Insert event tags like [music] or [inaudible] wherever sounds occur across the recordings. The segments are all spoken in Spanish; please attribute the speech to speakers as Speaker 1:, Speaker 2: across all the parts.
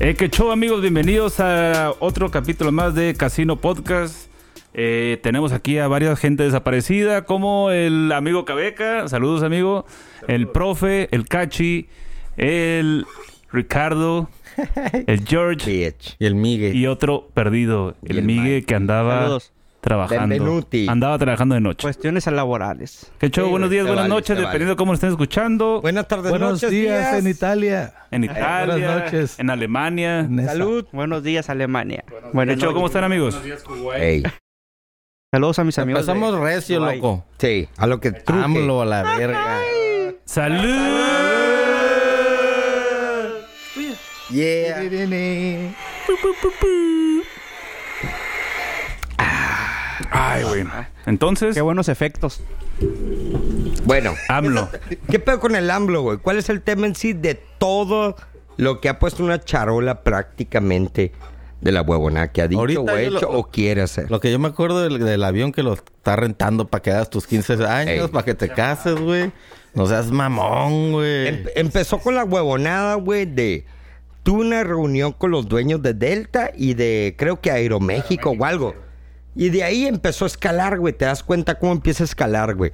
Speaker 1: Eh, ¿Qué show, amigos? Bienvenidos a otro capítulo más de Casino Podcast. Eh, tenemos aquí a varias gente desaparecida, como el amigo Cabeca, saludos amigo, el profe, el Cachi, el Ricardo, el George
Speaker 2: Bitch. Y el Migue.
Speaker 1: y otro perdido, el,
Speaker 2: Y el
Speaker 1: Migue
Speaker 2: Mike.
Speaker 1: que andaba
Speaker 3: Saludos.
Speaker 1: trabajando.
Speaker 2: Benvenuti.
Speaker 1: Andaba trabajando de noche.
Speaker 3: Cuestiones laborales.
Speaker 1: ¿Qué show?
Speaker 2: Sí,
Speaker 1: buenos
Speaker 2: güey,
Speaker 1: días,
Speaker 2: te
Speaker 1: buenas
Speaker 2: vale,
Speaker 1: noches,
Speaker 2: te
Speaker 1: dependiendo de cómo estén escuchando.
Speaker 2: Buenas tardes,
Speaker 4: Buenos
Speaker 2: noches,
Speaker 4: días,
Speaker 2: días.
Speaker 4: en Italia.
Speaker 1: en Italia,
Speaker 4: buenas noches.
Speaker 1: en Alemania.
Speaker 4: En esa-
Speaker 3: Salud. Buenos días, Alemania.
Speaker 1: ¿Qué
Speaker 3: Buenas
Speaker 1: show?
Speaker 3: noches.
Speaker 1: ¿Cómo están, amigos?
Speaker 2: Ey.
Speaker 3: Saludos a mis amigos. de-
Speaker 2: Empezamos recio,
Speaker 3: Dubai.
Speaker 2: loco. Sí, a lo que truje. AMLO a la verga.
Speaker 1: ¡Salud!
Speaker 2: Yeah.
Speaker 1: Ay, güey.
Speaker 2: Ah.
Speaker 1: Entonces,
Speaker 3: Qué buenos efectos.
Speaker 2: Bueno,
Speaker 1: AMLO.
Speaker 2: ¿qué pedo con el AMLO, güey? ¿Cuál es el tema en sí de todo lo que ha puesto una charola prácticamente de la huevona que ha dicho
Speaker 5: Ahorita
Speaker 2: o
Speaker 5: yo
Speaker 2: hecho
Speaker 5: lo-
Speaker 2: o quiere hacer?
Speaker 5: Lo que yo me acuerdo del, del avión que lo está rentando para que hagas tus 15 años,
Speaker 2: Ey.
Speaker 5: para que te cases, güey. No seas mamón, güey.
Speaker 2: Em- empezó con la huevonada, güey, de... Tuve una reunión con los dueños de Delta y de, creo que Aeroméxico, o algo. Y de ahí empezó a escalar, güey. Te das cuenta cómo empieza a escalar, güey.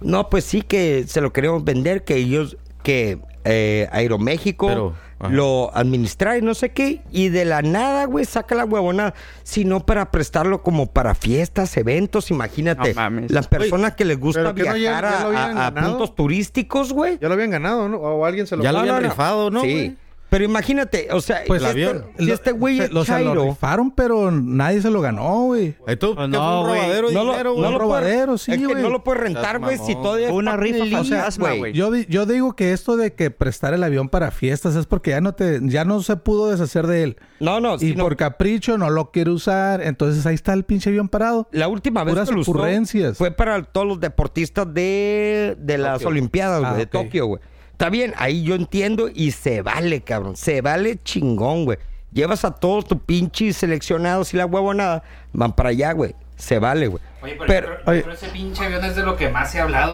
Speaker 2: No, pues sí que se lo queremos vender, que ellos, que eh, Aeroméxico
Speaker 5: Pero, ajá.
Speaker 2: lo administra y no sé qué. Y de la nada, güey, saca la huevonada. Sino para prestarlo como para fiestas, eventos, imagínate.
Speaker 3: No mames.
Speaker 2: Las personas que les gusta
Speaker 6: ¿pero que no ya-
Speaker 2: viajar
Speaker 6: ya
Speaker 2: a-
Speaker 6: lo habían
Speaker 2: a- a
Speaker 6: ganado?
Speaker 2: puntos turísticos, güey.
Speaker 6: Ya lo habían ganado, ¿no? O alguien se lo
Speaker 5: Ya lo
Speaker 2: No,
Speaker 5: habían
Speaker 2: no, no.
Speaker 5: rifado, ¿no?
Speaker 2: Sí.
Speaker 5: güey?
Speaker 2: Pero imagínate, o sea,
Speaker 5: Pues
Speaker 2: si
Speaker 5: el
Speaker 2: este-
Speaker 5: avión.
Speaker 2: si este güey es
Speaker 4: se- lo, se lo
Speaker 2: chairo,
Speaker 4: rifaron, pero nadie se lo ganó, güey.
Speaker 5: ¿Y tú?
Speaker 3: Pues
Speaker 5: ¿Qué
Speaker 3: no,
Speaker 5: fue un
Speaker 3: güey.
Speaker 5: robadero de
Speaker 2: no lo,
Speaker 5: dinero,
Speaker 2: no
Speaker 5: güey?
Speaker 2: lo
Speaker 4: un robadero,
Speaker 2: puede-
Speaker 4: sí,
Speaker 2: es que
Speaker 4: güey.
Speaker 2: no lo puede rentar,
Speaker 5: Seas
Speaker 2: güey, si
Speaker 5: mamón.
Speaker 2: todavía
Speaker 3: Fue una
Speaker 2: fucking
Speaker 3: rifa
Speaker 2: lease,
Speaker 3: fantasma, güey.
Speaker 4: Yo, di- yo digo que esto de que prestar el avión para fiestas es porque ya no te, ya no se pudo deshacer de él.
Speaker 2: No, no,
Speaker 4: y
Speaker 2: sino-
Speaker 4: por capricho no lo quiere usar. Entonces ahí está el pinche avión parado.
Speaker 2: la última vez
Speaker 4: puras
Speaker 2: que lo usó
Speaker 4: ocurrencias.
Speaker 2: fue para todos los deportistas de, de las Olimpiadas, güey,
Speaker 4: Ah,
Speaker 2: de
Speaker 4: ok.
Speaker 2: Tokio, güey. Está bien, ahí yo entiendo y se vale, cabrón. Se vale chingón, güey. Llevas a todos tus pinches seleccionados y la huevonada, van para allá, güey. Se vale, güey.
Speaker 7: Oye, pero,
Speaker 2: Pero-
Speaker 7: yo creo- yo creo ese pinche avión es de lo que más se ha hablado.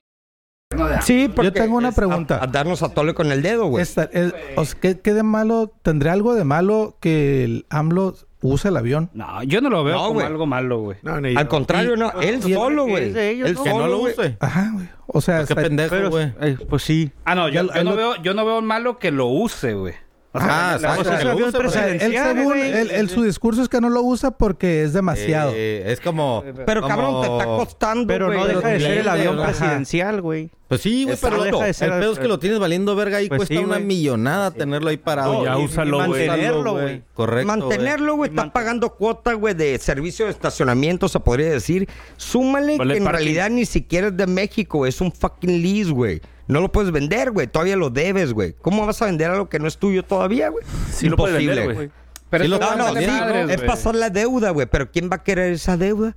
Speaker 7: No, de-
Speaker 2: Sí, porque
Speaker 4: tengo una
Speaker 2: es
Speaker 4: pregunta.
Speaker 2: A, a darnos a tole con el dedo, güey.
Speaker 4: Esta- es- o sea, ¿qué, qué de malo? ¿Tendría algo de malo que el AMLO use el avión?
Speaker 3: No, yo no lo veo
Speaker 1: Oh,
Speaker 2: No,
Speaker 3: como
Speaker 2: güey.
Speaker 3: algo malo, güey.
Speaker 6: No, ni
Speaker 2: Al
Speaker 6: yo.
Speaker 2: contrario, no, él solo,
Speaker 3: que
Speaker 2: güey.
Speaker 3: es de ellos,
Speaker 2: Él
Speaker 3: ¿no?
Speaker 5: Que no
Speaker 2: solo,
Speaker 5: lo
Speaker 2: güey.
Speaker 5: use.
Speaker 4: Ajá, güey. O sea,
Speaker 5: Pues Qué
Speaker 4: está-
Speaker 5: pendejo,
Speaker 3: Pero,
Speaker 5: güey.
Speaker 3: eh, pues sí.
Speaker 7: Ah, no, yo,
Speaker 4: Ya lo-
Speaker 7: yo no
Speaker 4: lo-
Speaker 7: veo, yo no veo malo que lo use, güey.
Speaker 5: Ah,
Speaker 3: o sea,
Speaker 5: exacto. que
Speaker 3: el
Speaker 5: lo
Speaker 3: avión
Speaker 5: use,
Speaker 4: o sea,
Speaker 5: pues.
Speaker 4: él
Speaker 3: presidencial,
Speaker 4: según,
Speaker 3: güey.
Speaker 4: él- él su discurso es que no lo usa porque es demasiado.
Speaker 5: Eh, es como...
Speaker 2: Pero cabrón, te está
Speaker 5: como-
Speaker 2: costando,
Speaker 3: Pero no
Speaker 2: güey.
Speaker 3: deja de ser el
Speaker 5: Ajá.
Speaker 3: avión presidencial, güey.
Speaker 5: Pues sí, güey, pero
Speaker 3: Exacto.
Speaker 5: deja de ser- el pedo es que lo tienes valiendo verga ahí
Speaker 3: Pues
Speaker 5: cuesta
Speaker 3: sí,
Speaker 5: una
Speaker 3: güey.
Speaker 5: millonada tenerlo ahí parado.
Speaker 1: No, ya
Speaker 5: Y- y
Speaker 1: úsalo, güey.
Speaker 3: Mantenerlo, güey.
Speaker 5: Correcto, güey.
Speaker 2: Mantenerlo, güey, está pagando cuota, güey, de servicio de estacionamiento, se podría decir. Súmale
Speaker 1: Vale,
Speaker 2: que en
Speaker 1: parking.
Speaker 2: realidad ni siquiera es de México, es un fucking lease, güey. No lo puedes vender, güey, todavía lo debes, güey. ¿Cómo vas a vender algo que no es tuyo todavía, güey?
Speaker 1: Sí lo puedes vender, güey.
Speaker 7: Pero
Speaker 5: Sí
Speaker 2: No,
Speaker 5: lo
Speaker 7: eso no,
Speaker 5: estaban
Speaker 2: no,
Speaker 7: vale
Speaker 2: sí,
Speaker 5: vendiendo,
Speaker 7: madres,
Speaker 2: es
Speaker 7: güey.
Speaker 2: pasar la deuda, güey, pero ¿quién va a querer esa deuda?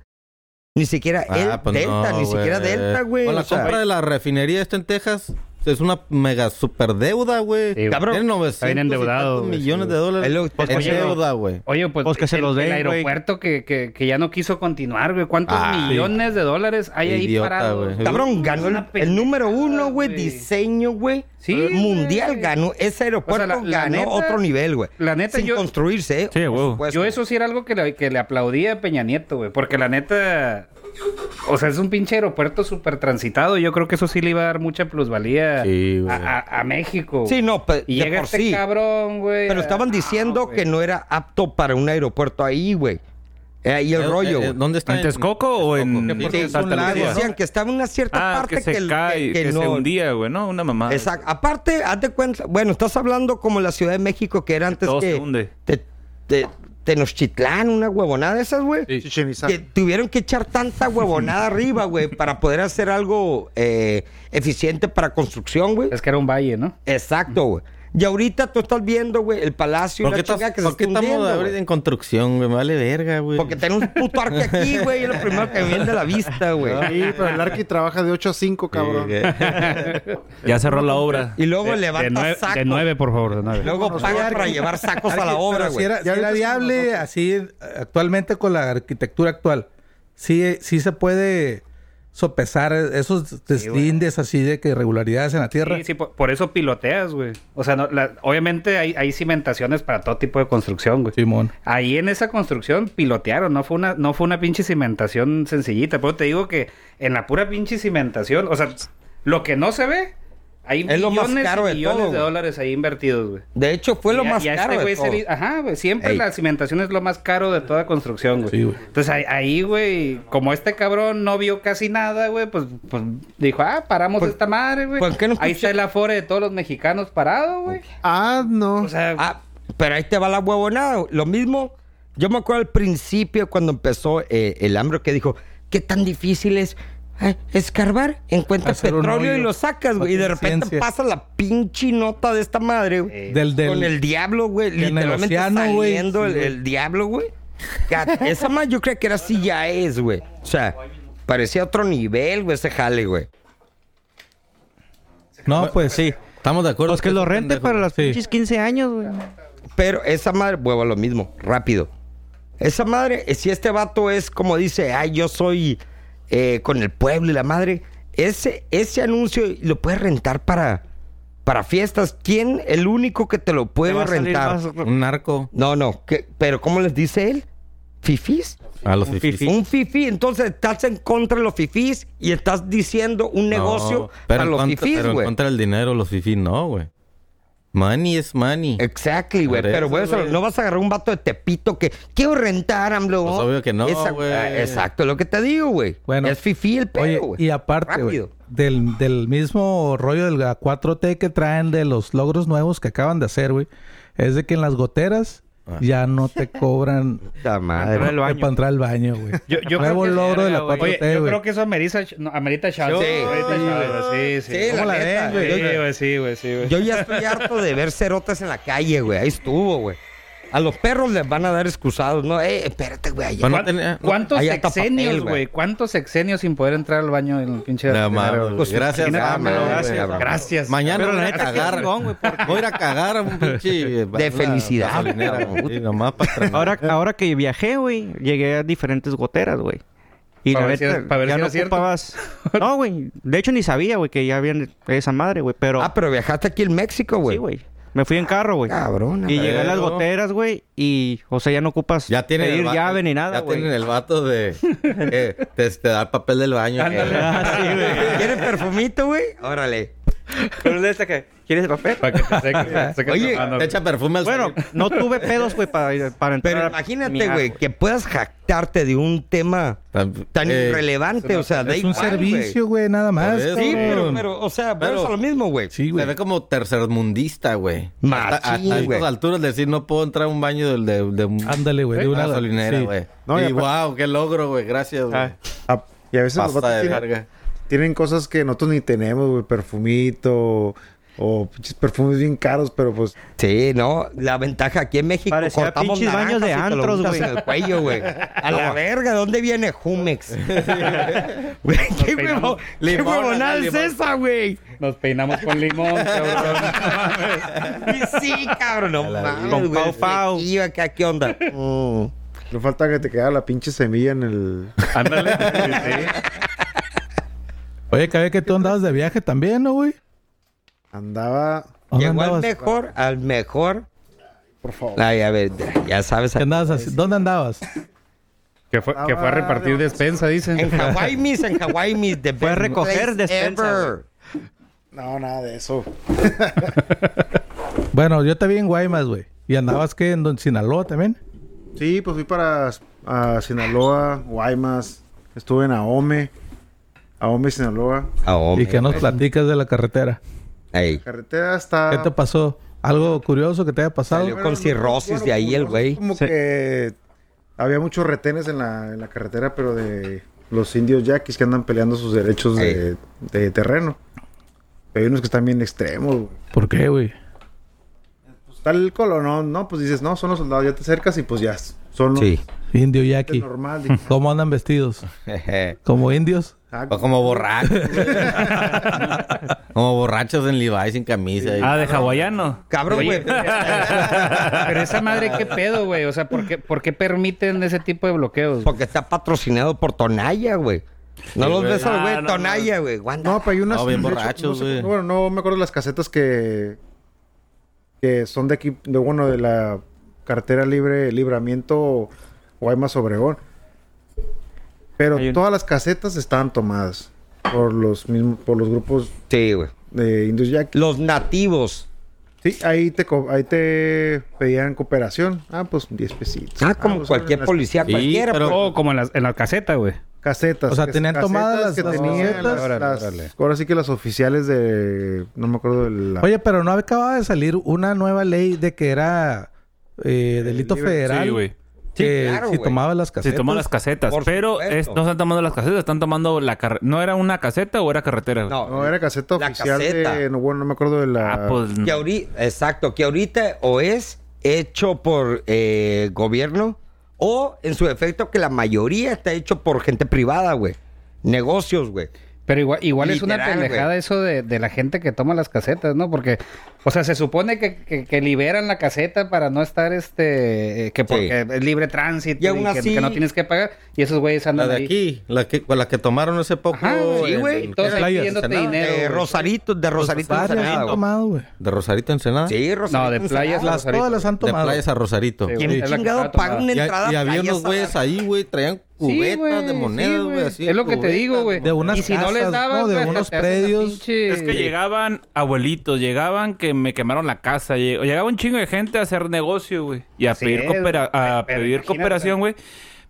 Speaker 2: Ni siquiera
Speaker 5: Ah,
Speaker 2: él,
Speaker 5: pues
Speaker 2: Delta,
Speaker 5: no,
Speaker 2: ni siquiera
Speaker 5: güey.
Speaker 2: Delta, güey.
Speaker 5: Con la
Speaker 2: o sea,
Speaker 5: compra de la refinería esta en Texas es una mega super deuda, güey.
Speaker 7: Sí,
Speaker 2: Cabrón,
Speaker 5: Tiene 900
Speaker 7: está bien endeudado,
Speaker 5: y tantos
Speaker 7: güey,
Speaker 5: millones
Speaker 7: sí,
Speaker 5: de dólares.
Speaker 2: Es lo-
Speaker 5: en
Speaker 7: pues, oye,
Speaker 5: deuda, güey.
Speaker 7: Oye, pues,
Speaker 3: Pues que se
Speaker 7: el,
Speaker 3: los den,
Speaker 7: el
Speaker 3: güey.
Speaker 7: aeropuerto que, que, que ya no quiso continuar, güey. ¿Cuántos
Speaker 5: Ah,
Speaker 7: millones de dólares hay ahí
Speaker 5: Idiota,
Speaker 7: parados?
Speaker 5: güey.
Speaker 2: Cabrón,
Speaker 7: Es
Speaker 2: ganó
Speaker 7: una
Speaker 2: el, el número uno,
Speaker 7: pendejada,
Speaker 2: güey, diseño, güey.
Speaker 7: Sí,
Speaker 2: mundial
Speaker 7: güey.
Speaker 2: ganó. Ese aeropuerto
Speaker 7: O sea, la- la
Speaker 2: ganó
Speaker 7: neta-
Speaker 2: otro nivel, güey.
Speaker 7: la neta,
Speaker 2: Sin
Speaker 7: yo-
Speaker 2: construirse, ¿eh?
Speaker 1: Sí,
Speaker 2: Por
Speaker 1: huevo.
Speaker 2: supuesto.
Speaker 7: Yo eso sí era algo que le, que le aplaudía a Peña Nieto, güey. Porque la neta... O sea, es un pinche aeropuerto súper transitado. Yo creo que eso sí le iba a dar mucha plusvalía
Speaker 5: Sí,
Speaker 7: a,
Speaker 5: güey.
Speaker 7: a- a México.
Speaker 2: Sí, no, pe-
Speaker 7: Y
Speaker 2: de
Speaker 7: llega
Speaker 2: por
Speaker 7: este
Speaker 2: sí.
Speaker 7: cabrón, güey.
Speaker 2: Pero estaban
Speaker 7: Ah,
Speaker 2: diciendo
Speaker 7: güey.
Speaker 2: que no era apto para un aeropuerto ahí, güey. Eh, Ahí el
Speaker 5: Eh,
Speaker 2: rollo,
Speaker 5: eh,
Speaker 2: güey.
Speaker 5: eh, ¿Dónde está?
Speaker 1: ¿En Texcoco o en
Speaker 5: ¿Qué
Speaker 1: en
Speaker 5: porque
Speaker 1: Santa
Speaker 5: es un lago,
Speaker 1: Lucía?
Speaker 5: ¿no?
Speaker 2: Decían que estaba en una cierta
Speaker 1: Ah,
Speaker 2: parte
Speaker 1: que se
Speaker 2: el-
Speaker 1: cae, que, se
Speaker 2: no-
Speaker 1: hundía, güey, ¿no? Una mamá.
Speaker 2: Exacto. Aparte, haz de cuenta, bueno, estás hablando como la Ciudad de México que era antes
Speaker 1: todo
Speaker 2: que
Speaker 1: se hunde.
Speaker 2: Te, te- Tenochtitlán, una huevonada de esas, güey.
Speaker 6: Chichén Itzá.
Speaker 2: que tuvieron que echar tanta
Speaker 7: [laughs]
Speaker 2: huevonada arriba, güey, para poder hacer algo eh, eficiente para construcción, güey.
Speaker 7: Es que era un valle, ¿no?
Speaker 2: Exacto, güey. Y ahorita tú estás viendo, güey, el palacio, y
Speaker 5: ¿Por
Speaker 2: la
Speaker 5: qué, estás-
Speaker 2: chinga que se
Speaker 5: por qué
Speaker 2: está hundiendo,
Speaker 5: estamos ahorita
Speaker 2: güey.
Speaker 5: en construcción, güey? Me Vale verga, güey.
Speaker 2: Porque tener un puto arque
Speaker 7: [laughs]
Speaker 2: aquí, güey, es lo primero que me viene a la vista, güey.
Speaker 6: Sí, pero el Arqui trabaja de 8 a 5, cabrón.
Speaker 1: Ya cerró la obra.
Speaker 2: Y luego
Speaker 7: de,
Speaker 2: levanta
Speaker 7: nueve,
Speaker 2: sacos.
Speaker 7: de nueve, por favor, de nueve.
Speaker 2: Luego paga para llevar sacos a la
Speaker 4: Pero
Speaker 2: obra,
Speaker 4: si
Speaker 2: güey.
Speaker 4: era, si
Speaker 6: Ya
Speaker 4: era
Speaker 6: ahorita sí
Speaker 4: viable así actualmente con la arquitectura actual, sí, sí se puede sopesar esos deslindes así de que irregularidades en la tierra.
Speaker 7: Sí, sí, por, por eso piloteas, güey. O sea, no, la- obviamente hay, hay cimentaciones para todo tipo de construcción, güey.
Speaker 4: Simón.
Speaker 7: Ahí en esa construcción pilotearon, no fue una, no fue una pinche cimentación sencillita. Pero te digo que en la pura pinche cimentación, o sea, lo que no se ve, hay
Speaker 2: Es lo más
Speaker 7: millones
Speaker 2: caro de
Speaker 7: y millones
Speaker 2: todo,
Speaker 7: de
Speaker 2: güey.
Speaker 7: dólares ahí invertidos, güey.
Speaker 2: De hecho, fue lo
Speaker 7: Y a-
Speaker 2: más
Speaker 7: y a
Speaker 2: caro.
Speaker 7: este
Speaker 2: de
Speaker 7: güey se
Speaker 2: todo.
Speaker 7: le- Ajá, güey. Siempre
Speaker 2: Ey.
Speaker 7: la cimentación es lo más caro de toda construcción, güey.
Speaker 4: Sí, güey.
Speaker 7: Entonces ahí- ahí, güey, como este cabrón no vio casi nada, güey, pues, pues dijo, ah, paramos esta madre, güey.
Speaker 2: Pues, ¿por qué no
Speaker 7: ahí
Speaker 2: escuché?
Speaker 7: está el afore de todos los mexicanos parado, güey.
Speaker 6: Ah, no.
Speaker 7: O sea,
Speaker 2: Ah, pero ahí te va la huevonada. Lo mismo, yo me acuerdo al principio cuando empezó eh, el hambre que dijo, ¿qué tan difícil es eh, escarbar? Encuentras
Speaker 4: Hacer un
Speaker 2: petróleo y
Speaker 4: hoyo.
Speaker 2: lo sacas, güey. Y de
Speaker 4: Hacer
Speaker 2: repente
Speaker 4: ciencia.
Speaker 2: pasa la pinche nota de esta madre, güey.
Speaker 7: Eh,
Speaker 4: Del, del,
Speaker 2: Con el diablo, güey.
Speaker 4: en el
Speaker 2: Literalmente
Speaker 4: océano, güey.
Speaker 2: saliendo
Speaker 4: Sí,
Speaker 2: el,
Speaker 4: güey.
Speaker 2: el diablo, güey. Gat- Esa más yo creo que era así ya es, güey. O sea, parecía otro nivel, güey, ese jale, güey.
Speaker 4: No, pues sí.
Speaker 5: Estamos de acuerdo.
Speaker 3: Los que
Speaker 5: es
Speaker 3: lo
Speaker 5: un
Speaker 3: renten
Speaker 5: pendejo.
Speaker 3: para los
Speaker 4: Sí.
Speaker 3: pinches 15 años, güey.
Speaker 2: Pero esa madre, vuelvo a lo mismo, rápido. Esa madre, eh, si este vato es como dice, ay, yo soy eh, con el pueblo y la madre, ese, ese anuncio lo puedes rentar para, para fiestas. ¿Quién? El único que te lo puede
Speaker 3: Te va a salir
Speaker 2: rentar.
Speaker 3: más-
Speaker 2: [laughs]
Speaker 5: Un narco.
Speaker 2: No, no, ¿qué? pero ¿cómo les dice él? ¿Fifis?
Speaker 5: A los fifís.
Speaker 2: Un fifí, entonces estás en contra de los fifís y estás diciendo un negocio
Speaker 5: No, pero
Speaker 2: para
Speaker 5: en
Speaker 2: los
Speaker 5: contra-
Speaker 2: fifís,
Speaker 5: Pero en
Speaker 2: güey.
Speaker 5: contra del dinero, los fifís no, güey. Money es money.
Speaker 2: Exactly, güey.
Speaker 5: Por
Speaker 2: Pero,
Speaker 5: eso,
Speaker 2: güey, eso-
Speaker 5: güey.
Speaker 2: no vas a agarrar un vato de Tepito que quiero rentar, AMLO.
Speaker 5: Pues obvio que no, güey.
Speaker 2: ah, Exacto, lo que te digo, güey.
Speaker 4: Bueno.
Speaker 2: es fifí el
Speaker 4: Oye,
Speaker 2: pedo, güey.
Speaker 4: y aparte, güey,
Speaker 2: Rápido.
Speaker 4: del, del mismo rollo de la 4T que traen de los logros nuevos que acaban de hacer, güey, es de que en las goteras
Speaker 5: Ah.
Speaker 4: ya no te cobran
Speaker 2: Puta madre.
Speaker 3: Para el baño.
Speaker 4: para entrar al baño, [laughs] güey.
Speaker 7: Yo, yo
Speaker 4: Nuevo
Speaker 7: creo que-
Speaker 4: logro de la
Speaker 3: Oye,
Speaker 4: 4T,
Speaker 7: Oye, yo
Speaker 4: güey.
Speaker 7: creo que eso amerita, no, amerita chance.
Speaker 2: Sí.
Speaker 7: Amerita chance, sí, sí.
Speaker 2: Sí,
Speaker 4: ¿Cómo la
Speaker 2: neta,
Speaker 4: ven, güey?
Speaker 2: yo-
Speaker 7: Sí, güey, sí, güey, sí, güey.
Speaker 2: Yo ya estoy harto de ver cerotas en la calle, güey. Ahí estuvo, güey. A los perros les van a dar excusados, ¿no? Eh, espérate, güey. allá-
Speaker 5: Bueno,
Speaker 7: ¿Cuán-
Speaker 5: tenía-
Speaker 7: ¿Cuántos
Speaker 2: Ahí está
Speaker 7: sexenios,
Speaker 2: papel, güey.
Speaker 7: güey? ¿Cuántos sexenios sin poder entrar al baño en el pinche...
Speaker 5: Nada
Speaker 7: [laughs] dinero,
Speaker 5: más,
Speaker 7: güey?
Speaker 5: güey.
Speaker 2: Pues,
Speaker 5: gracias,
Speaker 2: imagínate,
Speaker 5: AMLO, güey.
Speaker 2: gracias, cabrón.
Speaker 7: Gracias.
Speaker 5: Mañana
Speaker 3: Pero
Speaker 5: voy a
Speaker 3: la
Speaker 5: ir a
Speaker 3: neta, qué
Speaker 5: cagar.
Speaker 3: chingón, güey, porque-
Speaker 5: Voy a ir a cagar a un pinche. una
Speaker 2: felicidad,
Speaker 5: gasolinera,
Speaker 2: cabrón.
Speaker 5: güey, nomás para
Speaker 3: [laughs]
Speaker 5: estrenar.
Speaker 3: Ahora, ahora que viajé, güey, llegué a diferentes goteras, güey. Y
Speaker 7: Pa'
Speaker 3: la
Speaker 7: ver si
Speaker 3: neta,
Speaker 7: era- pa' ver
Speaker 3: ya
Speaker 7: si
Speaker 3: no
Speaker 7: era cierto.
Speaker 3: ocupabas. No, güey. De hecho, ni sabía, güey, que ya habían esa madre, güey. Pero.
Speaker 2: Ah, pero viajaste aquí en México, güey. Ah,
Speaker 3: sí, güey. Me fui en carro, güey.
Speaker 2: Cabrón.
Speaker 3: Y llegué a las
Speaker 5: Pero-
Speaker 3: goteras, güey. Y, o sea, ya no ocupas
Speaker 5: Ya tienen el
Speaker 3: pedir
Speaker 5: vato-
Speaker 3: llave ni
Speaker 5: Ya
Speaker 3: nada, güey.
Speaker 5: tienen el vato de. eh, te, te da el papel del baño. [laughs]
Speaker 7: Ándale.
Speaker 5: Eh,
Speaker 3: Ah, sí,
Speaker 2: [laughs]
Speaker 3: güey.
Speaker 2: ¿Quieres perfumito, güey? Órale.
Speaker 3: Pero es de esa que- ¿Quieres el papel?
Speaker 7: Para que te seques, te seques
Speaker 2: Oye,
Speaker 7: las manos,
Speaker 5: te echa perfume al
Speaker 3: Bueno,
Speaker 5: salir.
Speaker 3: no tuve pedos, güey, para, para entrar.
Speaker 2: Pero
Speaker 3: a mi
Speaker 2: imagínate,
Speaker 3: gas,
Speaker 2: güey, que puedas jactarte de un tema
Speaker 5: Tan-
Speaker 2: tan
Speaker 5: eh,
Speaker 2: irrelevante, o sea, da
Speaker 4: Es un
Speaker 2: igual, güey.
Speaker 4: servicio, güey, nada más.
Speaker 5: eso,
Speaker 2: Sí, pero,
Speaker 4: cabrón.
Speaker 2: pero, o sea, pero,
Speaker 5: Pero-
Speaker 2: es lo mismo, güey.
Speaker 4: Sí,
Speaker 5: Se
Speaker 4: güey.
Speaker 5: ve como tercermundista, güey.
Speaker 2: Machín,
Speaker 5: Hasta- hasta
Speaker 2: güey.
Speaker 5: estas alturas decir, no puedo entrar a un baño del- de, de, un-
Speaker 4: Ándale, güey, de
Speaker 5: una
Speaker 4: una-
Speaker 5: gasolinera,
Speaker 4: sí.
Speaker 5: güey.
Speaker 6: No, y
Speaker 5: y
Speaker 6: aparte-
Speaker 5: wow, qué logro, güey. Gracias, güey.
Speaker 3: Ah.
Speaker 6: Ah, y a veces los
Speaker 5: Pasta
Speaker 6: vatos
Speaker 5: de
Speaker 6: tienen,
Speaker 5: verga.
Speaker 6: tienen cosas que nosotros ni tenemos, güey. Perfumito o pinches perfumes bien caros, pero pues...
Speaker 2: Sí, no, la ventaja aquí en México
Speaker 3: Parecía
Speaker 2: cortamos
Speaker 3: pinches
Speaker 2: naranjas
Speaker 3: baños
Speaker 2: y
Speaker 3: de
Speaker 2: te lo
Speaker 3: antros,
Speaker 2: untas
Speaker 3: güey.
Speaker 2: en el cuello, güey. A la verga, ¿de dónde viene Jumex? Güey, qué huevo,
Speaker 7: peinamos.
Speaker 2: qué
Speaker 5: Limón,
Speaker 2: huevonal
Speaker 5: limón.
Speaker 2: es esa, güey.
Speaker 7: Nos peinamos con limón, cabrón.
Speaker 2: Y [laughs] Sí, cabrón, no mames,
Speaker 3: Con
Speaker 2: güey,
Speaker 3: Pau Pau.
Speaker 2: flequillo acá, ¿qué onda? Mm.
Speaker 6: No falta que te quedara la pinche semilla en el... [laughs]
Speaker 7: Ándale. sí, sí.
Speaker 4: Oye, cabe que tú andabas de viaje también, ¿no, güey?
Speaker 6: Andaba...
Speaker 4: ¿Dónde
Speaker 2: Llegó al
Speaker 4: andabas?
Speaker 2: mejor, al mejor.
Speaker 6: Por favor.
Speaker 2: Ay, a ver, ya sabes.
Speaker 4: ¿Qué andabas así? ¿Dónde andabas?
Speaker 7: Que fue, que fue a repartir despensa,
Speaker 2: En
Speaker 7: dicen.
Speaker 2: Hawaii Miss, en Hawaii Miss. the
Speaker 3: Fue a
Speaker 2: best
Speaker 3: recoger
Speaker 2: place
Speaker 3: despensa,
Speaker 2: ever.
Speaker 6: No, nada de eso.
Speaker 4: Bueno, yo te vi en Guaymas, güey. ¿Y andabas qué? ¿En don- Sinaloa también?
Speaker 6: Sí, pues fui para a Sinaloa, Guaymas, estuve en Ahome, Ahome, Sinaloa.
Speaker 2: Ah, hombre,
Speaker 4: ¿Y qué nos
Speaker 2: güey.
Speaker 4: platicas de la carretera?
Speaker 2: Ey.
Speaker 6: Carretera está...
Speaker 4: ¿Qué te pasó? ¿Algo curioso que te haya pasado?
Speaker 2: Salió con cirrosis de ahí el güey.
Speaker 6: Como que había muchos retenes en la, en la carretera, pero de los indios yaquis que andan peleando sus derechos de, de terreno. Pero hay unos que están bien extremos, güey.
Speaker 4: ¿Por qué, güey?
Speaker 6: Pues Está el colonón, ¿no? Pues dices, no, son los soldados, ya te acercas y pues ya, son los
Speaker 2: Sí. [laughs]
Speaker 4: Indio
Speaker 6: gente
Speaker 4: Yaqui.
Speaker 6: normal. dices,
Speaker 4: ¿Cómo andan vestidos? ¿Como indios?
Speaker 6: ah,
Speaker 5: O Pues como borrachos. güey. como borrachos en Levi's sin camisa. y-
Speaker 1: Ah, de hawaiano.
Speaker 2: Cabrón,
Speaker 7: Oye,
Speaker 2: güey.
Speaker 7: pero esa madre, ¿qué pedo, güey? O sea, ¿por qué, ¿por qué permiten ese tipo de bloqueos?
Speaker 2: Porque está patrocinado por Tonaya, güey. No los
Speaker 5: güey.
Speaker 2: ves al
Speaker 1: Ah,
Speaker 2: güey
Speaker 1: no, no.
Speaker 2: Tonaya, güey. Wanda.
Speaker 6: No, pero hay unas.
Speaker 5: No, bien
Speaker 6: de hecho,
Speaker 5: borrachos,
Speaker 6: no sé-
Speaker 5: güey.
Speaker 6: bueno, no me acuerdo de las casetas que. que son de aquí, de bueno, de la cartera libre, libramiento Guaymas Obregón. Pero
Speaker 3: Hay un-
Speaker 6: todas las casetas estaban tomadas por los mismos, por los grupos
Speaker 2: Sí, güey.
Speaker 6: de Indus Jack.
Speaker 2: Los nativos.
Speaker 6: Sí, ahí te, co- ahí te pedían cooperación. Ah, pues 10 pesitos.
Speaker 2: Ah, como
Speaker 6: pues,
Speaker 2: cualquier
Speaker 6: las
Speaker 2: policía,
Speaker 5: Sí,
Speaker 2: cualquiera.
Speaker 5: pero-
Speaker 2: pues.
Speaker 7: O como en la, en la caseta, güey.
Speaker 6: Casetas.
Speaker 4: O sea,
Speaker 6: que-
Speaker 4: tenían tomadas
Speaker 6: casetas
Speaker 4: las-
Speaker 6: que
Speaker 4: las
Speaker 6: tenían
Speaker 4: casetas.
Speaker 6: las-
Speaker 7: Órale,
Speaker 6: las-
Speaker 7: órale.
Speaker 6: Ahora sí que las oficiales de. No me acuerdo de la.
Speaker 4: Oye, pero no acababa de salir una nueva ley de que era eh, delito
Speaker 6: libre-
Speaker 4: federal.
Speaker 1: Sí, güey.
Speaker 4: que
Speaker 2: Sí, claro,
Speaker 4: si
Speaker 2: güey.
Speaker 4: tomaba las
Speaker 1: Se
Speaker 4: casetas.
Speaker 1: toman las casetas.
Speaker 2: Por
Speaker 1: Pero
Speaker 2: supuesto.
Speaker 1: es- no están tomando las casetas, están tomando la carretera. ¿No era una caseta o era carretera? güey?
Speaker 2: No,
Speaker 6: No, era caseta
Speaker 2: La
Speaker 6: oficial
Speaker 2: caseta.
Speaker 6: de... No, bueno, no me acuerdo de la...
Speaker 1: Ah, pues.
Speaker 2: Que ahorita, exacto, que ahorita o es hecho por eh, gobierno o en su defecto que la mayoría está hecho por gente privada, güey. Negocios, güey.
Speaker 7: Pero igual, igual es una
Speaker 2: Literal, güey.
Speaker 7: pendejada eso de, de la gente que toma las casetas, ¿no? Porque, o sea, se supone que, que- que liberan la caseta para no estar, este, eh, que porque es libre tránsito
Speaker 2: Y aún
Speaker 7: que-
Speaker 2: así-
Speaker 7: que, no tienes que pagar. Y esos güeyes
Speaker 5: La
Speaker 7: andan
Speaker 5: de
Speaker 7: ahí.
Speaker 5: aquí, la que, con la que tomaron hace poco.
Speaker 7: Ajá, sí,
Speaker 5: en-
Speaker 7: güey.
Speaker 5: en-
Speaker 7: Todos
Speaker 5: en
Speaker 7: ahí
Speaker 5: Playas,
Speaker 7: pidiéndote
Speaker 5: Ensenada.
Speaker 7: dinero.
Speaker 2: De
Speaker 7: güey.
Speaker 2: Rosarito, de Rosarito
Speaker 4: Varias
Speaker 2: Ensenada,
Speaker 4: han
Speaker 2: güey.
Speaker 4: tomado, güey.
Speaker 5: ¿De Rosarito Ensenada?
Speaker 2: Sí, Rosarito.
Speaker 7: No, de playas pues,
Speaker 2: Ensenada.
Speaker 7: las
Speaker 4: Las, todas las han
Speaker 5: De
Speaker 4: tomado.
Speaker 5: playas a Rosarito.
Speaker 7: Sí,
Speaker 5: Y,
Speaker 7: güey.
Speaker 2: ¿Quién
Speaker 7: Es la que
Speaker 2: chingado
Speaker 7: estaba
Speaker 2: paga
Speaker 7: tomada.
Speaker 2: una
Speaker 5: y
Speaker 2: entrada?
Speaker 5: había
Speaker 2: playa
Speaker 5: unos
Speaker 2: hasta
Speaker 5: güeyes
Speaker 2: la-
Speaker 5: ahí, güey, traían
Speaker 7: Sí,
Speaker 5: cubetas
Speaker 7: güey,
Speaker 5: de
Speaker 7: sí,
Speaker 5: monedas, güey,
Speaker 7: güey.
Speaker 5: así.
Speaker 7: Es lo que te
Speaker 5: cubetas
Speaker 7: digo, güey.
Speaker 4: de unas
Speaker 7: y si no les
Speaker 4: casas,
Speaker 7: dabas,
Speaker 4: ¿no? De
Speaker 7: güey,
Speaker 4: unos
Speaker 7: te hacen una
Speaker 4: predios.
Speaker 7: pinche-
Speaker 1: Es que llegaban abuelitos, llegaban que me quemaron la casa, lleg- llegaba un chingo de gente a hacer negocio, güey, y a
Speaker 7: Así
Speaker 1: pedir,
Speaker 7: es,
Speaker 1: coopera-
Speaker 7: güey.
Speaker 1: a
Speaker 7: Pero
Speaker 1: pedir
Speaker 7: imagínate.
Speaker 1: cooperación, güey.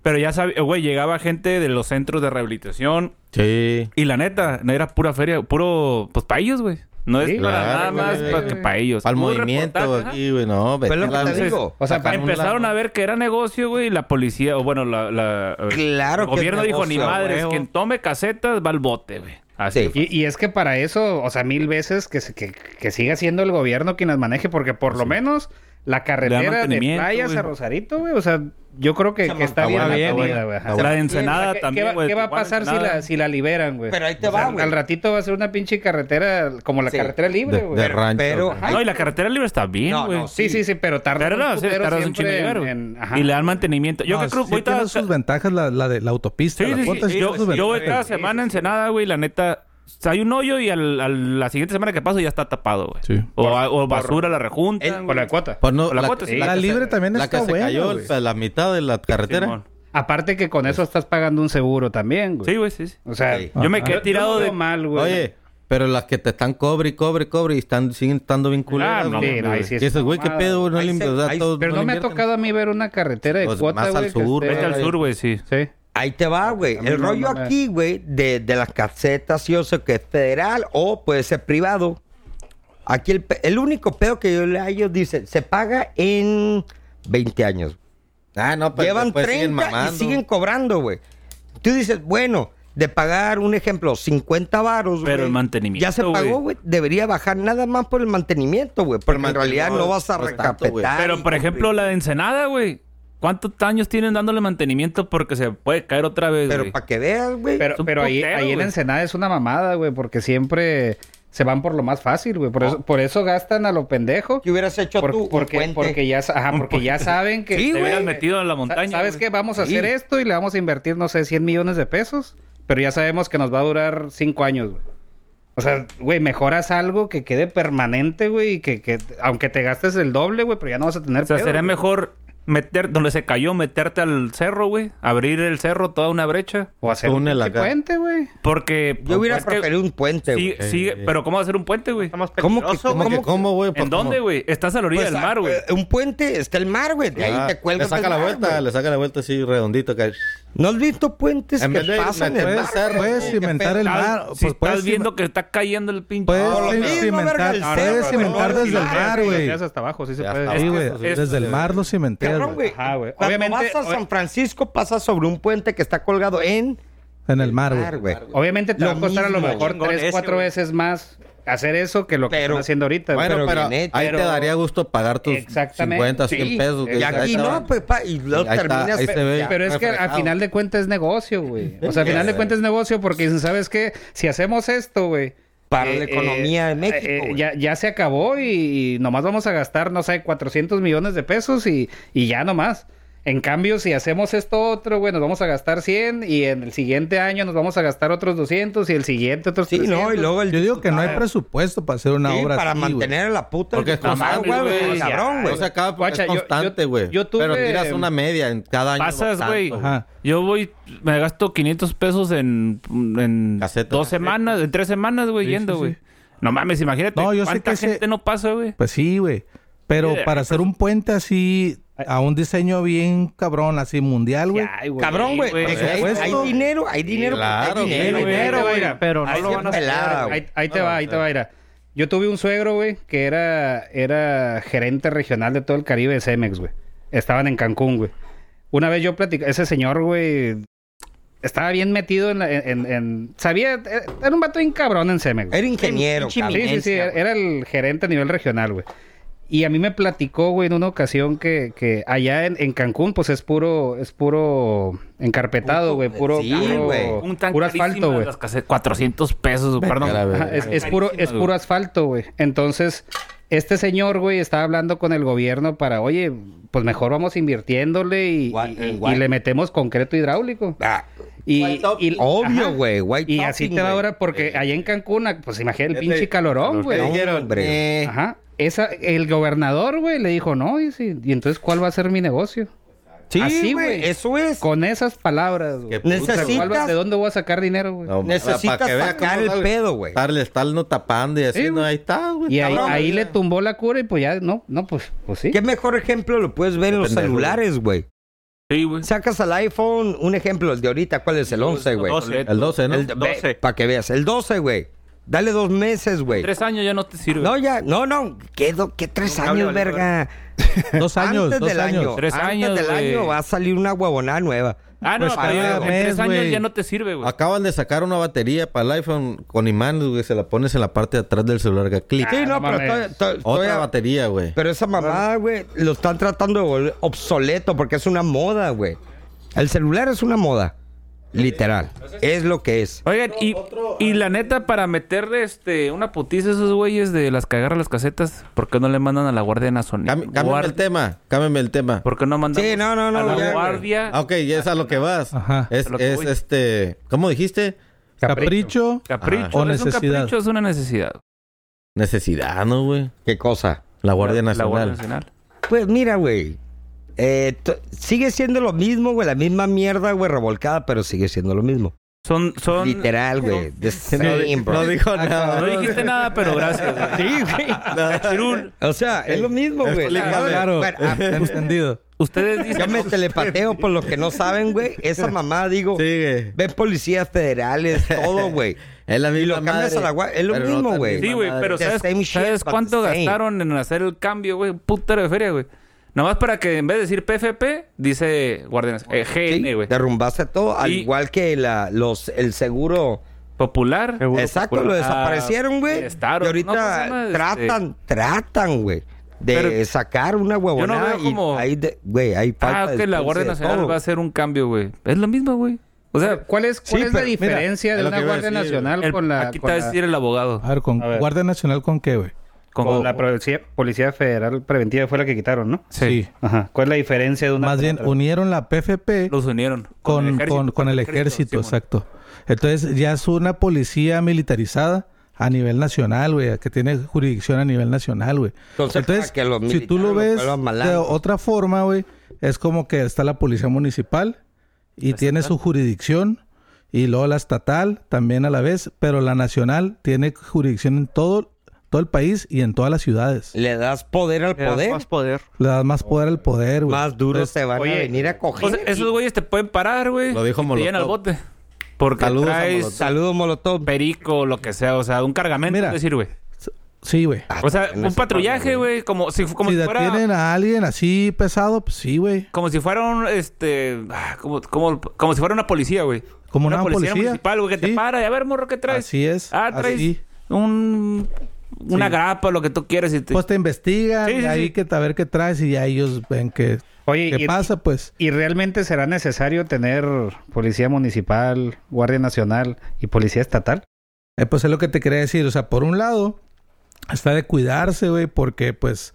Speaker 1: Pero ya sabía, güey, llegaba gente de los centros de rehabilitación
Speaker 5: Sí.
Speaker 1: y la neta, no era pura feria, puro, pues para ellos, güey. No es
Speaker 7: Sí,
Speaker 1: para
Speaker 5: claro,
Speaker 1: nada
Speaker 5: güey.
Speaker 1: más para que para ellos.
Speaker 5: Al
Speaker 1: Hubo
Speaker 5: movimiento
Speaker 1: Pues, reportaje, ajá.
Speaker 5: aquí, güey, no. vete
Speaker 2: Pero lo
Speaker 5: a
Speaker 2: que
Speaker 5: la-
Speaker 2: te digo.
Speaker 7: O sea,
Speaker 5: sacaron un
Speaker 1: Empezaron
Speaker 5: lado.
Speaker 1: a ver que era negocio, güey, y la policía, o bueno, la, la-
Speaker 2: Claro
Speaker 1: el
Speaker 2: que es
Speaker 1: gobierno dijo, ni
Speaker 2: negocio,
Speaker 1: madres,
Speaker 2: huevo".
Speaker 1: quien tome casetas va al bote, güey. Así.
Speaker 2: Sí.
Speaker 1: fue.
Speaker 7: Y, y es que para eso, o sea, mil veces que, se- que, que siga siendo el gobierno quien las maneje, porque por lo menos la
Speaker 1: Le da
Speaker 7: carretera de
Speaker 1: mantenimiento,
Speaker 7: playas
Speaker 1: güey.
Speaker 7: a Rosarito, güey, o sea, yo creo que, que está bien
Speaker 5: buena,
Speaker 7: la
Speaker 5: está
Speaker 7: medida,
Speaker 5: buena,
Speaker 7: güey.
Speaker 5: está
Speaker 7: Ajá.
Speaker 1: La de
Speaker 7: O sea,
Speaker 1: Ensenada
Speaker 7: ¿qué-
Speaker 1: también,
Speaker 7: ¿Qué, va-
Speaker 1: güey.
Speaker 7: qué va a
Speaker 1: Tijuana,
Speaker 7: pasar si
Speaker 1: Ensenada.
Speaker 7: la, si la liberan, güey?
Speaker 2: Pero ahí te
Speaker 7: O sea,
Speaker 2: va, güey.
Speaker 7: Al ratito va a ser una pinche carretera como la
Speaker 2: Sí.
Speaker 7: carretera libre,
Speaker 5: De,
Speaker 7: güey.
Speaker 5: de rancho.
Speaker 2: Pero-
Speaker 5: güey.
Speaker 2: Ay,
Speaker 1: no, y la carretera libre está bien,
Speaker 2: No,
Speaker 1: güey.
Speaker 2: no,
Speaker 7: Sí, sí, sí, pero tarda
Speaker 1: Pero no,
Speaker 7: un
Speaker 1: sí,
Speaker 7: putero
Speaker 1: tardas un
Speaker 7: siempre
Speaker 1: chingo en llegar,
Speaker 7: en-
Speaker 1: güey.
Speaker 7: en- ajá.
Speaker 1: Y le dan mantenimiento. Yo
Speaker 4: No,
Speaker 1: que creo
Speaker 4: sí
Speaker 1: que voy
Speaker 4: tiene
Speaker 1: cada-
Speaker 4: sus ventajas la, la de la autopista.
Speaker 1: Sí,
Speaker 4: la
Speaker 1: sí,
Speaker 4: cuota
Speaker 1: sí.
Speaker 4: sí
Speaker 1: Yo,
Speaker 4: tiene sus
Speaker 1: yo voy
Speaker 4: ventajas.
Speaker 1: cada semana en Ensenada, güey, la neta. o sea, hay un hoyo y al, al- la siguiente semana que paso ya está tapado, güey.
Speaker 4: Sí.
Speaker 1: O, o basura la rejunta.
Speaker 7: Por la cuota.
Speaker 5: Pues no,
Speaker 1: Por la cuota, sí.
Speaker 5: que
Speaker 4: La
Speaker 5: se-
Speaker 4: libre también
Speaker 5: la
Speaker 4: está
Speaker 5: que se
Speaker 4: buena,
Speaker 5: cayó
Speaker 4: güey.
Speaker 5: la- la mitad de la carretera.
Speaker 7: Aparte que con eso estás pagando un seguro también, güey.
Speaker 1: Sí, güey, sí, sí.
Speaker 7: O sea,
Speaker 4: Ah.
Speaker 2: Sí.
Speaker 1: Yo me
Speaker 7: yo-
Speaker 1: quedé
Speaker 7: Pues. yo
Speaker 1: tirado
Speaker 7: no
Speaker 1: de
Speaker 7: veo mal, güey.
Speaker 5: Oye, pero las que te están cobre y cobre y cobre y están, siguen estando vinculadas.
Speaker 7: Ah, no,
Speaker 5: güey.
Speaker 7: sí, no, ahí sí
Speaker 5: Y
Speaker 7: es
Speaker 5: dices, güey, qué
Speaker 7: mamada,
Speaker 5: pedo, güey, no
Speaker 2: Ahí
Speaker 5: le
Speaker 2: se-
Speaker 5: o sea,
Speaker 2: ahí-
Speaker 5: todos
Speaker 7: Pero no, me ha
Speaker 5: invierten.
Speaker 7: tocado a mí ver una carretera de
Speaker 5: Pues,
Speaker 7: cuota,
Speaker 5: más al
Speaker 7: güey, que
Speaker 5: sur,
Speaker 7: esté-
Speaker 1: Vete al sur, güey, sí.
Speaker 7: Sí.
Speaker 2: Ahí te va, güey.
Speaker 7: A mí
Speaker 2: El
Speaker 7: no,
Speaker 2: rollo
Speaker 7: no me-
Speaker 2: aquí, güey, de, de las casetas, yo sé que es federal o puede ser privado. Aquí el, pe- el único pedo que yo le hallo dice, se paga en 20 años.
Speaker 5: Ah, no, pero
Speaker 2: Llevan
Speaker 5: después
Speaker 2: 30
Speaker 5: siguen
Speaker 2: y
Speaker 5: mamando.
Speaker 2: siguen cobrando, güey. Tú dices, bueno, de pagar, un ejemplo, 50 varos,
Speaker 1: Pero
Speaker 2: güey,
Speaker 1: el mantenimiento,
Speaker 2: Ya se pagó, güey. Debería bajar nada más por el mantenimiento, güey. Porque en realidad no vas a
Speaker 5: no es tanto, güey.
Speaker 2: recapetar.
Speaker 1: Pero,
Speaker 2: y
Speaker 1: por ejemplo,
Speaker 2: cumplir.
Speaker 1: la de Ensenada, güey. ¿Cuántos años tienen dándole mantenimiento? Porque se puede caer otra vez,
Speaker 2: Pero
Speaker 1: güey.
Speaker 2: para que veas, güey.
Speaker 7: Pero,
Speaker 1: Es un
Speaker 7: pero ahí,
Speaker 1: putero,
Speaker 7: ahí en
Speaker 1: güey.
Speaker 7: Ensenada es una mamada, güey, porque siempre se van por lo más fácil, güey. Por, eso, por eso gastan a lo pendejo.
Speaker 2: ¿Qué hubieras hecho
Speaker 7: Por-
Speaker 2: tú? Un
Speaker 7: porque,
Speaker 2: puente.
Speaker 7: porque, ya, sa- ajá, porque ya saben que...
Speaker 2: Sí,
Speaker 1: Te
Speaker 2: güey.
Speaker 1: hubieras metido en la montaña.
Speaker 7: ¿Sabes
Speaker 1: güey.
Speaker 7: qué? Vamos a
Speaker 2: Sí.
Speaker 7: hacer esto y le vamos a invertir, no sé, 100 millones de pesos. Pero ya sabemos que nos va a durar 5 años, güey. O sea, güey, mejoras algo que quede permanente, güey, y que, que aunque te gastes el doble, güey, pero ya no vas a tener
Speaker 1: O sea,
Speaker 7: pedo,
Speaker 1: sería
Speaker 7: güey.
Speaker 1: mejor meter donde se cayó, meterte al cerro, güey. Abrir el cerro, toda una brecha.
Speaker 7: O hacer un
Speaker 5: túnel
Speaker 7: pinche
Speaker 5: acá.
Speaker 7: puente, güey.
Speaker 1: Porque.
Speaker 2: Yo hubiera
Speaker 1: es que
Speaker 2: preferido un puente, güey.
Speaker 1: sí- sí, pero ¿cómo hacer un puente, güey?
Speaker 3: Estamos
Speaker 2: ¿Cómo que-
Speaker 3: peligrosos,
Speaker 5: ¿Cómo
Speaker 3: güey.
Speaker 5: que cómo, güey?
Speaker 1: ¿En
Speaker 5: Pues,
Speaker 1: dónde,
Speaker 5: ¿cómo?
Speaker 1: güey? Estás a la orilla
Speaker 2: Pues,
Speaker 1: del
Speaker 2: ah,
Speaker 1: mar, güey.
Speaker 2: eh, Un puente está el mar, güey. De
Speaker 5: Ah,
Speaker 2: ahí te cuelgas.
Speaker 5: Le saca
Speaker 2: del
Speaker 5: la
Speaker 2: mar,
Speaker 5: vuelta,
Speaker 2: güey.
Speaker 5: le saca la vuelta así redondito. Que...
Speaker 2: ¿No has visto puentes
Speaker 5: En
Speaker 2: que
Speaker 5: vez de
Speaker 2: pasan
Speaker 5: meter
Speaker 2: el
Speaker 4: Puedes,
Speaker 2: mar?
Speaker 5: cerro,
Speaker 4: puedes
Speaker 5: güey, qué
Speaker 4: inventar el
Speaker 2: Ah,
Speaker 1: Estás-
Speaker 4: mar.
Speaker 1: si
Speaker 4: Pues
Speaker 1: estás
Speaker 4: puedes
Speaker 1: viendo
Speaker 4: im-
Speaker 1: que está cayendo el pinche.
Speaker 4: Puedes
Speaker 1: No,
Speaker 2: lo mismo, verga,
Speaker 4: inventar,
Speaker 2: el
Speaker 4: puedes
Speaker 2: cerro,
Speaker 4: inventar
Speaker 2: pero no
Speaker 4: desde el
Speaker 2: olvidar,
Speaker 4: mar,
Speaker 7: Lo
Speaker 4: güey.
Speaker 7: tiras hasta abajo, sí se
Speaker 5: Ya
Speaker 7: puede.
Speaker 5: está.
Speaker 4: Sí,
Speaker 5: Es
Speaker 4: güey.
Speaker 5: que- es-
Speaker 4: Desde el mar los cementeros.
Speaker 2: Cabrón, güey.
Speaker 7: Ajá, güey.
Speaker 2: Cuando
Speaker 7: Obviamente,
Speaker 2: vas a
Speaker 7: oye-
Speaker 2: San Francisco, pasas sobre un puente que está colgado en
Speaker 4: En el mar,
Speaker 2: mar,
Speaker 4: güey.
Speaker 2: güey.
Speaker 7: Obviamente te
Speaker 2: Lo
Speaker 7: va a costar a
Speaker 2: mismo,
Speaker 7: lo mejor
Speaker 3: chingón
Speaker 7: tres,
Speaker 3: ese,
Speaker 7: cuatro
Speaker 3: güey.
Speaker 7: veces más hacer eso que lo que
Speaker 2: Pero-
Speaker 7: están haciendo ahorita. güey.
Speaker 5: Bueno,
Speaker 2: pero
Speaker 5: pero,
Speaker 2: bien hecho.
Speaker 5: ahí
Speaker 7: Pero-
Speaker 5: te daría gusto pagar tus
Speaker 7: Exactamente.
Speaker 5: 50, 100
Speaker 2: Sí.
Speaker 5: pesos. güey.
Speaker 2: Y
Speaker 5: Ahí
Speaker 2: aquí
Speaker 5: te va.
Speaker 2: no, pues, pa, y lo
Speaker 5: Ahí está,
Speaker 2: terminas.
Speaker 5: ahí se ve.
Speaker 2: ya.
Speaker 7: Pero es que al
Speaker 5: refrescado.
Speaker 7: final de cuentas es negocio, güey. O sea, al final de
Speaker 5: Sí.
Speaker 7: cuentas es negocio porque dicen, ¿sabes qué? Si hacemos esto, güey. eh,
Speaker 2: Para
Speaker 1: Eh,
Speaker 2: la economía de México, güey.
Speaker 7: ya, ya se acabó y, y nomás vamos a gastar, no sé, 400 millones de pesos y, y ya nomás. En cambio, si hacemos esto otro, güey, nos vamos a gastar 100 y en el siguiente año nos vamos a gastar otros 200 y el siguiente otros
Speaker 2: Sí, no,
Speaker 7: 300.
Speaker 2: y luego el.
Speaker 4: Yo digo que no hay presupuesto para hacer una
Speaker 2: Ah. Sí,
Speaker 4: obra
Speaker 2: para
Speaker 4: así, güey.
Speaker 2: mantener a la puta.
Speaker 5: Porque es
Speaker 2: No mames,
Speaker 5: constante, güey.
Speaker 2: Cabrón, güey.
Speaker 5: O sea, cada
Speaker 7: Guacha,
Speaker 5: es
Speaker 7: yo-
Speaker 5: constante,
Speaker 7: yo-
Speaker 5: güey.
Speaker 7: yo tuve-
Speaker 5: Pero tiras una media en cada año.
Speaker 1: Pasas,
Speaker 5: no tanto,
Speaker 1: güey.
Speaker 4: Ajá.
Speaker 1: Yo voy, me gasto 500 pesos en, en
Speaker 5: Caseta.
Speaker 1: dos semanas, en tres semanas, güey,
Speaker 4: Sí,
Speaker 1: yendo,
Speaker 4: sí,
Speaker 1: güey.
Speaker 4: sí.
Speaker 1: No mames, imagínate
Speaker 4: No, yo sé
Speaker 1: cuánta
Speaker 4: que ese-
Speaker 1: gente no pasa, güey.
Speaker 4: Pues sí, güey. Pero
Speaker 1: Sí, de-
Speaker 4: para hacer un puente así, a un diseño bien cabrón, así mundial, güey.
Speaker 7: Ay,
Speaker 2: Cabrón, güey.
Speaker 1: güey,
Speaker 2: o sea, hay,
Speaker 4: presupuesto.
Speaker 2: hay dinero, hay dinero.
Speaker 5: Claro,
Speaker 2: hay dinero,
Speaker 5: güey,
Speaker 2: hay dinero,
Speaker 1: güey.
Speaker 2: güey.
Speaker 3: Pero
Speaker 2: Ahí
Speaker 3: no
Speaker 2: sí
Speaker 3: lo van a hacer.
Speaker 2: pelada, güey.
Speaker 7: Ahí, ahí te
Speaker 5: No,
Speaker 7: va,
Speaker 5: no,
Speaker 7: ahí te
Speaker 5: no.
Speaker 7: va, mira. Yo tuve un suegro, güey, que era, era gerente regional de todo el Caribe de Cemex, güey. Estaban en Cancún, güey. Una vez yo platicé, ese señor, güey, estaba bien metido en... la- en- en- sabía, eh, era un vato bien cabrón en Cemex. güey.
Speaker 2: Era ingeniero,
Speaker 3: Pinche
Speaker 2: cabrón.
Speaker 7: Sí, sí, sí,
Speaker 3: eminencia, güey.
Speaker 7: era el gerente a nivel regional, güey. Y a mí me platicó, güey, en una ocasión que, que allá en, en Cancún, pues es puro, es puro encarpetado, güey, puro,
Speaker 2: sí,
Speaker 7: puro-
Speaker 2: güey.
Speaker 1: Un tan
Speaker 7: puro
Speaker 1: carísimo
Speaker 7: asfalto,
Speaker 1: de
Speaker 7: güey.
Speaker 1: las casetas, 400 pesos, perdón.
Speaker 5: a la verga.
Speaker 7: Ajá, es, es puro, es puro asfalto, güey. Entonces, este señor, güey, estaba hablando con el gobierno para, oye, pues mejor vamos invirtiéndole y,
Speaker 2: Gua-
Speaker 7: y-
Speaker 2: eh,
Speaker 7: y
Speaker 2: guay.
Speaker 7: le metemos concreto hidráulico.
Speaker 2: Ah,
Speaker 7: Y,
Speaker 5: White top. Eh.
Speaker 7: y- ajá.
Speaker 2: obvio, güey. white
Speaker 7: Y así
Speaker 2: topping,
Speaker 7: te va
Speaker 2: güey.
Speaker 7: ahora, porque allá en Cancún, ah, pues imagínate el
Speaker 5: Este-
Speaker 7: pinche calorón, güey.
Speaker 2: pues, No,
Speaker 5: Dijeron,
Speaker 2: hombre.
Speaker 5: eh,
Speaker 7: Ajá. Esa, el gobernador, güey, le dijo, no, dice, y entonces, ¿cuál va a ser mi negocio? así,
Speaker 2: Sí,
Speaker 7: güey.
Speaker 2: güey. Eso es.
Speaker 7: Con esas palabras, güey.
Speaker 5: Qué puta,
Speaker 2: Necesitas-
Speaker 7: ¿Cuál va- ¿De dónde voy a sacar dinero, güey?
Speaker 5: No,
Speaker 2: Necesitas
Speaker 5: para que vea
Speaker 2: sacar
Speaker 5: cómo
Speaker 2: el
Speaker 5: sale.
Speaker 2: pedo, güey.
Speaker 5: Estarle, estarlo tapando y así,
Speaker 7: Sí,
Speaker 5: no,
Speaker 7: güey.
Speaker 5: ahí está, güey.
Speaker 7: Y ahí,
Speaker 5: cabrón,
Speaker 7: ahí
Speaker 5: güey.
Speaker 7: le tumbó la cura y pues ya, no, no, pues, pues sí.
Speaker 2: ¿Qué mejor ejemplo lo puedes ver en los
Speaker 5: Pendejo,
Speaker 2: celulares, güey?
Speaker 1: Sí, güey.
Speaker 2: Sacas al iPhone, un ejemplo, el de ahorita, ¿cuál es? El 11, güey.
Speaker 5: El 12, ¿no?
Speaker 2: El Para que veas. El 12, güey. Dale dos meses, güey.
Speaker 1: Tres años ya no te sirve.
Speaker 2: No, ya. No, no. ¿Qué, do- qué tres
Speaker 1: cable
Speaker 2: años,
Speaker 1: vale,
Speaker 2: verga?
Speaker 4: [laughs] Dos años,
Speaker 2: antes
Speaker 4: dos
Speaker 2: del
Speaker 4: años.
Speaker 2: año.
Speaker 1: Tres
Speaker 2: antes
Speaker 1: años,
Speaker 2: del
Speaker 1: güey.
Speaker 2: año va a salir una huevonada nueva.
Speaker 1: ah, no,
Speaker 4: pues,
Speaker 1: pero
Speaker 4: cada
Speaker 1: en
Speaker 4: mes,
Speaker 1: tres años
Speaker 4: güey.
Speaker 1: ya no te sirve, güey.
Speaker 5: Acaban de sacar una batería para el iPhone con imanes, güey. Se la pones en la parte de atrás del celular. que Clic.
Speaker 2: Sí, no,
Speaker 7: no
Speaker 2: pero
Speaker 1: Ah,
Speaker 7: mames.
Speaker 2: estoy- estoy-
Speaker 5: Otra
Speaker 2: estoy-
Speaker 5: batería, güey.
Speaker 2: Pero esa mamada, güey, lo están tratando de volver obsoleto porque es una moda, güey. El celular es una moda. Literal. Es lo que es.
Speaker 1: Oigan, y, y la neta, para meterle este, una putiza a esos güeyes de las que agarran las casetas, ¿por qué no le mandan a la Guardia Nacional?
Speaker 5: Cam- cámbiame
Speaker 1: Guar-
Speaker 5: el tema. Cámbiame el tema.
Speaker 1: ¿Por qué no mandan
Speaker 2: Sí, no, no, no,
Speaker 1: a la
Speaker 2: ya, güey.
Speaker 1: Guardia?
Speaker 5: Ah, ok, ya es a lo que vas.
Speaker 4: Ajá.
Speaker 5: Es,
Speaker 1: A lo que
Speaker 5: es,
Speaker 1: voy.
Speaker 5: este. ¿Cómo dijiste?
Speaker 4: Capricho.
Speaker 1: Capricho,
Speaker 4: O
Speaker 1: es un
Speaker 4: necesidad.
Speaker 1: capricho, es una necesidad.
Speaker 5: Necesidad, ¿no, güey?
Speaker 2: ¿Qué cosa?
Speaker 5: La
Speaker 1: La-
Speaker 5: Guardia
Speaker 1: La
Speaker 5: Nacional.
Speaker 1: Guardia Nacional.
Speaker 2: Pues mira, güey. eh, to- sigue siendo lo mismo, güey. La misma mierda, güey, revolcada, pero sigue siendo lo mismo.
Speaker 1: Son, son...
Speaker 2: Literal, güey. the same, bro.
Speaker 5: No dijo nada.
Speaker 1: No dijiste nada, pero gracias, güey.
Speaker 2: Sí, güey.
Speaker 1: Chirul,
Speaker 2: O sea, es lo mismo, güey.
Speaker 5: Explícame.
Speaker 4: Claro,
Speaker 2: Bueno, ah,
Speaker 4: entendido.
Speaker 1: ustedes
Speaker 2: yo
Speaker 1: dicen...
Speaker 2: me telepateo por los que no saben, güey. Esa mamá, digo,
Speaker 5: Sigue.
Speaker 2: ven policías federales,
Speaker 5: [laughs]
Speaker 2: todo, güey.
Speaker 5: Es la misma
Speaker 2: lo cambias
Speaker 5: madre,
Speaker 2: a la gua- es lo
Speaker 5: pero no
Speaker 2: mismo,
Speaker 5: tan
Speaker 2: güey.
Speaker 5: misma
Speaker 1: Sí, güey,
Speaker 5: madre.
Speaker 1: pero
Speaker 2: The
Speaker 1: ¿sabes,
Speaker 2: same shit,
Speaker 1: sabes
Speaker 2: but
Speaker 1: cuánto
Speaker 2: the same.
Speaker 1: gastaron en hacer el cambio, güey? Un Putero de feria, güey. Nomás para que en vez de decir PFP, dice Guardia Nacional. Eh,
Speaker 2: Sí,
Speaker 1: GN, güey.
Speaker 2: derrumbaste todo, al
Speaker 1: Y-
Speaker 2: igual que la, los, el seguro.
Speaker 1: Popular.
Speaker 2: Exacto,
Speaker 1: Popular.
Speaker 2: lo desaparecieron, güey. Y
Speaker 1: Estaron. No, ¿cómo se
Speaker 2: ahorita
Speaker 1: llama? Este,
Speaker 2: tratan, tratan, güey. De
Speaker 1: Pero-
Speaker 2: sacar una huevonada
Speaker 1: veo como-
Speaker 2: y ahí, de- güey, hay
Speaker 1: Ah,
Speaker 2: falta
Speaker 1: que la
Speaker 2: después
Speaker 1: Guardia
Speaker 2: de
Speaker 1: Nacional
Speaker 2: todo.
Speaker 1: va a hacer un cambio, güey. Es lo mismo, güey. O sea,
Speaker 7: ¿Cuál es, cuál
Speaker 2: Sí,
Speaker 7: es la
Speaker 2: pero mira,
Speaker 7: diferencia
Speaker 5: es lo
Speaker 7: de una
Speaker 5: que iba a
Speaker 7: Guardia
Speaker 5: decir,
Speaker 7: Nacional
Speaker 1: el-
Speaker 7: con la,
Speaker 1: aquí te
Speaker 7: con
Speaker 1: va a
Speaker 7: la-
Speaker 1: decir el abogado.
Speaker 4: A ver, ¿con
Speaker 7: A ver.
Speaker 4: Guardia Nacional con qué, güey?
Speaker 1: Con-
Speaker 7: con la policía, Policía Federal Preventiva fue la que quitaron, ¿no?
Speaker 1: Sí.
Speaker 7: Ajá. ¿Cuál es la diferencia de una
Speaker 4: Más
Speaker 7: con
Speaker 4: bien,
Speaker 7: otra?
Speaker 4: unieron la PFP
Speaker 1: Los unieron.
Speaker 4: con, con, con el ejército,
Speaker 1: Simón.
Speaker 4: exacto. Entonces, ya es una policía militarizada a nivel nacional, güey, que tiene jurisdicción a nivel nacional, güey.
Speaker 2: Entonces,
Speaker 4: Entonces,
Speaker 2: para que los
Speaker 4: si tú
Speaker 2: militares
Speaker 4: lo
Speaker 2: los
Speaker 4: ves
Speaker 2: vuelvan
Speaker 4: de
Speaker 2: malandros.
Speaker 4: otra forma, güey, es como que está la policía municipal y tiene su jurisdicción y luego la estatal también a la vez, pero la nacional tiene jurisdicción en todo, todo el país y en todas las ciudades.
Speaker 2: Le das poder al
Speaker 3: Le das
Speaker 2: poder,
Speaker 3: Más poder.
Speaker 4: Le das más poder al poder, güey.
Speaker 2: más duro
Speaker 4: Entonces,
Speaker 2: se van a
Speaker 7: Oye,
Speaker 2: venir a coger.
Speaker 1: O sea, pues, esos güeyes te pueden parar, güey.
Speaker 5: Lo dijo
Speaker 1: y Te
Speaker 5: Molotov.
Speaker 1: llenan al bote. Porque
Speaker 5: Saludos a
Speaker 1: traes
Speaker 5: Molotov.
Speaker 2: Saludos, Molotov.
Speaker 1: perico, lo que sea. O sea, un cargamento,
Speaker 4: Mira.
Speaker 1: es decir, güey.
Speaker 4: Sí, güey.
Speaker 2: Ah,
Speaker 1: O sea, un patrullaje, güey. Como si, como
Speaker 4: si
Speaker 1: si fuera...
Speaker 4: detienen a alguien así pesado, pues sí, güey.
Speaker 1: Como si fuera un, este... ah, Como, como, como si fuera una policía, güey.
Speaker 4: Como una policía.
Speaker 1: municipal, güey, que te
Speaker 4: Sí.
Speaker 1: para. Y a ver, morro, ¿qué traes?
Speaker 4: Así es,
Speaker 1: Ah, traes
Speaker 4: así.
Speaker 1: un... Una
Speaker 4: Sí.
Speaker 1: grapa, lo que tú quieras. Y te-
Speaker 4: Pues te investigan,
Speaker 1: Este, Sí, sí,
Speaker 4: y ahí
Speaker 1: sí.
Speaker 4: que a ver qué traes y ya ellos ven que
Speaker 7: Oye,
Speaker 4: qué
Speaker 7: y-
Speaker 4: pasa, pues.
Speaker 7: ¿Y realmente será necesario tener policía municipal, guardia nacional y policía estatal?
Speaker 4: Eh, pues es lo que te quería decir, o sea, por un lado está de cuidarse, güey, porque pues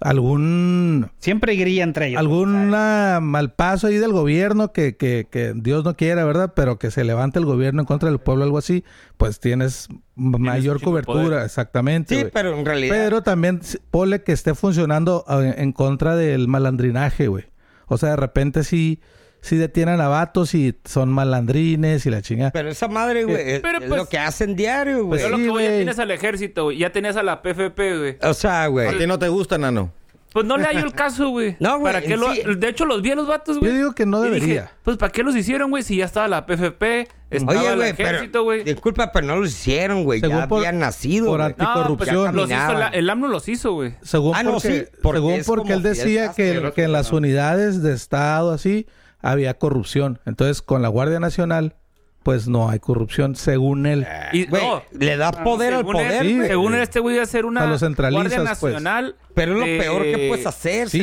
Speaker 4: algún
Speaker 7: Siempre hay grilla entre ellos.
Speaker 4: alguna mal paso ahí del gobierno que, que, que Dios no quiera, ¿verdad? Pero que se levante el gobierno en contra del pueblo, algo así, pues tienes mayor
Speaker 1: mucho
Speaker 4: cobertura,
Speaker 1: poder.
Speaker 4: exactamente.
Speaker 2: Sí,
Speaker 4: güey.
Speaker 2: pero en realidad.
Speaker 4: Pero también s- ponle que esté funcionando ah, en en contra del malandrinaje, güey. O sea, de repente sí, sí detienen a vatos y son malandrines y la chingada.
Speaker 2: Pero esa madre, güey,
Speaker 5: Eh,
Speaker 2: es,
Speaker 1: Pero,
Speaker 2: es
Speaker 1: pues,
Speaker 2: lo que hacen diario, güey.
Speaker 5: pues,
Speaker 1: Yo lo
Speaker 4: sí,
Speaker 1: que voy, ya
Speaker 4: güey.
Speaker 1: tienes al ejército, güey. Ya tenías a la PFP, güey.
Speaker 2: o sea,
Speaker 5: A ti
Speaker 2: güey.
Speaker 5: no te gusta, nano.
Speaker 1: Pues no le hallo
Speaker 4: [laughs]
Speaker 1: el caso, güey.
Speaker 2: No, güey,
Speaker 1: ¿Para qué lo-
Speaker 2: sí.
Speaker 1: De hecho, los vi a los vatos, güey.
Speaker 4: Yo digo que no
Speaker 1: Y
Speaker 4: debería.
Speaker 1: dije, pues, ¿para qué los hicieron, güey? Si ya estaba la PFP, estaba
Speaker 2: Oye,
Speaker 1: el
Speaker 2: güey,
Speaker 1: ejército,
Speaker 2: pero.
Speaker 1: güey.
Speaker 2: Disculpa, pero no lo hicieron, güey.
Speaker 4: Según
Speaker 2: Ya
Speaker 4: por-
Speaker 2: habían nacido.
Speaker 4: por
Speaker 2: güey.
Speaker 4: anti-
Speaker 1: No, pues,
Speaker 4: corrupción.
Speaker 1: los hizo la-
Speaker 2: Caminaban.
Speaker 1: el AMLO los hizo, güey.
Speaker 4: Según
Speaker 2: Ah,
Speaker 4: porque,
Speaker 2: no, sí, porque
Speaker 4: según
Speaker 2: es
Speaker 4: porque
Speaker 2: como
Speaker 4: él decía
Speaker 2: fiestas,
Speaker 4: que,
Speaker 2: pero-
Speaker 4: que en las unidades de Estado así había corrupción. Entonces, con la Guardia Nacional, pues no hay corrupción, según él.
Speaker 1: Y,
Speaker 2: Güey,
Speaker 1: no,
Speaker 2: le da poder al
Speaker 1: según
Speaker 2: poder,
Speaker 1: él-
Speaker 2: güey.
Speaker 1: según este, güey, iba a ser
Speaker 4: O
Speaker 1: una
Speaker 4: sea, lo centralizas,
Speaker 1: Guardia
Speaker 4: pues.
Speaker 1: Nacional.
Speaker 2: Pero es lo
Speaker 1: eh,
Speaker 2: peor que puedes hacer,
Speaker 4: sí.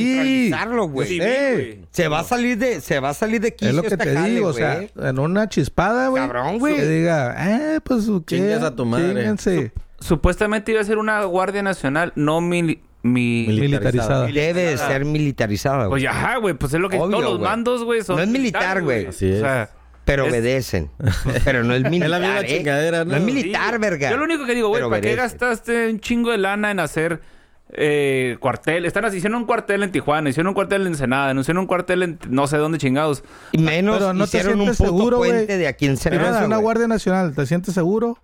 Speaker 2: centralizarlo, güey.
Speaker 1: civil,
Speaker 4: Eh,
Speaker 1: güey.
Speaker 2: Se va a salir de, se va a salir de quicio
Speaker 4: Es lo que
Speaker 2: este
Speaker 4: te
Speaker 2: jale,
Speaker 4: digo, o
Speaker 2: güey.
Speaker 4: sea, en una chispada, güey.
Speaker 2: Cabrón, güey.
Speaker 4: Que diga, eh, pues, ¿qué?
Speaker 5: Chingas a tu madre.
Speaker 4: Chínganse.
Speaker 1: Supuestamente iba a ser una Guardia Nacional no mili- mi...
Speaker 4: Militarizada.
Speaker 2: Debe de ser militarizada, güey.
Speaker 1: Pues ajá, güey, pues es lo que
Speaker 2: Obvio,
Speaker 1: todos los
Speaker 2: güey.
Speaker 1: mandos, güey, son
Speaker 2: No es militar, güey.
Speaker 5: Así
Speaker 1: O sea,
Speaker 2: Pero
Speaker 1: es-
Speaker 2: obedecen. Pero no es militar.
Speaker 5: la misma
Speaker 2: ¿eh?
Speaker 5: chingadera,
Speaker 2: ¿no?
Speaker 5: ¿no?
Speaker 2: es
Speaker 5: Sí,
Speaker 2: militar,
Speaker 1: sí,
Speaker 2: verga.
Speaker 1: Yo lo único que digo, güey,
Speaker 2: Pero
Speaker 1: ¿para qué
Speaker 2: obedecen.
Speaker 1: gastaste un chingo de lana en hacer eh, cuartel? Están así, hicieron un cuartel en Tijuana, hicieron un cuartel en Ensenada, hicieron un cuartel en no sé dónde chingados.
Speaker 2: Y menos
Speaker 4: Pero no te
Speaker 2: hicieron un
Speaker 4: sientes
Speaker 2: puto
Speaker 4: seguro, güey.
Speaker 2: puente de aquí en
Speaker 4: Pero es
Speaker 2: Senada,
Speaker 4: una
Speaker 2: güey.
Speaker 4: Guardia Nacional, ¿te sientes seguro?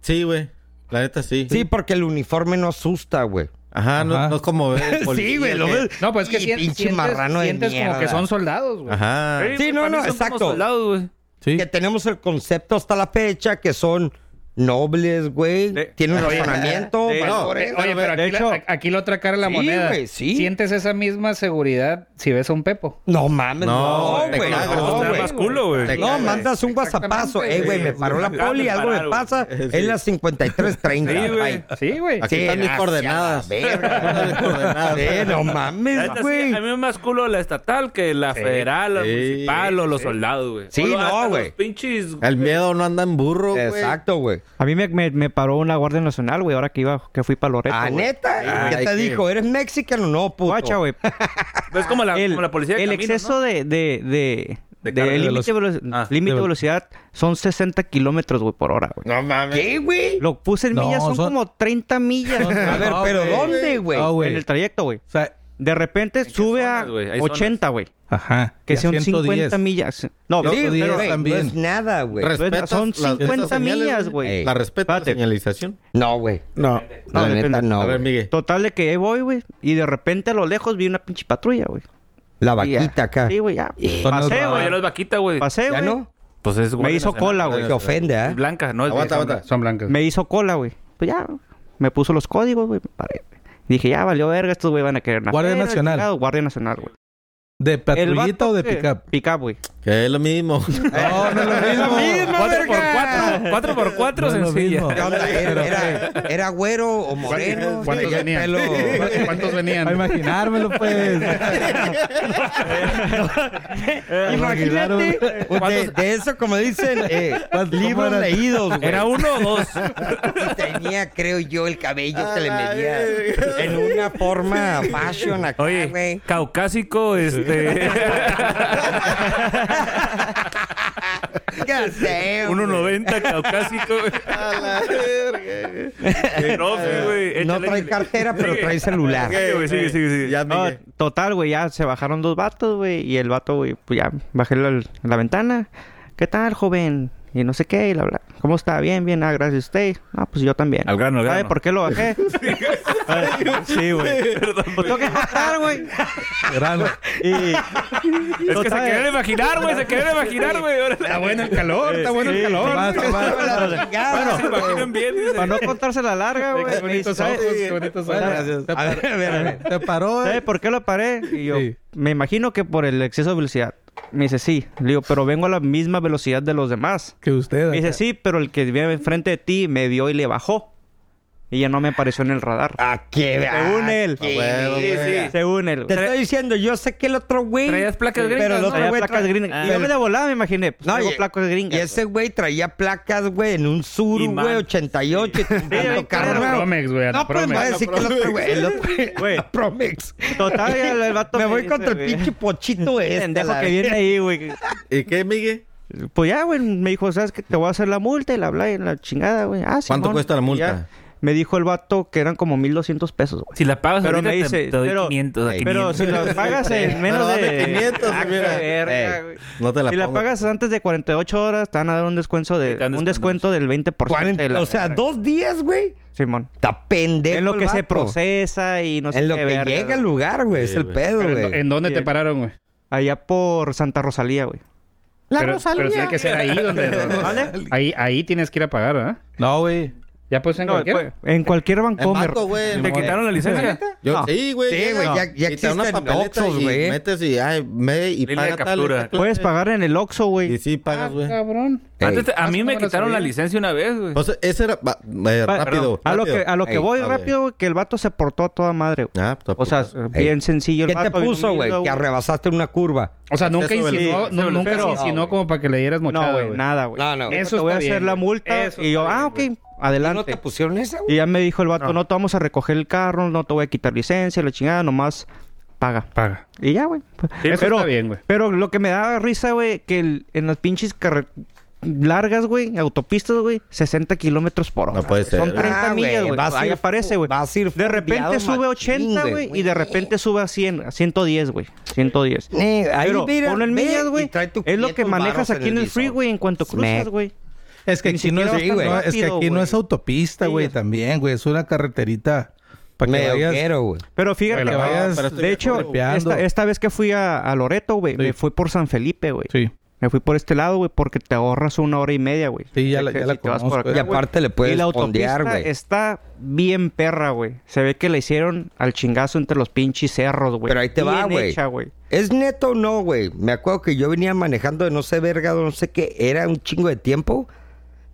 Speaker 5: Sí, güey. La neta sí.
Speaker 2: Sí, porque el uniforme no asusta, güey.
Speaker 5: Ajá, No,
Speaker 4: Ajá.
Speaker 5: no es como ver. el
Speaker 2: Sí,
Speaker 5: policía
Speaker 2: güey, lo
Speaker 5: que-
Speaker 2: ves.
Speaker 7: No, pues es que
Speaker 2: Y
Speaker 7: sien-
Speaker 2: pinche
Speaker 7: sientes,
Speaker 2: marrano de
Speaker 7: sientes como
Speaker 2: mierda.
Speaker 7: que son soldados, güey.
Speaker 5: Ajá.
Speaker 1: Ey,
Speaker 2: Ah. Sí,
Speaker 1: güey,
Speaker 2: no,
Speaker 1: para mí
Speaker 2: no,
Speaker 1: son como
Speaker 2: exacto.
Speaker 1: soldados, güey.
Speaker 4: Sí.
Speaker 2: Que tenemos el concepto hasta la fecha que son nobles, güey.
Speaker 1: [laughs] De-
Speaker 2: Tienen un
Speaker 1: Oye,
Speaker 2: razonamiento,
Speaker 1: de-
Speaker 2: valores.
Speaker 7: Eh, Oye, pero
Speaker 3: de
Speaker 7: aquí,
Speaker 3: hecho-
Speaker 7: la, aquí la otra cara de la
Speaker 2: Sí,
Speaker 7: moneda.
Speaker 2: güey, sí.
Speaker 7: Sientes esa misma seguridad si ves a un Pepo.
Speaker 2: No mames, no,
Speaker 5: No,
Speaker 2: güey.
Speaker 5: te cagas,
Speaker 2: no,
Speaker 1: Está
Speaker 5: güey.
Speaker 1: más culo, güey.
Speaker 5: Te
Speaker 2: No,
Speaker 5: cagas.
Speaker 2: mandas un
Speaker 7: Exactamente,
Speaker 2: whatsappazo. Eh, güey, me
Speaker 7: güey.
Speaker 2: paró la
Speaker 1: Acaban de
Speaker 2: poli, algo
Speaker 1: parar,
Speaker 2: me
Speaker 1: güey.
Speaker 2: pasa. Es la
Speaker 1: Sí,
Speaker 2: 5330.
Speaker 1: güey.
Speaker 2: bye.
Speaker 7: Sí, güey.
Speaker 5: Aquí están mis
Speaker 2: hacia
Speaker 5: coordenadas.
Speaker 2: la verga.
Speaker 5: Mis coordenadas.
Speaker 2: Eh, no
Speaker 1: La
Speaker 2: mames,
Speaker 1: neta, sí,
Speaker 2: güey.
Speaker 1: a mí me más culo la estatal que la federal, la
Speaker 5: Sí.
Speaker 1: municipal o los soldados, güey.
Speaker 2: Sí,
Speaker 1: O lo-
Speaker 2: no,
Speaker 1: hasta los
Speaker 2: güey.
Speaker 1: Pinches.
Speaker 5: El miedo no anda en burro, güey.
Speaker 2: Exacto, güey.
Speaker 3: A mí me, me, me paró una Guardia Nacional, güey, ahora que iba, que fui para Loreto.
Speaker 2: Ah,
Speaker 3: güey.
Speaker 2: neta.
Speaker 5: Ay,
Speaker 2: ¿Qué te
Speaker 5: qué-
Speaker 2: dijo? ¿Eres mexicano? No, puto.
Speaker 3: Guacha, [laughs] güey.
Speaker 1: Es como la,
Speaker 3: el,
Speaker 1: como la policía de
Speaker 3: el
Speaker 1: camino,
Speaker 3: exceso
Speaker 1: ¿no?
Speaker 3: de, de, de,
Speaker 4: De
Speaker 3: de,
Speaker 4: carga, de
Speaker 3: límite
Speaker 4: velocidad.
Speaker 3: velo-
Speaker 1: Ah,
Speaker 3: límite
Speaker 4: de
Speaker 3: de
Speaker 4: velo-
Speaker 3: velocidad son 60 kilómetros, güey, por hora, güey.
Speaker 5: No mames.
Speaker 2: ¿Qué, güey?
Speaker 3: Lo puse en
Speaker 4: No,
Speaker 3: millas, son,
Speaker 4: son-
Speaker 3: como 30 millas
Speaker 2: A ver,
Speaker 4: No,
Speaker 2: pero
Speaker 4: güey.
Speaker 2: ¿dónde, güey?
Speaker 4: No, Ah, güey.
Speaker 3: en el trayecto, güey.
Speaker 4: O sea,
Speaker 3: De repente sube
Speaker 1: zonas,
Speaker 3: a
Speaker 1: güey? Hay zonas.
Speaker 3: 80, güey.
Speaker 4: ajá.
Speaker 3: Que
Speaker 4: y a
Speaker 3: sean
Speaker 4: 110.
Speaker 3: 50 millas. No,
Speaker 2: Sí,
Speaker 4: Otro día
Speaker 2: pero, güey,
Speaker 4: también.
Speaker 2: No es nada, güey.
Speaker 5: Res-
Speaker 3: pero son
Speaker 5: Respetas las-
Speaker 3: 50
Speaker 5: esas señales,
Speaker 3: millas,
Speaker 5: güey.
Speaker 2: Ey.
Speaker 3: güey.
Speaker 5: La respeta la
Speaker 3: Espérate.
Speaker 5: señalización.
Speaker 2: No, güey.
Speaker 6: No.
Speaker 2: La
Speaker 3: depende.
Speaker 2: neta, no.
Speaker 5: a ver,
Speaker 2: güey.
Speaker 5: Miguel.
Speaker 3: Total de que ahí voy, güey. Y de repente a lo lejos vi una pinche patrulla, güey.
Speaker 2: La
Speaker 3: Y ya.
Speaker 2: vaquita
Speaker 4: Ah.
Speaker 2: acá.
Speaker 3: Sí, güey, ya.
Speaker 4: Son los-
Speaker 3: Pasé,
Speaker 1: No, ya
Speaker 3: güey.
Speaker 1: los vaquita, Eh, güey.
Speaker 3: Pasé,
Speaker 2: ¿Ya
Speaker 3: güey.
Speaker 2: no?
Speaker 1: Pues es
Speaker 3: Me
Speaker 1: Guardia
Speaker 3: hizo
Speaker 1: Nacional.
Speaker 3: cola, güey.
Speaker 2: Que ofende, ¿ah?
Speaker 1: Es blanca, no es
Speaker 5: Aguanta, aguanta.
Speaker 7: Son blancas.
Speaker 3: Me hizo cola, güey. Pues ya, me puso los códigos, güey. me paré. Dije, ya valió verga, estos güey van a querer una
Speaker 4: Guardia
Speaker 3: feria,
Speaker 4: Nacional.
Speaker 3: chingado, Guardia Nacional, güey.
Speaker 4: ¿De
Speaker 3: El
Speaker 4: patrullita
Speaker 3: vato
Speaker 4: o de
Speaker 3: que-
Speaker 4: pickup?
Speaker 3: Pickup, güey.
Speaker 5: Que es
Speaker 3: [laughs]
Speaker 5: lo mismo.
Speaker 3: ¿Eh?
Speaker 4: No, no [laughs] es lo mismo.
Speaker 1: 4x4, 4x4
Speaker 4: No es lo
Speaker 1: sencilla.
Speaker 4: mismo.
Speaker 2: ¿Qué onda? ¿Era, era, era güero o moreno?
Speaker 7: ¿Cuántos
Speaker 2: Tenía
Speaker 7: venían?
Speaker 2: pelo-
Speaker 7: ¿Cuántos
Speaker 4: A
Speaker 7: venían?
Speaker 4: imaginármelo, pues. Imagínate.
Speaker 2: De, de eso, como dicen, eh, libros leídos, güey.
Speaker 1: Era uno o
Speaker 4: [laughs]
Speaker 1: dos.
Speaker 2: Y tenía, creo yo, el cabello que le medía en una forma fashion acá,
Speaker 1: Oye,
Speaker 2: Ah, güey.
Speaker 1: caucásico, este.
Speaker 4: [laughs]
Speaker 2: [laughs] Ya sé, güey.
Speaker 1: 1.90 caucásico. A la verga. Profe, güey.
Speaker 2: Ah, No
Speaker 1: échale,
Speaker 2: trae
Speaker 1: échale.
Speaker 2: cartera, pero trae celular.
Speaker 1: Sigue, güey, sigue, sigue, sigue.
Speaker 5: ya,
Speaker 3: No,
Speaker 5: Miguel.
Speaker 3: total, güey, ya se bajaron dos vatos, güey. Y el vato, güey, pues ya bajé la, la ventana. ¿Qué tal, joven? Y no sé qué, y la bla. ¿Cómo está? Bien, bien, ah, gracias a usted. Ah, pues yo también.
Speaker 1: Al grano, al
Speaker 3: ¿Sabe
Speaker 1: grano.
Speaker 3: por qué lo
Speaker 7: [laughs]
Speaker 3: bajé? sí, güey. Pues tengo que bajar, güey.
Speaker 4: Grano.
Speaker 3: Y.
Speaker 1: Es que se
Speaker 3: Total.
Speaker 1: querían imaginar, güey. Se querían imaginar, güey. Ahora-
Speaker 7: Está bueno el calor, está bueno
Speaker 4: Más,
Speaker 7: el calor.
Speaker 4: más.
Speaker 2: Bueno,
Speaker 1: Ah, Se imaginan bien. dice.
Speaker 3: Para no contarse la larga, güey.
Speaker 7: Qué bonitos
Speaker 3: ¿Sabe-
Speaker 7: ojos, qué bonitos ojos.
Speaker 4: Te paró- Te paró. eh,
Speaker 3: ¿Sabe por qué lo paré? Y yo,
Speaker 4: Sí.
Speaker 3: me imagino que por el exceso de velocidad. Me dice, sí. Le digo, pero vengo a la misma velocidad de los demás.
Speaker 4: Que usted.
Speaker 3: Me dice,
Speaker 4: acá.
Speaker 3: sí, pero el que viene enfrente de ti me vio y le bajó. Y ya no me apareció en el radar.
Speaker 2: ¿A Ah, qué?
Speaker 3: Según
Speaker 2: ¿A
Speaker 3: él.
Speaker 2: qué?
Speaker 3: Según él.
Speaker 2: Te
Speaker 3: güey.
Speaker 2: estoy diciendo, yo sé que el otro güey.
Speaker 1: Traías placas gringas,
Speaker 2: Pero el
Speaker 1: ¿no?
Speaker 2: otro
Speaker 3: Traía
Speaker 2: güey.
Speaker 3: placas
Speaker 2: tra-
Speaker 3: gringas.
Speaker 2: Ah.
Speaker 3: Y yo me de volada me imaginé. Pues,
Speaker 2: No,
Speaker 3: traigo
Speaker 2: y-
Speaker 3: placas gringas.
Speaker 2: Y ese güey traía placas, güey, en un
Speaker 1: Y
Speaker 2: Suru,
Speaker 1: man.
Speaker 2: güey, 88. y
Speaker 3: bien
Speaker 2: tumbando
Speaker 7: A
Speaker 2: carros.
Speaker 7: la
Speaker 3: claro.
Speaker 7: Promex, güey. a la
Speaker 2: No, pues me va a
Speaker 7: Promex.
Speaker 2: decir que el otro güey. El otro
Speaker 3: [laughs] Güey.
Speaker 2: güey. la Promex.
Speaker 3: Total, el, el vato
Speaker 2: Me voy
Speaker 3: dice,
Speaker 2: contra el
Speaker 3: güey,
Speaker 2: pinche pochito este.
Speaker 3: pendejo
Speaker 2: la
Speaker 3: que viene ahí, güey.
Speaker 5: ¿Y qué, Miguel?
Speaker 3: Pues ya, güey, me dijo, ¿sabes qué? Te voy a hacer la multa y la bla y la chingada, güey. Ah,
Speaker 5: ¿Cuánto
Speaker 3: Simón.
Speaker 5: cuesta la
Speaker 3: Y
Speaker 5: multa?
Speaker 3: ya Me dijo el vato que eran como 1200 pesos, güey.
Speaker 1: Si la pagas
Speaker 3: Pero
Speaker 1: ahorita,
Speaker 3: me
Speaker 1: te-
Speaker 3: dice,
Speaker 1: te, doy
Speaker 3: pero-
Speaker 1: 500. a
Speaker 3: Pero
Speaker 1: 500.
Speaker 3: si la pagas en menos
Speaker 5: Pero
Speaker 3: de...
Speaker 5: dame 500,
Speaker 3: Ah, qué
Speaker 5: mira.
Speaker 3: verga,
Speaker 2: Ey.
Speaker 3: güey.
Speaker 5: No te la
Speaker 3: Si la
Speaker 5: pongo.
Speaker 3: pagas antes de 48 horas, te van a dar un descuento de...
Speaker 1: dan
Speaker 3: Un descuento del 20%. de la
Speaker 2: o sea,
Speaker 3: verga.
Speaker 2: dos días, güey.
Speaker 3: Simón.
Speaker 2: Está pendejo.
Speaker 3: En lo
Speaker 2: el
Speaker 3: que se
Speaker 2: vato.
Speaker 3: procesa y no sé
Speaker 2: En lo
Speaker 3: qué
Speaker 2: que
Speaker 3: verga,
Speaker 2: llega al
Speaker 3: güey.
Speaker 2: lugar, güey. es
Speaker 5: Sí,
Speaker 2: el
Speaker 5: güey.
Speaker 2: pedo,
Speaker 7: Pero ¿En
Speaker 2: güey.
Speaker 7: en dónde te
Speaker 3: Bien.
Speaker 7: pararon, güey?
Speaker 3: Allá por Santa Rosalía, güey.
Speaker 7: Pero, pero tiene que ser ahí donde...
Speaker 3: ¿Vale?
Speaker 7: ahí, ahí tienes que ir a pagar, ¿verdad?
Speaker 4: No, güey.
Speaker 7: ¿Ya pues en
Speaker 3: No,
Speaker 7: cualquier?
Speaker 3: fue- en cualquier
Speaker 5: En
Speaker 3: Bancomer.
Speaker 5: banco, güey.
Speaker 1: ¿Te
Speaker 5: no,
Speaker 1: quitaron la licencia?
Speaker 5: Yo,
Speaker 3: No.
Speaker 5: Sí, güey.
Speaker 2: Sí, güey, ya- ya
Speaker 5: Y te dan una
Speaker 2: existen
Speaker 5: papeleta
Speaker 2: Oxxos,
Speaker 5: y
Speaker 2: güey.
Speaker 5: Metes y, ay, ve y
Speaker 1: Línea
Speaker 5: paga
Speaker 1: de
Speaker 5: tal,
Speaker 1: captura.
Speaker 5: tal,
Speaker 3: Puedes pagar en el Oxxo,
Speaker 5: Y
Speaker 3: güey.
Speaker 5: sí
Speaker 7: Ah,
Speaker 5: pagas, güey.
Speaker 7: cabrón.
Speaker 1: Antes
Speaker 2: Ey.
Speaker 1: a mí
Speaker 7: Ah,
Speaker 1: me
Speaker 7: no me lo
Speaker 1: quitaron la
Speaker 7: sabía.
Speaker 1: licencia una vez, güey.
Speaker 5: O sea, ese era... va- eh,
Speaker 3: Pa-
Speaker 5: rápido.
Speaker 3: Ah, A lo que, a lo que
Speaker 2: Ey,
Speaker 3: voy
Speaker 5: ah, güey.
Speaker 3: rápido, güey, que el vato se portó a toda madre, güey.
Speaker 5: Ah, pues,
Speaker 3: O sea,
Speaker 2: Ey.
Speaker 3: bien sencillo el
Speaker 2: ¿Qué te
Speaker 3: vato, bien
Speaker 2: puso,
Speaker 3: humilde,
Speaker 2: güey? Que arrebasaste una curva.
Speaker 7: O sea, nunca
Speaker 5: Acceso
Speaker 7: insinuó,
Speaker 5: del-
Speaker 7: no,
Speaker 1: del-
Speaker 7: nunca
Speaker 1: pero-
Speaker 7: se insinuó como para que le dieras
Speaker 3: No,
Speaker 7: mochada,
Speaker 3: güey,
Speaker 7: güey.
Speaker 3: nada, güey.
Speaker 2: No, no.
Speaker 3: Me dijo,
Speaker 7: Eso
Speaker 3: te voy a
Speaker 7: está bien,
Speaker 3: hacer la
Speaker 7: güey.
Speaker 3: multa.
Speaker 7: Eso
Speaker 3: y yo,
Speaker 7: está
Speaker 3: ah, ok,
Speaker 2: ¿Y
Speaker 7: bien,
Speaker 2: no te
Speaker 3: adelante.
Speaker 2: pusieron esa,
Speaker 3: Y
Speaker 2: güey?
Speaker 3: ya me dijo el vato,
Speaker 2: Ah.
Speaker 3: no. te vamos a recoger el carro, no te voy a quitar licencia, la chingada, nomás paga.
Speaker 7: Paga.
Speaker 3: Y ya, güey.
Speaker 7: Eso
Speaker 3: pero,
Speaker 7: pues, está bien, güey.
Speaker 3: pero lo que me da risa, güey, que el- en las pinches carre- largas, güey, autopistas, güey, 60 kilómetros por hora.
Speaker 5: No puede
Speaker 3: güey. Son
Speaker 5: ser.
Speaker 3: 30
Speaker 2: Ah, güey,
Speaker 3: millas, güey.
Speaker 2: vas a
Speaker 3: Ahí
Speaker 2: ir-
Speaker 3: aparece, güey.
Speaker 2: vas a ir
Speaker 3: De
Speaker 2: fondeado
Speaker 3: repente
Speaker 2: machín,
Speaker 3: sube 80, güey, y
Speaker 2: güey.
Speaker 3: de repente sube a 100, a 110, güey. 110.
Speaker 2: Eh, ahí
Speaker 3: Pero
Speaker 2: mira,
Speaker 3: ponlo en
Speaker 2: ve
Speaker 3: millas,
Speaker 2: y
Speaker 3: güey.
Speaker 2: trae tu
Speaker 3: Es lo que
Speaker 2: 500
Speaker 3: manejas
Speaker 2: varos
Speaker 3: aquí en el
Speaker 2: visor.
Speaker 3: freeway en cuanto cruzas,
Speaker 2: Smack.
Speaker 3: güey.
Speaker 4: Es que
Speaker 3: Ni
Speaker 4: aquí no es,
Speaker 3: siquiera
Speaker 2: vas tan
Speaker 4: no, es que
Speaker 3: rápido,
Speaker 4: aquí no
Speaker 3: güey.
Speaker 4: es autopista,
Speaker 3: Sí,
Speaker 4: güey,
Speaker 3: es-
Speaker 4: también, güey. Es una carreterita para que
Speaker 2: Medio
Speaker 4: vayas.
Speaker 2: quiero, güey.
Speaker 3: Pero fíjate,
Speaker 4: Que
Speaker 3: güey,
Speaker 4: vayas
Speaker 5: pero estoy
Speaker 3: de hecho,
Speaker 4: golpeando.
Speaker 3: esta, esta vez que fui a, a Loreto, güey, me fui por San Felipe, güey.
Speaker 4: Sí.
Speaker 3: Me fui por este lado, güey, porque te ahorras una hora y media, güey.
Speaker 4: Sí, ya
Speaker 3: Que-
Speaker 4: la-
Speaker 3: que
Speaker 4: ya
Speaker 3: si
Speaker 4: la
Speaker 3: te vas por acá,
Speaker 4: conozco, eh.
Speaker 2: Y
Speaker 3: güey.
Speaker 2: aparte le puedes
Speaker 3: Y la
Speaker 2: fondear,
Speaker 3: autopista
Speaker 2: güey.
Speaker 3: está bien perra, güey. Se ve que la hicieron al chingazo entre los pinches cerros, güey.
Speaker 2: Pero ahí te va,
Speaker 3: Bien
Speaker 2: güey.
Speaker 3: hecha, güey.
Speaker 2: ¿Es neto o no, güey? Me acuerdo que yo venía manejando de no sé verga, no sé qué, era un chingo de tiempo,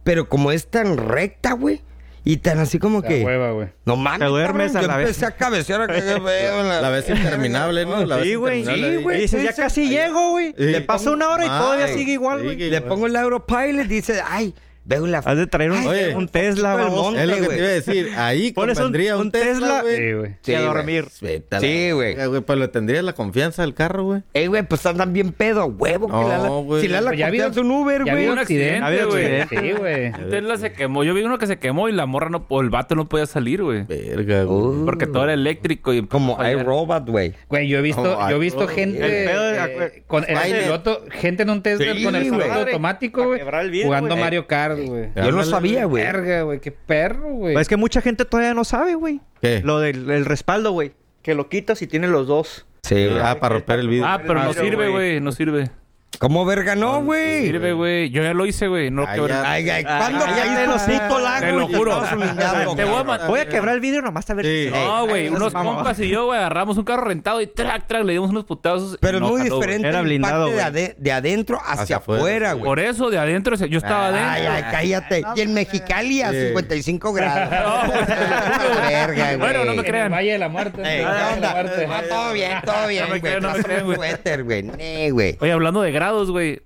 Speaker 2: pero como es tan recta, güey, y tan así como
Speaker 7: La
Speaker 2: que...
Speaker 7: hueva, güey.
Speaker 2: No mames,
Speaker 3: Te duermes
Speaker 2: cabrón,
Speaker 3: a la
Speaker 2: yo
Speaker 3: vez.
Speaker 2: empecé a cabecear acá,
Speaker 3: [laughs]
Speaker 2: qué pedo, la-
Speaker 5: La vez interminable, ¿no? La vez
Speaker 3: Sí, güey.
Speaker 5: interminable
Speaker 3: Sí,
Speaker 5: ahí.
Speaker 3: güey. Dices, ya casi llego, güey.
Speaker 5: Sí.
Speaker 3: Le pasó una hora y
Speaker 5: Ay,
Speaker 3: todavía sigue igual,
Speaker 5: sí,
Speaker 3: güey.
Speaker 5: que-
Speaker 2: Le pongo el Europilot, dice, ay, veo la...
Speaker 3: Has de traer un,
Speaker 5: Oye.
Speaker 3: un Tesla,
Speaker 2: Todo el
Speaker 3: vamos.
Speaker 2: monte,
Speaker 5: Es lo que
Speaker 2: güey.
Speaker 5: te iba a decir. Ahí
Speaker 3: Pones un-
Speaker 5: compondría un,
Speaker 3: un Tesla,
Speaker 5: Tesla,
Speaker 7: Sí,
Speaker 5: güey.
Speaker 7: güey.
Speaker 3: Y a
Speaker 2: Sí, güey.
Speaker 3: dormir.
Speaker 5: Vete a la
Speaker 2: Sí, güey.
Speaker 5: verga, Pero le tendrías la confianza al carro, güey.
Speaker 2: Ey, güey, pues andan bien pedo, a huevo.
Speaker 5: No,
Speaker 2: que la,
Speaker 5: güey.
Speaker 2: Si le das la
Speaker 7: Pero ya
Speaker 2: confianza a
Speaker 7: vieron-
Speaker 2: un Uber,
Speaker 7: Ya
Speaker 2: güey.
Speaker 7: había un
Speaker 1: un accidente,
Speaker 7: accidente, güey.
Speaker 1: güey.
Speaker 7: Sí, güey.
Speaker 1: Un Tesla se quemó. Yo vi uno que se quemó y la morra no, o el vato no podía salir, güey.
Speaker 5: Verga, güey.
Speaker 1: Porque todo era eléctrico y
Speaker 2: Como
Speaker 1: Ay,
Speaker 2: iRobot, güey.
Speaker 7: Güey, yo he visto,
Speaker 5: No,
Speaker 7: yo he visto
Speaker 5: ay,
Speaker 7: gente
Speaker 3: el pedo de-
Speaker 7: eh, con el
Speaker 5: Spider.
Speaker 7: piloto, gente en un Tesla
Speaker 2: Sí,
Speaker 7: con el
Speaker 2: güey.
Speaker 7: piloto automático,
Speaker 3: Para
Speaker 7: güey,
Speaker 3: quebrar el vidrio,
Speaker 7: jugando
Speaker 3: güey.
Speaker 7: Mario Kart, güey.
Speaker 2: Yo no sabía, güey.
Speaker 7: Verga, güey, qué perro, güey.
Speaker 3: Pues Es que mucha gente todavía no sabe, güey.
Speaker 5: ¿Qué?
Speaker 3: Lo del el respaldo, güey. Que lo quitas y tiene los dos.
Speaker 2: Sí, güey.
Speaker 5: Ah, para romper el vidrio.
Speaker 1: Ah, pero no
Speaker 3: Pero,
Speaker 1: sirve,
Speaker 3: güey.
Speaker 1: güey. No sirve.
Speaker 2: ¿Cómo verga no, güey?
Speaker 1: Sirve, güey. Yo ya lo hice, güey. No lo
Speaker 5: Ay,
Speaker 1: quebré.
Speaker 5: ya.
Speaker 2: Ay, ay, ¿cuándo
Speaker 3: Ay,
Speaker 2: caíste
Speaker 3: ay,
Speaker 2: los
Speaker 3: ay,
Speaker 2: puto
Speaker 1: Te lo
Speaker 2: lagos?
Speaker 1: juro. Te voy a
Speaker 5: cabrón.
Speaker 1: matar.
Speaker 3: Ah, Voy a quebrar el vidrio nomás a ver si...
Speaker 5: Sí. Ey,
Speaker 1: No, güey.
Speaker 3: Ay,
Speaker 1: Unos
Speaker 3: mamá.
Speaker 1: compas y yo, güey, agarramos un carro rentado y track, track, le dimos unos putazos. y
Speaker 2: Pero es
Speaker 1: no
Speaker 2: muy
Speaker 1: jaló, güey.
Speaker 2: diferente
Speaker 3: Era
Speaker 2: el
Speaker 3: blindado,
Speaker 2: impacto de,
Speaker 3: güey.
Speaker 2: ade- de adentro hacia,
Speaker 5: Hacia afuera,
Speaker 2: afuera,
Speaker 5: sí.
Speaker 2: güey.
Speaker 1: Por eso, de adentro, se- yo estaba
Speaker 2: Ay,
Speaker 1: adentro.
Speaker 2: ay, cállate. Y en Mexicali a
Speaker 5: Sí.
Speaker 2: 55 grados.
Speaker 1: No, güey, te lo juro, güey.
Speaker 2: verga, güey.
Speaker 1: Bueno, no me
Speaker 7: Eh, En el
Speaker 1: crean.
Speaker 7: Valle de la Muerte.
Speaker 2: Ey,
Speaker 7: en el
Speaker 2: ¿qué
Speaker 7: Valle de la
Speaker 2: onda?
Speaker 7: Muerte.
Speaker 2: Ah, todo bien, todo bien,
Speaker 1: No me
Speaker 2: güey.
Speaker 1: creo, no me
Speaker 2: Pásame
Speaker 1: creo,
Speaker 2: un
Speaker 1: güey.
Speaker 2: suéter, güey. Nee, güey.
Speaker 1: Oye, hablando de grados, güey.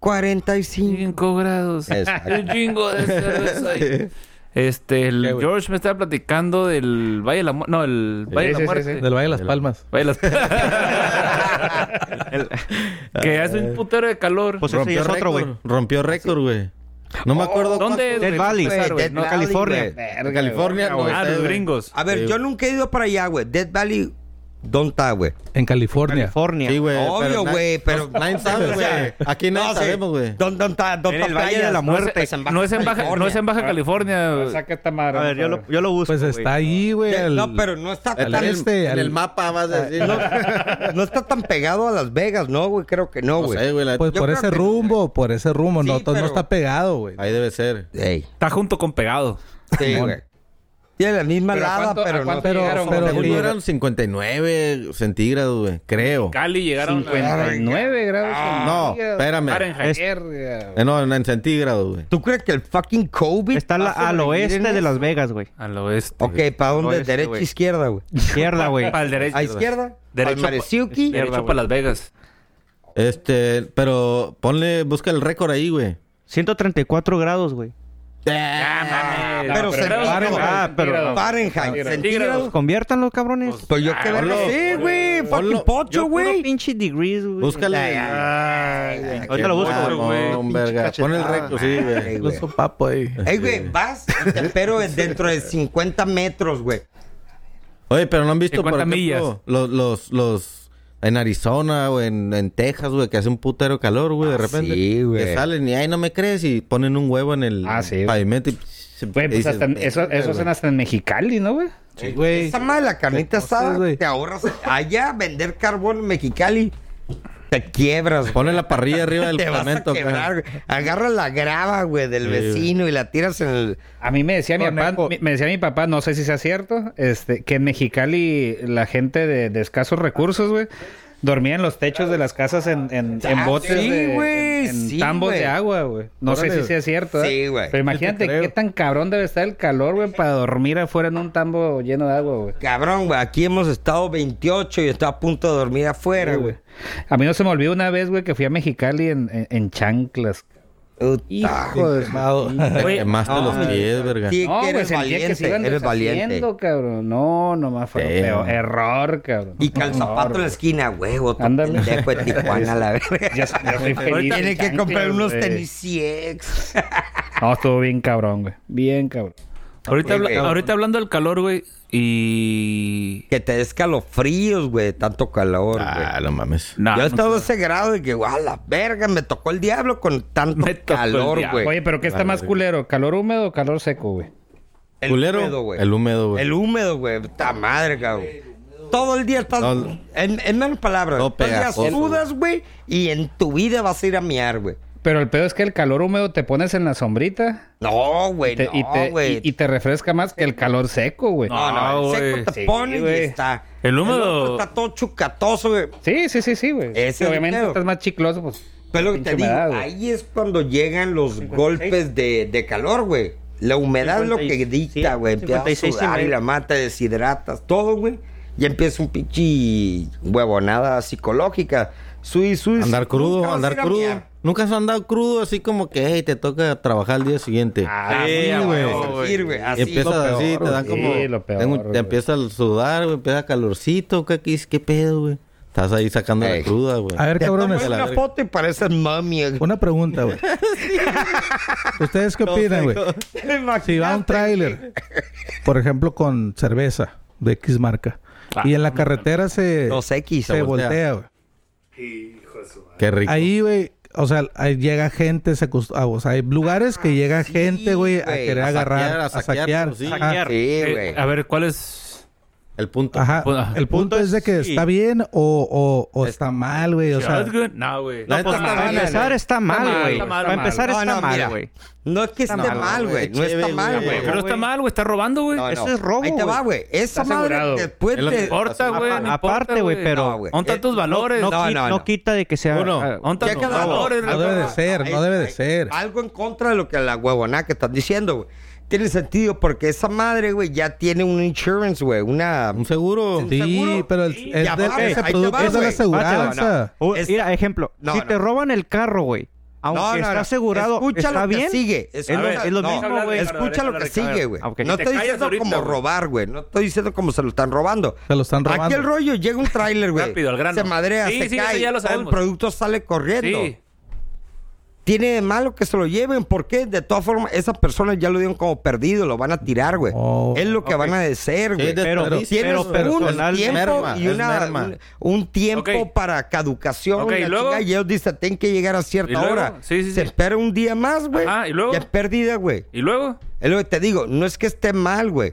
Speaker 2: 45.
Speaker 1: 5 grados. [laughs]
Speaker 2: Exacto.
Speaker 1: Un chingo de cerveza. ahí. Este, el George me estaba platicando del Valle de la Muerte. No, el Valle de la
Speaker 7: sí, sí,
Speaker 1: Muerte.
Speaker 7: sí.
Speaker 4: Del Valle de las Palmas.
Speaker 1: Valle de la- [laughs]
Speaker 3: El-
Speaker 1: que hace un putero de calor.
Speaker 3: Pues ese ya
Speaker 5: Rompió
Speaker 3: es otro, güey.
Speaker 5: récord. Rompió récord, güey. No me acuerdo
Speaker 1: ¿Dónde?
Speaker 5: cuánto-
Speaker 1: güey,
Speaker 3: Dead Valley,
Speaker 1: empezar, Oh, güey,
Speaker 2: Dead
Speaker 1: ¿no?
Speaker 2: Valley,
Speaker 3: California.
Speaker 2: güey.
Speaker 7: Verga,
Speaker 5: California,
Speaker 7: güey.
Speaker 5: no.
Speaker 1: Ah, los
Speaker 5: güey.
Speaker 1: gringos.
Speaker 2: A ver,
Speaker 5: Sí.
Speaker 2: yo nunca he ido para allá, güey. Death Valley, ¿dónde está, güey?
Speaker 4: En California.
Speaker 3: California.
Speaker 5: Sí, güey.
Speaker 2: Obvio,
Speaker 5: pero na-
Speaker 2: güey, pero- [laughs]
Speaker 5: Nadie sabe,
Speaker 2: O
Speaker 5: güey.
Speaker 2: sea,
Speaker 5: Aquí nadie
Speaker 2: sí.
Speaker 5: sabemos, güey.
Speaker 2: ¿Dónde dónde está? ¿Dónde
Speaker 3: En
Speaker 2: está
Speaker 3: el Valle de la
Speaker 2: Playas?
Speaker 3: Muerte.
Speaker 1: No es en Baja, no es en Baja California. güey.
Speaker 7: Saca esta madre.
Speaker 3: A ver, yo lo, yo lo busco,
Speaker 4: Pues
Speaker 3: güey.
Speaker 4: está ahí, güey. al-
Speaker 2: No, pero no está
Speaker 5: En
Speaker 2: tan
Speaker 5: el-
Speaker 4: este,
Speaker 5: en
Speaker 4: al-
Speaker 5: el mapa vas a decir. No,
Speaker 2: [laughs] No está tan pegado a Las Vegas, ¿no, güey? Creo que no,
Speaker 5: No sé,
Speaker 2: güey.
Speaker 5: güey. la-
Speaker 4: Pues
Speaker 2: Yo
Speaker 4: por
Speaker 2: creo
Speaker 4: ese
Speaker 2: que-
Speaker 4: rumbo, por ese rumbo.
Speaker 2: Sí,
Speaker 4: no, to- no
Speaker 2: pero-
Speaker 4: está pegado, güey.
Speaker 5: Ahí debe ser.
Speaker 2: Ey,
Speaker 1: Está junto con pegado.
Speaker 2: sí, güey. Tiene la misma
Speaker 7: ¿Pero a
Speaker 2: lava,
Speaker 7: cuánto- a
Speaker 2: pero no.
Speaker 7: cuánto
Speaker 2: Pero,
Speaker 7: llegaron?
Speaker 4: pero-
Speaker 7: Según
Speaker 5: Según yo
Speaker 7: yo era
Speaker 5: eran 59 centígrados, güey. Creo.
Speaker 1: Cali llegaron a...
Speaker 7: 59 grados.
Speaker 5: no,
Speaker 7: centígrados.
Speaker 5: espérame.
Speaker 1: Fahrenheit.
Speaker 7: Es- Verga.
Speaker 5: Eh, no, en, en centígrados, güey.
Speaker 2: ¿Tú crees que el fucking COVID
Speaker 3: Está la-
Speaker 2: va a
Speaker 3: al
Speaker 2: sobrevivir
Speaker 3: oeste
Speaker 2: en
Speaker 3: de
Speaker 2: eso?
Speaker 3: Las Vegas, güey.
Speaker 1: Al oeste.
Speaker 2: Ok, ¿para dónde?
Speaker 3: Oeste,
Speaker 2: ¿Derecha
Speaker 3: este, güey.
Speaker 2: izquierda, güey?
Speaker 3: Izquierda, güey.
Speaker 1: Para el derecho.
Speaker 2: ¿A izquierda?
Speaker 1: Derecho
Speaker 2: ¿Al
Speaker 1: pa-
Speaker 2: Maresiuki?
Speaker 1: Derecho para Las Vegas.
Speaker 5: Este, pero ponle, busca el récord ahí, güey.
Speaker 3: 134 grados, güey.
Speaker 2: Ah, Eh, pero pero se
Speaker 1: grados,
Speaker 2: pararon.
Speaker 1: grados,
Speaker 3: Ah, pero-
Speaker 1: centígrados.
Speaker 2: Fahrenheit,
Speaker 1: Centígrados.
Speaker 2: centígrados.
Speaker 3: Conviértanlo, cabrones.
Speaker 1: Pues,
Speaker 2: Pues yo qué verga sé, güey. Fucking pocho,
Speaker 3: Yo puro
Speaker 2: güey.
Speaker 3: pinche degrees, güey.
Speaker 5: Búscale.
Speaker 3: Ahorita lo busco,
Speaker 5: Ah,
Speaker 1: güey.
Speaker 5: no, verga. Pon el récord, sí, güey.
Speaker 2: Ey,
Speaker 4: Los
Speaker 2: güey.
Speaker 4: sopapos Pues ahí.
Speaker 2: Ey, güey, vas, pero dentro de 50 metros, güey.
Speaker 5: Oye, pero no han visto, por
Speaker 1: 50
Speaker 5: ejemplo,
Speaker 1: millas.
Speaker 5: los, los, los, en Arizona o en, en Texas, güey, que hace un putero calor, güey, de
Speaker 2: Ah,
Speaker 5: repente.
Speaker 2: sí, güey.
Speaker 5: Que salen y, ay, no me crees, y ponen un huevo en el
Speaker 7: Ah, sí, güey.
Speaker 5: pavimento y...
Speaker 7: Güey, pues
Speaker 5: dices,
Speaker 7: hasta, en- eso,
Speaker 5: "Verga,
Speaker 7: eso
Speaker 5: güey".
Speaker 7: hacen hasta en Mexicali, ¿no, güey?
Speaker 4: Güey,
Speaker 2: Esa madre, la carnita
Speaker 4: Entonces,
Speaker 2: asada,
Speaker 4: güey.
Speaker 2: te ahorras allá vender carbón en Mexicali, te quiebras. güey.
Speaker 5: Pone la parrilla arriba
Speaker 2: [laughs]
Speaker 5: del
Speaker 2: Te vas a
Speaker 5: pavimento,
Speaker 2: quebrar,
Speaker 5: güey.
Speaker 2: güey. Agarras la grava, güey, del
Speaker 5: Sí,
Speaker 2: vecino y la tiras en el...
Speaker 7: A mí me decía mi papá,
Speaker 4: Conejo.
Speaker 7: mi- me decía mi papá, no sé si sea cierto, este, que en Mexicali la gente de, de escasos recursos, güey, dormía en los techos de las casas en, en, en
Speaker 2: Ah,
Speaker 7: botes,
Speaker 2: sí,
Speaker 7: de-
Speaker 2: güey,
Speaker 7: en, en
Speaker 2: sí,
Speaker 7: tambos
Speaker 2: güey.
Speaker 7: de agua, güey. No sé si sea cierto. ¿eh?
Speaker 2: Sí, güey.
Speaker 7: Pero
Speaker 4: Sí
Speaker 7: imagínate
Speaker 4: te creo.
Speaker 7: qué tan cabrón debe estar el calor, güey, para dormir afuera en un tambo lleno de agua, güey.
Speaker 2: Cabrón, güey, aquí hemos estado 28 y estaba a punto de dormir afuera, güey.
Speaker 7: A mí no se me olvidó una vez, güey, que fui a Mexicali en, en, en chanclas.
Speaker 2: Puta,
Speaker 7: Joder.
Speaker 4: quemado.
Speaker 2: [laughs]
Speaker 5: Te quemaste los pies, verga.
Speaker 2: sí,
Speaker 7: No,
Speaker 2: que
Speaker 7: güey,
Speaker 2: eres
Speaker 7: sentía que se
Speaker 2: valiente,
Speaker 7: iban
Speaker 2: eres valiente.
Speaker 7: deshaciendo, cabrón. No, nomás fue lo
Speaker 5: Sí,
Speaker 7: peor.
Speaker 5: no.
Speaker 7: Error, cabrón.
Speaker 2: Y calzapato en la esquina, güey, otro
Speaker 7: Ándale.
Speaker 2: pendejo de Tijuana, la verga.
Speaker 7: [laughs] Ya, ya estoy
Speaker 2: [laughs]
Speaker 7: feliz.
Speaker 2: Ahorita
Speaker 7: en
Speaker 2: tiene que
Speaker 7: chanclas,
Speaker 2: comprar unos
Speaker 7: güey.
Speaker 2: tenisieks.
Speaker 7: No, estuvo bien cabrón, güey. Bien cabrón.
Speaker 1: Ahorita, habla-
Speaker 2: güey.
Speaker 1: ahorita hablando del calor, güey, y...
Speaker 2: Que te des calofríos, güey, de tanto calor, güey.
Speaker 5: Ah, no mames.
Speaker 1: Nah,
Speaker 2: Yo he
Speaker 1: no
Speaker 2: estado a ese grado y que, guau, la verga, me tocó el diablo con
Speaker 7: [laughs]
Speaker 2: tanto
Speaker 1: Me tocó el
Speaker 2: calor,
Speaker 1: diablo.
Speaker 2: güey.
Speaker 7: Oye, pero ¿qué está más culero? ¿Calor húmedo o calor seco, güey?
Speaker 2: El
Speaker 5: Culero,
Speaker 2: húmedo, güey.
Speaker 5: el húmedo, güey.
Speaker 2: El húmedo, güey. Puta madre, cabrón. Todo el día estás.
Speaker 5: Todo-
Speaker 2: En, en menos palabras.
Speaker 5: Todo
Speaker 2: todo el día
Speaker 5: pegajoso,
Speaker 2: sudas, güey, y en tu vida vas a ir a miar, güey.
Speaker 7: Pero el pedo es que el calor húmedo te pones en la sombrita
Speaker 2: No,
Speaker 7: y
Speaker 2: güey,
Speaker 7: te, y te-
Speaker 2: no, güey.
Speaker 7: y- y te refresca más que el calor seco, güey.
Speaker 1: No.
Speaker 2: No, no, el
Speaker 1: güey.
Speaker 2: seco te
Speaker 7: Sí,
Speaker 2: pone y
Speaker 7: güey.
Speaker 2: está.
Speaker 1: El húmedo-
Speaker 2: otro está todo chucatoso, güey.
Speaker 7: Sí, sí, sí, sí, güey.
Speaker 2: Ese es el
Speaker 7: obviamente
Speaker 2: pedo.
Speaker 7: estás más chicloso, pues.
Speaker 2: Pero lo que te
Speaker 7: Pinche
Speaker 2: digo,
Speaker 7: humedad, güey.
Speaker 2: ahí es cuando llegan los golpes de, de calor, güey. La humedad es lo que
Speaker 3: 56,
Speaker 2: dicta,
Speaker 3: sí,
Speaker 2: güey. Empiezas a
Speaker 3: 56 y
Speaker 2: sudar y
Speaker 3: medio.
Speaker 2: la mata, deshidratas, todo, güey. Y empieza un pinche huevonada psicológica. Sui, sui.
Speaker 5: Andar crudo,
Speaker 2: nunca vas
Speaker 5: andar
Speaker 2: a ir a
Speaker 5: crudo.
Speaker 2: miar.
Speaker 5: Nunca has andado crudo así como que, hey, te toca trabajar al día siguiente.
Speaker 1: Ah, sí,
Speaker 2: Así,
Speaker 1: güey.
Speaker 2: sentir, güey. Así.
Speaker 5: Y empiezas
Speaker 2: Lo peor,
Speaker 5: así, te dan
Speaker 2: güey.
Speaker 5: como.
Speaker 7: Sí, lo peor,
Speaker 5: tengo- te
Speaker 7: güey.
Speaker 5: empieza a sudar, güey, empieza calorcito, ¿qué, qué, qué pedo, güey? Estás ahí sacando
Speaker 2: Ey.
Speaker 5: la cruda, güey.
Speaker 4: A ver,
Speaker 2: Te
Speaker 4: cabrones.
Speaker 2: tomas
Speaker 5: la
Speaker 2: una
Speaker 5: verga.
Speaker 2: foto y pareces mami. güey.
Speaker 4: Una pregunta, güey. ¿Ustedes qué opinan, güey? Si va un tráiler, por ejemplo, con cerveza de X marca, y en
Speaker 1: Ah,
Speaker 4: la carretera se,
Speaker 2: Dos X.
Speaker 4: se voltea, güey.
Speaker 5: Qué rico.
Speaker 4: Ahí, güey, o sea, ahí llega gente, se acost- ah, o sea, hay lugares que llega gente, güey, a
Speaker 2: güey.
Speaker 4: querer
Speaker 5: A saquear,
Speaker 4: agarrar,
Speaker 5: a
Speaker 4: a
Speaker 5: saquear,
Speaker 4: saquear.
Speaker 5: pues, sí.
Speaker 4: Ajá.
Speaker 1: Saquear.
Speaker 2: Sí,
Speaker 1: Eh,
Speaker 2: güey.
Speaker 1: a ver, ¿cuál es...?
Speaker 5: El punto.
Speaker 4: Ajá.
Speaker 1: Pues,
Speaker 4: El, punto es de que está bien o, o, o está mal, güey. O sea,
Speaker 1: That's good. No, güey.
Speaker 5: La neta
Speaker 1: pues,
Speaker 5: está
Speaker 1: nada.
Speaker 3: Para empezar está
Speaker 1: mal,
Speaker 3: mal, güey.
Speaker 1: está mal,
Speaker 3: Para
Speaker 1: mal.
Speaker 3: empezar
Speaker 2: No,
Speaker 3: está
Speaker 2: no,
Speaker 3: mal,
Speaker 2: mira.
Speaker 3: güey.
Speaker 2: No es que esté
Speaker 5: mal,
Speaker 2: mal, güey.
Speaker 5: güey.
Speaker 2: No está
Speaker 5: Chévere,
Speaker 2: mal,
Speaker 5: güey.
Speaker 2: güey.
Speaker 1: Pero está mal, güey. Está robando, güey.
Speaker 2: No,
Speaker 3: Eso
Speaker 2: no.
Speaker 3: es robo,
Speaker 2: Ahí te
Speaker 3: güey.
Speaker 2: va, güey. Esa
Speaker 7: Está asegurado.
Speaker 2: madre después
Speaker 5: Es lo que
Speaker 2: te...
Speaker 1: importa, güey. no importa,
Speaker 3: Aparte, güey,
Speaker 2: No,
Speaker 3: pero
Speaker 2: güey.
Speaker 3: no,
Speaker 1: ¿Dónde están tus valores?
Speaker 2: no,
Speaker 3: qui-
Speaker 2: no,
Speaker 3: no
Speaker 2: no.
Speaker 3: quita de que sea.
Speaker 5: Uno.
Speaker 3: ah,
Speaker 1: ¿Dónde
Speaker 2: Ya
Speaker 1: están tus
Speaker 2: quedó.
Speaker 1: valores?
Speaker 4: no debe de ser,
Speaker 2: Ahí-
Speaker 4: no debe de
Speaker 2: ahí-
Speaker 4: ser.
Speaker 2: Algo en contra de lo que la huevonada que estás diciendo, güey. Tiene sentido porque esa madre, güey, ya tiene un insurance, güey. Una...
Speaker 5: Un seguro.
Speaker 4: Sí,
Speaker 2: seguro.
Speaker 4: pero el,
Speaker 2: Sí,
Speaker 4: es
Speaker 2: ya
Speaker 4: de-
Speaker 2: va, güey.
Speaker 4: ese
Speaker 2: Ahí te
Speaker 4: producto
Speaker 2: va,
Speaker 4: es de la
Speaker 2: güey.
Speaker 4: aseguranza.
Speaker 3: o-
Speaker 2: Es-
Speaker 3: Uh, Mira, ejemplo,
Speaker 2: No,
Speaker 3: si
Speaker 2: no.
Speaker 3: te roban el carro, güey, aunque
Speaker 2: No, no,
Speaker 3: está
Speaker 2: no.
Speaker 3: asegurado,
Speaker 2: Escucha
Speaker 3: está
Speaker 2: lo que
Speaker 3: bien.
Speaker 2: sigue.
Speaker 3: Es,
Speaker 2: Escucha-
Speaker 3: lo- es lo
Speaker 2: no.
Speaker 3: mismo, güey.
Speaker 1: Habla-
Speaker 2: Escucha lo que
Speaker 1: Ricardo.
Speaker 2: sigue, güey.
Speaker 3: Ah, ok.
Speaker 2: No
Speaker 1: Te
Speaker 2: estoy
Speaker 1: callas
Speaker 2: diciendo
Speaker 1: ahorita,
Speaker 2: como
Speaker 1: güey.
Speaker 2: robar, güey. No estoy diciendo como se lo están robando.
Speaker 4: Se lo están robando.
Speaker 2: Aquí el rollo, llega un tráiler, güey.
Speaker 1: Rápido, al grano.
Speaker 2: Se madrea,
Speaker 1: Sí,
Speaker 2: se
Speaker 1: sí, eso
Speaker 2: cae.
Speaker 1: ya lo
Speaker 2: todo el
Speaker 1: sabemos.
Speaker 2: producto sale corriendo.
Speaker 1: Sí.
Speaker 2: Tiene de malo que se lo lleven, porque de todas formas, esas personas ya lo dieron como perdido, lo van a tirar, güey.
Speaker 4: Oh.
Speaker 2: es lo que van a deseer, güey.
Speaker 5: de-
Speaker 3: Pero,
Speaker 5: Pero
Speaker 2: Tienes
Speaker 3: pero
Speaker 2: un
Speaker 3: personal,
Speaker 2: tiempo
Speaker 5: merma,
Speaker 2: y
Speaker 5: es
Speaker 2: una-
Speaker 5: merma.
Speaker 2: un, un tiempo
Speaker 1: Ok.
Speaker 2: para caducación.
Speaker 1: Ok,
Speaker 2: la
Speaker 1: ¿y
Speaker 2: chingada,
Speaker 1: luego?
Speaker 2: y ellos dicen, tienen que llegar a cierta
Speaker 1: ¿Y luego?
Speaker 2: hora.
Speaker 1: Sí, sí,
Speaker 2: se
Speaker 1: sí.
Speaker 2: espera un día más, güey.
Speaker 1: Ajá, ¿y luego?
Speaker 2: Ya es pérdida, güey.
Speaker 1: ¿Y luego?
Speaker 2: Es lo que te digo, no es que esté mal, güey.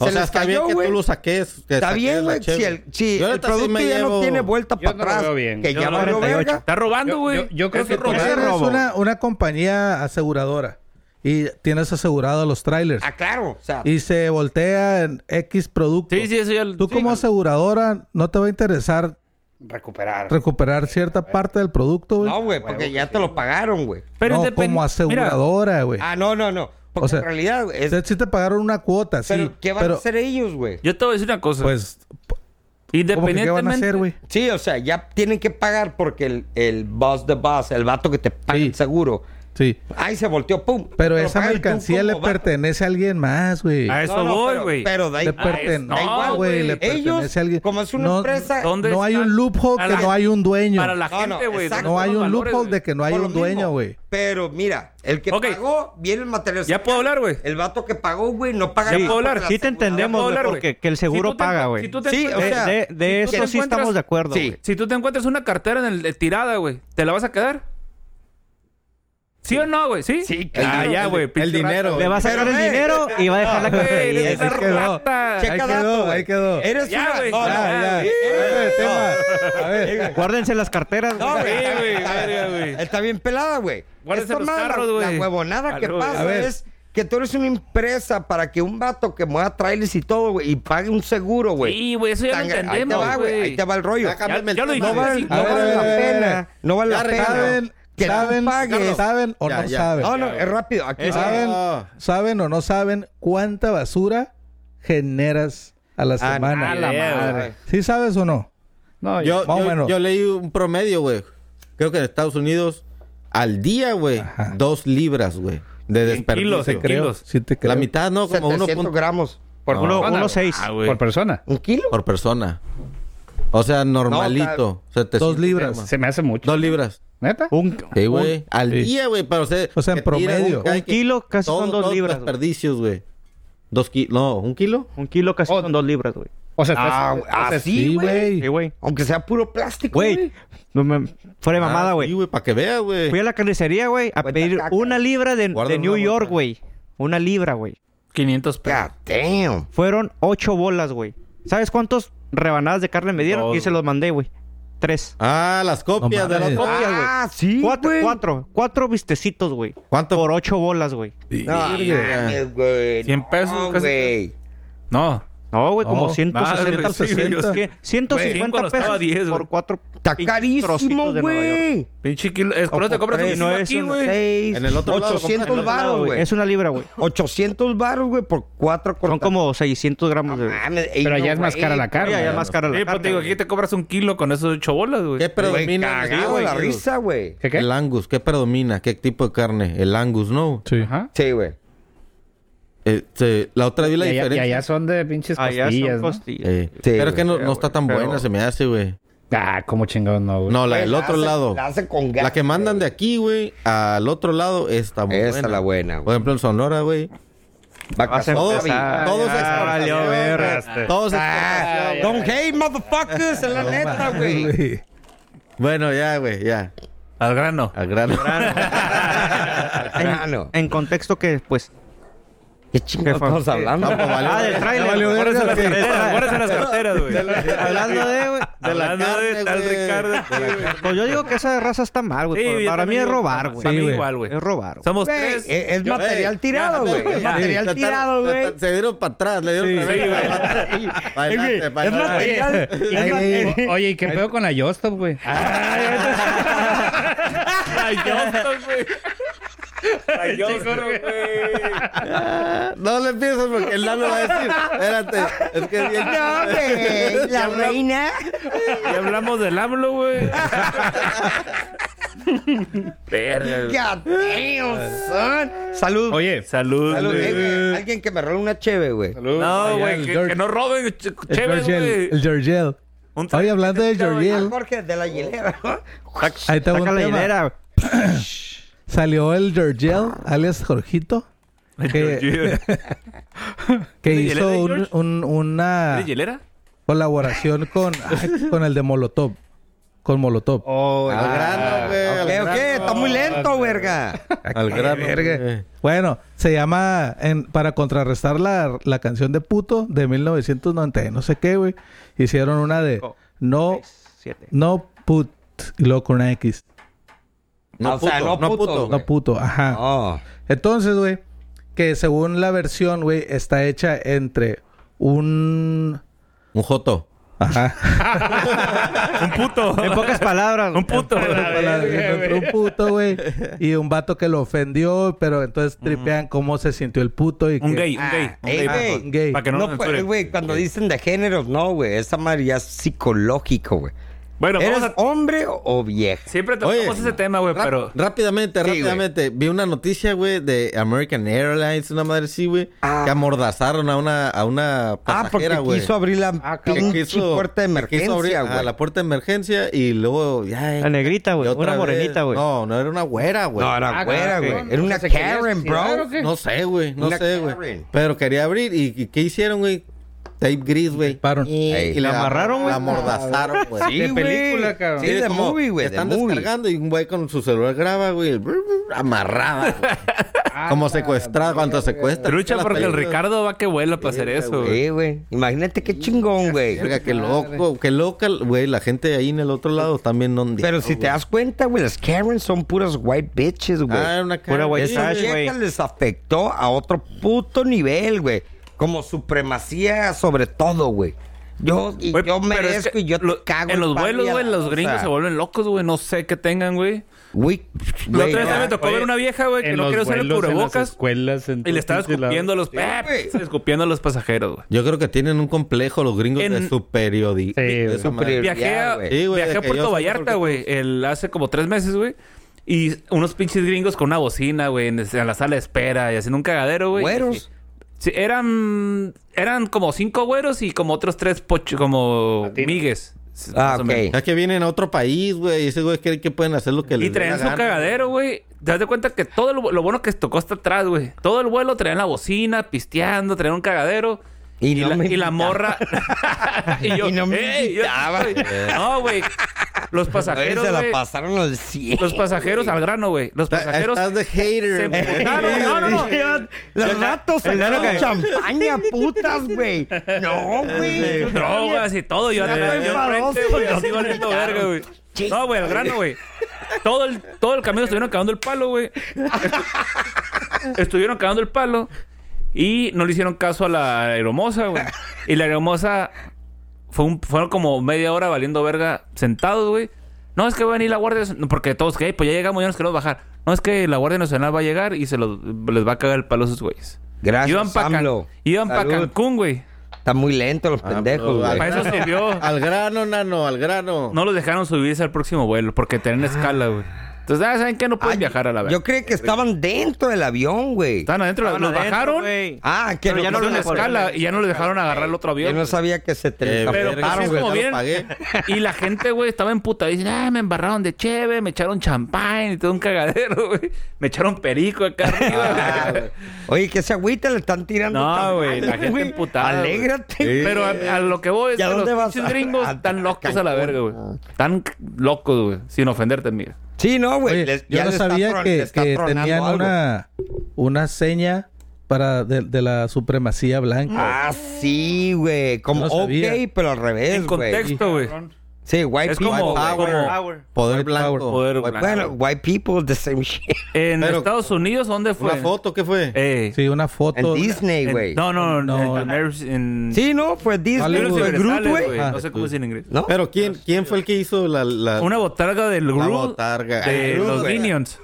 Speaker 5: O
Speaker 2: Se
Speaker 5: sea,
Speaker 2: les
Speaker 5: está
Speaker 2: cayó,
Speaker 5: bien que
Speaker 2: güey.
Speaker 5: tú lo saques. que
Speaker 2: Está
Speaker 5: saques la
Speaker 2: bien, güey.
Speaker 5: cheve.
Speaker 2: Si el, si
Speaker 5: Yo
Speaker 2: el
Speaker 5: ahorita sí
Speaker 2: producto
Speaker 5: me
Speaker 2: ya no
Speaker 5: llevo-
Speaker 2: tiene vuelta
Speaker 7: Yo
Speaker 2: para
Speaker 7: no lo
Speaker 2: atrás.
Speaker 7: veo bien.
Speaker 2: Que
Speaker 7: Yo
Speaker 2: ya
Speaker 7: no lo
Speaker 2: valió
Speaker 7: veo bien.
Speaker 2: verga.
Speaker 1: Está robando,
Speaker 7: Yo-
Speaker 1: güey.
Speaker 7: yo- yo creo
Speaker 1: Eso
Speaker 7: que
Speaker 1: es robar.
Speaker 4: Esa es una, una compañía aseguradora. y tienes asegurado los trailers.
Speaker 2: Ah, claro. O sea,
Speaker 4: Y se voltea en X producto.
Speaker 1: Sí, sí, eso ya lo-
Speaker 4: Tú
Speaker 1: sí.
Speaker 4: como aseguradora no te va a interesar
Speaker 7: Recuperar.
Speaker 4: recuperar cierta parte del producto, güey.
Speaker 2: no, güey, porque ya te lo pagaron, güey.
Speaker 1: Pero
Speaker 4: No,
Speaker 1: depend-
Speaker 4: como
Speaker 1: mira,
Speaker 4: aseguradora, güey.
Speaker 2: Ah, no, no, no. Porque
Speaker 4: O sea,
Speaker 2: en realidad, güey, es-
Speaker 4: Si te pagaron una cuota, sí.
Speaker 2: pero ¿qué van
Speaker 4: pero,
Speaker 2: a hacer ellos, güey?
Speaker 1: Yo te voy a decir una cosa.
Speaker 4: Pues, ¿cómo que
Speaker 1: independientemente.
Speaker 4: qué van a hacer, güey?
Speaker 2: Sí, o sea, ya tienen que pagar porque el, el boss de boss, el vato que te paga
Speaker 4: Sí.
Speaker 2: el seguro,
Speaker 4: Sí.
Speaker 2: ahí se volteó, pum.
Speaker 4: Pero
Speaker 2: Te lo
Speaker 4: esa
Speaker 2: pagan tú
Speaker 4: mercancía le
Speaker 2: como vato.
Speaker 4: pertenece a alguien más, güey.
Speaker 1: A eso
Speaker 2: No, no,
Speaker 1: voy,
Speaker 2: pero-
Speaker 1: güey.
Speaker 2: Pero da
Speaker 4: Le
Speaker 2: igual.
Speaker 4: pertenece,
Speaker 1: no,
Speaker 4: no, güey, le
Speaker 2: güey. Ellos,
Speaker 4: pertenece a alguien.
Speaker 2: como es una
Speaker 4: No-
Speaker 2: empresa,
Speaker 1: ¿Dónde
Speaker 4: No hay
Speaker 1: está?
Speaker 4: un loophole
Speaker 1: Para
Speaker 4: que
Speaker 1: la-
Speaker 4: no hay un dueño.
Speaker 1: Para la
Speaker 2: No, no,
Speaker 1: gente, güey.
Speaker 2: exacto.
Speaker 1: ¿dónde
Speaker 4: No
Speaker 1: están
Speaker 4: hay
Speaker 1: los
Speaker 4: un
Speaker 1: valores,
Speaker 4: loophole
Speaker 1: güey?
Speaker 4: de que no hay
Speaker 2: por lo
Speaker 4: un dueño,
Speaker 2: mismo.
Speaker 4: güey.
Speaker 2: Pero mira, el que
Speaker 1: Ok.
Speaker 2: pagó, viene el material.
Speaker 1: ¿Ya puedo hablar, güey?
Speaker 2: El vato que pagó, güey, no paga
Speaker 1: ¿Ya
Speaker 2: nada
Speaker 1: puedo hablar?
Speaker 2: porque la
Speaker 1: Sí
Speaker 3: te
Speaker 2: aseguradora-
Speaker 1: Ya
Speaker 3: entendemos,
Speaker 1: puedo
Speaker 3: güey,
Speaker 1: güey.
Speaker 3: porque que el
Speaker 1: Si
Speaker 3: seguro
Speaker 1: tú te-
Speaker 3: paga, güey.
Speaker 1: Si tú te
Speaker 2: Sí, o
Speaker 1: encuentras-
Speaker 3: De,
Speaker 2: sea,
Speaker 3: de- de
Speaker 1: si tú te
Speaker 3: eso sí
Speaker 1: encuentras-
Speaker 3: estamos de acuerdo,
Speaker 2: Sí.
Speaker 3: güey.
Speaker 1: Si tú te encuentras una cartera en el- eh, tirada, güey, ¿te la vas a quedar? ¿Sí, o no, güey? ¿Sí?
Speaker 2: Sí,
Speaker 1: Ah,
Speaker 2: claro.
Speaker 1: ya,
Speaker 2: El-
Speaker 1: güey.
Speaker 5: el
Speaker 1: pinche
Speaker 5: dinero.
Speaker 1: rata.
Speaker 3: Le va a sacar
Speaker 2: Pero,
Speaker 3: el
Speaker 2: eh,
Speaker 3: dinero y va a dejar la
Speaker 1: Güey,
Speaker 3: cafetería.
Speaker 1: eres
Speaker 4: ahí
Speaker 1: una
Speaker 4: quedó.
Speaker 1: rata.
Speaker 2: Checa
Speaker 4: Ahí quedó,
Speaker 2: dato,
Speaker 4: ahí
Speaker 2: güey.
Speaker 4: quedó.
Speaker 2: Eres
Speaker 1: Ya,
Speaker 2: una...
Speaker 1: güey.
Speaker 2: No, no,
Speaker 1: Ya,
Speaker 4: ya.
Speaker 2: eh,
Speaker 4: Cambia de
Speaker 2: no.
Speaker 4: tema. A ver.
Speaker 3: Guárdense las carteras,
Speaker 2: No,
Speaker 3: güey.
Speaker 2: güey.
Speaker 1: Sí, güey,
Speaker 2: Está-
Speaker 1: verga, güey.
Speaker 2: Está bien pelada, güey.
Speaker 1: Guárdense
Speaker 2: Esta
Speaker 1: los
Speaker 2: madre,
Speaker 1: carros,
Speaker 2: la-
Speaker 1: güey.
Speaker 2: La huevonada que
Speaker 1: Salud.
Speaker 4: A
Speaker 2: pasa
Speaker 4: ver.
Speaker 2: es que tú eres una empresa para que un vato que mueva trailers y todo, güey, y pague un seguro, güey.
Speaker 1: Sí, güey, eso ya lo
Speaker 2: Tan- ahí te va,
Speaker 1: entendemos,
Speaker 2: güey.
Speaker 1: güey.
Speaker 2: Ahí te va el rollo.
Speaker 5: Ya, cámbiame el
Speaker 1: ya lo
Speaker 5: tema,
Speaker 1: dijiste.
Speaker 2: No vale,
Speaker 1: sí,
Speaker 2: no
Speaker 4: A ver,
Speaker 2: vale
Speaker 4: a ver,
Speaker 2: la
Speaker 4: a ver, a ver.
Speaker 2: pena. No vale la
Speaker 5: Ya,
Speaker 2: pena.
Speaker 4: ¿Saben,
Speaker 2: que tú
Speaker 4: saben,
Speaker 2: pagues.
Speaker 4: saben o
Speaker 5: Ya,
Speaker 4: no
Speaker 5: ya.
Speaker 4: saben?
Speaker 2: No, no, es rápido. Aquí
Speaker 4: Eh,
Speaker 2: está.
Speaker 4: ¿Saben,
Speaker 5: Ah.
Speaker 4: ¿Saben o no saben cuánta basura generas a la
Speaker 2: Ah,
Speaker 4: semana?
Speaker 1: a la madre.
Speaker 4: ¿Sí sabes o no?
Speaker 7: No,
Speaker 5: Yo,
Speaker 4: Más o
Speaker 5: yo,
Speaker 4: menos.
Speaker 5: yo leí un promedio, güey. Creo que en Estados Unidos, al día, güey, dos libras, güey, de
Speaker 1: En kilos, en
Speaker 5: desperdicio.
Speaker 1: kilos.
Speaker 4: Sí te creo.
Speaker 5: La mitad, ¿no? Como
Speaker 2: 700
Speaker 5: uno punto-
Speaker 2: gramos.
Speaker 7: por
Speaker 5: No.
Speaker 7: uno,
Speaker 5: Ah,
Speaker 7: uno seis
Speaker 1: Ah, güey.
Speaker 7: por persona.
Speaker 2: ¿Un kilo?
Speaker 5: por persona. O sea, normalito. 700
Speaker 4: Dos libras.
Speaker 5: gramos.
Speaker 7: Se me hace mucho.
Speaker 5: Dos libras.
Speaker 7: ¿Neta?
Speaker 3: Un,
Speaker 5: Sí, güey. Al
Speaker 4: Sí.
Speaker 5: día, güey, pero se-
Speaker 4: O sea, en
Speaker 5: que tiran
Speaker 4: promedio.
Speaker 5: cada
Speaker 3: Un kilo casi
Speaker 5: todo-
Speaker 3: son dos
Speaker 5: todos
Speaker 3: libras,
Speaker 5: Desperdicios, güey. Dos kilos. No, ¿un kilo?
Speaker 3: un kilo casi
Speaker 7: Oh.
Speaker 3: son dos libras, güey.
Speaker 7: O sea,
Speaker 2: Ah,
Speaker 7: estás-
Speaker 2: así,
Speaker 4: Sí,
Speaker 2: güey.
Speaker 4: güey.
Speaker 3: Sí, güey.
Speaker 2: Aunque sea puro plástico,
Speaker 3: Güey,
Speaker 2: güey.
Speaker 3: no me- fuera de mamada, güey.
Speaker 5: Ah, Sí, güey, para que vea, güey.
Speaker 3: Fui a la carnicería, güey, a
Speaker 2: Cuenta
Speaker 3: pedir
Speaker 2: caca.
Speaker 3: una libra de,
Speaker 5: Guarda
Speaker 3: de New
Speaker 5: una
Speaker 3: York,
Speaker 5: bolsa.
Speaker 3: güey. Una libra, güey.
Speaker 1: 500 pesos.
Speaker 2: God damn.
Speaker 3: Fueron ocho bolas, güey. ¿Sabes cuántos rebanadas de carne me dieron?
Speaker 1: Dos,
Speaker 3: Y se los mandé, güey. Tres.
Speaker 5: Ah, las copias
Speaker 4: No
Speaker 5: de
Speaker 4: mames.
Speaker 5: los...
Speaker 3: Copias, güey.
Speaker 2: Ah, sí,
Speaker 3: cuatro,
Speaker 2: güey.
Speaker 3: cuatro. Cuatro vistecitos, güey.
Speaker 5: ¿Cuánto?
Speaker 3: Por ocho bolas, güey.
Speaker 2: No, mames, güey.
Speaker 1: Cien pesos,
Speaker 2: No,
Speaker 1: casi.
Speaker 2: güey.
Speaker 1: No.
Speaker 3: No, güey, como
Speaker 4: No,
Speaker 3: 160
Speaker 1: madre, sí, güey,
Speaker 3: pesos.
Speaker 1: yo
Speaker 3: ¿Qué?
Speaker 1: Cinco
Speaker 3: 150
Speaker 1: costaba
Speaker 3: pesos
Speaker 1: diez, güey.
Speaker 3: por cuatro.
Speaker 2: Está
Speaker 3: pinches
Speaker 2: carísimo,
Speaker 3: trocitos de Nueva York.
Speaker 2: güey.
Speaker 1: Pinche kilo. Es por eso te compras un
Speaker 2: no
Speaker 1: kilo aquí, güey.
Speaker 2: seis,
Speaker 5: En el otro lado,
Speaker 2: 800
Speaker 5: compadre.
Speaker 2: baros, güey.
Speaker 3: Es una libra, güey.
Speaker 2: 800 baros, güey, por Ah, cuatro
Speaker 3: Son
Speaker 2: cortadas.
Speaker 3: como 600
Speaker 2: No
Speaker 3: gramos de.
Speaker 2: mames, ey,
Speaker 7: Pero
Speaker 2: no,
Speaker 7: allá es más
Speaker 2: güey.
Speaker 7: cara la
Speaker 3: Oye,
Speaker 7: carne.
Speaker 3: ya más cara la
Speaker 1: Eh, pues
Speaker 3: carne,
Speaker 1: te digo,
Speaker 3: güey.
Speaker 1: aquí te compras un kilo con esos ocho bolas,
Speaker 5: ¿Qué
Speaker 1: güey.
Speaker 2: Güey,
Speaker 5: predomina? en el
Speaker 2: cagado
Speaker 5: día,
Speaker 2: la
Speaker 5: güey?
Speaker 2: risa, güey.
Speaker 7: ¿Qué, qué?
Speaker 5: El Angus, ¿qué predomina? ¿Qué tipo de carne? El Angus, ¿no?
Speaker 4: Sí.
Speaker 7: Ajá.
Speaker 2: Sí, güey.
Speaker 5: Este, la otra vi
Speaker 7: Y
Speaker 5: la
Speaker 7: allá, y
Speaker 5: diferencia.
Speaker 7: allá son de pinches
Speaker 3: Allá
Speaker 7: costillas,
Speaker 3: son
Speaker 7: pues, ¿no?
Speaker 3: costillas.
Speaker 5: Eh,
Speaker 2: Sí,
Speaker 5: pero
Speaker 2: güey.
Speaker 5: que no, no
Speaker 3: Sí,
Speaker 5: está
Speaker 3: güey,
Speaker 5: tan
Speaker 3: pero-
Speaker 5: buena, se me hace, güey.
Speaker 7: Ah, cómo chingados no, güey.
Speaker 5: No, la
Speaker 2: Güey,
Speaker 5: del otro
Speaker 2: hace-
Speaker 5: lado.
Speaker 2: La hace con ganas.
Speaker 5: La que mandan de aquí, güey, al otro lado está buena.
Speaker 2: Esa la buena, güey.
Speaker 5: Por ejemplo, en Sonora, güey.
Speaker 2: Vacas
Speaker 3: Vas a
Speaker 5: Todos,
Speaker 3: empezar.
Speaker 5: todos
Speaker 3: Ya,
Speaker 5: exportación,
Speaker 3: valió verga.
Speaker 7: Este.
Speaker 5: güey. Todos
Speaker 2: Ah,
Speaker 5: exportación,
Speaker 2: don't hate motherfuckers, en la neta, güey.
Speaker 4: güey.
Speaker 5: güey. Bueno, ya, güey, ya.
Speaker 1: Al grano.
Speaker 5: Al grano.
Speaker 2: [laughs] Ah, no.
Speaker 3: En contexto que, pues.
Speaker 2: ¿Qué chingados
Speaker 3: Jefa. eh,
Speaker 2: estamos hablando?
Speaker 5: No, pues, valió
Speaker 3: Ah,
Speaker 5: verga.
Speaker 3: del tráiler.
Speaker 4: valió
Speaker 3: güey.
Speaker 1: Guárdese
Speaker 4: verga,
Speaker 1: las
Speaker 4: güey.
Speaker 1: carteras, guárdese las carteras,
Speaker 4: [laughs]
Speaker 1: güey.
Speaker 3: Hablando de, güey.
Speaker 2: [laughs]
Speaker 5: De la
Speaker 1: Hablando de
Speaker 5: carne,
Speaker 1: tal
Speaker 5: güey.
Speaker 1: Ricardo.
Speaker 3: Pues yo digo que esa de raza está mal, güey.
Speaker 1: Sí,
Speaker 3: Por-
Speaker 1: yo
Speaker 3: para mí
Speaker 1: también
Speaker 3: es
Speaker 1: digo-
Speaker 3: robar, güey.
Speaker 1: Para mí
Speaker 4: Sí, güey.
Speaker 1: igual, güey.
Speaker 3: Es robar. güey.
Speaker 1: Somos
Speaker 2: Güey,
Speaker 1: tres.
Speaker 2: es, es
Speaker 5: Yo,
Speaker 2: material
Speaker 5: ey,
Speaker 2: tirado,
Speaker 5: ya,
Speaker 2: güey. Es
Speaker 5: sí.
Speaker 2: material
Speaker 5: Trataron-
Speaker 2: tirado, güey.
Speaker 5: Se dieron para atrás, le dieron para atrás. [laughs] Pa'
Speaker 2: Ey, güey,
Speaker 5: adelante,
Speaker 2: Es
Speaker 5: pa' adelante.
Speaker 2: material. es material-
Speaker 7: O- Oye, ¿y qué pedo con la Yostop, güey?
Speaker 1: Ay, yo, güey. Ay, yo, güey.
Speaker 5: No le empieces porque el Lalo va a decir. Espérate. Es que es bien.
Speaker 2: No,
Speaker 5: [laughs]
Speaker 2: güey. La
Speaker 5: hablamos.
Speaker 2: reina.
Speaker 1: Ya hablamos del AMLO, güey. Verga.
Speaker 2: God damn, son. Salud.
Speaker 7: Oye,
Speaker 1: Salud,
Speaker 2: Salud,
Speaker 1: güey.
Speaker 2: eh, güey. Alguien que me role una cheve, güey.
Speaker 1: No, güey,
Speaker 4: el
Speaker 1: que,
Speaker 4: George-
Speaker 1: que no roben, ch-
Speaker 4: El
Speaker 1: chévere,
Speaker 4: Georgiel, el
Speaker 1: güey.
Speaker 4: Georgiel.
Speaker 1: Un tra-
Speaker 4: Oye, hablando de
Speaker 2: Ah,
Speaker 4: Georgiel,
Speaker 2: Jorge, de la hielera.
Speaker 4: ahí te va
Speaker 3: Saca
Speaker 4: un
Speaker 3: la
Speaker 4: tema.
Speaker 3: hilera, güey.
Speaker 4: Salió el Georgiel, alias Jorgito,
Speaker 1: El
Speaker 4: que-
Speaker 1: Georgiel.
Speaker 4: que
Speaker 1: ¿Eres hielera,
Speaker 4: hizo un-
Speaker 1: George?
Speaker 4: un- una
Speaker 1: ¿Eres hielera?
Speaker 4: colaboración con, [laughs] ay, con el de Molotov. Con Molotov.
Speaker 7: oh,
Speaker 5: Al grano, güey. al
Speaker 2: ¿Qué, o
Speaker 5: grano.
Speaker 2: qué? Está muy lento, verga.
Speaker 5: Al grano. güey.
Speaker 4: Bueno, se llama en- para contrarrestar la, la canción de puto de 1990, y no sé qué, güey. Hicieron una de
Speaker 3: Oh,
Speaker 4: no,
Speaker 3: seis, siete.
Speaker 4: no put y luego con una X.
Speaker 5: No
Speaker 2: Ah, o sea,
Speaker 5: puto,
Speaker 2: no
Speaker 5: no
Speaker 2: puto,
Speaker 5: puto,
Speaker 4: No
Speaker 5: güey.
Speaker 4: puto, ajá.
Speaker 2: Oh,
Speaker 4: Entonces, güey, que según la versión, güey, está hecha entre un...
Speaker 5: Un joto.
Speaker 4: Ajá.
Speaker 1: Un puto.
Speaker 3: En pocas palabras.
Speaker 1: Un puto.
Speaker 4: Entre un puto, güey, y un vato que lo ofendió, pero entonces tripean cómo se sintió el puto y
Speaker 1: Un
Speaker 4: que-
Speaker 1: gay, un gay. un
Speaker 2: ey,
Speaker 1: gay,
Speaker 2: güey.
Speaker 1: perdón.
Speaker 4: Un gay.
Speaker 1: Para que no,
Speaker 2: no,
Speaker 1: nos
Speaker 2: pues,
Speaker 1: censuren.
Speaker 2: güey, cuando dicen de géneros, no, güey. Esa madre ya es psicológico, güey.
Speaker 1: Bueno,
Speaker 2: ¿Eres
Speaker 1: vamos a...
Speaker 2: hombre o vieja?
Speaker 1: Siempre tratamos
Speaker 5: Oye,
Speaker 1: ese tema, güey,
Speaker 5: Ráp-
Speaker 1: pero...
Speaker 5: Rápidamente,
Speaker 2: güey.
Speaker 5: rápidamente. Vi una noticia, güey, de American Airlines, una madre así, güey.
Speaker 2: Ah.
Speaker 5: Que amordazaron a una, a una
Speaker 2: Ah, porque
Speaker 5: pasajera, güey.
Speaker 2: quiso abrir la
Speaker 7: Ah, cabrón.
Speaker 5: Que
Speaker 2: pinche
Speaker 5: quiso-
Speaker 2: puerta de
Speaker 5: que quiso abrir
Speaker 2: emergencia,
Speaker 5: a
Speaker 2: güey.
Speaker 5: la puerta de emergencia y luego ya... eh,
Speaker 3: La negrita,
Speaker 5: y
Speaker 3: güey.
Speaker 5: otra
Speaker 3: Una
Speaker 5: vez.
Speaker 3: morenita, güey. [laughs]
Speaker 5: No, no, era una güera, güey.
Speaker 2: No, era
Speaker 7: Ah,
Speaker 2: güera,
Speaker 7: cabrón.
Speaker 2: güey. Era una
Speaker 7: ¿Se quería
Speaker 2: Karen,
Speaker 7: suicidar o
Speaker 2: bro.
Speaker 7: qué?
Speaker 5: No sé, güey. No
Speaker 2: Una
Speaker 5: sé, güey.
Speaker 2: Karen.
Speaker 5: Pero quería abrir. ¿Y, y qué hicieron, güey? Tape gris, güey.
Speaker 4: Disparon.
Speaker 5: Y,
Speaker 2: Ey.
Speaker 5: la
Speaker 3: amarraron, güey.
Speaker 5: La amordazaron, güey.
Speaker 2: Sí,
Speaker 7: De
Speaker 2: güey.
Speaker 7: película, cabrón.
Speaker 2: Sí,
Speaker 5: Sí,
Speaker 2: de
Speaker 5: como
Speaker 2: movie, güey.
Speaker 5: que
Speaker 2: De
Speaker 5: Están
Speaker 2: movie.
Speaker 5: descargando y un güey con su celular graba, güey. el brr, brr, Amarrada,
Speaker 1: [laughs]
Speaker 5: güey.
Speaker 1: Ah,
Speaker 5: Como secuestrada, cuando secuestra.
Speaker 1: Trucha
Speaker 5: La
Speaker 1: porque el
Speaker 5: película.
Speaker 1: Ricardo va que vuela para hacer eso, güey.
Speaker 2: Sí, güey. Imagínate qué chingón, güey.
Speaker 5: Verga, qué loco, qué loca, güey. La gente ahí en el otro lado también no
Speaker 2: Pero si te das cuenta, güey, las Karen son puras white bitches, güey.
Speaker 5: Ah, era una
Speaker 3: Pura
Speaker 5: Karen.
Speaker 3: white
Speaker 5: Sí,
Speaker 2: Esa
Speaker 3: trash,
Speaker 5: güey.
Speaker 3: güey.
Speaker 2: vieja les afectó a otro puto nivel, güey. Como supremacía sobre todo, güey. Yo, y
Speaker 1: Güey,
Speaker 2: yo
Speaker 1: pero es
Speaker 2: merezco
Speaker 1: que
Speaker 2: y yo te
Speaker 1: lo-
Speaker 2: cago.
Speaker 1: En los
Speaker 2: palo
Speaker 1: vuelos,
Speaker 2: y a
Speaker 1: güey,
Speaker 2: la-
Speaker 1: los
Speaker 2: o
Speaker 1: gringos
Speaker 2: sea,
Speaker 1: se vuelven locos, güey. No sé qué tengan, güey.
Speaker 2: Güey,
Speaker 1: La otra vez
Speaker 2: güey,
Speaker 1: me tocó ver una vieja, güey, que no quiere usar el cubrebocas.
Speaker 7: escuelas, en
Speaker 1: Y le estaba
Speaker 7: todos lados.
Speaker 1: escupiendo a los...
Speaker 2: güey.
Speaker 1: Escupiendo a los pasajeros, güey.
Speaker 5: Yo creo que tienen un complejo los gringos
Speaker 1: En-
Speaker 5: de superioridad.
Speaker 7: Sí,
Speaker 5: de
Speaker 7: güey.
Speaker 5: esa madre.
Speaker 2: Superior-
Speaker 1: Viajé a,
Speaker 2: Ya, güey.
Speaker 5: Sí, güey,
Speaker 1: viajé a
Speaker 5: de que yo
Speaker 1: Puerto
Speaker 5: sé
Speaker 1: Vallarta,
Speaker 5: por
Speaker 1: güey, el- hace como tres meses, güey. Y unos pinches gringos con una bocina, güey, en, en la sala de espera y haciendo un cagadero, güey.
Speaker 2: Güeros.
Speaker 1: Sí, eran, eran como cinco güeros y como otros tres pocho, como
Speaker 7: Latinos.
Speaker 1: migues.
Speaker 2: Ah,
Speaker 1: más o
Speaker 2: ok.
Speaker 1: menos.
Speaker 5: Ya que vienen a otro país, güey. Y ese güey cree que pueden hacer lo que les
Speaker 1: Y
Speaker 5: dé
Speaker 1: traen
Speaker 5: la
Speaker 1: su
Speaker 5: gana.
Speaker 1: cagadero, güey. Te das de cuenta que todo lo, lo bueno que tocó hasta atrás, güey. Todo el vuelo traen la bocina, pisteando, traen un cagadero.
Speaker 2: Y
Speaker 1: Y,
Speaker 2: no
Speaker 1: la,
Speaker 2: me
Speaker 1: y la morra.
Speaker 2: [laughs]
Speaker 1: y yo,
Speaker 2: Y no me
Speaker 1: "Ey, yo-
Speaker 2: invitaba".
Speaker 1: No, güey. Los pasajeros.
Speaker 2: Güey, se la
Speaker 1: güey,
Speaker 2: pasaron al 100.
Speaker 1: Los pasajeros al grano, güey. Los
Speaker 5: Está-
Speaker 1: pasajeros.
Speaker 5: Estás de
Speaker 1: se
Speaker 5: hater. güey. [laughs]
Speaker 1: emputaron. No, no,
Speaker 2: [laughs]
Speaker 1: no.
Speaker 2: Los ratos sacaron
Speaker 1: [laughs]
Speaker 2: champaña, putas, güey. No, güey.
Speaker 1: Drogas y todo. Yo andaba yo enfrente, güey. Así valiendo verga, güey. No, güey, al grano, güey. Todo el, todo el camino estuvieron cagando el palo, güey. Estu- estuvieron cagando el palo. Y no le hicieron caso a la aeromoza, güey. Y la aeromoza fue un- fueron como media hora valiendo verga sentados, güey. No, es que va a venir la Guardia Nacional. Porque todos, que, "Ey, pues ya llegamos, ya nos queremos bajar. No, es que la Guardia Nacional va a llegar y se los, les va a cagar el palo a esos güeyes.
Speaker 2: Gracias,
Speaker 1: Iban para
Speaker 2: AMLO. Salud.
Speaker 1: Cancún, pues, güey.
Speaker 2: Está muy lento los
Speaker 5: Ah,
Speaker 2: pendejos,
Speaker 5: pero-
Speaker 2: güey.
Speaker 1: Para eso
Speaker 2: [laughs]
Speaker 1: sirvió.
Speaker 5: Al grano, nano, al grano. Eh,
Speaker 1: No los dejaron subirse al próximo vuelo porque tenían escala, güey. Entonces, ah, ¿saben qué? No pueden
Speaker 2: Ah,
Speaker 1: viajar a la verga.
Speaker 2: Yo creí que estaban dentro del avión, güey.
Speaker 1: Estaban adentro,
Speaker 3: Estaban
Speaker 1: los
Speaker 3: adentro,
Speaker 1: bajaron,
Speaker 3: güey.
Speaker 2: Ah, que
Speaker 3: Pero ya no
Speaker 1: hicieron
Speaker 3: los dejaron.
Speaker 1: escala y ya no les dejaron agarrar el otro
Speaker 2: Yo
Speaker 1: avión.
Speaker 2: no sabía que se
Speaker 5: Eh,
Speaker 1: Pero así
Speaker 5: verga, sí,
Speaker 1: es
Speaker 2: teletransportaron,
Speaker 5: güey,
Speaker 1: como
Speaker 5: ya lo
Speaker 1: vienen.
Speaker 5: pagué.
Speaker 1: [laughs] Y la gente, güey, estaba emputada. Dicen, ah, me embarraron de cheve, me echaron champán y todo un cagadero, [laughs] güey. Me echaron perico
Speaker 2: [laughs]
Speaker 1: acá arriba. Ah, güey.
Speaker 2: Oye, que ese agüita le están tirando.
Speaker 1: no,
Speaker 2: Ah, tan
Speaker 1: güey,
Speaker 2: mal,
Speaker 1: la gente
Speaker 2: güey.
Speaker 1: emputada. güey.
Speaker 2: Alégrate. güey.
Speaker 1: Pero a, a lo que voy es
Speaker 2: ¿Y
Speaker 1: que
Speaker 2: a
Speaker 1: los
Speaker 2: dónde vas?
Speaker 1: pinches gringos
Speaker 2: [laughs] A-
Speaker 1: están
Speaker 2: a
Speaker 1: locos a la
Speaker 2: Cancún.
Speaker 1: verga, güey. Están locos, güey. Sin ofenderte, mira.
Speaker 2: Sí, no, güey.
Speaker 4: Oye,
Speaker 2: les-
Speaker 4: yo
Speaker 2: ya
Speaker 4: no
Speaker 2: le está
Speaker 4: sabía
Speaker 2: tron- le
Speaker 4: que,
Speaker 2: está
Speaker 4: que
Speaker 2: tronando
Speaker 4: tenían
Speaker 2: algo.
Speaker 4: una, una seña para de, de la supremacía blanca.
Speaker 2: Ah, sí, güey. Como,
Speaker 4: Yo no
Speaker 2: ok,
Speaker 4: sabía.
Speaker 2: pero al revés,
Speaker 1: En
Speaker 2: güey.
Speaker 1: contexto, güey.
Speaker 2: Sí, white
Speaker 1: Es
Speaker 2: people.
Speaker 1: como-
Speaker 2: güey.
Speaker 1: como-
Speaker 5: Poder
Speaker 4: power,
Speaker 5: blanco.
Speaker 1: poder
Speaker 5: White
Speaker 1: blanco.
Speaker 2: Bueno, white people, the same shit.
Speaker 1: En
Speaker 5: Pero-
Speaker 1: Estados Unidos, ¿dónde
Speaker 5: ¿Una
Speaker 1: fue?
Speaker 5: foto qué fue?
Speaker 1: Eh,
Speaker 4: Sí, una
Speaker 2: En
Speaker 4: foto.
Speaker 2: Disney,
Speaker 1: en-
Speaker 2: güey.
Speaker 1: no, no, no.
Speaker 4: No.
Speaker 1: En, en, en-
Speaker 2: Sí, no, fue Disney.
Speaker 1: Libros
Speaker 4: Hollywood.
Speaker 2: Fue Groot,
Speaker 1: universales,
Speaker 2: güey.
Speaker 1: güey.
Speaker 4: Ah,
Speaker 1: No sé cómo es en inglés.
Speaker 2: ¿No?
Speaker 5: Pero ¿quién, quién fue el que hizo la... la-
Speaker 1: Una botarga del
Speaker 5: La
Speaker 1: Groot
Speaker 5: botarga.
Speaker 1: de
Speaker 5: El Groot,
Speaker 1: los
Speaker 5: güey.
Speaker 1: Minions.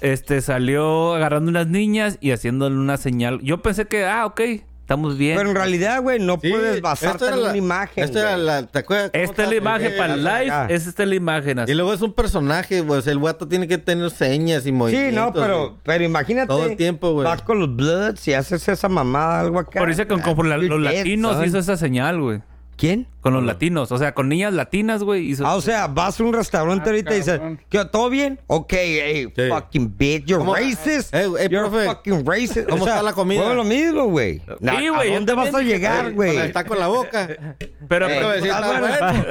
Speaker 1: Este salió agarrando unas niñas y haciéndole una señal. Yo pensé que, ah, ok, estamos bien.
Speaker 2: Pero en realidad, güey, no
Speaker 5: Sí,
Speaker 2: puedes basarte
Speaker 5: esta era
Speaker 2: en una
Speaker 5: la-
Speaker 2: imagen.
Speaker 5: Esta era
Speaker 2: güey.
Speaker 5: la... ¿Te acuerdas? cómo
Speaker 1: esta es la
Speaker 5: estaba?
Speaker 1: imagen
Speaker 5: Eh,
Speaker 1: para el
Speaker 5: la-
Speaker 1: live,
Speaker 2: acá.
Speaker 1: esta es la imagen. así.
Speaker 5: Y luego es un personaje, pues el guato tiene que tener señas y
Speaker 2: Sí,
Speaker 5: movimientos.
Speaker 2: no, pero,
Speaker 5: güey.
Speaker 2: pero imagínate.
Speaker 5: Todo el tiempo, güey.
Speaker 2: Vas con los Bloods y haces esa mamada, algo acá.
Speaker 1: Por eso con, con
Speaker 2: Ah,
Speaker 1: la- los
Speaker 2: you're dead,
Speaker 1: latinos
Speaker 2: son.
Speaker 1: hizo esa señal, güey.
Speaker 2: ¿Quién?
Speaker 1: Con los latinos, o sea, con niñas latinas, güey. hizo-
Speaker 2: Ah, o sea, vas a un restaurante
Speaker 7: Ah,
Speaker 2: ahorita y dices,
Speaker 7: cabrón.
Speaker 2: ¿qué, ¿todo bien? Ok, hey,
Speaker 5: Sí.
Speaker 2: fucking bitch, you're
Speaker 5: ¿Cómo-
Speaker 2: racist.
Speaker 5: Eh, eh,
Speaker 2: you're
Speaker 5: profe.
Speaker 2: fucking racist.
Speaker 5: ¿Cómo
Speaker 2: O sea,
Speaker 5: está la comida?
Speaker 2: fue lo mismo, güey. La-
Speaker 1: Sí,
Speaker 2: ¿A
Speaker 1: güey, eh, yo
Speaker 2: dónde vas a
Speaker 1: también dije,
Speaker 2: llegar,
Speaker 5: Con el
Speaker 2: güey?
Speaker 5: taco en la boca.
Speaker 1: pero
Speaker 5: Eh,
Speaker 1: pero-
Speaker 5: sí, está bueno.
Speaker 2: ah,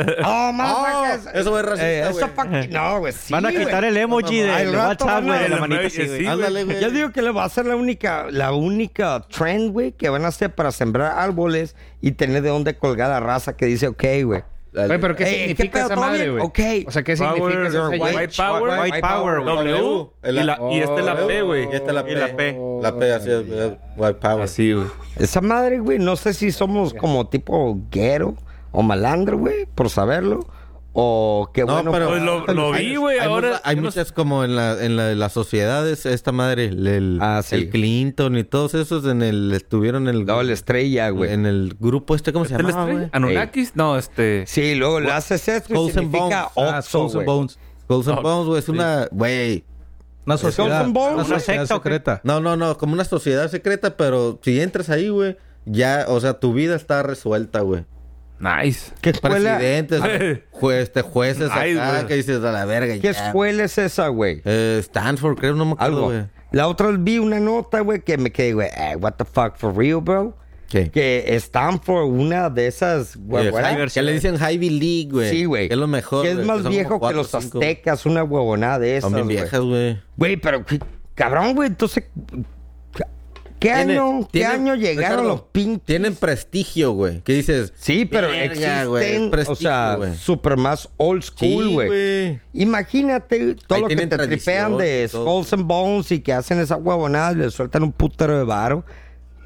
Speaker 2: Oh,
Speaker 5: Oh,
Speaker 2: más
Speaker 5: eso es racista,
Speaker 2: Eh, eso
Speaker 5: güey.
Speaker 2: fucking... No, güey, sí,
Speaker 3: Van a
Speaker 2: güey.
Speaker 3: quitar el emoji
Speaker 5: No, no,
Speaker 3: del
Speaker 2: al rato
Speaker 3: WhatsApp,
Speaker 2: van a-
Speaker 3: güey, de la
Speaker 1: la
Speaker 3: manita
Speaker 1: Mercy,
Speaker 3: así,
Speaker 1: sí.
Speaker 3: güey.
Speaker 5: Ándale, güey.
Speaker 2: Yo digo que le va a ser la única, la única trend, güey, que van a hacer para sembrar árboles y tener de dónde colgar la raza que dice, ok, güey.
Speaker 5: La-
Speaker 7: Güey, pero ¿qué
Speaker 2: Eh, ¿qué
Speaker 7: significa
Speaker 2: pedo,
Speaker 7: esa
Speaker 2: todo
Speaker 7: madre,
Speaker 2: bien?
Speaker 7: güey?
Speaker 2: Ok.
Speaker 7: O sea, ¿qué
Speaker 1: Power,
Speaker 7: significa esa
Speaker 1: White
Speaker 7: señal?
Speaker 1: White [laughs] Power,
Speaker 5: White Power,
Speaker 1: W. Y, la, y esta es la P, güey.
Speaker 5: Y esta es la P.
Speaker 1: Y la P.
Speaker 5: La P, así es, güey, White Power.
Speaker 1: Así, güey.
Speaker 2: Esa madre, güey, no sé si somos como tipo guero o malandro, güey, por saberlo. O qué
Speaker 5: No,
Speaker 2: bueno.
Speaker 5: pero-
Speaker 2: pues,
Speaker 1: Pues lo, lo vi, güey.
Speaker 5: Hay
Speaker 1: Ahora.
Speaker 5: mucha- hay
Speaker 1: yo no-
Speaker 5: muchas como en, la, en la- las sociedades, esta madre, el, el-
Speaker 2: Ah, sí.
Speaker 5: el Clinton y todos esos en el estuvieron en el
Speaker 2: doble estrella, güey. Ah,
Speaker 5: en el grupo este, ¿cómo se
Speaker 1: ¿Esta es la
Speaker 5: llamaba,
Speaker 1: estrella?
Speaker 5: güey?
Speaker 1: Anunnakis. No, este.
Speaker 2: Sí, luego le haces esto y
Speaker 5: Skulls and
Speaker 2: significa
Speaker 4: Ah,
Speaker 2: Oxxo,
Speaker 4: Skulls and
Speaker 2: güey.
Speaker 4: Bones.
Speaker 5: Skulls
Speaker 2: Oh,
Speaker 5: and Bones, güey, es una, güey,
Speaker 4: Una sociedad,
Speaker 2: and Bones?
Speaker 4: una
Speaker 2: ¿Una
Speaker 4: sociedad
Speaker 3: secta o qué?
Speaker 4: secreta.
Speaker 5: no, no, no, como una sociedad secreta, pero si entras ahí, güey, ya, o sea, tu vida está resuelta, güey.
Speaker 1: Nice.
Speaker 2: ¿Qué escuela,
Speaker 5: Presidentes,
Speaker 1: Ay.
Speaker 5: juez, te jueces
Speaker 1: Ay,
Speaker 5: acá,
Speaker 1: güey.
Speaker 5: que dices a la verga,
Speaker 2: ¿Qué
Speaker 5: ya.
Speaker 2: escuela es esa, güey?
Speaker 5: Eh, Stanford, creo, no me acuerdo,
Speaker 2: Algo.
Speaker 5: güey.
Speaker 2: La otra vez vi una nota, güey, que me quedé, güey, eh, what the fuck, for real, bro?
Speaker 5: ¿Qué?
Speaker 2: Que Stanford, una de esas, güey,
Speaker 5: Eh,
Speaker 2: güey,
Speaker 5: Que le dicen Ivy League, güey.
Speaker 2: Sí, güey.
Speaker 5: Que es lo mejor.
Speaker 2: Que es
Speaker 5: güey,
Speaker 2: más
Speaker 5: son como
Speaker 2: viejo que
Speaker 5: cuatro,
Speaker 2: los
Speaker 5: cinco.
Speaker 2: aztecas, una huevonada de esas,
Speaker 5: Son bien
Speaker 2: güey.
Speaker 5: viejas, güey.
Speaker 2: Güey, pero qué- cabrón, güey, entonces ¿qué
Speaker 5: Tiene-
Speaker 2: año, qué
Speaker 5: tiene-
Speaker 2: año llegaron
Speaker 5: Ricardo,
Speaker 2: los pinches?
Speaker 5: Tienen prestigio, güey. ¿Qué dices?
Speaker 2: Sí, pero
Speaker 5: Verga,
Speaker 2: existen,
Speaker 5: güey,
Speaker 2: o sea,
Speaker 5: prestigio, güey.
Speaker 2: super más old school,
Speaker 5: Sí,
Speaker 2: güey.
Speaker 5: güey.
Speaker 2: Imagínate todo
Speaker 5: Ahí
Speaker 2: lo que te
Speaker 5: tienen
Speaker 2: tripean
Speaker 5: tradición
Speaker 2: de
Speaker 5: y todo.
Speaker 2: Skulls and Bones y que hacen esa huevonada y le sueltan un putero de varo.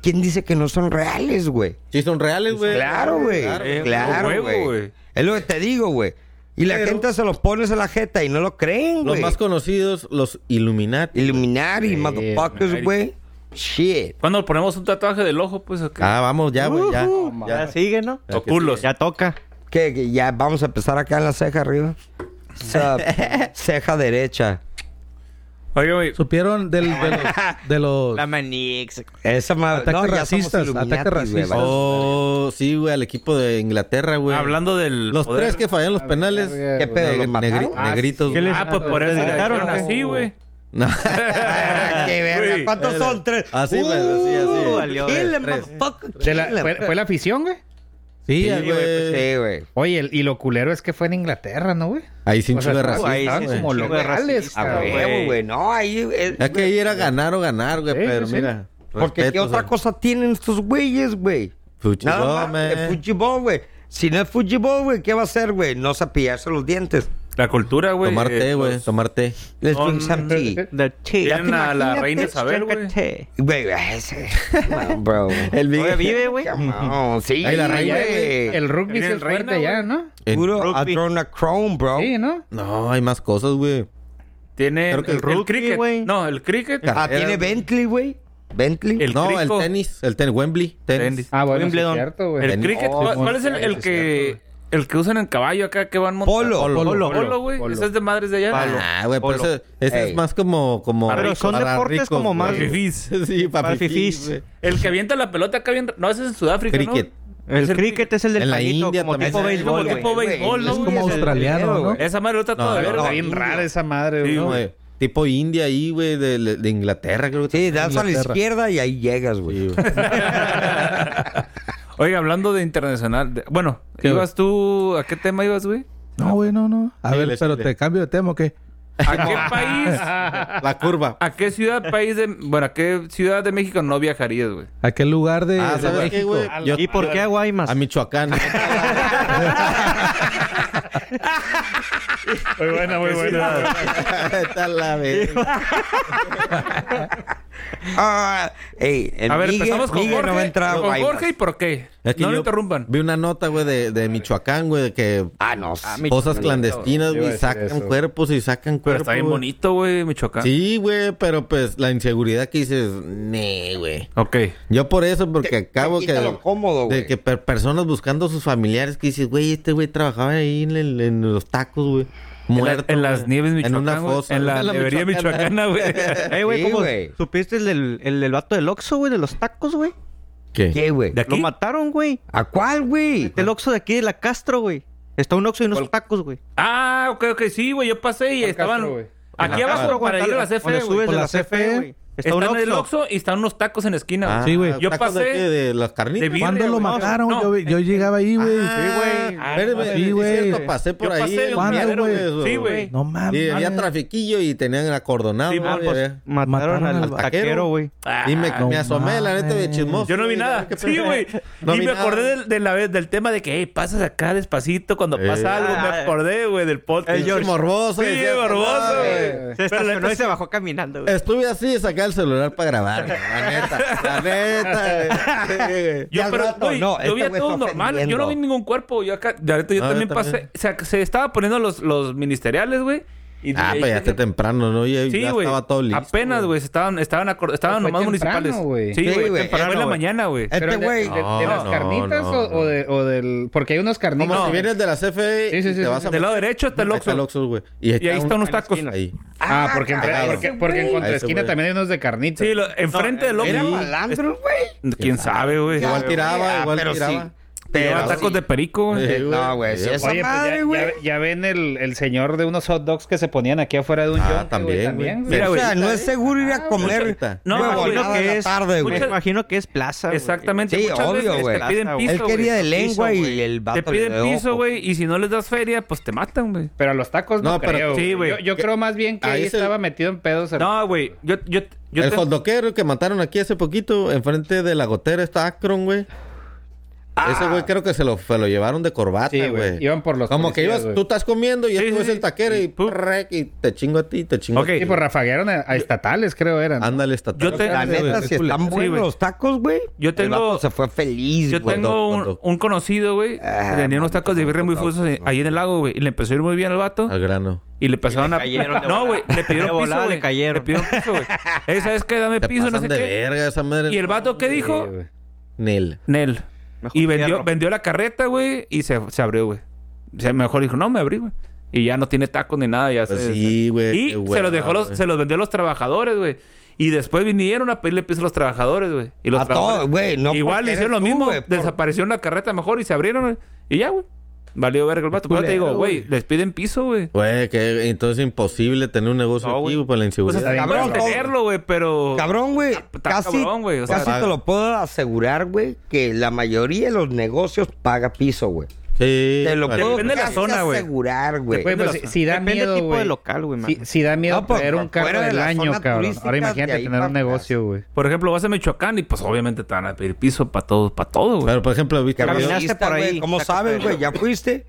Speaker 2: ¿Quién dice que no son reales, güey?
Speaker 5: Sí, son reales, güey.
Speaker 2: Claro, güey.
Speaker 1: Eh,
Speaker 2: Claro,
Speaker 1: huevo,
Speaker 2: güey.
Speaker 1: güey.
Speaker 2: Es lo que te digo, güey. Y la
Speaker 5: Pero-
Speaker 2: gente se los pones a la jeta y no lo creen,
Speaker 5: Los
Speaker 2: güey.
Speaker 5: más conocidos, los Illuminati.
Speaker 2: Illuminati, motherfuckers,
Speaker 1: Illuminati.
Speaker 2: güey. Shit.
Speaker 1: Cuando ponemos un tatuaje del ojo, pues acá.
Speaker 5: Ah, vamos, ya, güey, ya.
Speaker 3: Ya
Speaker 5: ya.
Speaker 3: sigue, ¿no?
Speaker 1: o culos.
Speaker 3: Ya toca.
Speaker 2: ¿Qué? que Ya vamos a empezar acá en la ceja arriba. O
Speaker 5: [laughs]
Speaker 2: sea, ceja derecha.
Speaker 1: Oye, güey.
Speaker 4: Supieron del, de los,
Speaker 2: [laughs]
Speaker 4: de los-
Speaker 3: manix.
Speaker 2: Esa madre.
Speaker 4: Ataques
Speaker 2: No, ya somos
Speaker 4: racistas,
Speaker 2: Illuminati,
Speaker 4: ataques
Speaker 2: güey,
Speaker 4: racistas.
Speaker 2: vale.
Speaker 5: Oh, sí, güey, al equipo de Inglaterra, güey.
Speaker 1: Hablando del.
Speaker 5: Los
Speaker 1: poder.
Speaker 5: tres que fallaron los penales.
Speaker 2: ¿Qué pedo? ¿Los
Speaker 5: Negri-
Speaker 2: mataron?
Speaker 5: negri- negritos.
Speaker 3: ¿Qué
Speaker 5: güey.
Speaker 3: les-
Speaker 1: Ah, pues por eso
Speaker 3: ¿Les dejaron
Speaker 1: dijeron
Speaker 3: o qué?
Speaker 1: así, güey.
Speaker 5: [laughs] No.
Speaker 2: Ah, qué verga.
Speaker 1: Güey.
Speaker 2: ¿Cuántos son? Tres.
Speaker 5: Así, güey, así, así.
Speaker 3: valió
Speaker 2: kill
Speaker 3: ver,
Speaker 2: them, motherfucker,
Speaker 7: De la-
Speaker 2: kill them.
Speaker 7: fue, fue la afición, güey?
Speaker 5: Sí,
Speaker 2: Sí, güey, pues,
Speaker 5: güey.
Speaker 2: sí, güey.
Speaker 7: Oye, el- y lo culero es que fue en Inglaterra, ¿no, güey?
Speaker 5: Ahí sin
Speaker 7: O sea,
Speaker 5: chulo de
Speaker 7: tú-
Speaker 5: racistas,
Speaker 7: ahí sí
Speaker 5: güey.
Speaker 7: como
Speaker 3: Chingo de
Speaker 7: locales,
Speaker 3: racistas,
Speaker 2: A
Speaker 7: cabrón.
Speaker 3: güey.
Speaker 2: huevo, güey. No, ahí. eh,
Speaker 5: Es que ahí era ganar o ganar, güey,
Speaker 7: Sí,
Speaker 5: pero
Speaker 7: sí, sí.
Speaker 5: mira.
Speaker 2: porque ¿qué
Speaker 5: respeto,
Speaker 2: otra
Speaker 5: o sea,
Speaker 2: cosa tienen estos güeyes, güey?
Speaker 5: Fuchi
Speaker 2: Nada más
Speaker 5: Gómez.
Speaker 2: de fútbol, güey. Si no es fútbol, güey, ¿qué va a hacer, güey? No cepillarse los dientes.
Speaker 1: La cultura, güey.
Speaker 5: Tomar
Speaker 1: eh,
Speaker 5: té, güey,
Speaker 1: los-
Speaker 5: tomar té.
Speaker 2: Les
Speaker 1: Son-
Speaker 2: drink some tea.
Speaker 3: The
Speaker 1: Tienen
Speaker 3: tea.
Speaker 1: a la
Speaker 2: imagínate,
Speaker 1: reina Isabel, güey.
Speaker 3: Chocolate.
Speaker 2: Güey, ese. No, bro.
Speaker 5: El
Speaker 3: Todavía vive, güey.
Speaker 2: No, sí.
Speaker 5: Ahí la reina,
Speaker 7: Allá
Speaker 2: Ah, güey.
Speaker 7: el, el rugby es
Speaker 1: Tienen
Speaker 7: el
Speaker 1: reina,
Speaker 7: fuerte ya, ¿no?
Speaker 5: En-
Speaker 2: Puro
Speaker 3: rugby.
Speaker 2: Adrona Chrome, bro.
Speaker 7: Sí, ¿no?
Speaker 5: No, hay más cosas, güey.
Speaker 1: Tiene
Speaker 5: Creo que el
Speaker 1: el,
Speaker 5: rugby,
Speaker 1: cricket.
Speaker 3: güey.
Speaker 1: No, el cricket.
Speaker 2: Ah,
Speaker 5: Era-
Speaker 2: tiene Bentley, güey. Bentley.
Speaker 1: El
Speaker 5: no,
Speaker 1: crico.
Speaker 5: el tenis, el tenis, Wembley, tenis.
Speaker 1: Tenis.
Speaker 7: Ah, bueno, sí es
Speaker 3: Wimbledon.
Speaker 7: cierto, güey.
Speaker 1: El cricket.
Speaker 5: Oh,
Speaker 1: ¿Cuál,
Speaker 5: sí,
Speaker 1: cuál es el,
Speaker 5: sí,
Speaker 1: el
Speaker 5: sí,
Speaker 1: que el que usan en caballo acá que van montando?
Speaker 2: Polo. Polo.
Speaker 1: Polo,
Speaker 2: Polo.
Speaker 1: Polo, güey.
Speaker 7: Polo.
Speaker 1: Esas de madres de allá.
Speaker 5: Ah, güey, pero ese, ese
Speaker 2: Ey.
Speaker 5: es más como... como
Speaker 1: Pero
Speaker 5: para
Speaker 3: son
Speaker 5: ricos, para
Speaker 3: deportes como
Speaker 1: Los
Speaker 5: güey.
Speaker 3: más-
Speaker 1: fifís.
Speaker 5: [laughs] sí, para
Speaker 3: Para
Speaker 5: fifís,
Speaker 3: fifís.
Speaker 5: güey.
Speaker 1: El que avienta la pelota acá bien. No, ese es en Sudáfrica. ¿no?
Speaker 5: Cricket.
Speaker 3: El
Speaker 1: Es el-
Speaker 3: cricket es el del
Speaker 5: en la
Speaker 3: palito,
Speaker 5: India
Speaker 3: como
Speaker 5: también
Speaker 3: tipo
Speaker 5: es-
Speaker 1: Como
Speaker 3: béisbol,
Speaker 1: tipo
Speaker 3: güey.
Speaker 1: béisbol, ¿no?
Speaker 4: es
Speaker 1: güey?
Speaker 4: como
Speaker 2: es el
Speaker 4: australiano,
Speaker 2: video,
Speaker 4: ¿no?
Speaker 2: güey.
Speaker 1: Esa madre está
Speaker 5: No,
Speaker 1: toda
Speaker 5: no,
Speaker 1: verga.
Speaker 7: Está
Speaker 2: no.
Speaker 7: bien
Speaker 2: Indio.
Speaker 7: rara esa madre,
Speaker 1: Sí,
Speaker 7: güey.
Speaker 5: No, güey, tipo India ahí, güey, de, de Inglaterra, creo que.
Speaker 2: Sí, das a la
Speaker 4: Inglaterra.
Speaker 2: izquierda y ahí llegas,
Speaker 5: Sí,
Speaker 2: güey. [laughs]
Speaker 5: güey.
Speaker 1: [laughs] Oiga, hablando de internacional. de- bueno, ¿ibas tú? ¿A qué tema ibas, güey?
Speaker 4: No, güey, no, no. A
Speaker 5: Sí,
Speaker 4: ver,
Speaker 5: les-
Speaker 4: pero
Speaker 5: les-
Speaker 4: te cambio de tema, ¿o qué?
Speaker 5: [laughs]
Speaker 1: ¿A qué país?
Speaker 5: [laughs] La curva.
Speaker 1: ¿A qué ciudad, país de. Bueno, ¿a qué ciudad de México no viajarías, güey?
Speaker 4: ¿A qué lugar de,
Speaker 5: Ah,
Speaker 4: de
Speaker 5: ¿sabes qué,
Speaker 4: México?
Speaker 5: güey? Yo-
Speaker 3: ¿Y por qué a Guaymas?
Speaker 1: [laughs]
Speaker 5: A Michoacán.
Speaker 7: Muy buena, muy buena.
Speaker 5: Está la verga.
Speaker 2: [laughs] Ah, ey, el
Speaker 1: a ver,
Speaker 2: Miguel-
Speaker 1: empezamos con
Speaker 2: Miguel
Speaker 1: Jorge.
Speaker 2: no va a entrar a
Speaker 1: con
Speaker 2: Guaymas.
Speaker 1: Jorge y por qué.
Speaker 5: Es que
Speaker 1: no lo
Speaker 5: yo
Speaker 1: interrumpan.
Speaker 5: Vi una nota, güey, de, de Michoacán, güey, de que
Speaker 2: Ah, no. sí.
Speaker 5: cosas clandestinas,
Speaker 6: Yo iba a
Speaker 5: güey,
Speaker 6: decir
Speaker 5: sacan
Speaker 6: eso.
Speaker 5: cuerpos y sacan
Speaker 1: Pero
Speaker 5: cuerpos.
Speaker 1: está bien
Speaker 5: güey.
Speaker 1: bonito, güey, Michoacán.
Speaker 5: Sí, güey, pero pues la inseguridad que dices, nee, güey.
Speaker 1: Ok.
Speaker 5: Yo por eso, porque acabo
Speaker 2: te
Speaker 5: que.
Speaker 2: quita lo cómodo, güey.
Speaker 5: de que per- personas buscando a sus familiares que dices, güey, este güey trabajaba ahí en, el- en los tacos, güey. Muerto.
Speaker 1: en
Speaker 5: güey.
Speaker 1: las nieves
Speaker 5: En
Speaker 1: Michoacán,
Speaker 5: una
Speaker 1: güey.
Speaker 5: fosa.
Speaker 1: En la nevería michoacana, güey.
Speaker 5: [laughs]
Speaker 3: Ey, Eh, güey,
Speaker 2: Sí,
Speaker 3: ¿cómo
Speaker 2: güey.
Speaker 3: supiste el del, el del vato del Oxxo, güey? De los tacos, güey.
Speaker 5: ¿Qué?
Speaker 2: ¿Qué, güey?
Speaker 1: ¿De Este
Speaker 3: Lo
Speaker 1: aquí?
Speaker 3: mataron, güey.
Speaker 2: ¿A cuál, güey? [laughs]
Speaker 3: Del Oxxo de aquí, de la Castro, güey. Está un Oxxo y unos tacos, güey.
Speaker 1: Ah, ok, ok, sí, güey. Yo pasé y estaban.
Speaker 7: Castro, güey?
Speaker 1: aquí
Speaker 3: La
Speaker 1: abajo,
Speaker 3: Castro, güey,
Speaker 1: para ir a
Speaker 3: está-
Speaker 1: la CFE,
Speaker 3: donde Ah, subes
Speaker 1: güey.
Speaker 4: Por
Speaker 3: de
Speaker 4: la
Speaker 3: la CFE,
Speaker 4: CFE.
Speaker 3: güey. Está
Speaker 1: Están
Speaker 3: un
Speaker 1: en el
Speaker 3: Oxxo.
Speaker 1: Oxxo y están unos tacos en la esquina,
Speaker 5: Ah,
Speaker 1: güey.
Speaker 4: Sí, güey.
Speaker 1: Yo
Speaker 5: ¿tacos
Speaker 1: pasé
Speaker 5: ¿De, qué? ¿De las carnitas?
Speaker 1: de birria,
Speaker 4: ¿Cuándo lo
Speaker 1: güey.
Speaker 4: mataron?
Speaker 1: No,
Speaker 4: yo, yo llegaba ahí, güey.
Speaker 5: Ah,
Speaker 3: Sí, güey.
Speaker 5: güey. Espérame,
Speaker 4: sí,
Speaker 5: es
Speaker 4: güey.
Speaker 5: cierto, pasé por
Speaker 1: Yo
Speaker 5: ahí.
Speaker 1: pasé
Speaker 5: en
Speaker 1: el
Speaker 4: ¿Cuándo,
Speaker 5: miércoles,
Speaker 1: güey? Sí, güey.
Speaker 4: No mames.
Speaker 5: Y había trafiquillo y tenían acordonado.
Speaker 1: Sí,
Speaker 5: güey,
Speaker 1: pues,
Speaker 5: había-
Speaker 3: Mataron,
Speaker 4: Mataron
Speaker 3: al
Speaker 4: al
Speaker 5: vaquero.
Speaker 3: taquero, güey.
Speaker 5: y me,
Speaker 4: Ah, no
Speaker 5: me asomé, la neta, de
Speaker 4: mames.
Speaker 5: chismoso.
Speaker 1: Yo no vi
Speaker 5: güey,
Speaker 1: nada.
Speaker 5: qué
Speaker 1: Sí,
Speaker 5: pedo.
Speaker 1: güey.
Speaker 5: No
Speaker 1: y
Speaker 5: vi
Speaker 1: me
Speaker 5: nada.
Speaker 1: acordé del, de la vez, del tema de que, hey, pasas acá despacito cuando
Speaker 5: Eh.
Speaker 1: pasa algo. Me acordé, güey, del podcast.
Speaker 5: El George morboso.
Speaker 1: Sí,
Speaker 5: decía,
Speaker 1: morboso,
Speaker 5: "No,
Speaker 1: güey.
Speaker 3: Se
Speaker 1: Pero la
Speaker 3: estacionó
Speaker 1: neta-
Speaker 3: y se bajó caminando, güey.
Speaker 5: Estuve así y saqué el celular para grabar. güey, La neta. La
Speaker 4: [laughs]
Speaker 5: neta. güey. Sí,
Speaker 1: Yo,
Speaker 5: al
Speaker 1: pero,
Speaker 5: rato,
Speaker 1: güey,
Speaker 2: no,
Speaker 1: yo
Speaker 2: este
Speaker 1: vi a
Speaker 2: güey
Speaker 1: todos
Speaker 2: está
Speaker 1: normales. Yo
Speaker 2: ofendiendo.
Speaker 1: no vi ningún cuerpo. Yo acá, la neta, yo
Speaker 5: No, yo
Speaker 1: también pasé.
Speaker 5: también.
Speaker 1: O sea, que se estaba poniendo los, los ministeriales, güey. y-
Speaker 5: Ah,
Speaker 1: y-
Speaker 5: pues ya está temprano, ¿no? Ya,
Speaker 1: Sí,
Speaker 5: ya
Speaker 1: güey.
Speaker 5: estaba todo listo.
Speaker 1: Apenas, güey. se Estaban, estaban, acor- estaban
Speaker 7: Fue
Speaker 1: nomás
Speaker 7: temprano,
Speaker 1: municipales.
Speaker 7: güey.
Speaker 1: Sí,
Speaker 2: Sí,
Speaker 1: güey.
Speaker 2: güey.
Speaker 1: temprano en la
Speaker 2: Bueno,
Speaker 1: mañana, güey.
Speaker 2: Este
Speaker 7: Pero de-
Speaker 2: güey-
Speaker 7: De,
Speaker 5: No,
Speaker 7: de las
Speaker 5: no,
Speaker 7: carnitas
Speaker 5: no,
Speaker 7: o,
Speaker 5: no.
Speaker 7: o de- o del. Porque hay unos carnitas.
Speaker 5: Como si
Speaker 1: No.
Speaker 5: vienes de la CFE
Speaker 7: Sí, sí,
Speaker 5: y
Speaker 7: sí,
Speaker 5: te
Speaker 7: sí.
Speaker 5: vas a...
Speaker 1: Del lado derecho está el
Speaker 5: Ahí está
Speaker 1: Oxxo.
Speaker 5: güey.
Speaker 1: Y ahí están unos tacos.
Speaker 5: Ahí.
Speaker 7: Ah, porque, en,
Speaker 5: cagado.
Speaker 7: porque, porque en
Speaker 5: Ese
Speaker 7: contraesquina
Speaker 5: güey.
Speaker 7: también hay unos de carnitas.
Speaker 1: Sí, lo- enfrente del
Speaker 5: era
Speaker 1: Oxxo.
Speaker 2: malandro, güey.
Speaker 1: ¿Quién sabe, güey?
Speaker 5: Igual tiraba,
Speaker 2: Ah,
Speaker 5: igual
Speaker 2: pero
Speaker 5: tiraba.
Speaker 2: sí.
Speaker 1: Llevan
Speaker 2: Pero
Speaker 1: tacos
Speaker 2: sí.
Speaker 1: de perico, güey.
Speaker 5: Eh,
Speaker 2: No, güey, sí, esa
Speaker 7: Oye, pues ya-
Speaker 2: madre,
Speaker 7: ya,
Speaker 2: güey.
Speaker 7: ya ven el, el señor de unos hot dogs que se ponían aquí afuera de un
Speaker 5: Ah,
Speaker 7: yonke,
Speaker 5: también,
Speaker 7: güey,
Speaker 5: güey.
Speaker 7: también, güey.
Speaker 1: Mira,
Speaker 2: o
Speaker 1: güey.
Speaker 2: sea, no es seguro ir a comer
Speaker 5: Ahorita.
Speaker 2: no,
Speaker 1: Ah, No, me imagino
Speaker 2: huevonada en
Speaker 1: que
Speaker 2: la
Speaker 1: es-
Speaker 2: tarde, güey.
Speaker 1: muchas-
Speaker 3: Me imagino que es plaza, güey.
Speaker 1: Exactamente.
Speaker 2: Sí,
Speaker 1: muchas
Speaker 2: obvio,
Speaker 1: veces
Speaker 2: güey.
Speaker 1: Te piden
Speaker 3: Él
Speaker 1: piso,
Speaker 2: Él
Speaker 1: güey.
Speaker 2: quería de lengua
Speaker 3: Piso,
Speaker 2: y el vato
Speaker 1: Te piden
Speaker 2: le dio
Speaker 1: piso,
Speaker 2: ojo.
Speaker 1: güey. Y si no les das feria, pues te matan, güey.
Speaker 7: Pero a los tacos no,
Speaker 5: No, pero-
Speaker 7: creo.
Speaker 1: sí, güey.
Speaker 7: Yo, yo creo más bien que
Speaker 5: Ahí
Speaker 7: ahí
Speaker 5: es el-
Speaker 7: estaba metido en pedos. el-
Speaker 1: No, güey. Yo, yo, yo
Speaker 5: el
Speaker 1: te-
Speaker 5: hotdoquero que mataron aquí hace poquito, enfrente de la gotera, está Akron, güey.
Speaker 1: Ah.
Speaker 5: Ese güey creo que se lo, se lo llevaron de corbata,
Speaker 7: Sí, güey.
Speaker 5: güey.
Speaker 7: Iban por los
Speaker 5: Como que
Speaker 7: policías,
Speaker 5: ibas,
Speaker 7: güey.
Speaker 5: tú estás comiendo y
Speaker 1: Sí,
Speaker 5: este güey
Speaker 1: sí,
Speaker 5: es el taquero
Speaker 1: sí.
Speaker 5: y, prrrec, y te chingo a ti, te chingo
Speaker 1: Ok.
Speaker 5: a ti.
Speaker 7: Sí, pues rafaguearon a, a estatales, creo eran.
Speaker 5: Ándale, esta
Speaker 1: Yo te-
Speaker 2: La neta, si
Speaker 4: Sí,
Speaker 2: están
Speaker 1: güey.
Speaker 2: buenos los tacos, güey.
Speaker 1: Yo
Speaker 2: el
Speaker 1: tengo-
Speaker 2: vato se fue feliz,
Speaker 1: Yo
Speaker 2: güey.
Speaker 1: tengo
Speaker 5: hot
Speaker 1: un,
Speaker 5: dog.
Speaker 1: un conocido, güey.
Speaker 2: Ah,
Speaker 1: que tenía unos tacos de birria muy
Speaker 2: hot
Speaker 1: fusos
Speaker 2: dog.
Speaker 1: ahí en el lago, güey. Y le empezó a ir muy bien al vato.
Speaker 5: Al grano.
Speaker 1: Y le pasaron a.
Speaker 3: cayeron de
Speaker 1: no,
Speaker 3: volada.
Speaker 1: güey. Le
Speaker 3: De
Speaker 1: pidieron piso.
Speaker 3: volada le
Speaker 1: güey.
Speaker 3: cayeron.
Speaker 1: Le pidieron piso, güey. Eh, ¿Sabes qué? Dame
Speaker 5: Te
Speaker 1: piso, no sé
Speaker 5: pasan de
Speaker 1: qué.
Speaker 5: verga esa madre.
Speaker 1: Y el vato, ¿qué dijo?
Speaker 5: Nel.
Speaker 1: Nel.
Speaker 3: Mejor
Speaker 1: Y vendió,
Speaker 3: cierro.
Speaker 1: vendió la carreta, güey. Y se, se abrió, güey. O sea, mejor dijo, no, me abrí, güey. Y ya no tiene tacos ni nada. Ya
Speaker 5: Pues
Speaker 1: se-
Speaker 5: sí, güey,
Speaker 1: Y
Speaker 5: qué
Speaker 1: se
Speaker 5: hueva,
Speaker 1: los dejó, los,
Speaker 5: güey.
Speaker 1: se los vendió a los trabajadores, güey. Y después vinieron a pedirle piso a los trabajadores, güey. Y los
Speaker 2: A
Speaker 1: trabajadores-
Speaker 2: todos, güey. No
Speaker 1: Igual
Speaker 2: porque
Speaker 1: hicieron lo
Speaker 2: eres tú,
Speaker 1: mismo.
Speaker 2: güey, por-
Speaker 1: Desapareció la carreta mejor y se abrieron, güey. Y ya, güey. Valió verga el vato. Pero te digo, güey, les piden piso, güey.
Speaker 5: Güey, que entonces imposible tener un negocio
Speaker 3: No,
Speaker 5: aquí
Speaker 3: güey.
Speaker 5: güey, por la
Speaker 1: Pues
Speaker 5: inseguridad.
Speaker 1: está bien
Speaker 2: cabrón,
Speaker 1: para
Speaker 2: todo-
Speaker 1: tenerlo, güey, pero...
Speaker 2: Cabrón, güey.
Speaker 1: Ah, está
Speaker 2: Casi,
Speaker 1: cabrón, güey, o sea,
Speaker 2: casi te
Speaker 5: paga.
Speaker 2: lo puedo asegurar, güey, que la mayoría de los negocios paga piso, güey.
Speaker 5: sí,
Speaker 2: Te lo
Speaker 5: vale.
Speaker 2: puedo
Speaker 1: Depende de la
Speaker 2: casi
Speaker 1: zona, güey.
Speaker 2: asegurar,
Speaker 7: Güey,
Speaker 2: güey.
Speaker 7: pues,
Speaker 1: Depende de
Speaker 7: si,
Speaker 1: la-
Speaker 7: si da
Speaker 3: Depende
Speaker 7: miedo,
Speaker 3: del tipo
Speaker 7: güey.
Speaker 3: de local, güey,
Speaker 7: Si,
Speaker 3: man.
Speaker 7: si da miedo
Speaker 2: No, pues,
Speaker 7: traer un carro
Speaker 2: fuera de
Speaker 7: del
Speaker 2: la
Speaker 7: año,
Speaker 2: zona
Speaker 7: cabrón.
Speaker 2: turística,
Speaker 7: Ahora
Speaker 2: de
Speaker 7: imagínate
Speaker 2: ahí
Speaker 7: tener
Speaker 2: para
Speaker 7: un negocio, güey.
Speaker 1: Por ejemplo, vas a Michoacán y pues obviamente te van a pedir piso para todo, para todo, güey.
Speaker 5: Pero, por ejemplo, viste... el video?
Speaker 3: Caminaste por ahí.
Speaker 2: güey, ¿Cómo
Speaker 3: Saca
Speaker 2: sabes,
Speaker 3: pedo.
Speaker 2: güey? ¿Ya fuiste?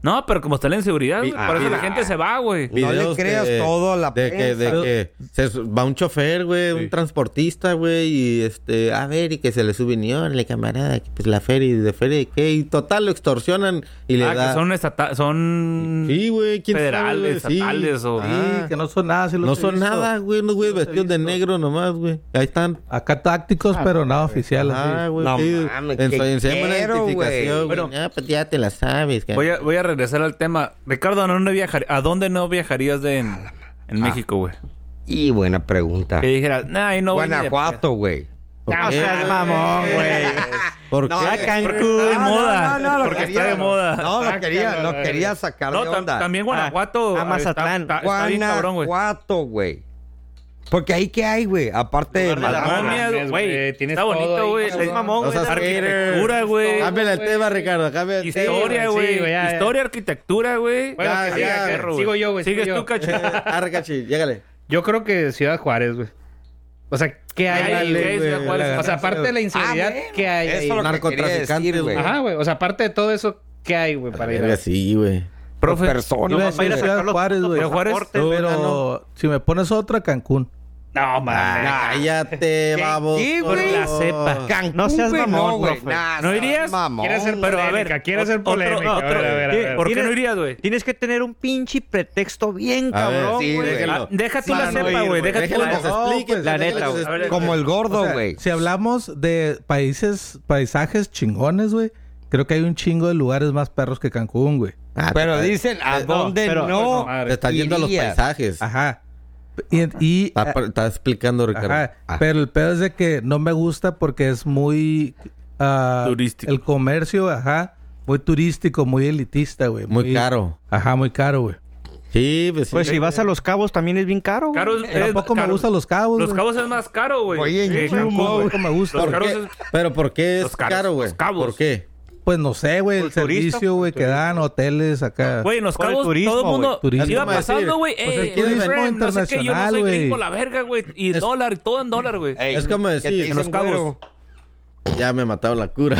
Speaker 1: No, pero como está la inseguridad, güey,
Speaker 5: Ah,
Speaker 1: por eso la
Speaker 5: mira.
Speaker 1: gente se va, güey.
Speaker 2: No le
Speaker 5: videos
Speaker 2: creas todo a la
Speaker 5: de que, de
Speaker 2: prensa.
Speaker 5: que se su- va un chofer, güey, un transportista, güey, y este, a ver, y que se le sube unión, le camarada, que pues la feria, y de feria, y qué, y total lo extorsionan y le
Speaker 1: Ah,
Speaker 5: da.
Speaker 1: que son estata- son
Speaker 5: Sí, güey, ¿quién sabe,
Speaker 1: federales,
Speaker 5: güey? Sí.
Speaker 1: estatales o...
Speaker 4: Sí,
Speaker 5: Ah.
Speaker 4: que no son nada. sí los
Speaker 5: No
Speaker 4: he
Speaker 5: son
Speaker 4: visto.
Speaker 5: nada, güey, unos güeyes vestidos de negro nomás, güey. Ahí están.
Speaker 4: Acá tácticos, pero nada oficial.
Speaker 5: Ah,
Speaker 4: así.
Speaker 5: güey.
Speaker 2: No
Speaker 5: sí.
Speaker 2: mames,
Speaker 5: en,
Speaker 2: qué
Speaker 5: en- se llama una
Speaker 2: quiero, güey.
Speaker 5: identificación, güey.
Speaker 1: Bueno.
Speaker 5: Ah, pues ya te la sabes, güey.
Speaker 1: Voy a, voy a regresar al tema. Ricardo, ¿a dónde, viajar, ¿a dónde no viajarías de en, en México, güey?
Speaker 2: Y buena pregunta.
Speaker 1: Que dijeras, nah, ahí no voy ni de-
Speaker 2: ah. Guanajuato, güey.
Speaker 3: No
Speaker 7: Eh,
Speaker 3: seas mamón, güey.
Speaker 5: ¿Por
Speaker 2: No,
Speaker 5: qué?
Speaker 2: güey,
Speaker 1: Cancún de
Speaker 2: No, no,
Speaker 1: moda.
Speaker 2: no, no, lo
Speaker 1: porque
Speaker 2: quería,
Speaker 1: está de moda.
Speaker 2: No, lo quería, lo
Speaker 7: güey.
Speaker 2: quería sacar
Speaker 1: No,
Speaker 2: de
Speaker 1: tam-
Speaker 2: onda.
Speaker 1: también Guanajuato.
Speaker 3: Ah, a
Speaker 1: está-
Speaker 3: Mazatlán.
Speaker 1: Está, está bien cabrón, güey.
Speaker 2: Guanajuato, güey. Porque ahí que hay, güey, aparte de
Speaker 1: Las
Speaker 7: Mazatlán,
Speaker 1: momias,
Speaker 7: güey,
Speaker 1: güey.
Speaker 7: tienes
Speaker 1: Está
Speaker 7: todo ahí,
Speaker 1: bonito, güey.
Speaker 7: cabrón.
Speaker 1: Es
Speaker 3: mamón,
Speaker 1: mamón,
Speaker 5: güey.
Speaker 1: güey. Arquitectura, güey.
Speaker 5: Cámbiala el tema, Ricardo. Cámbiala el tema.
Speaker 1: Historia,
Speaker 7: Sí,
Speaker 1: güey.
Speaker 7: güey, ya, ya.
Speaker 1: Historia, arquitectura, güey.
Speaker 7: Bueno,
Speaker 5: Ya,
Speaker 7: que siga,
Speaker 5: ya,
Speaker 7: que
Speaker 5: perro,
Speaker 7: sigo yo, güey. sigo
Speaker 1: Sigues
Speaker 7: yo.
Speaker 1: tú, cacho.
Speaker 5: Arcachi, llégale.
Speaker 7: Yo creo que Ciudad Juárez, güey. O sea, ¿qué hay
Speaker 1: Ay,
Speaker 7: ahí,
Speaker 1: güey,
Speaker 7: güey?
Speaker 1: Ciudad Juárez.
Speaker 7: O sea, aparte de la inseguridad, ¿qué hay ahí?
Speaker 2: Ah, Eso lo que quería
Speaker 5: Narcotraficantes,
Speaker 2: decir, güey.
Speaker 5: lo-
Speaker 7: Ajá, güey. O sea, aparte de todo eso, ¿qué hay, güey, para ir a...
Speaker 5: Verga, sí, güey.
Speaker 1: Profe.
Speaker 2: Profe.
Speaker 3: Iba a
Speaker 2: Personas,
Speaker 3: decir
Speaker 2: güey.
Speaker 3: Ciudad
Speaker 4: Juárez, güey. Pero si me pones otra, Cancún.
Speaker 7: No, man.
Speaker 5: Ah, Cállate, babo.
Speaker 2: sí, güey?
Speaker 5: la
Speaker 3: cepa.
Speaker 2: Cancún,
Speaker 3: No seas
Speaker 2: güey,
Speaker 3: mamón,
Speaker 2: güey.
Speaker 3: profe.
Speaker 2: Nah,
Speaker 1: ¿No
Speaker 2: seas
Speaker 1: irías?
Speaker 2: Mamón.
Speaker 7: ¿Quieres ser
Speaker 1: [laughs] Pero a
Speaker 7: polémica,
Speaker 1: ver,
Speaker 7: quiere ser
Speaker 1: otro-
Speaker 7: polémica.
Speaker 1: otro-
Speaker 7: A ver, a ver, a ver.
Speaker 1: ¿Por qué no irías, güey?
Speaker 3: Tienes que tener un pinche pretexto bien
Speaker 5: A ver,
Speaker 3: cabrón,
Speaker 5: sí,
Speaker 3: güey.
Speaker 5: déjenlo.
Speaker 1: Ah, Deja tú
Speaker 3: Para
Speaker 1: la
Speaker 3: no
Speaker 1: cepa,
Speaker 3: ir,
Speaker 1: güey.
Speaker 3: güey.
Speaker 1: Deja tú
Speaker 5: Déjenlo que
Speaker 1: la
Speaker 5: se
Speaker 1: cepa.
Speaker 5: explique.
Speaker 4: pues, la
Speaker 5: déjenlo que
Speaker 3: neta,
Speaker 5: se
Speaker 3: güey.
Speaker 1: A ver,
Speaker 5: explique.
Speaker 2: Como el
Speaker 4: O
Speaker 2: gordo,
Speaker 4: sea,
Speaker 2: güey.
Speaker 4: si hablamos de países, paisajes chingones, güey, creo que hay un chingo de lugares más perros que Cancún, güey.
Speaker 5: Ah,
Speaker 2: Pero
Speaker 5: te-
Speaker 2: dicen, ¿a dónde
Speaker 3: pero-
Speaker 2: no?
Speaker 5: Te estás yendo a los
Speaker 2: irías?
Speaker 5: paisajes.
Speaker 4: Ajá. Y, y-
Speaker 5: Está, está explicando, Ricardo.
Speaker 4: ajá.
Speaker 5: Ah.
Speaker 4: pero el pedo es de que no me gusta porque es muy ah,
Speaker 1: Turístico.
Speaker 4: El comercio, ajá, muy turístico, muy elitista, güey.
Speaker 5: Muy caro.
Speaker 4: Ajá, muy caro, güey.
Speaker 5: Sí, pues sí.
Speaker 3: Pues si vas a Los Cabos también es bien caro, güey.
Speaker 1: Caro es- es-
Speaker 4: Tampoco me
Speaker 1: caro.
Speaker 4: gustan los cabos.
Speaker 1: eh, Los
Speaker 4: güey.
Speaker 1: cabos es más caro, güey.
Speaker 2: Oye,
Speaker 1: que
Speaker 2: en
Speaker 1: Cancún,
Speaker 4: Tampoco
Speaker 1: güey.
Speaker 4: me gusta.
Speaker 1: Los
Speaker 5: ¿Por
Speaker 1: caros
Speaker 5: qué?
Speaker 1: es-
Speaker 5: Pero ¿por qué es
Speaker 1: Los caros,
Speaker 5: caro, güey?
Speaker 1: los cabos.
Speaker 5: ¿Por qué?
Speaker 4: Pues no sé, güey, el
Speaker 3: Culturista,
Speaker 4: servicio, güey, que dan hoteles acá.
Speaker 1: Güey, en los
Speaker 3: Por el
Speaker 1: cabos
Speaker 3: turismo,
Speaker 1: todo el mundo
Speaker 4: güey. Turismo.
Speaker 1: iba
Speaker 4: Es como
Speaker 1: pasando,
Speaker 5: decir,
Speaker 1: güey.
Speaker 4: pues,
Speaker 1: "Ey,
Speaker 4: el turismo
Speaker 1: friend, no sé qué, yo no soy
Speaker 4: internacional, güey.
Speaker 1: gringo, la verga, güey. Y
Speaker 5: Es-
Speaker 1: dólar, todo en dólar, güey.
Speaker 5: Es
Speaker 2: ¿qué
Speaker 5: como
Speaker 2: te
Speaker 5: decir,
Speaker 2: dicen,
Speaker 1: en Los Cabos.
Speaker 2: güero?
Speaker 5: Ya me mataron la cura.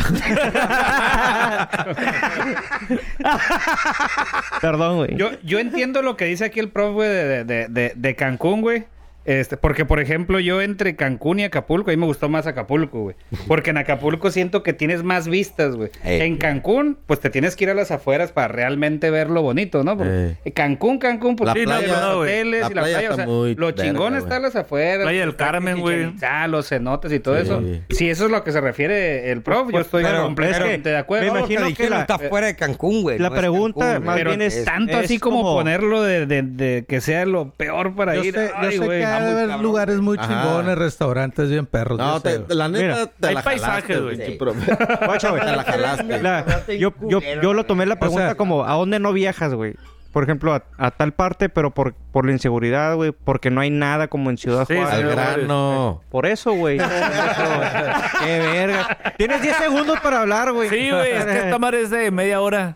Speaker 3: Perdón, güey.
Speaker 7: Yo, yo entiendo lo que dice aquí el prof, güey, de, de- de- de Cancún, güey. Este, porque, por ejemplo, yo entre Cancún y Acapulco, a mí me gustó más Acapulco, güey. Porque en Acapulco siento que tienes más vistas, güey.
Speaker 2: Ey.
Speaker 7: En Cancún, pues te tienes que ir a las afueras para realmente ver lo bonito, ¿no? Porque Cancún, Cancún, pues
Speaker 5: La
Speaker 7: sí, no,
Speaker 5: playa,
Speaker 7: los
Speaker 1: no, güey.
Speaker 7: hoteles
Speaker 5: La
Speaker 7: y la
Speaker 5: playa
Speaker 7: playa. o
Speaker 5: está
Speaker 7: sea,
Speaker 5: muy
Speaker 7: lo
Speaker 5: verga,
Speaker 7: chingón
Speaker 5: güey.
Speaker 7: está en las afueras.
Speaker 1: Playa del
Speaker 7: está
Speaker 1: Carmen,
Speaker 7: Chichén
Speaker 1: güey.
Speaker 7: Itzá, los cenotes y todo
Speaker 5: Sí.
Speaker 7: eso. Si eso es lo que se refiere el prof, yo estoy
Speaker 2: pero-
Speaker 7: completamente
Speaker 2: pero-
Speaker 7: de acuerdo.
Speaker 3: me
Speaker 2: Todo lo
Speaker 3: imagino
Speaker 2: que
Speaker 3: que
Speaker 2: dijeron
Speaker 3: la-
Speaker 2: está fuera de Cancún, güey.
Speaker 3: la
Speaker 2: no es
Speaker 3: pregunta
Speaker 2: Cancún,
Speaker 3: más
Speaker 2: güey.
Speaker 7: Pero
Speaker 3: bien
Speaker 7: es,
Speaker 3: es-
Speaker 7: tanto
Speaker 3: es
Speaker 7: así como,
Speaker 3: como-
Speaker 7: ponerlo de, de- de que sea lo peor para
Speaker 4: yo
Speaker 7: ir.
Speaker 4: sé, yo
Speaker 7: Ay,
Speaker 4: sé
Speaker 7: güey.
Speaker 4: que hay lugares muy
Speaker 5: Ajá.
Speaker 4: chingones, restaurantes bien perros.
Speaker 5: No,
Speaker 4: yo
Speaker 5: te-
Speaker 4: sé, güey.
Speaker 5: la neta,
Speaker 3: Mira,
Speaker 5: te
Speaker 1: hay
Speaker 5: la
Speaker 1: paisajes,
Speaker 5: jalaste,
Speaker 1: güey.
Speaker 5: güey. Guacha, güey. Te la jalaste.
Speaker 3: La- yo, yo, yo lo tomé la pregunta
Speaker 4: sea-
Speaker 3: como, ¿a dónde no viajas, güey? Por ejemplo, a, a tal parte, pero por, por la inseguridad, güey, porque no hay nada como en Ciudad
Speaker 1: Sí,
Speaker 3: Juárez.
Speaker 5: Al
Speaker 1: Señor,
Speaker 5: grano.
Speaker 3: Por eso, güey. Qué verga. Tienes 10 segundos para hablar, güey.
Speaker 1: Sí, güey, es que esta madre es de media hora.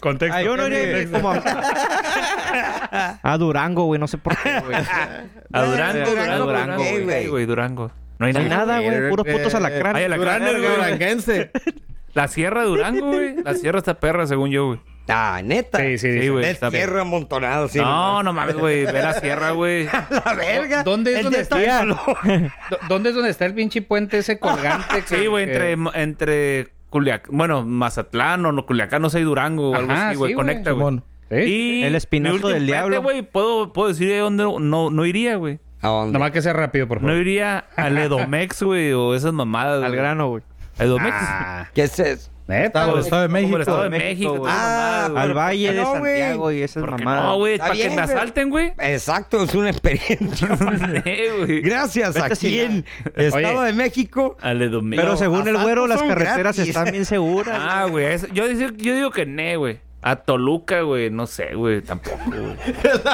Speaker 7: Contexto.
Speaker 3: Ay, yo no llegué [laughs] como a... a Ah, Durango, güey, no sé por qué,
Speaker 2: [laughs]
Speaker 3: güey.
Speaker 1: A Durango,
Speaker 2: Durango,
Speaker 1: Durango,
Speaker 2: Durango,
Speaker 1: Durango,
Speaker 2: güey.
Speaker 1: güey. güey, Durango. No hay
Speaker 3: No hay
Speaker 1: nada.
Speaker 3: nada, güey, puros
Speaker 5: Verga.
Speaker 2: eh,
Speaker 3: putos
Speaker 1: Hay
Speaker 3: alacranes.
Speaker 1: alacranes,
Speaker 5: Durango,
Speaker 1: güey.
Speaker 5: duranguense.
Speaker 1: La sierra de Durango, güey. La sierra está perra, según yo, güey.
Speaker 2: Ah, neta.
Speaker 7: Sí, sí,
Speaker 1: Sí,
Speaker 7: sí.
Speaker 1: güey.
Speaker 2: Ves
Speaker 1: está-
Speaker 2: tierra amontonado, sí.
Speaker 1: No, no mames, güey. Ve la sierra, güey.
Speaker 2: [laughs] La verga.
Speaker 7: ¿Dónde es
Speaker 2: El
Speaker 7: donde está?
Speaker 2: detalle-
Speaker 7: ¿Dó- ¿Dónde es donde está el pinche puente ese colgante? que-
Speaker 1: Sí, güey,
Speaker 7: que-
Speaker 1: entre, entre Culiacán, bueno, Mazatlán o no, Culiacán, no sé, Durango o algo
Speaker 7: Ajá,
Speaker 1: así, güey.
Speaker 7: sí, güey.
Speaker 1: Conecta, güey.
Speaker 4: Simón.
Speaker 7: ¿Sí?
Speaker 1: Y
Speaker 3: El espinazo
Speaker 1: mi último
Speaker 3: del
Speaker 1: puente,
Speaker 3: diablo.
Speaker 1: güey, puedo, puedo decir de dónde no, no iría, güey.
Speaker 2: ¿A dónde?
Speaker 7: Nomás que sea rápido, por
Speaker 1: No
Speaker 7: favor.
Speaker 1: iría al Edomex, güey, o esas mamadas.
Speaker 3: Al
Speaker 1: güey.
Speaker 3: grano, güey.
Speaker 1: Edomex.
Speaker 7: Ah,
Speaker 2: ¿Qué es eso?
Speaker 1: Como
Speaker 7: neta,
Speaker 4: Al
Speaker 1: el
Speaker 7: güey.
Speaker 4: Estado de
Speaker 1: Como
Speaker 4: México.
Speaker 1: el Estado de
Speaker 3: México,
Speaker 1: México,
Speaker 3: güey.
Speaker 1: todas esas
Speaker 2: Ah,
Speaker 1: mamadas, güey.
Speaker 3: Al
Speaker 2: pero ¿por
Speaker 3: Valle
Speaker 2: qué
Speaker 3: de
Speaker 2: no,
Speaker 3: Santiago y esas
Speaker 1: ¿Por qué
Speaker 3: mamadas.
Speaker 1: No, güey,
Speaker 2: Está
Speaker 1: para que
Speaker 2: bien,
Speaker 1: me
Speaker 2: güey.
Speaker 1: asalten,
Speaker 2: [laughs]
Speaker 1: güey.
Speaker 2: Exacto, es
Speaker 1: [laughs]
Speaker 2: una experiencia.
Speaker 1: Eh, güey.
Speaker 2: Gracias
Speaker 3: Vete
Speaker 2: a
Speaker 3: sin
Speaker 2: quién. Estado
Speaker 7: Oye.
Speaker 2: de México.
Speaker 1: Al Edomex.
Speaker 3: Pero según el
Speaker 2: asaltos
Speaker 3: güero, las
Speaker 2: son
Speaker 3: carreteras
Speaker 2: gratis.
Speaker 3: están bien seguras.
Speaker 1: Ah, güey. eso- Yo, digo- yo digo que ne, güey. A Toluca, güey. No sé, güey. Tampoco, güey.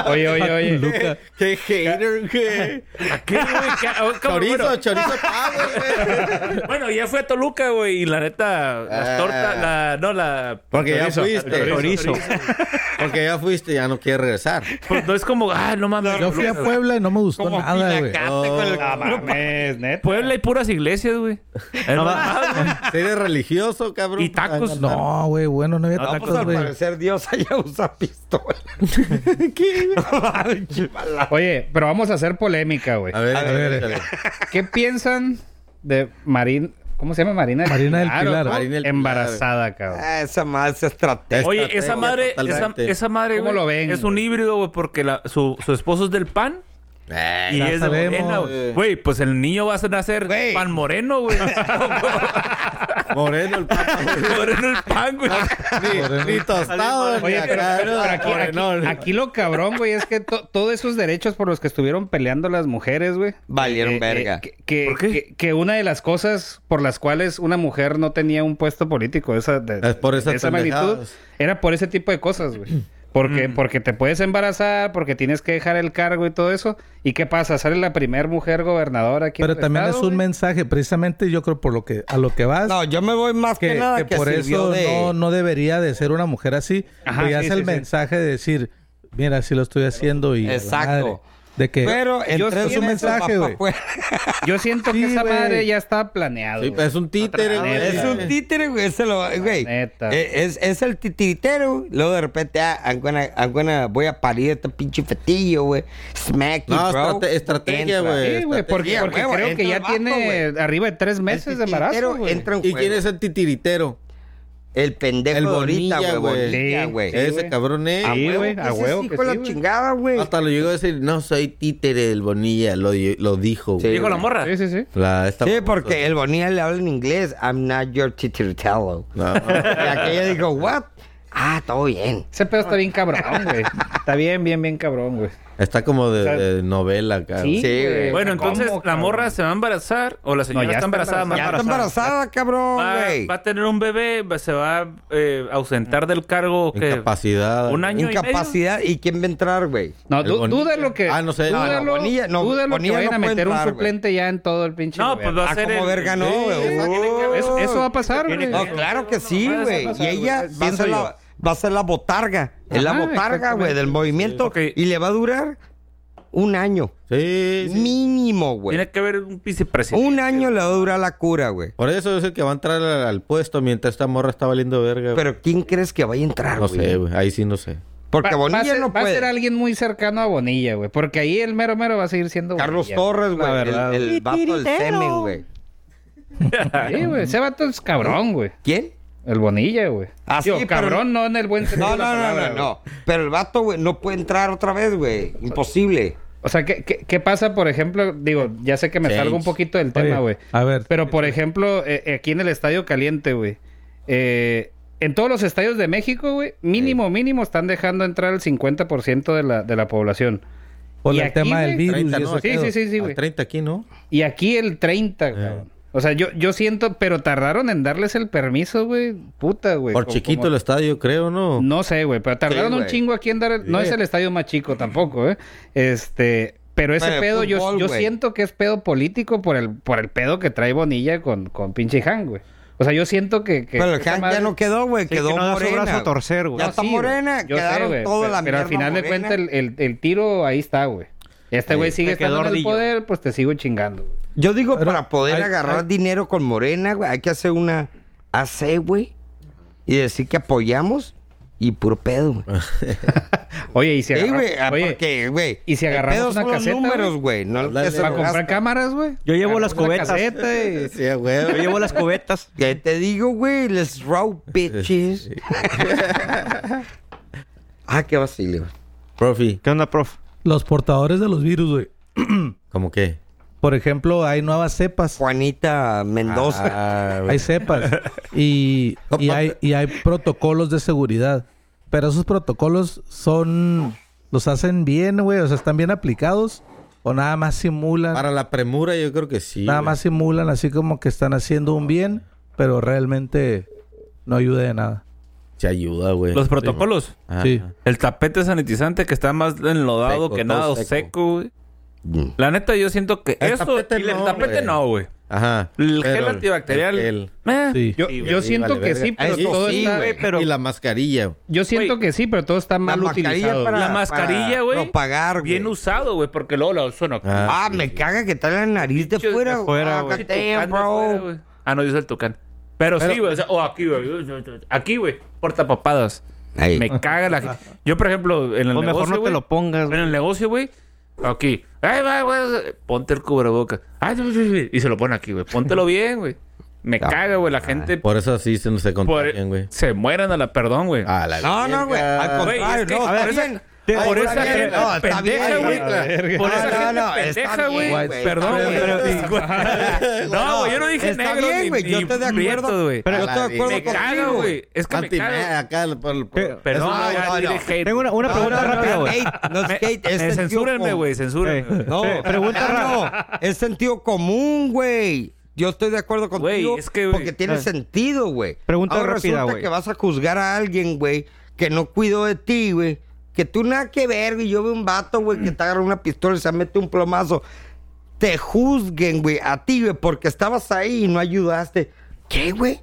Speaker 7: Oye, oye, oye.
Speaker 5: Qué hater, güey.
Speaker 1: ¿A qué, güey? ¿Qué- a- [laughs] cómo,
Speaker 5: Chorizo,
Speaker 1: bueno,
Speaker 5: chorizo pago, güey.
Speaker 1: Bueno, ya fui a Toluca, güey, y la neta, las
Speaker 5: Ah.
Speaker 1: tortas, la, no, la...
Speaker 5: Porque ya
Speaker 1: chorizo.
Speaker 5: fuiste.
Speaker 1: Chorizo.
Speaker 5: Porque ya fuiste, ya no quieres regresar.
Speaker 1: Pues no es como, ah, no mames.
Speaker 4: Yo fui a
Speaker 1: Puebla.
Speaker 4: Puebla y no me gustó nada, güey.
Speaker 5: Oh,
Speaker 7: Ah, mames, neta.
Speaker 1: Puebla hay puras iglesias, güey. Es nomás, güey.
Speaker 5: Si eres religioso,
Speaker 1: [laughs]
Speaker 5: cabrón.
Speaker 1: Y tacos,
Speaker 5: Ay,
Speaker 4: No, güey, bueno, no había
Speaker 1: No,
Speaker 4: tacos,
Speaker 2: Pues, al
Speaker 4: güey.
Speaker 2: parecer Dios haya usado pistola. ¿Qué?
Speaker 7: Oye, pero vamos a hacer polémica, güey.
Speaker 5: A ver,
Speaker 4: A
Speaker 5: a
Speaker 4: ver,
Speaker 5: ver, échale.
Speaker 7: ¿Qué piensan de Marín? ¿cómo se llama Marina?
Speaker 4: Marina del
Speaker 7: o-
Speaker 4: Pilar.
Speaker 5: Marina del Pilar.
Speaker 7: Embarazada, cabrón.
Speaker 2: Ah, esa más estrategia.
Speaker 1: Oye,
Speaker 5: Estrategia
Speaker 1: esa madre, esa,
Speaker 5: totalmente.
Speaker 1: esa madre,
Speaker 7: ¿Cómo
Speaker 1: güey,
Speaker 7: lo ven,
Speaker 1: es un
Speaker 7: güey?
Speaker 1: híbrido, güey, porque la- su, su esposo es del pan
Speaker 5: Eh,
Speaker 1: y
Speaker 4: Ya
Speaker 1: es de
Speaker 4: sabemos.
Speaker 1: morena,
Speaker 2: Eh.
Speaker 1: güey. Güey, pues el niño va a nacer
Speaker 2: Güey.
Speaker 1: pan moreno,
Speaker 7: [laughs]
Speaker 1: güey.
Speaker 5: Moreno el papa.
Speaker 1: moreno el pan, güey.
Speaker 5: ni, ni tostado, ni
Speaker 7: Oye, pero,
Speaker 5: acá,
Speaker 7: pero
Speaker 5: ¿no?
Speaker 7: aquí, aquí-
Speaker 5: Morenón.
Speaker 7: aquí lo cabrón, güey, es que to- todos esos derechos por los que estuvieron peleando las mujeres, güey.
Speaker 2: Valieron
Speaker 7: eh, eh,
Speaker 2: verga.
Speaker 7: que, que-
Speaker 1: ¿Por qué?
Speaker 7: que- que una de las cosas por las cuales una mujer no tenía un puesto político esa, de,
Speaker 5: Es por esas
Speaker 7: de esa magnitud
Speaker 5: pendejadas.
Speaker 7: era por ese tipo de cosas, güey. Porque, porque te puedes embarazar, porque tienes que dejar el cargo y todo eso. ¿Y qué pasa? Sale la primer mujer gobernadora aquí en
Speaker 4: Pero
Speaker 7: el
Speaker 4: también es
Speaker 7: estado,
Speaker 4: un
Speaker 7: güey.
Speaker 4: mensaje, precisamente yo creo por lo que a lo que vas.
Speaker 2: No, yo me voy más que,
Speaker 4: que,
Speaker 2: nada
Speaker 4: que
Speaker 2: que,
Speaker 4: por
Speaker 2: sirvió
Speaker 4: eso
Speaker 2: de...
Speaker 4: no, no debería de ser una mujer así.
Speaker 7: Ajá,
Speaker 4: pero ya
Speaker 7: sí,
Speaker 4: es el
Speaker 7: sí, sí.
Speaker 4: mensaje de decir, mira, si lo estoy haciendo y... a la
Speaker 2: Exacto.
Speaker 4: madre. De que...
Speaker 2: Pero en
Speaker 7: Yo
Speaker 2: tres
Speaker 7: sí- Es un
Speaker 2: meses
Speaker 4: mensaje,
Speaker 2: va
Speaker 4: güey.
Speaker 2: pa' fuera.
Speaker 7: Yo siento
Speaker 4: Sí,
Speaker 7: que esa
Speaker 4: güey.
Speaker 7: madre ya estaba planeado.
Speaker 5: Sí,
Speaker 7: güey.
Speaker 5: es un títere,
Speaker 7: Otra
Speaker 5: güey.
Speaker 7: vez,
Speaker 2: Es un títere, güey. ese lo- güey.
Speaker 7: neta.
Speaker 2: Eh, Es, es el titiritero. Luego de repente, ah, I'm gonna- I'm gonna- voy a parir este pinche fetillo, güey. Smack you,
Speaker 5: No,
Speaker 2: bro.
Speaker 5: estrate- estrategia,
Speaker 2: Entra.
Speaker 5: güey.
Speaker 7: Sí, güey, porque,
Speaker 2: Estrategia,
Speaker 7: porque
Speaker 2: huevo,
Speaker 7: creo
Speaker 2: entra
Speaker 7: que ya
Speaker 2: el vato,
Speaker 7: tiene
Speaker 2: güey.
Speaker 7: arriba de tres
Speaker 2: El
Speaker 7: meses de
Speaker 2: titiritero
Speaker 7: embarazo, güey.
Speaker 2: Este entra en
Speaker 5: ¿Y
Speaker 2: juego.
Speaker 5: quién es el titiritero?
Speaker 2: El pendejo
Speaker 5: El
Speaker 2: de ahorita,
Speaker 5: Bonilla,
Speaker 2: güey.
Speaker 5: güey.
Speaker 2: Bonilla,
Speaker 7: Sí,
Speaker 2: güey.
Speaker 7: sí.
Speaker 5: Ese
Speaker 7: güey.
Speaker 5: cabrón es.
Speaker 7: Ah,
Speaker 2: A
Speaker 7: Sí,
Speaker 2: huevo,
Speaker 7: güey,
Speaker 2: que
Speaker 7: a
Speaker 2: ese
Speaker 7: huevo
Speaker 2: hijo
Speaker 7: que
Speaker 2: de
Speaker 7: sí,
Speaker 2: la
Speaker 7: güey.
Speaker 2: chingada, güey.
Speaker 5: Hasta lo llegó a decir, no soy títere del Bonilla, lo, di- lo dijo, güey.
Speaker 1: Dijo la morra.
Speaker 7: Sí, sí, sí.
Speaker 5: La- esta
Speaker 2: Sí,
Speaker 5: famosa.
Speaker 2: porque el Bonilla le habla en inglés. I'm not your titiritero.
Speaker 5: No.
Speaker 2: Y aquella dijo, what? Ah, todo bien.
Speaker 7: Ese pedo está bien cabrón, güey. Está bien, bien, bien cabrón, güey.
Speaker 5: Está como de,
Speaker 7: O sea,
Speaker 5: de novela acá. güey.
Speaker 7: Sí, güey. O
Speaker 8: Bueno,
Speaker 7: sea,
Speaker 8: entonces
Speaker 7: ¿cómo,
Speaker 8: la
Speaker 7: cabrón?
Speaker 8: morra se va a embarazar o la señora
Speaker 7: ya
Speaker 8: está
Speaker 7: está
Speaker 8: embarazada, más
Speaker 2: Ya está embarazada, cabrón,
Speaker 8: Va,
Speaker 2: güey.
Speaker 8: va a tener un bebé, va- se va a eh, ausentar del cargo que
Speaker 5: Incapacidad.
Speaker 8: un año
Speaker 2: Incapacidad. ¿Y quién va a entrar, güey?
Speaker 7: No,
Speaker 5: El
Speaker 7: du-
Speaker 5: Bonilla.
Speaker 7: dúdalo que.
Speaker 5: Ah, no sé. No, no,
Speaker 7: Dúdalo,
Speaker 2: Bonilla, no,
Speaker 7: dúdalo
Speaker 2: Bonilla
Speaker 7: que vayan
Speaker 2: no
Speaker 7: a
Speaker 2: puede
Speaker 7: meter un
Speaker 2: entrar, güey.
Speaker 7: suplente ya en todo el
Speaker 8: y
Speaker 7: pinche.
Speaker 8: medio. No,
Speaker 7: gobierno.
Speaker 8: pues va a
Speaker 2: Ah,
Speaker 8: ser
Speaker 2: como
Speaker 8: el-
Speaker 2: verga no, güey.
Speaker 7: eso, eso va a pasar,
Speaker 8: Tiene
Speaker 7: güey.
Speaker 8: que-
Speaker 2: No, claro que sí,
Speaker 8: No,
Speaker 2: güey.
Speaker 7: pasa,
Speaker 2: Y ella va a
Speaker 7: güey.
Speaker 2: ser
Speaker 7: Pienso
Speaker 2: la, va a ser la botarga. Es la
Speaker 7: Ajá,
Speaker 2: botarga, güey, del movimiento.
Speaker 8: Sí. Ok.
Speaker 2: Y le va a durar un año.
Speaker 5: Sí, sí.
Speaker 2: Mínimo, güey.
Speaker 8: Tiene que haber un vicepresidente.
Speaker 2: Un año le va a durar la cura, güey.
Speaker 5: Por eso es el que va a entrar al, al puesto mientras esta morra está valiendo verga. güey.
Speaker 2: Pero ¿quién crees que vaya a entrar,
Speaker 5: no
Speaker 2: güey?
Speaker 5: sé, güey. Ahí sí no sé.
Speaker 2: Porque
Speaker 7: Va- va, a
Speaker 2: Bonilla
Speaker 7: ser,
Speaker 2: no
Speaker 7: va a
Speaker 2: puede.
Speaker 7: ser alguien muy cercano a Bonilla, güey. Porque ahí el mero mero va a seguir siendo.
Speaker 2: Carlos
Speaker 7: Bonilla,
Speaker 2: Torres,
Speaker 7: La
Speaker 2: güey.
Speaker 7: verdad.
Speaker 2: El, el vato del semen, güey.
Speaker 7: Sí, güey. Ese vato es cabrón, güey.
Speaker 2: ¿Quién?
Speaker 7: El Bonilla, güey.
Speaker 2: Ah, sí,
Speaker 7: Digo,
Speaker 2: pero-
Speaker 7: cabrón, no en el buen sentido.
Speaker 2: [laughs] No,
Speaker 7: de la
Speaker 2: no, no,
Speaker 7: palabra,
Speaker 2: no,
Speaker 7: güey.
Speaker 2: no. Pero el vato, güey, no puede entrar otra vez, güey. Imposible.
Speaker 7: O sea, ¿qué, qué, qué pasa, por ejemplo? Digo, ya sé que me
Speaker 5: Change.
Speaker 7: salgo un poquito del
Speaker 4: Oye,
Speaker 7: tema, güey.
Speaker 4: a ver.
Speaker 7: Pero, por ejemplo, eh, aquí en el Estadio Caliente, güey. eh, en todos los estadios de México, güey, mínimo, mínimo, están dejando entrar el 50% de la, de la población.
Speaker 4: Por
Speaker 7: y
Speaker 4: el
Speaker 7: aquí,
Speaker 4: tema del
Speaker 7: güey,
Speaker 4: virus
Speaker 5: 30,
Speaker 4: y
Speaker 5: ¿no?
Speaker 4: eso.
Speaker 7: Sí, sí, sí, sí,
Speaker 5: Al
Speaker 7: güey.
Speaker 5: 30 aquí, ¿no?
Speaker 7: Y aquí el 30, cabrón. O sea, yo, yo siento, pero tardaron en darles el permiso, güey. Puta, güey.
Speaker 5: Por
Speaker 7: Pues como-
Speaker 5: chiquito
Speaker 7: como-
Speaker 5: el estadio, creo, ¿no?
Speaker 7: No sé, güey, pero tardaron
Speaker 2: Sí,
Speaker 7: un
Speaker 2: güey.
Speaker 7: chingo aquí en dar... el- No
Speaker 5: Sí.
Speaker 7: es el estadio más chico tampoco, ¿eh? Este... Pero ese
Speaker 2: Pero el
Speaker 7: pedo yo-
Speaker 2: fútbol,
Speaker 7: yo,
Speaker 2: güey.
Speaker 7: siento que es pedo político por el, por el pedo que trae Bonilla con, con pinche Han, güey. O sea, yo siento que... que
Speaker 2: Pero el
Speaker 7: esa
Speaker 2: Hank ya
Speaker 7: madre-
Speaker 2: no quedó, güey.
Speaker 3: Sí, que
Speaker 2: quedó
Speaker 3: no da su
Speaker 2: morena.
Speaker 3: brazo a
Speaker 2: güey.
Speaker 3: torcer, güey.
Speaker 2: Ya
Speaker 7: No,
Speaker 2: está
Speaker 7: sí, güey.
Speaker 2: morena.
Speaker 7: Yo sé,
Speaker 2: quedaron
Speaker 7: güey,
Speaker 2: toda
Speaker 7: pero,
Speaker 2: la
Speaker 7: Pero al
Speaker 2: mierda
Speaker 7: final de
Speaker 2: morena.
Speaker 7: cuentas el, el- el tiro ahí está, güey. Este güey sigue
Speaker 3: Se quedó
Speaker 7: estando en el
Speaker 3: ardillo.
Speaker 7: poder, pues te sigo chingando. güey.
Speaker 2: Yo digo,
Speaker 4: Pero
Speaker 2: para poder
Speaker 4: hay-
Speaker 2: agarrar
Speaker 4: hay-
Speaker 2: dinero con Morena, güey, hay que hacer una AC, güey. Y decir que apoyamos y puro pedo, güey.
Speaker 7: Oye, y si
Speaker 2: Sí,
Speaker 7: agarra-
Speaker 2: güey, ah,
Speaker 7: oye,
Speaker 2: porque, güey.
Speaker 7: ¿y si
Speaker 2: el
Speaker 7: agarramos
Speaker 2: pedo
Speaker 7: una
Speaker 2: son los
Speaker 7: caseta,
Speaker 2: números,
Speaker 7: güey?
Speaker 2: güey. No el que se
Speaker 7: para
Speaker 2: lo
Speaker 7: comprar
Speaker 2: gasta.
Speaker 7: cámaras, güey.
Speaker 3: Yo llevo las
Speaker 7: Agarramos una
Speaker 3: cubetas.
Speaker 7: caseta y-
Speaker 5: Sí, güey.
Speaker 3: Yo llevo las cubetas.
Speaker 2: Que te digo, güey, les
Speaker 7: [laughs]
Speaker 2: raw [laughs] bitches. ah, qué vacilio. güey.
Speaker 5: Profi,
Speaker 3: ¿Qué onda, prof?
Speaker 4: Los portadores de los virus, güey.
Speaker 5: ¿cómo qué?
Speaker 4: Por ejemplo, hay nuevas cepas.
Speaker 2: Juanita Mendoza.
Speaker 5: Ah, güey.
Speaker 4: Hay cepas. Y, y hay, y hay protocolos de seguridad. Pero esos protocolos son... Los hacen bien, güey. O sea, están bien aplicados. O nada más simulan...
Speaker 5: Para la premura yo creo que sí.
Speaker 4: Nada
Speaker 5: güey.
Speaker 4: más simulan así como que están haciendo un bien, pero realmente no ayuda de nada.
Speaker 5: Se ayuda, güey.
Speaker 1: Los protocolos.
Speaker 5: Ajá.
Speaker 4: Sí.
Speaker 1: El tapete sanitizante que está más enlodado
Speaker 5: Seco,
Speaker 1: que
Speaker 5: todo
Speaker 1: nada, o
Speaker 5: seco.
Speaker 1: seco, güey. La neta, yo siento que
Speaker 5: El
Speaker 1: eso.
Speaker 5: tapete
Speaker 1: y el
Speaker 5: no,
Speaker 1: tapete
Speaker 5: güey.
Speaker 1: no, güey.
Speaker 5: Ajá.
Speaker 1: El gel
Speaker 5: Pero
Speaker 1: antibacterial.
Speaker 5: el-
Speaker 1: eh,
Speaker 4: Sí.
Speaker 7: Yo,
Speaker 5: Sí, güey,
Speaker 7: yo
Speaker 5: sí,
Speaker 7: siento
Speaker 5: vale
Speaker 7: que
Speaker 5: verga.
Speaker 7: sí, pero
Speaker 2: Eso
Speaker 7: todo
Speaker 2: sí,
Speaker 7: está...
Speaker 2: güey.
Speaker 5: Y la mascarilla. güey.
Speaker 7: Yo siento
Speaker 1: Güey,
Speaker 7: que sí, pero todo está mal utilizado. güey.
Speaker 1: La mascarilla,
Speaker 2: para
Speaker 1: güey,
Speaker 2: Propagar, güey.
Speaker 1: Bien usado, güey, porque luego la usan. acá.
Speaker 2: Ah, me caga que trae la nariz de
Speaker 1: Pinche-
Speaker 2: fuera,
Speaker 1: de
Speaker 2: güey.
Speaker 3: fuera,
Speaker 2: Ah,
Speaker 3: güey.
Speaker 2: God
Speaker 1: Tucán de
Speaker 2: damn, bro.
Speaker 1: fuera, güey. Ah, no, yo soy el tucán. Pero, sí, güey. O, sea, o aquí, güey. Aquí, güey. Portapapadas.
Speaker 2: Ahí.
Speaker 1: Me caga la gente. Yo, por ejemplo, en el
Speaker 3: O
Speaker 1: negocio,
Speaker 3: Pues mejor no te
Speaker 1: güey,
Speaker 3: lo pongas,
Speaker 1: En
Speaker 3: güey.
Speaker 1: el negocio, güey. Aquí. Ay, va, güey. Ponte el cubrebocas. Ay, sí, sí, sí. y se lo pone aquí, güey. Póntelo bien, güey. Me caga, güey. La gente
Speaker 5: Por eso sí se nos se
Speaker 1: por-
Speaker 5: contagian, güey.
Speaker 1: se mueran a la perdón, güey.
Speaker 5: Ah, la
Speaker 2: No,
Speaker 5: verga.
Speaker 2: no, güey. Al
Speaker 1: Güey,
Speaker 2: contrario,
Speaker 1: es que
Speaker 2: no,
Speaker 1: por
Speaker 2: está
Speaker 1: esa-
Speaker 2: bien.
Speaker 1: Por
Speaker 2: Está
Speaker 1: esa
Speaker 2: bien,
Speaker 1: gente
Speaker 2: no, está
Speaker 1: pendeja,
Speaker 2: bien,
Speaker 1: güey.
Speaker 2: la verga.
Speaker 1: Por esa
Speaker 2: No,
Speaker 1: gente
Speaker 2: no, está
Speaker 1: pendeja,
Speaker 2: bien,
Speaker 1: güey.
Speaker 2: güey.
Speaker 1: Perdón,
Speaker 2: Está
Speaker 1: güey. [laughs]
Speaker 2: bien, güey.
Speaker 1: No, güey, yo no dije
Speaker 2: Está
Speaker 1: negro
Speaker 2: bien,
Speaker 1: ni,
Speaker 2: güey. Yo
Speaker 1: ni
Speaker 2: estoy de
Speaker 1: prietos,
Speaker 2: acuerdo.
Speaker 1: güey.
Speaker 2: Yo estoy de
Speaker 5: la
Speaker 2: acuerdo
Speaker 1: Me caga,
Speaker 2: contigo, güey.
Speaker 1: güey. Es que me
Speaker 5: Anti-
Speaker 1: caga.
Speaker 5: acá por- por-
Speaker 1: Perdón,
Speaker 2: No,
Speaker 1: güey,
Speaker 2: no,
Speaker 1: ya
Speaker 2: no.
Speaker 1: tiré hate.
Speaker 3: Tengo una, una
Speaker 2: No,
Speaker 3: pregunta
Speaker 2: no, no,
Speaker 3: rápida,
Speaker 2: no,
Speaker 3: güey.
Speaker 2: hate, no es
Speaker 1: Me-
Speaker 2: hate, es
Speaker 1: me
Speaker 2: sentido
Speaker 1: censúrenme,
Speaker 2: común.
Speaker 1: güey, censúrenme.
Speaker 2: No,
Speaker 3: Eh, pregunta
Speaker 2: ah, no, Es sentido común, güey. Yo estoy de acuerdo contigo
Speaker 1: Güey, es que, güey,
Speaker 2: porque tiene
Speaker 3: eh.
Speaker 2: sentido, güey.
Speaker 3: Pregunta
Speaker 2: Ahora
Speaker 3: rápida,
Speaker 2: resulta
Speaker 3: güey.
Speaker 2: que vas a juzgar a alguien, güey, que no cuidó de ti, güey. Que tú nada que ver, güey. Yo veo un vato, güey, que te agarra una pistola y se mete un plomazo. Te juzguen, güey, a ti, güey, porque estabas ahí y no ayudaste. ¿Qué, güey?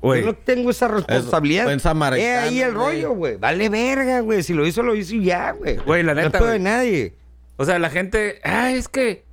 Speaker 1: Güey.
Speaker 2: Yo no tengo esa responsabilidad.
Speaker 5: buen samaritano,
Speaker 2: Eh, ahí el
Speaker 5: güey.
Speaker 2: rollo, güey. Vale verga, güey. Si lo hizo, lo hizo y ya, güey.
Speaker 1: Güey, la
Speaker 2: No
Speaker 1: neta,
Speaker 2: es pedo de
Speaker 1: güey.
Speaker 2: nadie.
Speaker 1: O sea, la gente, ah, es que.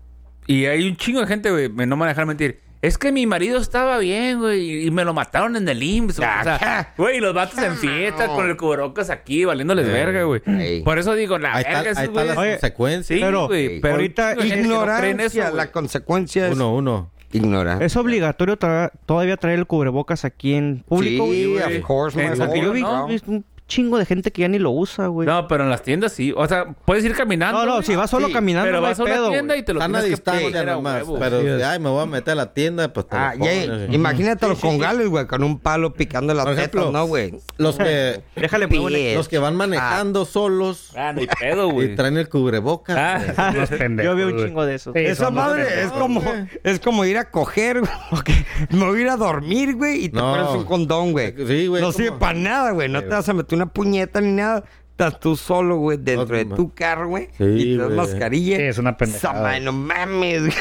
Speaker 1: Y hay un chingo de gente, güey, me- no me van a dejar mentir. Es que mi marido estaba bien, güey, y me lo mataron en el IMSS. güey.
Speaker 5: Ah,
Speaker 1: O sea, güey, y los vatos en fiesta con el cubrocas aquí, valiéndoles verga, güey.
Speaker 2: Ey.
Speaker 1: Por eso digo, la
Speaker 5: Ahí
Speaker 1: verga,
Speaker 5: está, ahí
Speaker 1: esos
Speaker 5: está las
Speaker 1: güeyes-
Speaker 5: consecuencias.
Speaker 1: Sí,
Speaker 3: pero-
Speaker 1: güey, pero
Speaker 3: ahorita
Speaker 1: hay gente que no cree en eso,
Speaker 2: Ignorancia,
Speaker 1: güey.
Speaker 2: la consecuencia es
Speaker 5: Uno, uno.
Speaker 2: ignorar.
Speaker 3: ¿Es obligatorio tra- todavía traer el cubrebocas aquí en público?
Speaker 2: sí,
Speaker 3: güey?
Speaker 2: of course,
Speaker 1: En
Speaker 2: my
Speaker 1: lo
Speaker 3: Porque yo
Speaker 2: lord,
Speaker 3: vi
Speaker 1: ¿no?
Speaker 2: bro.
Speaker 3: vi un chingo de gente que ya ni lo usa, güey.
Speaker 8: No, pero en las tiendas sí. O sea, puedes ir caminando.
Speaker 3: No, no,
Speaker 8: güey.
Speaker 3: si vas solo caminando,
Speaker 8: Pero
Speaker 3: no hay
Speaker 8: vas a una
Speaker 3: pedo,
Speaker 8: tienda
Speaker 3: güey.
Speaker 8: y te lo
Speaker 5: Están a
Speaker 8: tienes que
Speaker 5: distancia
Speaker 8: poner a
Speaker 5: nomás.
Speaker 8: huevo.
Speaker 5: Pero
Speaker 4: Así es.
Speaker 5: si, ay, me voy a meter a la tienda, pues te lo
Speaker 2: Ah, ya,
Speaker 5: pones, güey.
Speaker 2: imagínate los congales, güey, con un palo picando las
Speaker 5: Por
Speaker 2: tetas,
Speaker 5: ejemplo,
Speaker 2: ¿no, güey?
Speaker 5: los que
Speaker 3: Déjale muevo el-
Speaker 2: Pie.
Speaker 5: los que van manejando solos
Speaker 8: Ah, no hay pedo,
Speaker 5: [laughs] y
Speaker 8: güey.
Speaker 5: traen el cubrebocas.
Speaker 1: Ah,
Speaker 2: Ah,
Speaker 3: [laughs]
Speaker 5: güey.
Speaker 7: Son unos pendejos,
Speaker 3: Yo vi un
Speaker 7: güey.
Speaker 3: chingo de esos.
Speaker 7: Sí,
Speaker 2: Esa
Speaker 7: son unos
Speaker 2: madre
Speaker 7: pendejos.
Speaker 2: es como, es como ir a coger, güey. Me voy a ir a dormir, güey, y te
Speaker 5: No.
Speaker 2: pones un condón, güey.
Speaker 5: Sí, güey,
Speaker 2: No
Speaker 5: ¿cómo?
Speaker 2: sirve para nada, güey. No te vas a meter una puñeta ni nada. Estás tú solo, güey, dentro de
Speaker 5: no,
Speaker 2: tu carro, güey.
Speaker 5: Sí,
Speaker 2: y te das
Speaker 5: güey.
Speaker 2: mascarilla.
Speaker 7: Sí, es una pendejada.
Speaker 2: Esa madre, no mames, güey.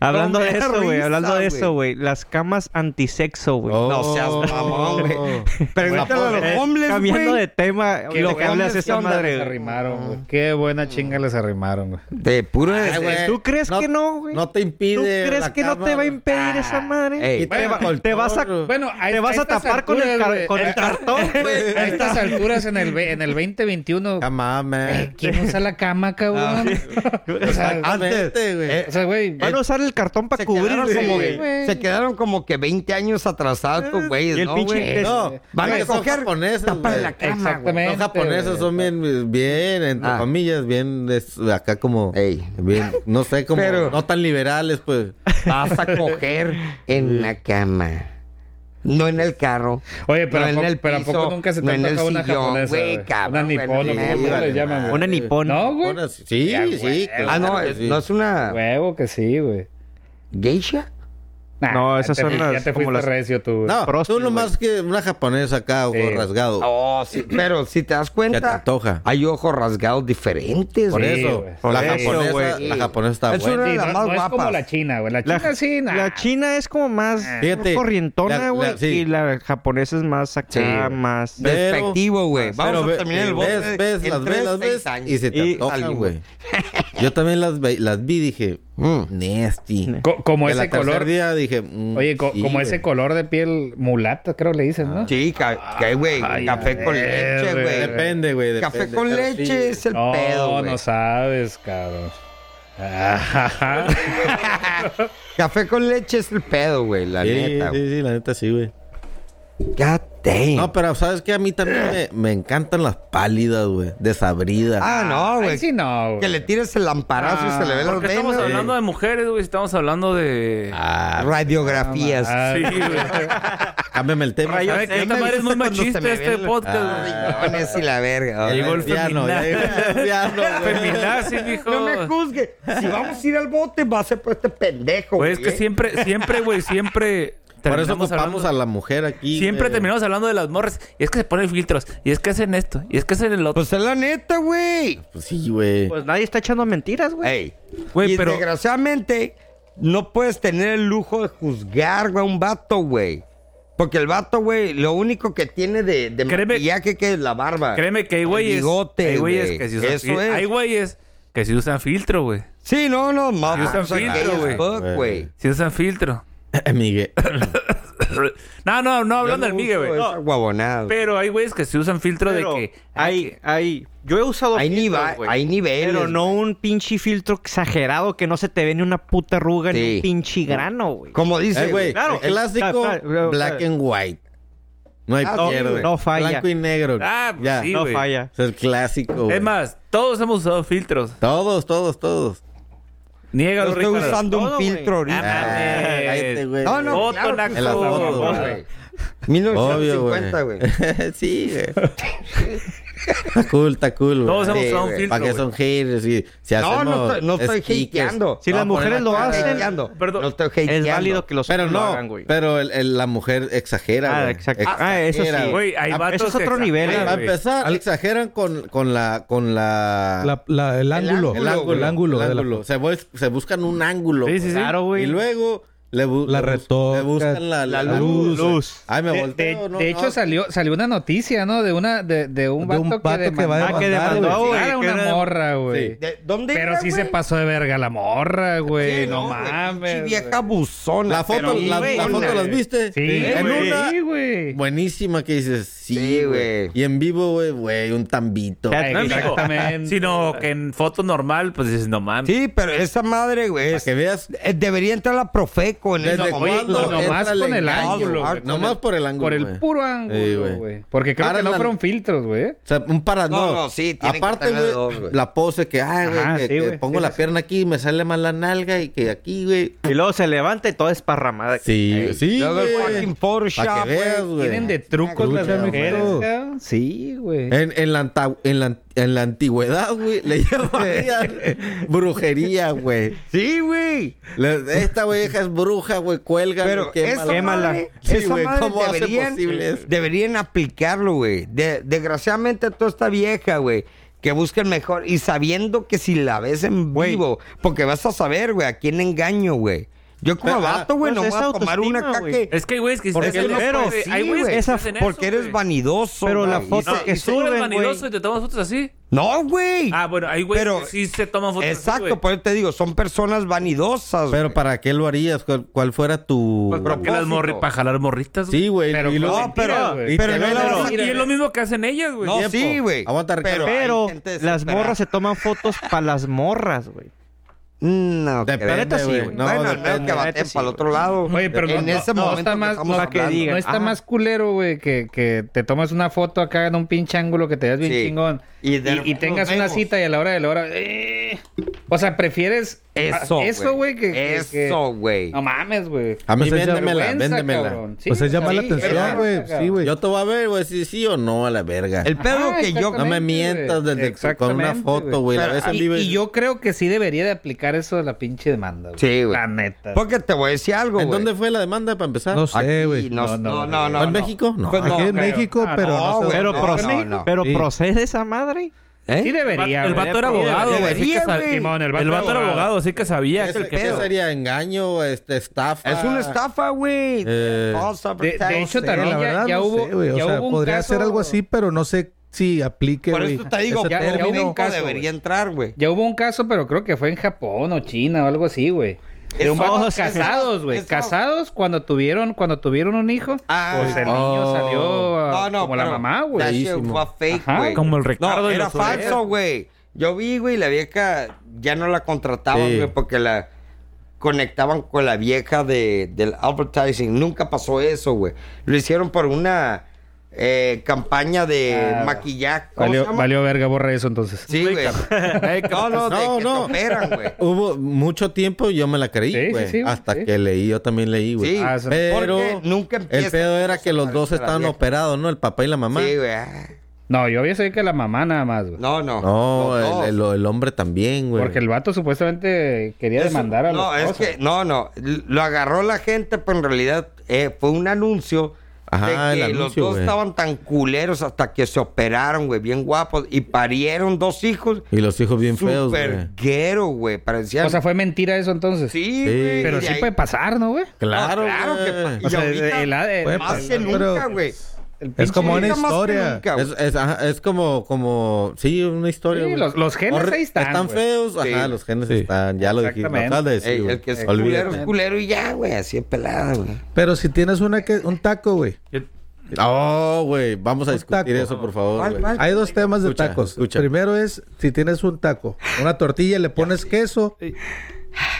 Speaker 3: Hablando
Speaker 2: No
Speaker 3: de
Speaker 2: me da
Speaker 3: eso, güey.
Speaker 2: risa,
Speaker 3: Hablando de eso, güey. Las camas antisexo, güey.
Speaker 5: Oh.
Speaker 2: No seas mamón, güey. Pregúntale a
Speaker 3: Eh,
Speaker 2: los homeless,
Speaker 3: Cambiando
Speaker 2: güey.
Speaker 3: de tema,
Speaker 7: Qué
Speaker 3: lo que hablas
Speaker 7: hombres,
Speaker 3: esa
Speaker 7: qué onda
Speaker 3: madre.
Speaker 7: Les
Speaker 3: güey.
Speaker 7: arrimaron, güey. Qué buena chinga les arrimaron, güey.
Speaker 2: De puro...
Speaker 5: [laughs] Ay, güey,
Speaker 3: ¿Tú crees que no, güey?
Speaker 5: No te impide.
Speaker 3: ¿Tú crees
Speaker 5: la
Speaker 3: que no
Speaker 5: cama,
Speaker 3: te va a
Speaker 5: güey. Ah,
Speaker 3: impedir esa madre?
Speaker 2: Ey.
Speaker 3: Y te, va- te vas a,
Speaker 7: Bueno, a-
Speaker 3: te vas Ah,
Speaker 7: a
Speaker 3: a
Speaker 7: estas
Speaker 3: tapar con el,
Speaker 7: alturas,
Speaker 3: car-
Speaker 7: güey.
Speaker 3: con el cartón,
Speaker 7: [laughs]
Speaker 3: güey. [laughs]
Speaker 7: A estas alturas en el, ve- en el 2021,
Speaker 5: Cama, man.
Speaker 7: eh, ¿quién usa la cama, cabrón? [laughs] o sea,
Speaker 5: Ah,
Speaker 2: Antes,
Speaker 5: Vente, güey.
Speaker 2: eh,
Speaker 7: o sea, güey.
Speaker 3: Van a usar el cartón para
Speaker 2: se quedaron,
Speaker 3: cubrirse,
Speaker 2: como,
Speaker 3: güey.
Speaker 7: güey.
Speaker 2: se quedaron como que 20 años atrasados, estos güeyes,
Speaker 3: Y el
Speaker 2: ¿no,
Speaker 3: pinche
Speaker 2: güey?
Speaker 3: es-
Speaker 5: No,
Speaker 2: Van a
Speaker 5: es que son
Speaker 2: coger,
Speaker 5: japoneses,
Speaker 2: tapa
Speaker 5: güey.
Speaker 2: la cama,
Speaker 7: Exactamente.
Speaker 5: Los japoneses
Speaker 7: güey.
Speaker 5: son bien, bien, entre
Speaker 2: Ah.
Speaker 5: comillas, bien, es- acá como,
Speaker 2: Ey.
Speaker 5: bien, no sé, como,
Speaker 2: Pero-
Speaker 5: no tan liberales, pues.
Speaker 2: Vas a coger en la cama. No en el carro.
Speaker 7: Oye, pero,
Speaker 2: no
Speaker 7: a
Speaker 2: en
Speaker 7: poco-
Speaker 2: el
Speaker 7: pero ¿a poco
Speaker 2: piso,
Speaker 7: nunca se
Speaker 2: no
Speaker 7: te ha
Speaker 2: en el
Speaker 7: tocado una
Speaker 2: sillón,
Speaker 7: japonesa?
Speaker 2: güey,
Speaker 7: güey?
Speaker 2: cabrona,
Speaker 7: Una nipona,
Speaker 2: güey,
Speaker 7: ¿cómo
Speaker 2: vale,
Speaker 7: le llaman? güey?
Speaker 3: Una nipona.
Speaker 7: No, güey.
Speaker 5: Ahora sí, sí,
Speaker 7: Ya,
Speaker 5: sí,
Speaker 7: güey.
Speaker 5: claro,
Speaker 2: Ah, no, es-
Speaker 5: sí.
Speaker 2: no es una
Speaker 7: Huevo que sí, güey.
Speaker 2: geisha.
Speaker 7: Nah,
Speaker 3: No,
Speaker 7: ya
Speaker 3: esas
Speaker 7: te
Speaker 3: son
Speaker 7: fui-
Speaker 3: las-
Speaker 7: Ya te
Speaker 3: como
Speaker 7: fuiste
Speaker 3: las-
Speaker 7: recio tú, pues, güey.
Speaker 5: No,
Speaker 3: Prosti,
Speaker 5: tú nomás que una japonesa acá, ojo
Speaker 7: Sí.
Speaker 5: rasgado.
Speaker 2: Oh, sí, pero si te das
Speaker 5: Ya te
Speaker 2: cuenta,
Speaker 5: antoja.
Speaker 2: hay ojos rasgados diferentes.
Speaker 5: Por
Speaker 2: güey.
Speaker 7: Sí,
Speaker 5: eso,
Speaker 7: güey.
Speaker 5: la
Speaker 3: Por eso,
Speaker 5: japonesa,
Speaker 3: güey.
Speaker 5: la japonesa está
Speaker 2: Es
Speaker 5: buena.
Speaker 2: una-
Speaker 7: Sí,
Speaker 2: las
Speaker 7: no,
Speaker 2: más
Speaker 7: no es como
Speaker 2: guapas.
Speaker 7: la china, güey. La
Speaker 3: La,
Speaker 7: china sí, nah.
Speaker 3: la china es como más
Speaker 5: Fíjate, la-
Speaker 3: corrientona,
Speaker 5: la-
Speaker 3: güey.
Speaker 5: sí.
Speaker 3: Y la japonesa es más acá,
Speaker 2: Sí.
Speaker 3: más.
Speaker 5: Pero-
Speaker 2: Despectivo, güey. Vamos
Speaker 5: Pero
Speaker 2: a
Speaker 5: ve- eh,
Speaker 2: terminar el bote
Speaker 5: Ves, ves,
Speaker 2: en
Speaker 5: las
Speaker 2: tres,
Speaker 5: ves, las
Speaker 2: seis
Speaker 5: ves.
Speaker 2: años.
Speaker 5: Y se te
Speaker 2: Y
Speaker 5: antojan,
Speaker 2: salimos.
Speaker 5: [laughs] güey. Yo también las, ve- las vi, dije,
Speaker 2: Mm.
Speaker 5: nasty.
Speaker 7: Co- como
Speaker 5: De
Speaker 7: ese
Speaker 5: la tercer
Speaker 7: color.
Speaker 5: día dije, mm,
Speaker 7: Oye, co-
Speaker 5: sí,
Speaker 7: como
Speaker 5: güey.
Speaker 7: ese color de piel mulata, creo le dices, ¿no?
Speaker 2: Sí, ca- que, güey,
Speaker 7: Ay,
Speaker 2: café con
Speaker 7: eh,
Speaker 2: leche,
Speaker 7: güey.
Speaker 2: güey.
Speaker 5: Depende, güey.
Speaker 2: Café
Speaker 5: depende,
Speaker 2: con
Speaker 5: pero
Speaker 2: leche
Speaker 5: sí.
Speaker 2: es el
Speaker 7: No,
Speaker 2: pedo, güey.
Speaker 7: no sabes, cabrón. Ah,
Speaker 2: Café con leche es el pedo, güey, la
Speaker 5: Sí,
Speaker 2: neta.
Speaker 5: sí,
Speaker 2: güey.
Speaker 5: sí, la neta sí, güey.
Speaker 2: God damn.
Speaker 5: No, pero sabes que a mí también me, me encantan las pálidas, güey. Desabridas.
Speaker 2: ah, no,
Speaker 7: Ay,
Speaker 2: güey.
Speaker 7: sí, no,
Speaker 2: Que
Speaker 7: güey.
Speaker 2: le tires el lamparazo
Speaker 7: Ah,
Speaker 2: y se le ve
Speaker 8: ¿Por
Speaker 2: los
Speaker 8: qué estamos
Speaker 2: venas.
Speaker 8: hablando de mujeres, güey? Estamos hablando de...
Speaker 5: Ah,
Speaker 2: Radiografías.
Speaker 7: Ah,
Speaker 8: Sí, güey.
Speaker 5: cámbiame el tema.
Speaker 8: ¿Sabe que
Speaker 2: ya
Speaker 8: Esta
Speaker 2: me
Speaker 8: madre es muy
Speaker 2: viste cuando
Speaker 8: machista
Speaker 2: se me
Speaker 8: este
Speaker 2: ven los-
Speaker 8: podcast, güey.
Speaker 5: Ah,
Speaker 2: Riñones y la verga.
Speaker 5: ya
Speaker 2: ahora.
Speaker 5: llegó el piano, ya llegó el piano, güey.
Speaker 8: Feminazi, mijo.
Speaker 2: No me juzgue. Si vamos a ir al bote, va a ser por este pendejo.
Speaker 8: Güey,
Speaker 1: Pues
Speaker 8: Pues es que
Speaker 2: güey.
Speaker 8: siempre, siempre, güey, siempre...
Speaker 5: Por eso
Speaker 8: terminamos
Speaker 5: ocupamos
Speaker 8: hablando-
Speaker 5: a la mujer aquí.
Speaker 8: Siempre
Speaker 5: güey.
Speaker 8: terminamos hablando de las morras. Y es que se ponen filtros. Y es que hacen esto. Y es que hacen el otro.
Speaker 2: Pues es la neta, güey.
Speaker 5: Pues sí, güey.
Speaker 3: Pues nadie está echando mentiras, güey.
Speaker 2: Ey.
Speaker 8: Pues, Güey,
Speaker 2: y
Speaker 8: pero-
Speaker 2: desgraciadamente no puedes tener el lujo de juzgar güey, a un vato, güey. Porque el vato, güey, lo único que tiene de, de
Speaker 8: Créeme-
Speaker 2: maquillaje que es la barba.
Speaker 8: Pues, Créeme que hay
Speaker 2: El
Speaker 8: güeyes...
Speaker 2: bigote,
Speaker 8: hay güeyes
Speaker 2: güey.
Speaker 8: que si usan...
Speaker 2: Eso es.
Speaker 8: Hay güeyes que si usan filtro, güey.
Speaker 2: Sí, no, no, más.
Speaker 8: usan filtro, güey.
Speaker 2: güey.
Speaker 8: Si usan filtro.
Speaker 5: [laughs]
Speaker 8: [coughs]
Speaker 5: Miguel.
Speaker 8: no, no, no
Speaker 2: Yo
Speaker 8: hablando del
Speaker 2: no
Speaker 8: migue,
Speaker 2: uso
Speaker 8: güey.
Speaker 2: esa guabonada.
Speaker 8: Pero hay güeyes que se usan filtro
Speaker 3: Pero
Speaker 8: de que.
Speaker 3: hay, hay. Yo he usado.
Speaker 2: Hay,
Speaker 3: filtros,
Speaker 2: niva-
Speaker 3: güey.
Speaker 2: hay niveles.
Speaker 3: Pero no
Speaker 2: güey.
Speaker 3: un pinche filtro exagerado que no se te ve ni una puta arruga
Speaker 2: Sí.
Speaker 3: ni un pinche grano, güey.
Speaker 2: Como dice,
Speaker 5: Eh, güey,
Speaker 2: güey.
Speaker 3: claro.
Speaker 5: el clásico
Speaker 3: Claro, claro,
Speaker 5: black
Speaker 3: claro.
Speaker 5: and white. No hay
Speaker 2: Ah, sí,
Speaker 5: pierde.
Speaker 2: güey.
Speaker 3: No falla.
Speaker 5: Blanco y negro.
Speaker 8: Ah, pues sí,
Speaker 3: No
Speaker 8: güey.
Speaker 3: falla.
Speaker 5: Es el clásico. güey.
Speaker 8: Es más, todos hemos usado filtros.
Speaker 5: Todos, todos, todos.
Speaker 8: Niega
Speaker 2: Yo
Speaker 8: los
Speaker 2: estoy usando un
Speaker 3: Todo,
Speaker 2: filtro
Speaker 8: güey.
Speaker 2: ahorita.
Speaker 5: Ah, cállate, güey.
Speaker 2: No, no,
Speaker 8: Foto,
Speaker 2: claro,
Speaker 8: Naxo.
Speaker 5: En las fotos,
Speaker 2: güey.
Speaker 5: güey. Obvio,
Speaker 2: 1950,
Speaker 5: güey.
Speaker 2: güey.
Speaker 5: [laughs] sí, güey. Está cool, está cool, güey.
Speaker 8: Todos hemos
Speaker 2: Sí,
Speaker 8: usado un
Speaker 2: güey.
Speaker 8: filtro.
Speaker 5: ¿Para qué
Speaker 8: güey.
Speaker 5: son haters? Y, si
Speaker 2: No,
Speaker 5: hacemos
Speaker 2: no estoy- no estoy
Speaker 5: stickers,
Speaker 2: hateando.
Speaker 3: Si las
Speaker 5: vamos a
Speaker 3: mujeres
Speaker 5: poner
Speaker 3: lo
Speaker 5: acá.
Speaker 3: hacen,
Speaker 2: hateando.
Speaker 8: Perdón.
Speaker 2: No estoy
Speaker 3: Es
Speaker 2: hateando.
Speaker 3: válido que los
Speaker 5: Pero
Speaker 3: lo
Speaker 5: no,
Speaker 3: hagan, güey.
Speaker 5: pero el- el- la mujer exagera,
Speaker 3: Ah,
Speaker 5: güey.
Speaker 3: exacto. Ah, eso sí.
Speaker 5: Exagera,
Speaker 8: Güey, hay
Speaker 5: Ah,
Speaker 8: vatos
Speaker 3: eso es otro
Speaker 8: que-
Speaker 3: nivel,
Speaker 5: Güey,
Speaker 8: Ay,
Speaker 5: para
Speaker 8: güey.
Speaker 5: empezar, exageran con, con la... Con la,
Speaker 4: La- la- el, ángulo,
Speaker 5: el ángulo.
Speaker 4: el ángulo
Speaker 5: el
Speaker 4: de la-
Speaker 5: ángulo. Se, bus- se buscan un ángulo.
Speaker 8: Sí, sí,
Speaker 5: güey.
Speaker 8: sí.
Speaker 3: Claro, güey.
Speaker 5: Y luego... Le bu-
Speaker 4: La
Speaker 5: le bus-
Speaker 4: retoca,
Speaker 5: Le buscan la,
Speaker 4: la luz.
Speaker 3: Luz.
Speaker 5: Ay, me
Speaker 7: De,
Speaker 5: volteo.
Speaker 7: de-
Speaker 5: no,
Speaker 7: de hecho,
Speaker 5: no.
Speaker 7: salió, salió una noticia, ¿no? De una, de, de un
Speaker 4: De
Speaker 7: vato,
Speaker 4: un vato que
Speaker 7: demandó-
Speaker 4: va a
Speaker 7: Ah, que
Speaker 4: demandar,
Speaker 7: demandó,
Speaker 3: güey.
Speaker 7: güey,
Speaker 3: Claro,
Speaker 7: que
Speaker 3: una
Speaker 7: era- morra, güey.
Speaker 5: Sí.
Speaker 2: ¿De- ¿Dónde
Speaker 7: Pero
Speaker 2: era,
Speaker 7: sí se
Speaker 2: güey?
Speaker 7: pasó de verga la morra, güey.
Speaker 2: Sí,
Speaker 7: eh, no,
Speaker 2: güey, pinche
Speaker 7: mames.
Speaker 2: vieja abusona.
Speaker 5: La foto,
Speaker 2: pero-
Speaker 5: la,
Speaker 2: güey,
Speaker 5: la foto
Speaker 2: güey.
Speaker 5: las viste.
Speaker 7: Sí,
Speaker 5: en
Speaker 7: güey.
Speaker 5: una
Speaker 7: Sí, güey.
Speaker 5: buenísima que dices, sí,
Speaker 2: Sí,
Speaker 5: güey.
Speaker 2: güey.
Speaker 5: Y en vivo, güey, güey, un tambito.
Speaker 3: Ya,
Speaker 5: Para
Speaker 3: no, amigo.
Speaker 7: Exactamente.
Speaker 8: Sino que en foto normal, pues dices, no mames.
Speaker 2: Sí, pero esa madre, güey. es-
Speaker 5: que veas.
Speaker 2: eh, Debería entrar la Profeco, con
Speaker 5: Desde
Speaker 2: eso.
Speaker 5: cuándo
Speaker 7: no, nomás
Speaker 5: entra el
Speaker 7: con el
Speaker 5: engaño,
Speaker 7: ángulo,
Speaker 5: güey?
Speaker 7: güey.
Speaker 5: Nomás por el ángulo.
Speaker 7: Por el
Speaker 5: güey.
Speaker 7: puro
Speaker 5: Sí,
Speaker 7: ángulo,
Speaker 5: güey.
Speaker 7: güey. Porque creo
Speaker 5: Ahora
Speaker 7: que no
Speaker 5: la-
Speaker 7: fueron filtros, güey.
Speaker 5: O sea, un para
Speaker 2: No,
Speaker 5: no.
Speaker 2: no, sí, tiene que
Speaker 5: Aparte,
Speaker 2: tener
Speaker 5: güey,
Speaker 2: dos, güey.
Speaker 5: la pose que, ay, güey,
Speaker 7: Ajá,
Speaker 5: que,
Speaker 7: sí,
Speaker 5: que
Speaker 7: güey.
Speaker 5: pongo
Speaker 7: Sí,
Speaker 5: la
Speaker 7: sí,
Speaker 5: pierna aquí y me sale más la nalga y que aquí, güey.
Speaker 3: Y luego se levanta y todo esparramada.
Speaker 5: Sí, sí,
Speaker 2: Luego el fucking Photoshop,
Speaker 5: Para que
Speaker 2: güey.
Speaker 5: veas, güey.
Speaker 7: Tienen de trucos las
Speaker 4: Trucha,
Speaker 7: mujeres,
Speaker 4: mijo.
Speaker 7: cabrón. Eh, Sí, güey.
Speaker 5: En, en la, anta- en, la, en la antigüedad, güey, le
Speaker 2: [laughs]
Speaker 5: llamaban brujería, güey.
Speaker 2: Sí, güey.
Speaker 5: Le- Esta vieja es bruja, güey, cuelga,
Speaker 2: Pero esa madre,
Speaker 5: Sí,
Speaker 2: esa
Speaker 5: güey,
Speaker 2: madre
Speaker 5: ¿cómo hace
Speaker 2: deberían,
Speaker 5: posible eso?
Speaker 2: deberían aplicarlo, güey. De- desgraciadamente, toda esta vieja, güey, que busca el mejor y sabiendo que si la ves en vivo, porque vas a saber, güey, a quién engaño, güey. Yo como
Speaker 5: Pero,
Speaker 2: vato, güey, no
Speaker 3: pues
Speaker 2: voy
Speaker 3: es
Speaker 2: a tomar una
Speaker 3: autoestima, güey.
Speaker 2: caque.
Speaker 8: Es que hay güeyes que
Speaker 2: Porque,
Speaker 8: es que
Speaker 2: no
Speaker 8: no
Speaker 2: puedes,
Speaker 8: puede-
Speaker 2: sí,
Speaker 8: hay güeyes
Speaker 2: güey.
Speaker 8: que
Speaker 3: Esa-
Speaker 8: hacen eso,
Speaker 2: porque eres
Speaker 8: güey.
Speaker 2: vanidoso.
Speaker 3: Pero la
Speaker 2: güey.
Speaker 3: foto
Speaker 2: No,
Speaker 3: que
Speaker 8: Y tú eres
Speaker 3: suben,
Speaker 8: vanidoso
Speaker 3: güey.
Speaker 8: y te tomas fotos así.
Speaker 2: No, güey.
Speaker 8: Ah, bueno, hay güeyes
Speaker 2: Pero-
Speaker 8: que sí se toman fotos así, güey.
Speaker 2: Exacto, por eso te digo, son personas vanidosas.
Speaker 5: Pero
Speaker 2: güey.
Speaker 5: para qué lo harías, cuál, cuál fuera tu...
Speaker 8: Pues, ¿por qué las
Speaker 2: propósito.
Speaker 8: morri- para jalar morritas, güey?
Speaker 5: Sí, güey.
Speaker 7: Pero
Speaker 5: y luego-
Speaker 7: con
Speaker 2: No, pero,
Speaker 7: mentiras, güey.
Speaker 2: pero no la vas a-
Speaker 8: Y es lo mismo que hacen ellas, güey.
Speaker 2: No,
Speaker 5: Tiempo.
Speaker 2: sí, güey.
Speaker 5: Aguanta, Ricardo.
Speaker 3: Pero
Speaker 2: hay gente
Speaker 3: las
Speaker 2: desesperada.
Speaker 3: morras se toman fotos para las morras, güey.
Speaker 2: No,
Speaker 5: Depende,
Speaker 2: creo.
Speaker 3: La neta sí,
Speaker 5: güey.
Speaker 3: güey.
Speaker 5: No,
Speaker 2: bueno, al menos
Speaker 5: depende.
Speaker 2: que
Speaker 3: la
Speaker 2: baten
Speaker 3: neta sí,
Speaker 2: para el
Speaker 3: güey.
Speaker 2: otro lado.
Speaker 7: Oye, pero
Speaker 2: en
Speaker 7: no,
Speaker 2: ese
Speaker 7: no- no
Speaker 2: momento
Speaker 7: está
Speaker 2: que
Speaker 7: más,
Speaker 2: estamos
Speaker 7: no,
Speaker 2: hablando.
Speaker 3: diga.
Speaker 7: no está
Speaker 3: Ajá.
Speaker 7: más culero, güey, que, que te tomas una foto acá en un pinche ángulo que te veas bien
Speaker 2: Sí.
Speaker 7: chingón
Speaker 2: Y
Speaker 7: y,
Speaker 2: de-
Speaker 7: y tengas
Speaker 2: nos
Speaker 7: una
Speaker 2: vemos.
Speaker 7: cita y a la hora de la hora... eh, o sea, prefieres
Speaker 2: Eso,
Speaker 7: a- ah, eso, güey, que, que- que-
Speaker 2: Eso, güey.
Speaker 7: No mames, güey.
Speaker 5: A mí
Speaker 4: Pues es ya-
Speaker 5: véndemela,
Speaker 7: Vergüenza,
Speaker 5: véndemela.
Speaker 7: cabrón. Sí,
Speaker 4: Pues es llamar la
Speaker 7: sí,
Speaker 4: atención,
Speaker 7: vergüenza,
Speaker 4: güey.
Speaker 7: cabrón.
Speaker 4: Sí, güey.
Speaker 5: Yo te voy a ver, güey, si sí o no a la verga.
Speaker 2: El pedo
Speaker 7: Ajá,
Speaker 2: que yo...
Speaker 5: No me mientas
Speaker 7: güey.
Speaker 5: desde que- con una
Speaker 7: Exactamente,
Speaker 5: foto, güey.
Speaker 7: güey.
Speaker 5: La
Speaker 2: Pero-
Speaker 5: ves en
Speaker 7: Y,
Speaker 5: vivo
Speaker 7: y yo creo que sí debería de aplicar eso de la pinche demanda, güey.
Speaker 2: Sí, güey.
Speaker 7: La neta.
Speaker 2: Porque te voy a decir algo, güey.
Speaker 5: ¿En dónde fue la demanda para empezar?
Speaker 4: No
Speaker 2: Aquí,
Speaker 4: sé, güey.
Speaker 2: No,
Speaker 7: No, no,
Speaker 2: no, no,
Speaker 7: Eh, güey.
Speaker 2: no,
Speaker 5: ¿En
Speaker 2: no.
Speaker 5: México? No.
Speaker 2: Pues
Speaker 4: Aquí en
Speaker 2: creo.
Speaker 4: México,
Speaker 7: Ah,
Speaker 4: pero
Speaker 7: no,
Speaker 4: no, sé
Speaker 2: güey,
Speaker 4: dónde.
Speaker 3: Pero,
Speaker 2: no,
Speaker 3: procede,
Speaker 2: no, no.
Speaker 3: pero
Speaker 4: Sí.
Speaker 3: procede esa madre.
Speaker 2: ¿Eh?
Speaker 7: Sí debería,
Speaker 8: El
Speaker 7: güey.
Speaker 8: vato era abogado, güey. así
Speaker 2: Debería,
Speaker 8: que sab-
Speaker 2: güey.
Speaker 7: Simón, el
Speaker 8: El
Speaker 7: vato era
Speaker 8: vato era
Speaker 7: abogado.
Speaker 8: abogado, así que sabía.
Speaker 5: ¿Qué,
Speaker 8: que-
Speaker 5: qué sería? ¿Engaño? Este, ¿Estafa?
Speaker 2: Es una estafa, Oh. güey.
Speaker 5: Eh,
Speaker 2: False
Speaker 7: Ah. de hecho,
Speaker 4: sé,
Speaker 7: también
Speaker 4: la
Speaker 7: ya-
Speaker 4: verdad,
Speaker 7: ya
Speaker 4: no
Speaker 7: hubo-
Speaker 4: sé, güey. O
Speaker 7: ya
Speaker 4: sea,
Speaker 7: hubo un
Speaker 4: podría
Speaker 7: caso-
Speaker 4: ser algo así, pero no sé si aplique,
Speaker 2: Por
Speaker 4: güey,
Speaker 2: eso te digo,
Speaker 4: ese
Speaker 2: ya, ya
Speaker 4: término.
Speaker 2: hubo un
Speaker 7: término.
Speaker 2: caso, debería entrar, güey.
Speaker 7: Ya hubo un caso, pero creo que fue en Japón o China o algo así, güey. De un vato
Speaker 2: Esos-
Speaker 7: casados, güey.
Speaker 2: esos-
Speaker 7: Casados cuando tuvieron, cuando tuvieron un hijo,
Speaker 2: Ah.
Speaker 7: pues el niño
Speaker 5: Oh.
Speaker 7: salió ah, como la
Speaker 2: pero
Speaker 7: mamá,
Speaker 2: that
Speaker 7: güey.
Speaker 2: shit fue a fake,
Speaker 7: Ajá.
Speaker 2: güey.
Speaker 8: Como el Ricardo
Speaker 2: No,
Speaker 8: y
Speaker 2: era
Speaker 8: los Soler.
Speaker 2: falso, güey. Yo vi, güey, la vieja ya no la contrataban,
Speaker 5: Sí.
Speaker 2: güey, porque la conectaban con la vieja de, del advertising. Nunca pasó eso, güey. Lo hicieron por una eh, campaña de
Speaker 7: Ah,
Speaker 2: maquillaje. ¿Cómo se
Speaker 7: Valió,
Speaker 2: llama?
Speaker 7: valió verga, borra eso entonces.
Speaker 2: Sí, güey. [laughs] no, no, de
Speaker 5: No,
Speaker 2: que
Speaker 5: no.
Speaker 2: te operan, güey.
Speaker 5: Hubo mucho tiempo y yo me la creí,
Speaker 7: Sí, sí,
Speaker 5: güey.
Speaker 7: sí, güey,
Speaker 5: Hasta
Speaker 7: sí.
Speaker 5: que leí, yo también leí, güey.
Speaker 2: Sí,
Speaker 7: Ah, eso-
Speaker 5: Pero
Speaker 2: Porque nunca empieza
Speaker 5: el pedo era que los dos
Speaker 2: a la
Speaker 5: estaban
Speaker 2: vieja.
Speaker 5: operados, ¿no? El papá y la mamá.
Speaker 2: Sí, güey. ah.
Speaker 7: No, yo había sabido que la mamá nada más, güey.
Speaker 2: No, no.
Speaker 5: no,
Speaker 2: Los dos.
Speaker 5: el, el- el hombre también, güey.
Speaker 7: Porque el vato supuestamente quería
Speaker 2: Eso-
Speaker 7: demandar a los
Speaker 2: No, es que, no, no. l- Lo agarró la gente, pero en realidad eh, fue un anuncio.
Speaker 5: Ajá,
Speaker 2: de que
Speaker 5: el
Speaker 2: los
Speaker 5: anuncio,
Speaker 2: dos
Speaker 5: güey.
Speaker 2: estaban tan culeros hasta que se operaron, güey, bien guapos. Y parieron dos hijos.
Speaker 5: Y los hijos bien feos, güey.
Speaker 2: Super guero, güey. Parecían.
Speaker 7: O sea, fue mentira eso entonces.
Speaker 2: sí,
Speaker 5: sí.
Speaker 2: güey.
Speaker 7: Pero
Speaker 2: y de
Speaker 7: sí
Speaker 2: ahí-
Speaker 7: puede pasar, ¿no, güey?
Speaker 5: Claro,
Speaker 2: No, claro
Speaker 5: güey.
Speaker 2: que pa- y
Speaker 7: O sea,
Speaker 2: ahorita
Speaker 7: el- el-
Speaker 4: Puede
Speaker 2: Más
Speaker 4: pasar,
Speaker 2: que nunca,
Speaker 4: pero-
Speaker 2: güey.
Speaker 7: El
Speaker 4: Es como una
Speaker 7: pinche-
Speaker 2: Ahorita más que
Speaker 4: historia.
Speaker 2: nunca, güey.
Speaker 5: Es, es- ajá, es como, como, sí, una historia.
Speaker 7: Sí,
Speaker 5: güey.
Speaker 7: los- los genes
Speaker 5: Horri-
Speaker 7: ahí están,
Speaker 5: Están
Speaker 7: güey.
Speaker 5: feos,
Speaker 2: Sí.
Speaker 5: ajá, los genes
Speaker 4: Sí.
Speaker 5: están, ya lo dijiste. lo acabas de decir,
Speaker 2: Ey,
Speaker 5: güey.
Speaker 2: el que es
Speaker 5: Olvídate.
Speaker 2: culero es culero y ya, güey. Así es pelada, güey.
Speaker 4: Pero si tienes una que, un taco, güey.
Speaker 5: No, güey, vamos a
Speaker 4: Un
Speaker 5: discutir
Speaker 4: taco.
Speaker 5: eso, por favor.
Speaker 2: ¿Cuál,
Speaker 5: güey.
Speaker 2: cuál?
Speaker 4: Hay dos temas de
Speaker 5: Escucha,
Speaker 4: tacos.
Speaker 5: escucha.
Speaker 4: Primero es si tienes un taco, una tortilla, le pones queso,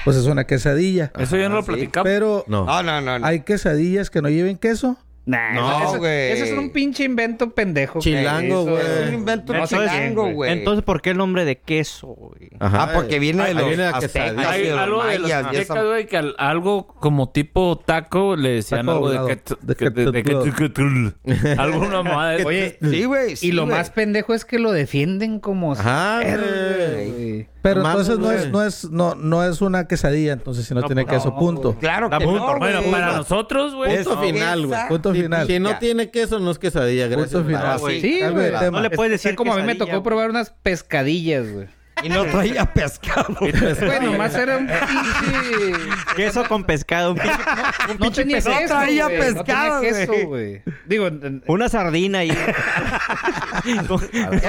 Speaker 4: pues es una quesadilla.
Speaker 8: Eso ya no lo
Speaker 2: sí.
Speaker 8: platicamos.
Speaker 4: Pero
Speaker 5: No.
Speaker 2: Ah. No, no, no. no.
Speaker 4: hay quesadillas que no lleven queso.
Speaker 7: Nah,
Speaker 2: No,
Speaker 7: eso-
Speaker 2: güey.
Speaker 7: Eso es un pinche invento pendejo. que
Speaker 5: Chilango,
Speaker 7: hizo-
Speaker 5: güey.
Speaker 2: es un invento
Speaker 7: No sé quién,
Speaker 2: chilango,
Speaker 7: güey.
Speaker 2: güey.
Speaker 3: Entonces, ¿por qué el nombre de queso, güey?
Speaker 5: Ajá.
Speaker 2: Ah, porque viene de
Speaker 5: Ahí
Speaker 2: los
Speaker 5: la
Speaker 2: aztecas.
Speaker 5: quesadilla.
Speaker 2: Ay,
Speaker 8: Hay
Speaker 2: de los
Speaker 8: algo de los
Speaker 2: mayas y esa-
Speaker 8: aztecas, güey, que al- algo como tipo taco le decían
Speaker 4: Taco
Speaker 8: algo de
Speaker 4: doblado.
Speaker 8: quetzal-
Speaker 4: De
Speaker 8: que- de- de
Speaker 4: quetzal.
Speaker 8: quetzal- Alguna mamada. de-
Speaker 7: Oye,
Speaker 2: Sí, güey.
Speaker 7: y lo más pendejo es que lo defienden como.
Speaker 5: Ajá, güey.
Speaker 7: güey.
Speaker 4: Pero
Speaker 5: Mamá,
Speaker 4: entonces no
Speaker 5: güey.
Speaker 4: es, no es, no, no es una quesadilla, entonces si no,
Speaker 8: No,
Speaker 4: tiene
Speaker 8: pues,
Speaker 4: queso, punto.
Speaker 2: Claro que
Speaker 8: Bueno,
Speaker 2: no,
Speaker 8: bueno,
Speaker 2: güey.
Speaker 8: para nosotros, güey.
Speaker 5: Punto
Speaker 2: no.
Speaker 5: final, güey.
Speaker 2: Esa-
Speaker 4: Punto
Speaker 5: Si-
Speaker 4: final.
Speaker 5: Si pues, no
Speaker 2: Ya.
Speaker 5: tiene queso, no es quesadilla, gracias.
Speaker 4: Punto final.
Speaker 5: Ah,
Speaker 2: güey.
Speaker 7: Sí,
Speaker 4: Cambio
Speaker 7: güey.
Speaker 4: de
Speaker 7: la-
Speaker 4: tema.
Speaker 3: No le puedes
Speaker 7: Así
Speaker 3: decir
Speaker 7: como a mí me
Speaker 3: quesadilla,
Speaker 7: tocó
Speaker 3: güey.
Speaker 7: probar unas pescadillas, güey.
Speaker 2: Y no
Speaker 7: [laughs]
Speaker 2: traía pescado.
Speaker 7: Bueno, más era un pinche.
Speaker 3: Queso con pescado, un pinche-
Speaker 7: Un pinche
Speaker 2: tenía- no
Speaker 7: queso,
Speaker 2: traía
Speaker 7: güey. No
Speaker 2: pescado,
Speaker 7: tenía queso,
Speaker 2: güey.
Speaker 7: güey. Digo, n-
Speaker 3: una sardina y...
Speaker 7: es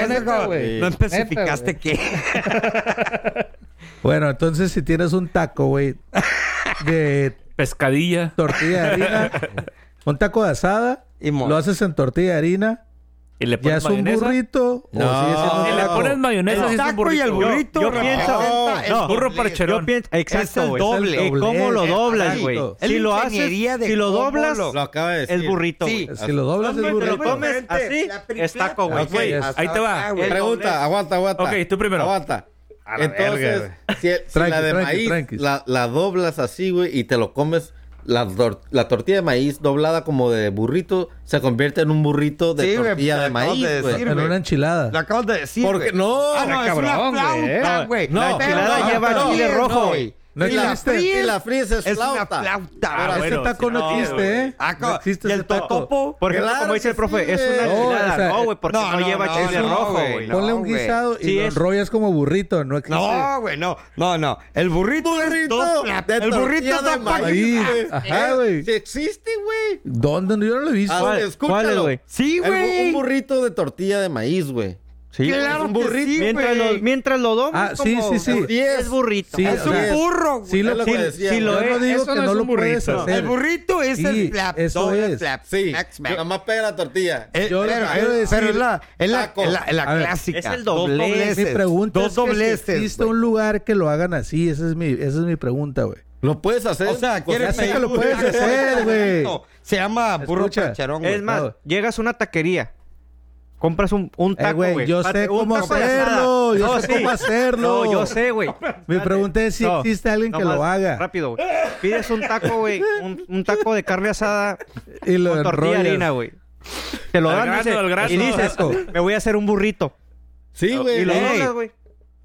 Speaker 7: neta, güey.
Speaker 2: [laughs] No
Speaker 7: Neta,
Speaker 2: especificaste
Speaker 7: güey.
Speaker 2: qué.
Speaker 4: Bueno, entonces si tienes un taco, güey, de
Speaker 8: Pescadilla.
Speaker 4: tortilla de harina, un taco de asada,
Speaker 2: Y mo-
Speaker 4: lo haces en tortilla de harina,
Speaker 8: Y le
Speaker 4: ¿Ya
Speaker 8: pones
Speaker 4: es un
Speaker 8: mayonesa.
Speaker 4: burrito?
Speaker 5: No.
Speaker 4: ¿O sigue siendo
Speaker 8: Si
Speaker 4: un
Speaker 8: le
Speaker 4: taco?
Speaker 8: pones mayonesa, sí
Speaker 2: El
Speaker 8: es un
Speaker 2: taco y el
Speaker 8: burrito.
Speaker 2: burrito.
Speaker 3: Yo pienso-
Speaker 2: representa
Speaker 3: no,
Speaker 2: el
Speaker 8: Burro
Speaker 2: doble.
Speaker 8: parcherón.
Speaker 3: Yo pienso, exacto,
Speaker 2: el
Speaker 3: güey.
Speaker 2: doble.
Speaker 3: ¿Y ¿Cómo lo
Speaker 4: Es
Speaker 3: doblas,
Speaker 4: correcto.
Speaker 3: güey?
Speaker 2: Es
Speaker 3: Si
Speaker 2: la
Speaker 3: lo haces,
Speaker 2: ingeniería de
Speaker 3: si lo
Speaker 2: cómo
Speaker 3: doblas,
Speaker 2: lo-
Speaker 5: Lo acaba de decir.
Speaker 3: es burrito,
Speaker 2: Sí.
Speaker 3: güey.
Speaker 4: Si lo doblas es
Speaker 3: Hombre, te lo
Speaker 4: burrito.
Speaker 3: comes así,
Speaker 2: La primera-
Speaker 3: es taco, güey.
Speaker 5: Ok,
Speaker 4: hasta
Speaker 8: ahí te va.
Speaker 3: Ah,
Speaker 2: acá, güey.
Speaker 5: Pregunta, aguanta, aguanta.
Speaker 8: Ok, tú primero.
Speaker 5: Aguanta.
Speaker 7: A la
Speaker 5: Entonces,
Speaker 7: verga,
Speaker 5: si, si
Speaker 4: Tranqui,
Speaker 5: la de
Speaker 4: tranqui,
Speaker 5: maíz
Speaker 4: tranqui.
Speaker 5: La, la doblas así, güey, y te lo comes, la, dor- la tortilla de maíz doblada como de burrito se convierte en un burrito de
Speaker 2: Sí, güey,
Speaker 5: tortilla
Speaker 2: pues,
Speaker 5: de
Speaker 2: acabas
Speaker 5: maíz,
Speaker 2: de
Speaker 5: güey.
Speaker 2: decir.
Speaker 4: En una
Speaker 2: Lo
Speaker 4: enchilada.
Speaker 2: acabas de decir.
Speaker 5: Porque
Speaker 2: güey.
Speaker 5: no.
Speaker 2: Ah, no,
Speaker 7: Ah,
Speaker 2: es
Speaker 7: cabrón,
Speaker 2: una
Speaker 7: güey.
Speaker 2: flauta,
Speaker 7: Ah,
Speaker 2: güey.
Speaker 5: no. La
Speaker 3: enchilada lleva chile rojo.
Speaker 4: No
Speaker 5: si, la
Speaker 4: existe.
Speaker 5: fríes, si la fríes es
Speaker 2: Es una
Speaker 5: flauta.
Speaker 2: flauta.
Speaker 5: Pero
Speaker 8: Ah,
Speaker 4: Ese
Speaker 8: bueno,
Speaker 4: Este taco
Speaker 8: si
Speaker 4: no
Speaker 8: no,
Speaker 4: existe,
Speaker 8: güey.
Speaker 4: ¿eh?
Speaker 2: Ah,
Speaker 4: No
Speaker 2: co-
Speaker 4: existe
Speaker 2: ¿Y
Speaker 4: ese
Speaker 2: el tocopo?
Speaker 3: Por ejemplo,
Speaker 5: Claro
Speaker 3: como dice el
Speaker 5: que
Speaker 3: profe,
Speaker 5: sí,
Speaker 3: es una
Speaker 5: güey.
Speaker 4: No, o
Speaker 3: enchilada.
Speaker 4: sea,
Speaker 3: No, güey, porque
Speaker 2: no,
Speaker 3: no,
Speaker 2: no,
Speaker 3: lleva
Speaker 2: no,
Speaker 3: chile
Speaker 2: no,
Speaker 3: rojo,
Speaker 2: güey.
Speaker 3: güey.
Speaker 2: No,
Speaker 4: Ponle un
Speaker 2: güey.
Speaker 4: guisado
Speaker 3: Sí,
Speaker 4: y lo
Speaker 3: es-
Speaker 4: enrollas como burrito. No existe.
Speaker 2: No, güey, no. No, no. El burrito, es dos pla-
Speaker 5: de
Speaker 2: El burrito
Speaker 5: tortilla
Speaker 2: es dos
Speaker 5: de maíz,
Speaker 2: páginas.
Speaker 5: güey.
Speaker 4: Ajá,
Speaker 5: Eh,
Speaker 4: güey.
Speaker 5: Si existe, güey.
Speaker 4: ¿Dónde? Yo no lo he visto.
Speaker 5: Ah,
Speaker 3: ¿Cuál-
Speaker 5: escúchalo.
Speaker 3: cuál es, güey?
Speaker 2: Sí,
Speaker 5: El bu-
Speaker 2: güey.
Speaker 5: Un burrito de tortilla de maíz, güey.
Speaker 3: Sí, güey.
Speaker 2: Claro
Speaker 5: un
Speaker 2: que
Speaker 5: burrito.
Speaker 2: sí,
Speaker 3: Mientras
Speaker 2: güey.
Speaker 3: lo, mientras lo domas,
Speaker 4: Ah, sí,
Speaker 3: como-
Speaker 4: sí, sí.
Speaker 3: Sí, es burrito.
Speaker 4: Sí,
Speaker 3: Es
Speaker 2: Es
Speaker 4: o sea,
Speaker 2: un burro, güey.
Speaker 4: Sí, lo,
Speaker 5: Es lo que
Speaker 4: sí,
Speaker 5: decía,
Speaker 4: sí
Speaker 5: güey.
Speaker 4: lo
Speaker 3: Yo no
Speaker 4: es.
Speaker 7: digo
Speaker 4: Eso no
Speaker 7: que no
Speaker 4: lo
Speaker 7: es un burrito.
Speaker 4: puedes hacer.
Speaker 2: El burrito es
Speaker 4: Sí,
Speaker 2: el flap.
Speaker 4: eso
Speaker 2: dog, el
Speaker 4: es.
Speaker 2: flap.
Speaker 5: Sí.
Speaker 2: Max, Max.
Speaker 5: Nada más pega la tortilla.
Speaker 2: Eh,
Speaker 4: Yo lo
Speaker 2: pero,
Speaker 4: quiero
Speaker 2: pero
Speaker 4: decir-
Speaker 2: es la, es la,
Speaker 5: Taco.
Speaker 2: es la- es la
Speaker 4: A ver.
Speaker 2: clásica.
Speaker 3: Es el
Speaker 2: Dos
Speaker 3: doblez.
Speaker 4: Mi
Speaker 2: dobleces.
Speaker 4: pregunta
Speaker 2: Dos
Speaker 4: es que si
Speaker 2: dobleces.
Speaker 4: existe
Speaker 2: güey.
Speaker 4: un lugar que lo hagan así. Esa es mi, esa es mi pregunta, güey.
Speaker 5: Lo puedes hacer.
Speaker 2: O sea,
Speaker 4: Ya
Speaker 2: quieres
Speaker 4: sé
Speaker 2: pedir
Speaker 4: que lo
Speaker 2: un
Speaker 4: puedes
Speaker 2: taco.
Speaker 4: hacer, güey.
Speaker 2: Se llama burro
Speaker 4: Escucha.
Speaker 2: charón, güey.
Speaker 3: Es más,
Speaker 4: No.
Speaker 3: llegas a una taquería, compras un, un
Speaker 4: Eh,
Speaker 3: taco,
Speaker 4: güey,
Speaker 3: güey.
Speaker 4: yo
Speaker 3: Pate-
Speaker 4: sé
Speaker 3: un
Speaker 4: cómo
Speaker 3: taco de asada.
Speaker 4: hacerlo. Yo
Speaker 3: No,
Speaker 4: sé
Speaker 3: sí.
Speaker 4: cómo hacerlo.
Speaker 3: No, yo sé,
Speaker 4: [laughs]
Speaker 3: güey.
Speaker 4: Me pregunté si
Speaker 3: No,
Speaker 4: existe alguien que
Speaker 3: nomás
Speaker 4: lo haga.
Speaker 3: Rápido, güey. Pides un taco, güey. Un, un taco de carne asada
Speaker 4: Y lo
Speaker 3: con tortilla de harina,
Speaker 4: enrollas.
Speaker 3: güey. Te lo
Speaker 8: Al
Speaker 3: dan
Speaker 8: grano,
Speaker 3: dice-
Speaker 8: al grano.
Speaker 3: y dices, me voy a hacer un burrito.
Speaker 5: Sí, güey.
Speaker 3: Y lo
Speaker 5: Ey,
Speaker 3: doblas, güey.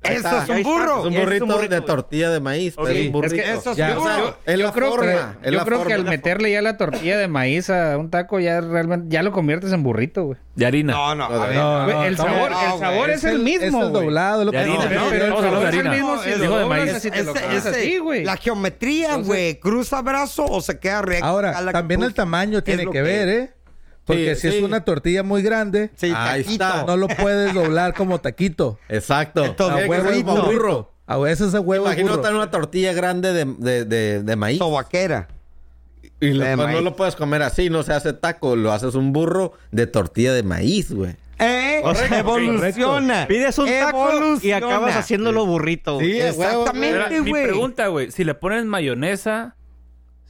Speaker 2: Eso es
Speaker 3: Ahí
Speaker 2: un
Speaker 3: está.
Speaker 5: Es
Speaker 2: burro.
Speaker 3: Es
Speaker 5: un
Speaker 3: un
Speaker 5: burrito,
Speaker 3: burrito,
Speaker 5: de
Speaker 3: güey.
Speaker 5: tortilla de maíz, pero es un
Speaker 7: Es
Speaker 5: burrito.
Speaker 7: que eso es
Speaker 4: Ya.
Speaker 7: burro.
Speaker 5: Yo- es la
Speaker 7: yo creo,
Speaker 5: forma,
Speaker 7: que,
Speaker 5: es
Speaker 7: yo
Speaker 5: la
Speaker 7: creo que
Speaker 5: forma.
Speaker 7: al meterle ya la tortilla de maíz a un taco, ya realmente, ya lo conviertes en burrito, güey.
Speaker 8: De harina.
Speaker 2: No, no, a ver.
Speaker 4: No,
Speaker 7: Güey, el
Speaker 4: no,
Speaker 7: sabor,
Speaker 2: no,
Speaker 7: el
Speaker 2: güey.
Speaker 7: sabor es, el mismo,
Speaker 4: Es el
Speaker 7: güey.
Speaker 4: doblado. Lo
Speaker 8: De
Speaker 4: que
Speaker 8: harina, no,
Speaker 4: no, no,
Speaker 8: pero
Speaker 4: no,
Speaker 8: vamos a hablar de
Speaker 7: Es el
Speaker 8: harina.
Speaker 7: mismo si
Speaker 2: No,
Speaker 7: lo
Speaker 8: digo de
Speaker 7: doblas,
Speaker 8: maíz.
Speaker 7: si te lo
Speaker 2: Ese-
Speaker 7: comes
Speaker 2: ese-
Speaker 7: así, güey.
Speaker 2: La geometría, güey. Cruza brazo o se queda recto. Acá
Speaker 4: Ahora,
Speaker 2: la
Speaker 4: también
Speaker 2: cruz.
Speaker 4: el tamaño
Speaker 2: Es
Speaker 4: tiene
Speaker 2: lo
Speaker 4: que ver, ¿eh? Porque
Speaker 5: Sí,
Speaker 4: si
Speaker 5: sí.
Speaker 4: es una tortilla muy grande,
Speaker 2: Sí,
Speaker 5: Ahí
Speaker 2: taquito.
Speaker 5: está.
Speaker 4: no lo puedes doblar como taquito.
Speaker 5: Exacto.
Speaker 2: Entonces,
Speaker 5: Tiene que
Speaker 4: huevo
Speaker 5: ser
Speaker 4: y
Speaker 5: como
Speaker 4: burro.
Speaker 5: burro.
Speaker 4: A veces ese huevo es
Speaker 5: Imagino
Speaker 4: burro.
Speaker 5: tener una tortilla grande de, de, de, de maíz.
Speaker 2: Sobaquera.
Speaker 5: Y lo-
Speaker 2: de
Speaker 5: pues, no
Speaker 2: maíz.
Speaker 5: lo puedes comer así, no se hace taco, lo haces un burro de tortilla de maíz, güey.
Speaker 2: ¿Eh? evoluciona.
Speaker 3: Pides un taco y
Speaker 2: Evoluciona.
Speaker 3: acabas haciéndolo burrito, güey.
Speaker 5: Sí, a huevo,
Speaker 8: Era-
Speaker 2: Exactamente,
Speaker 8: mi
Speaker 2: güey.
Speaker 8: pregunta, güey. Si le pones mayonesa,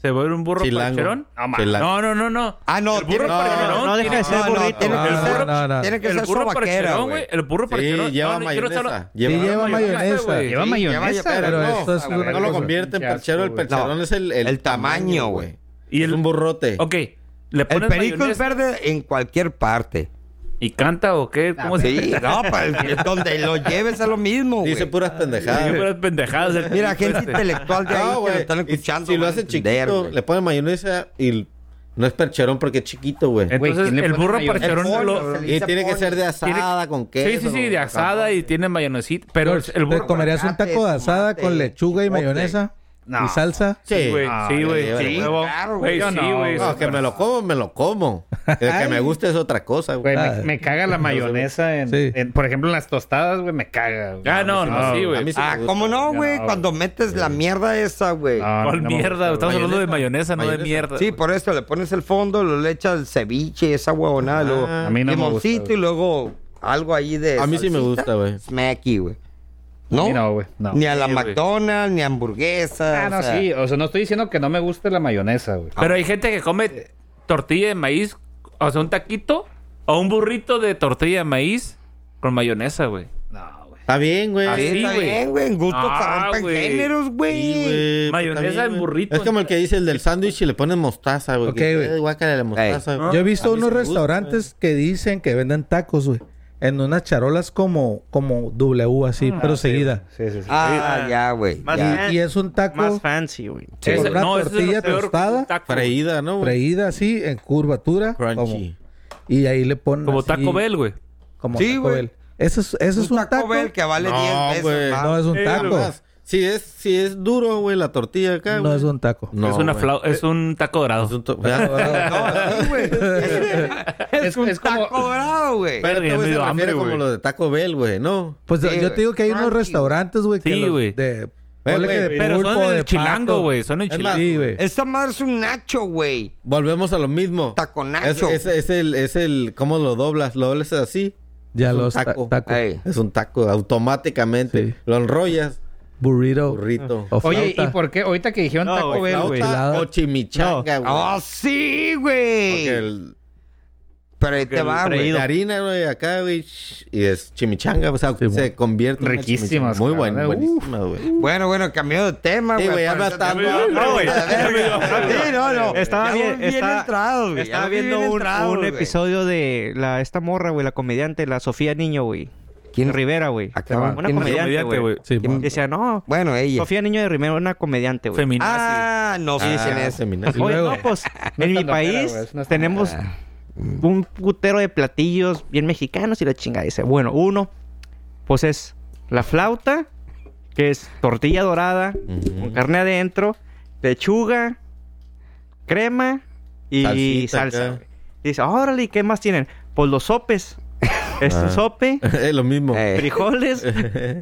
Speaker 8: ¿se vuelve un burro
Speaker 5: Chilango.
Speaker 8: parcherón? No, ma-
Speaker 5: Chilango.
Speaker 8: No, no, no, no.
Speaker 2: Ah, no,
Speaker 8: El burro
Speaker 2: tiene-
Speaker 8: parcherón.
Speaker 3: no, no deja de ser
Speaker 8: tiene-
Speaker 3: burrito.
Speaker 2: tiene que
Speaker 8: El
Speaker 2: ser-
Speaker 8: burro-
Speaker 4: no, no.
Speaker 2: Tiene que
Speaker 8: el
Speaker 2: ser
Speaker 8: burro
Speaker 2: sobaquera,
Speaker 8: parcherón,
Speaker 2: güey.
Speaker 8: güey. El burro
Speaker 5: Sí,
Speaker 8: parcherón.
Speaker 5: lleva
Speaker 8: no, no quiero estar-
Speaker 5: mayonesa.
Speaker 4: Sí, lleva mayonesa.
Speaker 8: güey.
Speaker 7: Lleva
Speaker 4: Sí,
Speaker 7: mayonesa.
Speaker 2: lleva-
Speaker 4: Pero
Speaker 5: no,
Speaker 4: esto es
Speaker 2: ah,
Speaker 4: una
Speaker 5: No lo
Speaker 4: cosa.
Speaker 5: convierte en
Speaker 7: Qué asco,
Speaker 5: perchero, el
Speaker 7: güey.
Speaker 5: percherón es el,
Speaker 2: El tamaño, güey.
Speaker 5: Y
Speaker 8: Y
Speaker 5: es
Speaker 8: el- Oh,
Speaker 5: un burrote.
Speaker 8: Ok. Le
Speaker 2: El
Speaker 8: pones
Speaker 2: perico es
Speaker 8: mayonesa
Speaker 2: verde en cualquier parte.
Speaker 8: y canta o qué? ¿Cómo se
Speaker 2: Sí, [laughs] no,
Speaker 8: [laughs]
Speaker 2: pues, donde lo lleves es lo mismo, güey.
Speaker 5: Dice puras pendejadas.
Speaker 8: Sí,
Speaker 5: güey.
Speaker 8: Ah, puras pendejadas. el
Speaker 2: Mira,
Speaker 8: perico
Speaker 2: gente
Speaker 8: este.
Speaker 2: intelectual de ahí
Speaker 5: No,
Speaker 2: Ah, que
Speaker 5: güey.
Speaker 2: lo están
Speaker 5: Y
Speaker 2: escuchando.
Speaker 5: Si lo
Speaker 2: van a
Speaker 5: hacen
Speaker 2: entender,
Speaker 5: chiquito,
Speaker 2: güey.
Speaker 5: le ponen mayonesa y l- no es percherón porque es chiquito, güey.
Speaker 7: Güey,
Speaker 8: Entonces,
Speaker 7: ¿quién le
Speaker 8: el
Speaker 7: pone
Speaker 8: burro
Speaker 7: mayonesa?
Speaker 8: parcherón
Speaker 2: El pollo,
Speaker 8: lo-
Speaker 2: se le
Speaker 5: Y
Speaker 2: dice
Speaker 5: tiene que
Speaker 2: pollo.
Speaker 5: ser de asada, con
Speaker 8: Sí,
Speaker 5: queso.
Speaker 8: sí, sí, de
Speaker 5: con-
Speaker 8: asada y tiene mayonesita. Pero
Speaker 4: George,
Speaker 8: el burro.
Speaker 4: ¿Te comerías un taco de asada
Speaker 2: tomate,
Speaker 4: con lechuga y
Speaker 2: chipotle.
Speaker 4: mayonesa?
Speaker 7: No.
Speaker 4: ¿Y salsa?
Speaker 8: Sí, güey.
Speaker 7: Ah,
Speaker 8: Sí, güey.
Speaker 5: sí,
Speaker 8: Sí,
Speaker 2: claro,
Speaker 8: güey.
Speaker 2: güey.
Speaker 7: Yo
Speaker 8: Sí,
Speaker 7: no,
Speaker 8: güey.
Speaker 5: No, que me lo como, me lo como. El que me gusta es otra cosa, güey.
Speaker 7: Güey, me-
Speaker 4: Ah.
Speaker 7: me, caga la mayonesa en,
Speaker 4: Sí.
Speaker 7: en- por ejemplo, en las tostadas, güey, me caga. güey.
Speaker 8: Ah, no, no, sí,
Speaker 5: A
Speaker 8: güey.
Speaker 5: mí sí me
Speaker 2: Ah,
Speaker 5: gusta.
Speaker 2: ¿cómo no, güey?
Speaker 7: No,
Speaker 2: Cuando metes la mierda esa, güey.
Speaker 7: No,
Speaker 8: ¿Cuál
Speaker 7: no me
Speaker 8: mierda?
Speaker 7: gusta,
Speaker 8: Estamos
Speaker 7: güey.
Speaker 8: hablando de mayonesa, no
Speaker 5: Mayonesa.
Speaker 8: de mierda.
Speaker 2: Sí, por eso le pones el fondo, lo le echas el ceviche, esa huevonada, luego
Speaker 5: a
Speaker 7: mí no me
Speaker 2: limoncito
Speaker 7: gusta, güey.
Speaker 2: y luego algo ahí de.
Speaker 5: A mí sí me
Speaker 2: salsita.
Speaker 5: gusta, güey.
Speaker 2: Smacky, güey. ¿No?
Speaker 7: Sí, No, güey, no.
Speaker 2: Ni a la
Speaker 8: Sí, güey.
Speaker 2: McDonald's, ni hamburguesa.
Speaker 7: Ah, no,
Speaker 2: o sea,
Speaker 7: sí. O sea, no estoy diciendo que no me guste la mayonesa, güey.
Speaker 1: Ah.
Speaker 8: Pero hay gente que come
Speaker 7: Eh.
Speaker 8: tortilla de maíz, o sea, un taquito o un burrito de tortilla de maíz con mayonesa, güey.
Speaker 7: No, güey.
Speaker 5: Está bien, güey.
Speaker 8: Ah,
Speaker 2: Sí,
Speaker 8: sí,
Speaker 2: está
Speaker 8: güey.
Speaker 2: bien, güey. En gusto
Speaker 8: Ah,
Speaker 2: se rompen
Speaker 8: güey.
Speaker 2: géneros,
Speaker 5: Sí,
Speaker 2: güey.
Speaker 5: güey, pues,
Speaker 8: Mayonesa
Speaker 5: está bien,
Speaker 8: en
Speaker 5: güey.
Speaker 8: burrito.
Speaker 5: Es como el que dice el del sándwich y le ponen mostaza, güey.
Speaker 4: Ok,
Speaker 5: Que
Speaker 4: güey.
Speaker 5: quede guácala la mostaza. güey.
Speaker 4: Yo
Speaker 5: A
Speaker 4: he visto
Speaker 5: mí sí
Speaker 4: unos
Speaker 5: me eh.
Speaker 4: restaurantes que dicen que venden tacos, güey. En unas charolas como, como W así,
Speaker 8: Ah,
Speaker 4: pero seguida.
Speaker 7: Sí, sí, sí.
Speaker 2: Ah, ya, güey.
Speaker 3: Más
Speaker 2: ya.
Speaker 3: bien.
Speaker 4: Y es un taco
Speaker 3: Más fancy, güey.
Speaker 4: con
Speaker 8: Ese- ese
Speaker 4: una
Speaker 8: es
Speaker 4: tortilla
Speaker 8: lo peor que
Speaker 4: tostada,
Speaker 8: un taco.
Speaker 5: gusta. Freída, ¿no? güey?
Speaker 4: freída así, en curvatura.
Speaker 5: Crunchy.
Speaker 4: como- y ahí le ponen
Speaker 8: Como
Speaker 4: así,
Speaker 8: Taco Bell, güey.
Speaker 4: Como
Speaker 2: Sí,
Speaker 4: Taco
Speaker 2: güey.
Speaker 4: Bell. Eso es, eso es un, taco.
Speaker 2: Bell que vale
Speaker 5: No,
Speaker 2: 10
Speaker 5: güey.
Speaker 2: veces. más.
Speaker 4: No es un
Speaker 8: Eh,
Speaker 4: taco.
Speaker 5: Además, Si es, si es duro, güey, la tortilla acá,
Speaker 4: No
Speaker 5: güey.
Speaker 4: es un taco.
Speaker 5: No,
Speaker 8: es, una
Speaker 5: güey.
Speaker 8: flau- es un taco dorado.
Speaker 5: Es un to- [laughs] Pero
Speaker 2: No, sí, güey. Es,
Speaker 7: Es,
Speaker 2: un
Speaker 7: es como...
Speaker 2: taco dorado, güey.
Speaker 8: Verga, ya me
Speaker 5: güey, se
Speaker 8: dio
Speaker 5: refiere
Speaker 8: hambre,
Speaker 5: como
Speaker 8: güey.
Speaker 5: lo de Taco Bell, güey, ¿no?
Speaker 4: [laughs] Pues
Speaker 2: Sí,
Speaker 4: yo
Speaker 2: güey.
Speaker 4: te digo que hay unos
Speaker 2: Crunchy.
Speaker 4: restaurantes, güey, que
Speaker 8: Sí,
Speaker 4: los
Speaker 8: güey.
Speaker 4: de Ponle
Speaker 5: güey,
Speaker 4: que de
Speaker 8: Pero
Speaker 4: pulpo,
Speaker 8: son
Speaker 4: de
Speaker 8: en
Speaker 4: pato.
Speaker 8: el chilango, güey. Son en
Speaker 5: Es
Speaker 8: chilango.
Speaker 5: más,
Speaker 4: Sí, güey.
Speaker 2: Esta madre es un nacho, güey.
Speaker 5: Volvemos a lo mismo.
Speaker 2: Taconacho.
Speaker 5: Es, es- es el, es el, ¿cómo lo doblas? Lo doblas así.
Speaker 4: Ya
Speaker 5: es un
Speaker 4: los ta-
Speaker 5: taco.
Speaker 4: taco.
Speaker 2: Ey.
Speaker 5: Es un taco, automáticamente.
Speaker 4: Sí. Oh,
Speaker 5: Lo enrollas,
Speaker 4: Burrito.
Speaker 5: burrito.
Speaker 4: o
Speaker 7: Oye, ¿y
Speaker 4: flauta.
Speaker 7: por qué? Ahorita que dijeron
Speaker 8: No,
Speaker 7: Taco
Speaker 8: güey,
Speaker 7: Bell,
Speaker 5: Flauta
Speaker 7: güey.
Speaker 4: Pelada.
Speaker 5: o chimichanga, güey.
Speaker 2: ¡Oh, sí,
Speaker 5: Porque
Speaker 2: güey!
Speaker 5: el-
Speaker 2: Pero ahí te va, güey.
Speaker 5: de harina, güey, acá, güey. shh, Y es chimichanga, o sea, se convierte en una
Speaker 7: Riquísimas,
Speaker 5: chimichanga. Muy bueno,
Speaker 7: cabrón,
Speaker 5: buenísima, güey.
Speaker 2: Bueno, bueno, cambió de tema,
Speaker 5: Sí,
Speaker 2: güey.
Speaker 5: güey, ya
Speaker 2: Por eso
Speaker 5: está-
Speaker 2: tenemos-
Speaker 5: ya me dio-
Speaker 2: No, güey,
Speaker 5: ya
Speaker 2: a ver,
Speaker 5: me dio-
Speaker 2: güey. Sí, no, no.
Speaker 3: Estaba
Speaker 2: Ya
Speaker 3: bien-
Speaker 2: vamos
Speaker 3: estaba-
Speaker 2: entrados, güey. Ya
Speaker 3: Estaba
Speaker 2: vamos
Speaker 3: viendo
Speaker 2: bien
Speaker 3: un,
Speaker 2: entrados,
Speaker 3: un
Speaker 2: güey.
Speaker 3: episodio de la, esta morra, güey, la comediante, la Sofía Niño, güey.
Speaker 2: ¿Quién?
Speaker 3: Rivera, güey.
Speaker 2: Ah, cabrón,
Speaker 3: Una
Speaker 2: ¿quién es?
Speaker 3: comediante,
Speaker 8: Comediante,
Speaker 3: güey.
Speaker 8: güey.
Speaker 4: Sí,
Speaker 2: ¿Quién-
Speaker 4: mo-
Speaker 3: Decía, no,
Speaker 2: Bueno, ella.
Speaker 3: Sofía Niño de Rivera, una comediante, güey.
Speaker 8: Feminazi.
Speaker 2: Ah, no sé quién
Speaker 5: Ah,
Speaker 2: es.
Speaker 5: feminazi.
Speaker 4: Y
Speaker 3: Oye,
Speaker 4: luego-
Speaker 3: no, pues, en mi
Speaker 7: tan loquera,
Speaker 3: país
Speaker 7: güey, es una
Speaker 3: tenemos Mm. un putero de platillos bien mexicanos y la chingada. Dice, bueno, uno, pues es la flauta, que es tortilla dorada,
Speaker 5: Ujú.
Speaker 3: con carne adentro, lechuga, crema y
Speaker 5: Salsita
Speaker 3: salsa.
Speaker 5: acá.
Speaker 3: güey. Dice, órale, ¿y qué más tienen? Pues los sopes. Es un
Speaker 5: Ah.
Speaker 3: sope,
Speaker 5: [laughs] es lo mismo.
Speaker 2: Eh.
Speaker 3: frijoles,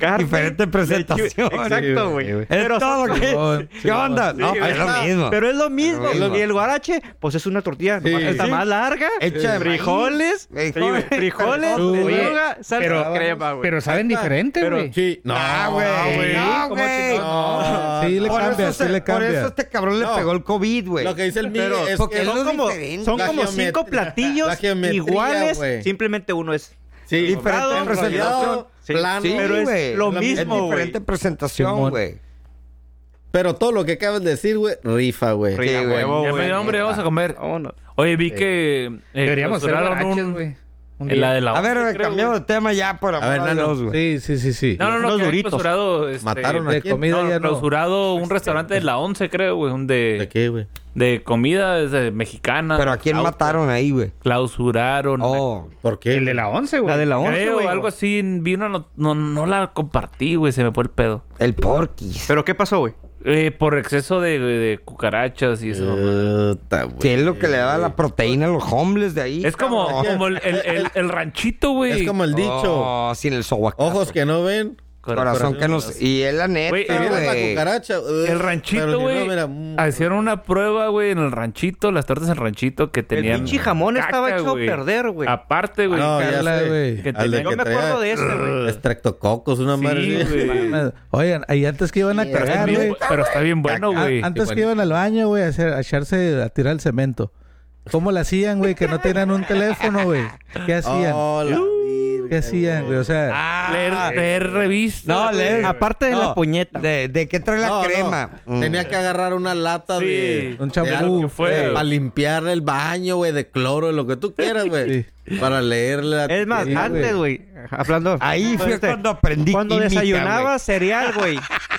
Speaker 3: carne.
Speaker 2: Diferente
Speaker 3: lechu-
Speaker 2: presentación.
Speaker 3: Exacto,
Speaker 5: Sí,
Speaker 3: güey.
Speaker 5: güey.
Speaker 2: Es
Speaker 3: Pero
Speaker 2: todo lo que-
Speaker 7: [laughs]
Speaker 4: Simón,
Speaker 2: ¿Qué
Speaker 4: Simón.
Speaker 2: onda? No,
Speaker 5: Sí,
Speaker 2: pero es lo
Speaker 5: está-
Speaker 2: mismo.
Speaker 3: Pero es lo mismo.
Speaker 2: Lo mismo.
Speaker 3: Y el guarache, pues es una tortilla. nomás
Speaker 5: Sí.
Speaker 3: está
Speaker 5: Sí.
Speaker 3: más larga.
Speaker 2: Hecha de
Speaker 3: frijoles.
Speaker 2: maíz.
Speaker 3: frijoles, Frijoles.
Speaker 4: Oye,
Speaker 3: lechuga, salsa
Speaker 7: pero-
Speaker 3: crema, Ah, güey.
Speaker 7: Pero saben diferente, güey.
Speaker 5: Sí, no,
Speaker 2: Ah, güey.
Speaker 5: No,
Speaker 2: No, güey.
Speaker 5: no.
Speaker 4: Sí, le
Speaker 2: Por eso
Speaker 4: cambia,
Speaker 2: se-
Speaker 4: sí le
Speaker 2: Por
Speaker 4: cambia.
Speaker 2: eso este cabrón le
Speaker 5: No.
Speaker 2: pegó el COVID, güey.
Speaker 5: Lo que dice el Miguel es
Speaker 2: porque
Speaker 5: que
Speaker 2: es
Speaker 5: son como...
Speaker 2: diferente.
Speaker 3: Son
Speaker 5: la
Speaker 3: como
Speaker 5: geometría-
Speaker 3: cinco
Speaker 5: la
Speaker 3: platillos
Speaker 5: geometría,
Speaker 3: iguales.
Speaker 5: güey.
Speaker 3: Simplemente uno es.
Speaker 5: Sí,
Speaker 2: Diferente
Speaker 5: enrollado,
Speaker 2: presentación.
Speaker 3: Sí,
Speaker 5: plano.
Speaker 3: sí, pero es
Speaker 2: güey.
Speaker 3: lo
Speaker 5: Es la
Speaker 2: Es
Speaker 5: misma-
Speaker 3: mismo, güey.
Speaker 2: diferente presentación,
Speaker 4: Simón.
Speaker 2: güey.
Speaker 5: Pero todo lo que acabas de decir, güey, rifa, güey.
Speaker 2: Sí,
Speaker 3: Rifa,
Speaker 2: güey.
Speaker 3: huevo,
Speaker 8: Ya me
Speaker 3: güey.
Speaker 8: dio hambre, vamos a comer.
Speaker 3: Vámonos.
Speaker 8: Oye, vi que. eh,
Speaker 7: Deberíamos ser
Speaker 8: clausuraron
Speaker 7: guaraches,
Speaker 8: un-
Speaker 7: güey. Un
Speaker 8: en la
Speaker 7: día.
Speaker 8: de
Speaker 4: Ah,
Speaker 8: la
Speaker 2: A ver,
Speaker 8: once,
Speaker 2: güey,
Speaker 8: creo,
Speaker 2: cambiamos de tema ya, por
Speaker 5: ver,
Speaker 2: amor de
Speaker 5: Nano.
Speaker 2: Dios, pues, güey.
Speaker 4: Sí, sí, sí, sí.
Speaker 8: No, no, no,
Speaker 3: Unos
Speaker 8: que habían
Speaker 3: duritos.
Speaker 8: clausurado, este,
Speaker 5: Mataron a
Speaker 4: de
Speaker 5: quién?
Speaker 4: comida
Speaker 8: no,
Speaker 4: ya no.
Speaker 8: clausurado un restaurante de la 11, creo, güey. un
Speaker 5: ¿De
Speaker 8: De,
Speaker 5: qué, güey?
Speaker 8: de comida este, mexicana.
Speaker 2: Pero a quién
Speaker 8: Au-
Speaker 2: mataron ahí, güey.
Speaker 8: Clausuraron.
Speaker 2: Oh.
Speaker 5: ¿Por qué?
Speaker 7: El de la 11, güey.
Speaker 3: La de la once,
Speaker 8: Creo,
Speaker 3: güey.
Speaker 8: algo así. Vi una no, no, no la compartí, güey. Se me fue el pedo.
Speaker 2: El Porquis.
Speaker 3: ¿Pero qué pasó, güey?
Speaker 8: Eh, por exceso de, de cucarachas y eso.
Speaker 5: Eh. Puta, güey.
Speaker 2: Pues Que es lo que le da la proteína a los homeless de ahí.
Speaker 8: es como,
Speaker 5: cabrón.
Speaker 8: como el, el- el- el ranchito, güey.
Speaker 5: Es como el dicho.
Speaker 2: Oh, sin el sobacazo.
Speaker 5: Ojos que no ven.
Speaker 2: Corazón que nos... Y es la neta,
Speaker 8: Güey,
Speaker 5: Te viene la
Speaker 2: Ah, güey.
Speaker 5: cucaracha. uh,
Speaker 8: El
Speaker 5: pero
Speaker 8: ranchito,
Speaker 5: ni
Speaker 8: güey.
Speaker 5: no, mira, mm.
Speaker 8: Hicieron una prueba, güey, en el ranchito, las tortas del ranchito que
Speaker 3: El
Speaker 8: tenían.
Speaker 3: pinche jamón
Speaker 8: caca,
Speaker 3: estaba hecho
Speaker 8: güey.
Speaker 3: a perder, güey.
Speaker 8: Aparte, güey.
Speaker 5: Ah, No, ya
Speaker 4: Carla,
Speaker 5: sé.
Speaker 4: güey.
Speaker 8: Que
Speaker 5: Al de este,
Speaker 8: tenía-
Speaker 3: Yo
Speaker 5: que
Speaker 3: me
Speaker 5: traía
Speaker 3: acuerdo de ese, güey.
Speaker 5: [laughs] Estreptococos, una
Speaker 8: Sí,
Speaker 5: madre. así.
Speaker 8: güey.
Speaker 4: Oigan, ahí antes que iban a
Speaker 8: Pero está
Speaker 4: cagar,
Speaker 8: bien-
Speaker 4: güey.
Speaker 8: pero está bien bueno,
Speaker 1: pues,
Speaker 4: Ah,
Speaker 8: güey.
Speaker 4: Antes que iban al baño, güey, a, hacer- a echarse a tirar el cemento. ¿Cómo la hacían, güey? Que no tenían un teléfono, güey. ¿Qué hacían?
Speaker 5: Oh, la virgen,
Speaker 4: ¿Qué hacían, güey? O sea,
Speaker 1: Ah,
Speaker 8: Leer, leer revistas.
Speaker 2: No,
Speaker 8: güey.
Speaker 2: leer.
Speaker 3: Aparte de
Speaker 2: No,
Speaker 3: la puñeta.
Speaker 2: ¿De, de qué trae la
Speaker 5: No, no.
Speaker 2: crema? Mm.
Speaker 5: Tenía que agarrar una lata
Speaker 8: Sí.
Speaker 5: de...
Speaker 4: un
Speaker 5: de algo
Speaker 4: champú.
Speaker 8: que fue.
Speaker 5: Para limpiar el baño, güey, de cloro, de lo que tú quieras, güey. Para leerla.
Speaker 3: Es más,
Speaker 4: Sí,
Speaker 3: antes, güey, hablando.
Speaker 2: Ahí fue
Speaker 3: Este,
Speaker 2: cuando aprendí
Speaker 3: Cuando
Speaker 2: química,
Speaker 3: desayunabas cereal, güey,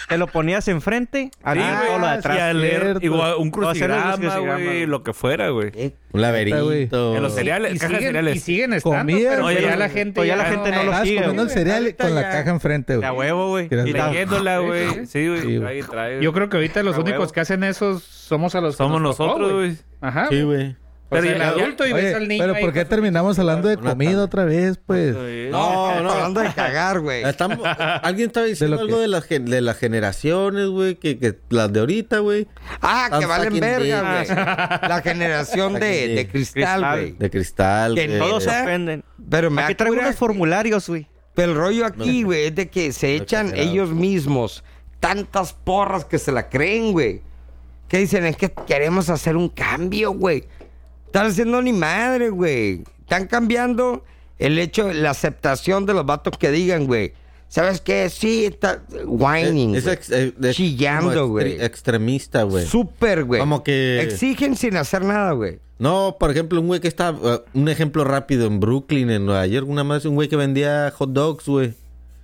Speaker 3: te lo ponías enfrente,
Speaker 8: Sí,
Speaker 3: arriba
Speaker 8: güey,
Speaker 3: o lo de
Speaker 8: y a
Speaker 3: atrás.
Speaker 8: leer
Speaker 4: cierto.
Speaker 8: igual, un
Speaker 3: O hacer los
Speaker 8: crucigrama, güey,
Speaker 3: crucigramas.
Speaker 8: lo que fuera, güey.
Speaker 2: güey. Eh,
Speaker 5: Un laberinto.
Speaker 8: En los cereales,
Speaker 7: Y
Speaker 8: cajas de
Speaker 7: siguen, y
Speaker 8: cereales.
Speaker 7: siguen estando,
Speaker 4: Comida,
Speaker 7: pero
Speaker 8: güey.
Speaker 7: ya la gente...
Speaker 3: Pues ya la gente no lo
Speaker 4: Estabas
Speaker 3: sigue,
Speaker 4: comiendo el
Speaker 3: güey.
Speaker 4: cereal con la
Speaker 2: ya.
Speaker 4: caja enfrente,
Speaker 3: De a
Speaker 4: güey.
Speaker 3: huevo, güey.
Speaker 4: Tiras
Speaker 8: Y
Speaker 3: Y la-
Speaker 8: leyéndola, güey. Sí,
Speaker 4: Sí,
Speaker 8: güey.
Speaker 4: güey.
Speaker 8: Ahí trae.
Speaker 7: Yo creo que ahorita los
Speaker 8: A
Speaker 7: únicos
Speaker 8: huevo.
Speaker 7: que hacen esos somos a los que
Speaker 8: somos
Speaker 7: nos tocó,
Speaker 8: nosotros, güey.
Speaker 7: Ajá.
Speaker 5: Sí, güey.
Speaker 7: Pero
Speaker 8: Pero
Speaker 7: el
Speaker 8: ya-
Speaker 7: adulto y pues, ves
Speaker 4: Oye,
Speaker 7: al niño
Speaker 4: pero
Speaker 7: ahí
Speaker 4: ¿por qué
Speaker 7: con su-
Speaker 4: terminamos hablando de
Speaker 5: Una
Speaker 4: comida
Speaker 5: tabla.
Speaker 4: otra vez, pues?
Speaker 5: No, no.
Speaker 2: Hablando de cagar,
Speaker 5: [laughs]
Speaker 2: güey.
Speaker 5: Estamos- alguien estaba diciendo
Speaker 4: lo
Speaker 5: algo
Speaker 4: que-
Speaker 5: de las, gen- de las generaciones, güey, que, que las de ahorita, güey,
Speaker 2: Ah, que
Speaker 5: Tan
Speaker 2: valen
Speaker 5: fucking
Speaker 2: verga,
Speaker 5: bitch.
Speaker 2: güey. La generación de,
Speaker 5: Fucking
Speaker 2: de
Speaker 5: bitch.
Speaker 2: cristal,
Speaker 3: Cristal.
Speaker 2: güey.
Speaker 5: de cristal.
Speaker 2: Que
Speaker 5: güey.
Speaker 3: Todos se
Speaker 2: Eh,
Speaker 3: ofenden.
Speaker 2: Pero me
Speaker 3: Aquí traigo
Speaker 2: acuerdo
Speaker 3: unos formularios, güey.
Speaker 2: Pero el rollo aquí, güey, es de que se echan
Speaker 5: exagerado.
Speaker 2: ellos mismos tantas porras que se la creen, güey. Que dicen, es que queremos hacer un cambio, güey. Están haciendo ni madre, güey. Están cambiando el hecho, la aceptación de los vatos que digan, güey. ¿Sabes qué? Sí, está whining,
Speaker 5: Eh, es
Speaker 2: güey.
Speaker 5: ex- eh, es
Speaker 2: chillando,
Speaker 5: como extre-
Speaker 2: güey.
Speaker 5: Extremista, güey.
Speaker 2: Súper, güey.
Speaker 5: Como que-
Speaker 2: Exigen sin hacer nada, güey.
Speaker 5: No, por ejemplo, un güey que está... uh, un ejemplo rápido en Brooklyn, en Nueva York, una más un güey que vendía hot dogs, güey.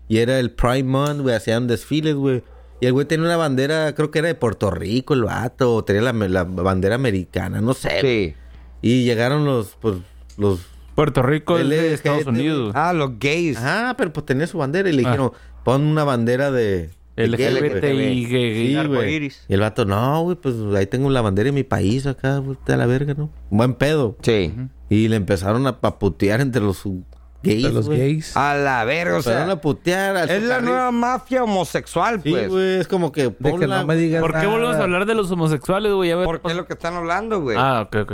Speaker 5: Y era el Prime Month, güey, hacían desfiles, güey. Y el güey tenía una bandera, creo que era de Puerto Rico, el vato, o tenía la, la bandera americana, no sé. güey.
Speaker 2: Sí.
Speaker 5: Y llegaron los, pues, los...
Speaker 8: Puerto Rico es
Speaker 5: El
Speaker 8: de
Speaker 5: LGBT,
Speaker 8: Estados Unidos.
Speaker 2: Ah, los gays.
Speaker 5: pues. Ajá, pero pues tenía su bandera y le dijeron, pon una bandera de... de qué, güey?"
Speaker 8: LGBT y
Speaker 5: Sí,
Speaker 8: gay.
Speaker 5: güey.
Speaker 3: arcoíris.
Speaker 5: Y el vato, no, güey, pues ahí tengo la bandera de mi país acá, güey, a la verga, ¿no? Buen pedo.
Speaker 2: Sí.
Speaker 5: Y le empezaron a paputear entre los gays.
Speaker 4: de los
Speaker 5: güey.
Speaker 4: gays.
Speaker 2: A la verga, o
Speaker 5: Se van
Speaker 2: sea.
Speaker 5: a putear. al
Speaker 2: Es la
Speaker 5: Socarril.
Speaker 2: nueva mafia homosexual,
Speaker 5: Sí,
Speaker 2: pues.
Speaker 5: güey, es como que.
Speaker 4: de que
Speaker 5: ponla,
Speaker 4: no me digas
Speaker 1: ¿Por qué
Speaker 4: nada.
Speaker 1: volvemos a hablar de los homosexuales, güey? Ya ve-
Speaker 2: Porque es lo que están hablando, güey.
Speaker 1: Ah, ok, ok.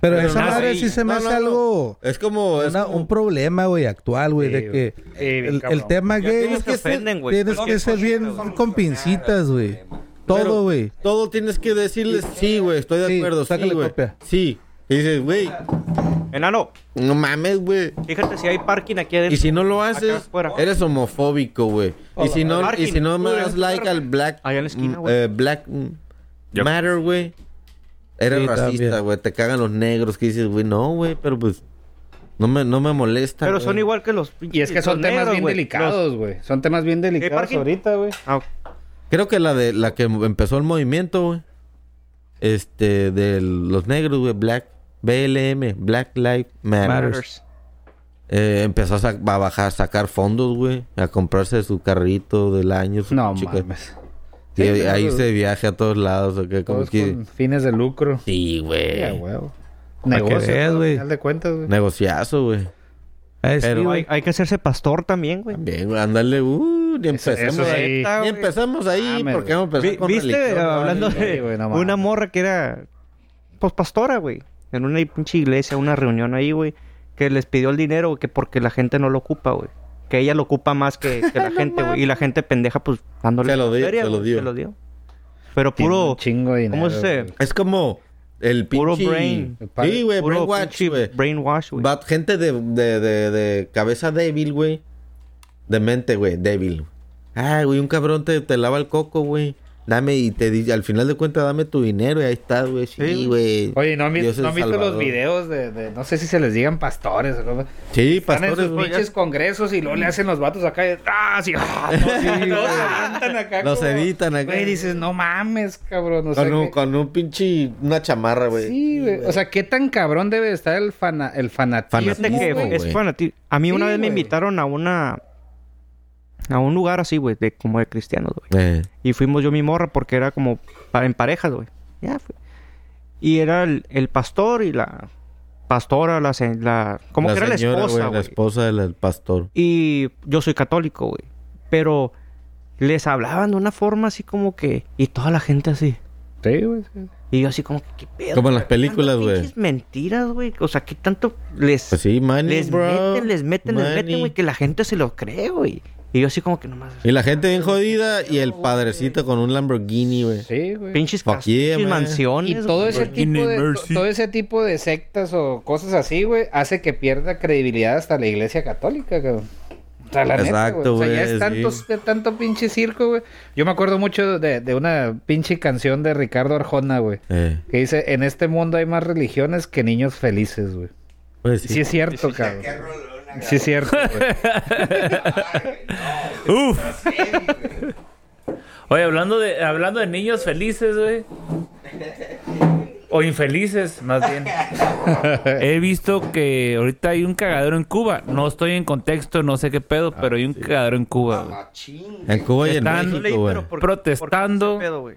Speaker 4: Pero,
Speaker 5: Pero
Speaker 4: esa
Speaker 5: no,
Speaker 4: madre
Speaker 5: sí.
Speaker 4: sí se me
Speaker 5: No,
Speaker 4: hace
Speaker 5: no, no.
Speaker 4: algo...
Speaker 5: Es como. es
Speaker 4: una-
Speaker 5: como-
Speaker 4: un problema, güey, actual, güey,
Speaker 7: Sí,
Speaker 4: de
Speaker 7: güey.
Speaker 4: que
Speaker 7: Sí, bien
Speaker 4: el,
Speaker 7: cabrón.
Speaker 4: el tema
Speaker 5: Ya
Speaker 4: gay
Speaker 5: tienes que ser-
Speaker 3: ofenden, güey.
Speaker 4: tienes que ser bien con pincitas, güey. Todo,
Speaker 5: Pero
Speaker 4: güey.
Speaker 5: Todo tienes que decirles, sí, güey, estoy de
Speaker 4: Sí,
Speaker 5: acuerdo. Sí,
Speaker 4: sácale
Speaker 5: güey.
Speaker 4: copia.
Speaker 5: Sí. Y dices, güey,
Speaker 3: Enano,
Speaker 5: no mames, güey.
Speaker 3: fíjate si hay parking aquí adentro.
Speaker 5: Y si no lo
Speaker 3: Acá
Speaker 5: haces,
Speaker 3: afuera.
Speaker 5: eres homofóbico, güey. Y si no,
Speaker 3: Martín,
Speaker 5: y si no me
Speaker 3: tú eres
Speaker 5: das like al Black.
Speaker 3: Allá en la esquina,
Speaker 5: mm,
Speaker 3: güey.
Speaker 5: eh, Black mm, Matter, güey. Eres
Speaker 4: Sí,
Speaker 5: racista,
Speaker 4: también.
Speaker 5: güey. Te cagan los negros que dices, güey, no, güey, pero pues. No me, no me molesta.
Speaker 3: Pero son
Speaker 5: güey.
Speaker 3: igual que los
Speaker 7: Y es que son
Speaker 3: los
Speaker 7: temas
Speaker 3: negros,
Speaker 7: bien
Speaker 3: güey. Los-
Speaker 7: delicados, güey. Son temas bien delicados
Speaker 3: parking?
Speaker 7: ahorita, güey.
Speaker 3: Ah,
Speaker 5: Creo que la de la que empezó el movimiento, güey. Este, de los negros, güey. Black. BLM, Black Lives Matter.
Speaker 3: matters.
Speaker 5: Eh, empezó a, sa- a bajar, sacar fondos, güey. A comprarse su carrito del año. su
Speaker 7: No
Speaker 5: chica.
Speaker 7: mames. [laughs]
Speaker 5: Sí,
Speaker 7: Sí, claro.
Speaker 5: ahí se viaje a todos lados. ¿o qué? Como
Speaker 7: Todos
Speaker 5: que...
Speaker 7: con fines de lucro.
Speaker 5: Sí, güey.
Speaker 7: Ya, huevo.
Speaker 4: Pa' que
Speaker 7: Negocio,
Speaker 4: veas,
Speaker 7: ¿no?
Speaker 4: güey.
Speaker 7: Al final de cuentas, güey.
Speaker 5: Negociazo, güey.
Speaker 4: Eh, sí,
Speaker 5: Pero-
Speaker 4: güey.
Speaker 3: Hay, hay que hacerse pastor también, güey.
Speaker 5: Bien, güey. Ándale, uh, ni
Speaker 7: Eso-
Speaker 5: empezamos
Speaker 7: eso
Speaker 5: ahí.
Speaker 7: sí. Ah,
Speaker 5: Ni empezamos ahí
Speaker 7: Mames,
Speaker 5: porque vamos
Speaker 7: Pues,
Speaker 5: a
Speaker 3: Vi-
Speaker 5: empezar con
Speaker 3: ¿Viste?
Speaker 5: religión, ¿no?
Speaker 3: Hablando
Speaker 7: Sí,
Speaker 3: de
Speaker 7: güey, no mames.
Speaker 3: una morra que era pues pastora, güey. En una pinche iglesia, una reunión ahí, güey. Que les pidió el dinero que porque la gente no lo ocupa, güey. Que ella lo ocupa más
Speaker 7: [laughs]
Speaker 3: que, que la gente, güey. Y la gente pendeja, pues, dándole
Speaker 5: Se lo dio,
Speaker 3: feria,
Speaker 5: se lo
Speaker 3: güey,
Speaker 5: dio.
Speaker 3: Pero
Speaker 7: Tiene un
Speaker 3: puro...
Speaker 7: chingo de dinero.
Speaker 3: ¿Cómo se dice?
Speaker 7: güey.
Speaker 5: Es como el
Speaker 3: Puro
Speaker 5: pinche-
Speaker 3: brain.
Speaker 5: Sí, güey,
Speaker 3: puro
Speaker 5: brainwash,
Speaker 3: pinche
Speaker 5: güey.
Speaker 3: brainwash, güey.
Speaker 5: Va- gente de, de, de, de cabeza débil, güey. De mente, güey, débil. Ah, güey, un cabrón te, te lava el coco, güey. Dame y te dice, al final de cuentas, dame tu dinero y ahí está, güey. Sí, güey.
Speaker 7: Oye, ¿no han, vi-
Speaker 5: Dios es
Speaker 7: no han visto los
Speaker 5: Salvador.
Speaker 7: videos de, de- No sé si se les digan pastores o cómo.
Speaker 5: Sí,
Speaker 7: Están en
Speaker 5: pastores,
Speaker 7: sus
Speaker 5: güey.
Speaker 7: pinches congresos y luego le hacen los vatos acá. y- ¡Ah, sí! [laughs] ¡Ah, no, sí! Todos se avientan acá
Speaker 5: Los
Speaker 7: como-
Speaker 5: editan acá.
Speaker 7: Güey, dices, no mames, cabrón. O sea,
Speaker 5: Con un,
Speaker 7: que-
Speaker 5: con un pinche. Una chamarra, güey.
Speaker 7: Sí, güey. O sea, ¿qué tan cabrón debe estar el, fana, el fanatismo?
Speaker 5: Fanatismo,
Speaker 3: Fíjate este que
Speaker 5: güey.
Speaker 3: es fanati- A mí una
Speaker 7: Sí,
Speaker 3: vez me
Speaker 7: güey.
Speaker 3: invitaron a una... A un lugar así, güey, de, como de cristianos, güey.
Speaker 5: Eh,
Speaker 3: Y fuimos yo y mi morra porque era como pa- en parejas, güey. Ya fue. Y era el, el pastor y la pastora, la... se- la como
Speaker 5: la
Speaker 3: que era
Speaker 5: señora,
Speaker 3: la esposa,
Speaker 5: güey, La
Speaker 3: güey.
Speaker 5: esposa del del pastor.
Speaker 3: Y yo soy católico, güey. Pero les hablaban de una forma así como que... Y toda la gente así.
Speaker 7: Sí, güey. sí.
Speaker 3: Y yo así como que... ¿Qué pedo?
Speaker 5: Como en las películas,
Speaker 3: Tantas
Speaker 5: güey.
Speaker 3: pinches mentiras, güey. O sea, ¿qué tanto les...
Speaker 5: Pues sí, money,
Speaker 3: les
Speaker 5: bro.
Speaker 3: meten, les meten, les meten,
Speaker 5: Money.
Speaker 3: güey, que la gente se lo cree, güey. Y yo así como que nomás...
Speaker 5: Y la gente bien jodida y el padrecito con un Lamborghini, güey.
Speaker 7: Sí, güey.
Speaker 3: Pinches,
Speaker 5: Fuck
Speaker 3: casas,
Speaker 5: yeah,
Speaker 3: pinches
Speaker 5: man.
Speaker 3: mansiones,
Speaker 7: Y todo
Speaker 3: güey.
Speaker 7: ese,
Speaker 1: Virginia
Speaker 7: tipo de, to-
Speaker 1: Mercy.
Speaker 7: todo ese tipo de sectas o cosas así, güey, hace que pierda credibilidad hasta la iglesia católica, cabrón. O sea, la neta,
Speaker 5: Exacto,
Speaker 7: güey. O sea, ya
Speaker 5: güey,
Speaker 7: es tanto,
Speaker 5: sí.
Speaker 7: de tanto pinche circo, güey. Yo me acuerdo mucho de, de una pinche canción de Ricardo Arjona, güey.
Speaker 5: Eh,
Speaker 7: Que dice, en este mundo hay más religiones que niños felices, güey.
Speaker 5: pues
Speaker 7: Sí,
Speaker 5: sí. Pues
Speaker 7: es
Speaker 1: [laughs]
Speaker 7: cierto, cabrón. Sí es cierto, güey.
Speaker 1: Uf. Oye, hablando de, hablando de niños felices, güey. O infelices, más bien. He visto que ahorita hay un cagadero en Cuba. No estoy en contexto, no sé qué pedo, pero hay un cagadero en Cuba. güey.
Speaker 5: En Cuba y en
Speaker 1: Están-
Speaker 3: Yo leí,
Speaker 5: México, güey.
Speaker 3: pero ¿por-
Speaker 1: Protestando.
Speaker 3: por qué ese pedo, güey?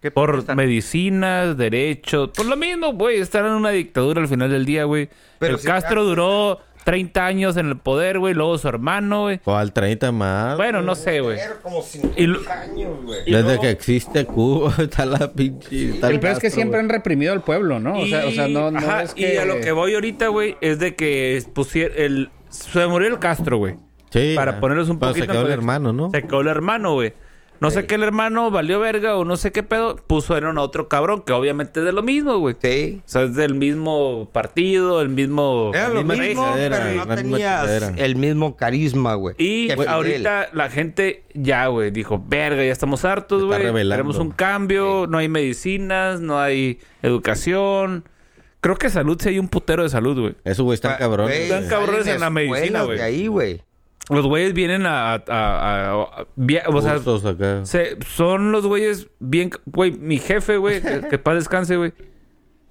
Speaker 3: ¿Qué
Speaker 1: Por
Speaker 3: protestan?
Speaker 1: medicinas, derechos. Por lo mismo, güey. Estar en una dictadura al final del día, güey.
Speaker 2: Pero
Speaker 1: El
Speaker 2: si-
Speaker 1: Castro duró 30 años en el poder, güey. Luego su hermano, güey.
Speaker 5: ¿Cuál 30 más?
Speaker 1: pues Bueno, no sé, güey.
Speaker 2: Ah, Como
Speaker 1: Y lo-
Speaker 2: 50 años, güey.
Speaker 5: Desde que existe Cuba [laughs] está la pinche. está
Speaker 7: El
Speaker 5: el
Speaker 7: peor es que
Speaker 5: Castro, güey.
Speaker 7: siempre han reprimido al pueblo, ¿no? O sea, o sea no, no
Speaker 1: ajá,
Speaker 7: es que...
Speaker 1: Y a lo que voy ahorita, güey, es de que pusiera el... Se murió el Castro, güey.
Speaker 5: Sí,
Speaker 1: para
Speaker 5: ah.
Speaker 1: ponerles un
Speaker 5: Pero
Speaker 1: poquito...
Speaker 5: Se quedó el
Speaker 1: en contexto.
Speaker 5: hermano, ¿no?
Speaker 1: Se quedó el hermano, güey. No sé qué el hermano valió verga o no sé qué pedo. Pusieron a otro cabrón que obviamente es de lo mismo, güey.
Speaker 2: Sí.
Speaker 1: O sea, es del mismo partido, el mismo...
Speaker 2: Era lo
Speaker 5: misma
Speaker 2: mismo,
Speaker 5: chingadera,
Speaker 2: pero
Speaker 5: güey,
Speaker 2: no
Speaker 5: la misma
Speaker 2: tenías
Speaker 5: chingadera.
Speaker 2: el mismo carisma, güey.
Speaker 1: Y
Speaker 2: que Fidel.
Speaker 1: ahorita la gente ya, güey, dijo, verga, ya estamos hartos,
Speaker 5: Se está
Speaker 1: güey.
Speaker 5: rebelando.
Speaker 1: Queremos un cambio, no hay medicinas, no hay educación. Creo que salud sí hay un putero de salud, güey.
Speaker 5: Eso, güey, están
Speaker 2: Pa-
Speaker 5: cabrones.
Speaker 2: güey,
Speaker 1: Están cabrones
Speaker 2: salen
Speaker 1: en la medicina,
Speaker 2: escuelas
Speaker 1: güey.
Speaker 2: de ahí, güey.
Speaker 1: Los güeyes vienen a... a- a- a- a- via- o sea,
Speaker 5: Cursos acá.
Speaker 1: se- son los güeyes bien... Güey, mi jefe, güey, que, que paz descanse, güey.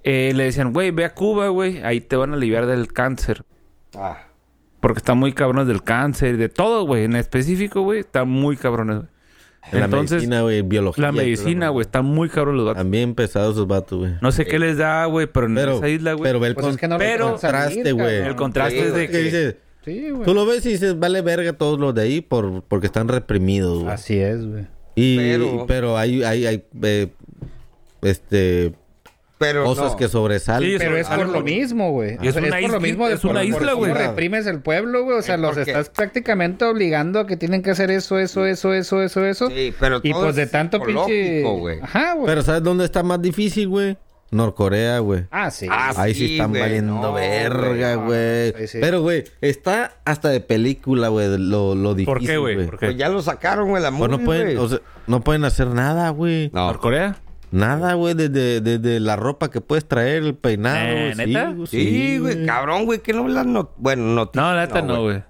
Speaker 1: eh, le decían, güey, ve a Cuba, güey. Ahí te van a aliviar del cáncer.
Speaker 2: Ah.
Speaker 1: Porque están muy cabrones del cáncer, de todo, güey. En específico, güey, están muy cabrones, güey.
Speaker 5: En la
Speaker 1: Entonces,
Speaker 5: medicina, güey, biología.
Speaker 1: La medicina, güey. Están muy caros los vatos.
Speaker 5: También pesados esos vatos, güey.
Speaker 1: No sé qué les da, güey, pero en
Speaker 5: Pero,
Speaker 1: esa isla, güey.
Speaker 5: pero ve el
Speaker 7: Pues es que no lo
Speaker 1: pero
Speaker 7: dejan salir,
Speaker 5: contraste, güey.
Speaker 7: cabrón.
Speaker 1: El contraste
Speaker 2: Sí,
Speaker 1: es
Speaker 2: güey.
Speaker 1: de
Speaker 5: que
Speaker 1: que...
Speaker 5: dices,
Speaker 7: Sí, güey.
Speaker 5: Tú lo ves y dices, vale verga todos los de ahí por, porque están reprimidos, güey.
Speaker 7: Así es, güey.
Speaker 5: Y,
Speaker 2: Pero-
Speaker 5: pero, hay, hay, hay eh, este,
Speaker 2: Pero
Speaker 5: cosas
Speaker 2: no.
Speaker 5: que sobresalen.
Speaker 1: Sí,
Speaker 7: Pero es por
Speaker 1: algo-
Speaker 7: lo mismo, güey.
Speaker 1: Y es una
Speaker 7: por lo
Speaker 1: isla-
Speaker 7: mismo de
Speaker 1: es una
Speaker 7: por- por
Speaker 1: isla,
Speaker 7: cómo
Speaker 1: güey.
Speaker 7: reprimes el pueblo, güey. O sea,
Speaker 2: Es
Speaker 7: los
Speaker 2: porque-
Speaker 7: estás prácticamente obligando a que tienen que hacer eso, eso, eso, eso, eso, eso.
Speaker 2: Sí, pero
Speaker 7: y
Speaker 2: todo
Speaker 7: pues de
Speaker 2: es
Speaker 7: tanto pinche.
Speaker 2: psicológico, güey.
Speaker 7: Ajá, güey.
Speaker 5: Pero ¿sabes dónde está más difícil, güey? Norcorea, güey.
Speaker 7: Ah, sí.
Speaker 2: Ah,
Speaker 5: Ahí sí,
Speaker 2: sí,
Speaker 5: están
Speaker 2: güey,
Speaker 5: valiendo
Speaker 2: no,
Speaker 5: verga,
Speaker 7: güey.
Speaker 5: güey.
Speaker 7: Ahí sí.
Speaker 5: Pero, güey, está hasta de película, güey, de lo, lo difícil,
Speaker 1: ¿Por qué, güey? ¿Por
Speaker 2: Pues
Speaker 1: qué?
Speaker 2: ya lo sacaron, güey, la
Speaker 5: Pues no
Speaker 2: movie,
Speaker 5: pueden,
Speaker 2: güey.
Speaker 5: o sea, no pueden hacer nada, güey.
Speaker 2: No.
Speaker 1: ¿Norcorea?
Speaker 5: Nada, güey, desde, desde la ropa que puedes traer, el peinado,
Speaker 1: Eh,
Speaker 5: güey.
Speaker 1: ¿neta?
Speaker 5: Sí, güey.
Speaker 2: Sí,
Speaker 5: sí,
Speaker 2: güey, cabrón, güey, que no las no... Bueno, noticias.
Speaker 1: No, la neta no, güey.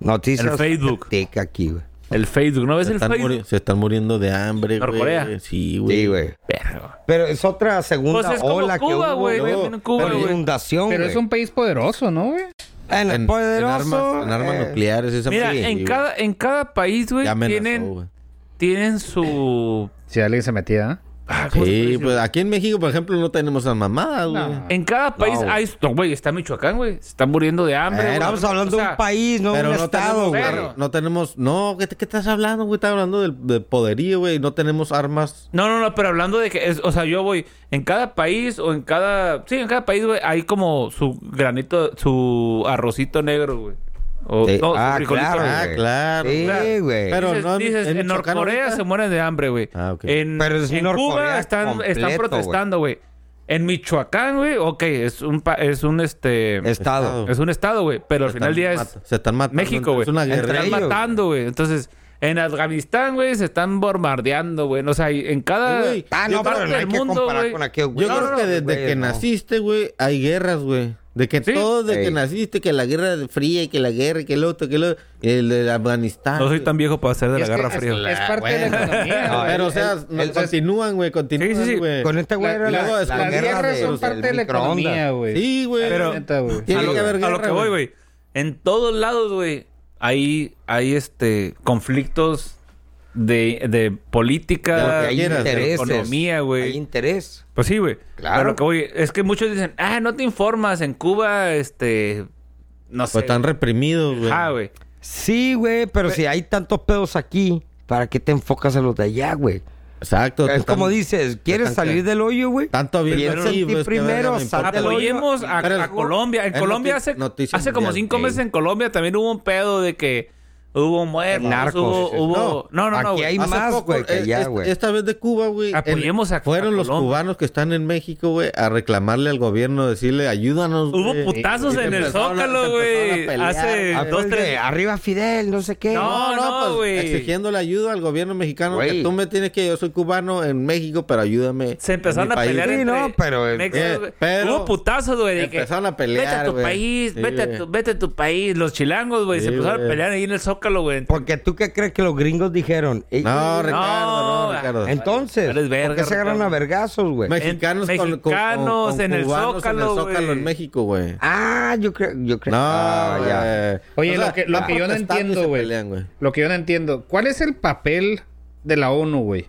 Speaker 2: Noticias.
Speaker 1: El Facebook.
Speaker 2: tica aquí, güey.
Speaker 1: El Facebook, ¿no ves
Speaker 5: Se
Speaker 1: el
Speaker 5: están, muri-
Speaker 1: Facebook?
Speaker 5: se están muriendo de hambre, güey.
Speaker 1: Norcorea.
Speaker 5: Sí, güey.
Speaker 2: Sí, güey.
Speaker 1: Perro.
Speaker 2: Pero es otra segunda
Speaker 1: Pues es como
Speaker 2: ola
Speaker 1: Cuba,
Speaker 2: que hubo,
Speaker 1: güey,
Speaker 2: ¿no?
Speaker 1: güey, en Cuba,
Speaker 2: Pero
Speaker 1: güey.
Speaker 2: inundación,
Speaker 7: Pero
Speaker 2: güey.
Speaker 7: es un país poderoso, ¿no, güey?
Speaker 2: En,
Speaker 5: En,
Speaker 2: poderoso.
Speaker 5: en armas, en armas
Speaker 2: eh,
Speaker 5: nucleares, esa
Speaker 1: Mira,
Speaker 5: madre,
Speaker 1: en,
Speaker 5: güey.
Speaker 1: cada, en cada país, güey,
Speaker 5: Ya amenazó,
Speaker 1: tienen,
Speaker 5: güey.
Speaker 1: tienen su...
Speaker 7: Si alguien se metía. ¿eh?
Speaker 1: Ah, ¿cómo se puede
Speaker 5: Sí,
Speaker 1: decir?
Speaker 5: pues aquí en México, por ejemplo, no tenemos a mamada, güey.
Speaker 7: No.
Speaker 1: En cada país
Speaker 2: güey.
Speaker 1: hay... No, güey, está Michoacán, güey. Se están muriendo de hambre.
Speaker 2: eh,
Speaker 1: güey.
Speaker 2: estamos hablando
Speaker 1: O
Speaker 2: de
Speaker 1: sea,
Speaker 2: un país, no de un
Speaker 5: Pero no
Speaker 2: estado,
Speaker 5: tenemos,
Speaker 2: güey.
Speaker 1: Pero-
Speaker 5: no tenemos, no, ¿qué, te- qué estás hablando, güey? Estás hablando del, del poderío, güey. No tenemos armas.
Speaker 1: No, no, no, pero hablando de que, es- o sea, yo voy, en cada país o en cada, sí, en cada país, güey, hay como su granito, su arrocito negro, güey. O,
Speaker 2: Sí.
Speaker 1: no, su
Speaker 2: ah,
Speaker 1: frijolito.
Speaker 2: claro,
Speaker 5: Ah,
Speaker 2: güey.
Speaker 5: claro,
Speaker 2: Sí,
Speaker 1: claro.
Speaker 2: güey.
Speaker 5: Pero-
Speaker 1: dices,
Speaker 5: no en-
Speaker 1: dices, en,
Speaker 5: en Michoacán
Speaker 1: Norcorea
Speaker 5: ahorita.
Speaker 1: se mueren de hambre, güey.
Speaker 5: Ah, ok.
Speaker 1: En,
Speaker 2: Pero es
Speaker 1: en
Speaker 2: Norcorea
Speaker 1: Cuba están, están
Speaker 2: completo,
Speaker 1: protestando, güey. En Michoacán, güey, ok, es un, pa- es un, este, es,
Speaker 2: Estado.
Speaker 1: un estado, güey, pero al
Speaker 5: Se
Speaker 1: final del día
Speaker 5: están
Speaker 1: es
Speaker 5: mat- se están matando.
Speaker 1: México, güey.
Speaker 5: Es una
Speaker 1: Se
Speaker 5: guerra.
Speaker 2: Entre
Speaker 1: están
Speaker 2: ellos,
Speaker 1: matando, güey. Entonces, en Afganistán, güey, se están bombardeando, güey. O sea, y en cada...
Speaker 5: Güey,
Speaker 2: Ah, no,
Speaker 1: parte
Speaker 2: pero no hay
Speaker 1: del
Speaker 2: que
Speaker 1: mundo,
Speaker 2: comparar
Speaker 1: güey.
Speaker 2: con aquello,
Speaker 5: Yo
Speaker 2: güey.
Speaker 5: creo que desde
Speaker 2: güey,
Speaker 5: que
Speaker 2: no.
Speaker 5: naciste, güey, hay guerras, güey. De que
Speaker 1: Sí.
Speaker 5: todo, de
Speaker 2: Ey.
Speaker 5: que naciste, que la guerra de fría y que la guerra y que el otro, que el otro, el de Afganistán.
Speaker 1: No soy tan viejo para hacer de
Speaker 7: Y
Speaker 1: la
Speaker 7: es que
Speaker 1: Guerra
Speaker 7: es-
Speaker 1: Fría.
Speaker 7: Es parte de
Speaker 2: [laughs]
Speaker 7: la economía.
Speaker 5: Ah,
Speaker 7: güey.
Speaker 5: Pero, o sea,
Speaker 7: El-
Speaker 5: no-
Speaker 7: el-
Speaker 5: continúan, güey, continúan,
Speaker 1: Sí, sí, sí.
Speaker 5: güey.
Speaker 2: Con esta güey
Speaker 7: la-
Speaker 2: era
Speaker 7: la-
Speaker 2: la, la,
Speaker 5: las
Speaker 7: Las
Speaker 2: guerra
Speaker 7: guerras
Speaker 2: de-
Speaker 7: son
Speaker 2: del
Speaker 7: parte de la
Speaker 2: microondas.
Speaker 7: economía, güey.
Speaker 5: Sí, güey.
Speaker 1: Pero-
Speaker 7: Neta, güey.
Speaker 5: Tiene
Speaker 1: a lo,
Speaker 5: que haber
Speaker 1: a lo
Speaker 5: guerra,
Speaker 1: que voy, güey. En todos lados, güey, hay, hay este conflictos de, de
Speaker 2: Porque
Speaker 1: política,
Speaker 2: hay
Speaker 5: guerras de
Speaker 2: intereses.
Speaker 1: economía,
Speaker 2: Hay
Speaker 1: güey.
Speaker 2: interés.
Speaker 1: Pues sí, güey.
Speaker 2: Claro.
Speaker 1: Pero lo que voy es que muchos dicen, ah, no te informas, en Cuba, este, no sé.
Speaker 5: Pues están reprimidos, güey.
Speaker 1: Ah, güey.
Speaker 2: Sí, güey, pero si hay tantos pedos aquí, ¿para qué te enfocas a los de allá, güey?
Speaker 5: Exacto. pues
Speaker 2: Es
Speaker 5: están-
Speaker 2: como dices, ¿quieres
Speaker 5: están
Speaker 2: salir
Speaker 5: que-
Speaker 2: del hoyo, güey?
Speaker 5: Tanto bien
Speaker 2: Piensa en
Speaker 5: sí,
Speaker 2: ti
Speaker 5: pues, que verga,
Speaker 2: primero,
Speaker 5: me
Speaker 2: sal del
Speaker 5: importa.
Speaker 2: hoyo.
Speaker 1: Apoyemos Ah, a,
Speaker 5: Pero-
Speaker 1: a Colombia. En
Speaker 5: es
Speaker 1: Colombia
Speaker 5: noti-
Speaker 1: hace,
Speaker 5: noticia
Speaker 1: hace como
Speaker 5: mundial,
Speaker 1: cinco
Speaker 5: ey.
Speaker 1: meses en Colombia también hubo un pedo de que hubo muertos,
Speaker 2: Narcos,
Speaker 1: hubo,
Speaker 2: dices.
Speaker 1: hubo... No, no, no,
Speaker 2: aquí
Speaker 1: güey.
Speaker 2: hay
Speaker 5: Hace
Speaker 2: más,
Speaker 5: poco,
Speaker 2: güey, que
Speaker 5: eh,
Speaker 2: allá,
Speaker 5: es-
Speaker 2: güey.
Speaker 5: Esta vez de Cuba, güey.
Speaker 1: Apoyemos
Speaker 5: el-
Speaker 1: a-
Speaker 5: Fueron
Speaker 1: a
Speaker 5: los
Speaker 1: Colombia.
Speaker 5: cubanos que están en México, güey, a reclamarle al gobierno, decirle, ayúdanos.
Speaker 1: Hubo
Speaker 5: güey".
Speaker 1: putazos
Speaker 5: Y se
Speaker 1: en el
Speaker 5: empezaron a- se
Speaker 1: Zócalo, güey.
Speaker 5: empezaron a
Speaker 1: Hace
Speaker 5: pelear,
Speaker 2: Ah,
Speaker 5: güey.
Speaker 1: dos,
Speaker 2: pues, de
Speaker 1: tres...
Speaker 2: arriba Fidel, no sé qué.
Speaker 1: No, no, güey.
Speaker 5: exigiéndole pues, ayuda al gobierno mexicano.
Speaker 2: Güey.
Speaker 5: Que tú me tienes que, yo soy cubano en México, pero ayúdame.
Speaker 1: Se empezaron
Speaker 5: en
Speaker 1: a
Speaker 5: mi país".
Speaker 1: pelear
Speaker 2: Sí,
Speaker 1: entre
Speaker 2: no, pero-
Speaker 1: nexos,
Speaker 5: eh,
Speaker 1: güey.
Speaker 5: pero-
Speaker 1: Hubo putazos, güey. de que,
Speaker 5: Empezaron a
Speaker 1: Vete a
Speaker 5: pelear,
Speaker 1: tu
Speaker 5: güey.
Speaker 1: país,
Speaker 5: Sí,
Speaker 1: vete, a
Speaker 5: güey.
Speaker 1: tu, vete a tu país. Los chilangos, güey, se
Speaker 5: Sí,
Speaker 1: empezaron a
Speaker 5: güey.
Speaker 1: pelear ahí en el Zócalo, güey.
Speaker 2: Porque tú qué crees que los gringos dijeron. Ey,
Speaker 5: No, Ricardo,
Speaker 1: No,
Speaker 5: no, Ricardo.
Speaker 1: güey.
Speaker 2: Entonces,
Speaker 1: Eres verga,
Speaker 2: ¿por qué se agarran
Speaker 1: Ricardo.
Speaker 2: a vergazos, güey?
Speaker 5: Mexicanos,
Speaker 1: en-
Speaker 5: con, con- con-
Speaker 1: mexicanos
Speaker 5: con
Speaker 1: en el
Speaker 5: cubanos
Speaker 1: Zócalo,
Speaker 5: en el Zócalo
Speaker 1: güey.
Speaker 5: en México, güey.
Speaker 2: Ah, yo creo. Yo creo.
Speaker 5: No,
Speaker 2: Ah, ya.
Speaker 5: güey.
Speaker 7: Oye, lo que- lo
Speaker 5: van
Speaker 7: que yo no
Speaker 5: protestando y
Speaker 7: entiendo,
Speaker 5: se
Speaker 7: güey.
Speaker 5: pelean, güey.
Speaker 7: Lo que yo no entiendo, ¿cuál es el papel de la ONU, güey?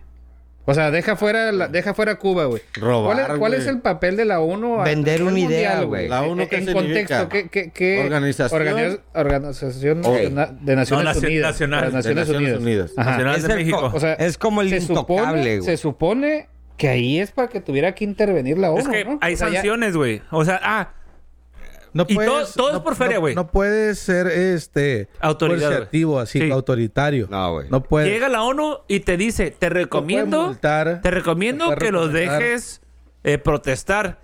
Speaker 7: O sea, deja fuera, la- deja fuera Cuba, güey.
Speaker 5: Robar,
Speaker 7: ¿Cuál es, cuál
Speaker 5: güey.
Speaker 7: es el papel de la ONU? a
Speaker 2: Vender
Speaker 7: nivel
Speaker 2: una idea,
Speaker 7: mundial,
Speaker 2: güey.
Speaker 5: La ONU,
Speaker 7: En-
Speaker 5: ¿qué
Speaker 7: En
Speaker 5: significa?
Speaker 7: contexto, ¿qué, qué, qué
Speaker 5: Organización.
Speaker 7: organiz- organización
Speaker 5: Ok.
Speaker 7: de, na- de Naciones
Speaker 1: No, naci-
Speaker 7: Unidas.
Speaker 1: nacional.
Speaker 7: Las Naciones,
Speaker 5: De Naciones
Speaker 7: Unidas. Ah,
Speaker 5: Unidas.
Speaker 7: Ajá.
Speaker 1: Nacional
Speaker 2: Es
Speaker 1: de
Speaker 2: el
Speaker 1: México.
Speaker 2: co-
Speaker 7: O sea,
Speaker 2: Es como el
Speaker 7: se
Speaker 2: intocable,
Speaker 7: supone,
Speaker 2: güey.
Speaker 7: se supone que ahí es para que tuviera que intervenir la ONU,
Speaker 1: Es que
Speaker 7: ¿no?
Speaker 1: hay
Speaker 7: O sea, ya-
Speaker 1: sanciones, güey. O sea, ah,
Speaker 4: No
Speaker 1: Y todo- todo es
Speaker 4: no-
Speaker 1: por feria,
Speaker 4: no-
Speaker 1: güey.
Speaker 4: No, puedes ser este
Speaker 1: Autoridad, güey.
Speaker 4: coercitivo, así
Speaker 1: Sí.
Speaker 4: autoritario.
Speaker 2: No, güey.
Speaker 4: No
Speaker 5: Pues
Speaker 4: puedes.
Speaker 1: llega la ONU y te dice, te recomiendo,
Speaker 4: multar,
Speaker 1: te recomiendo
Speaker 4: te puede
Speaker 1: que los
Speaker 4: recomendar.
Speaker 1: dejes eh, protestar.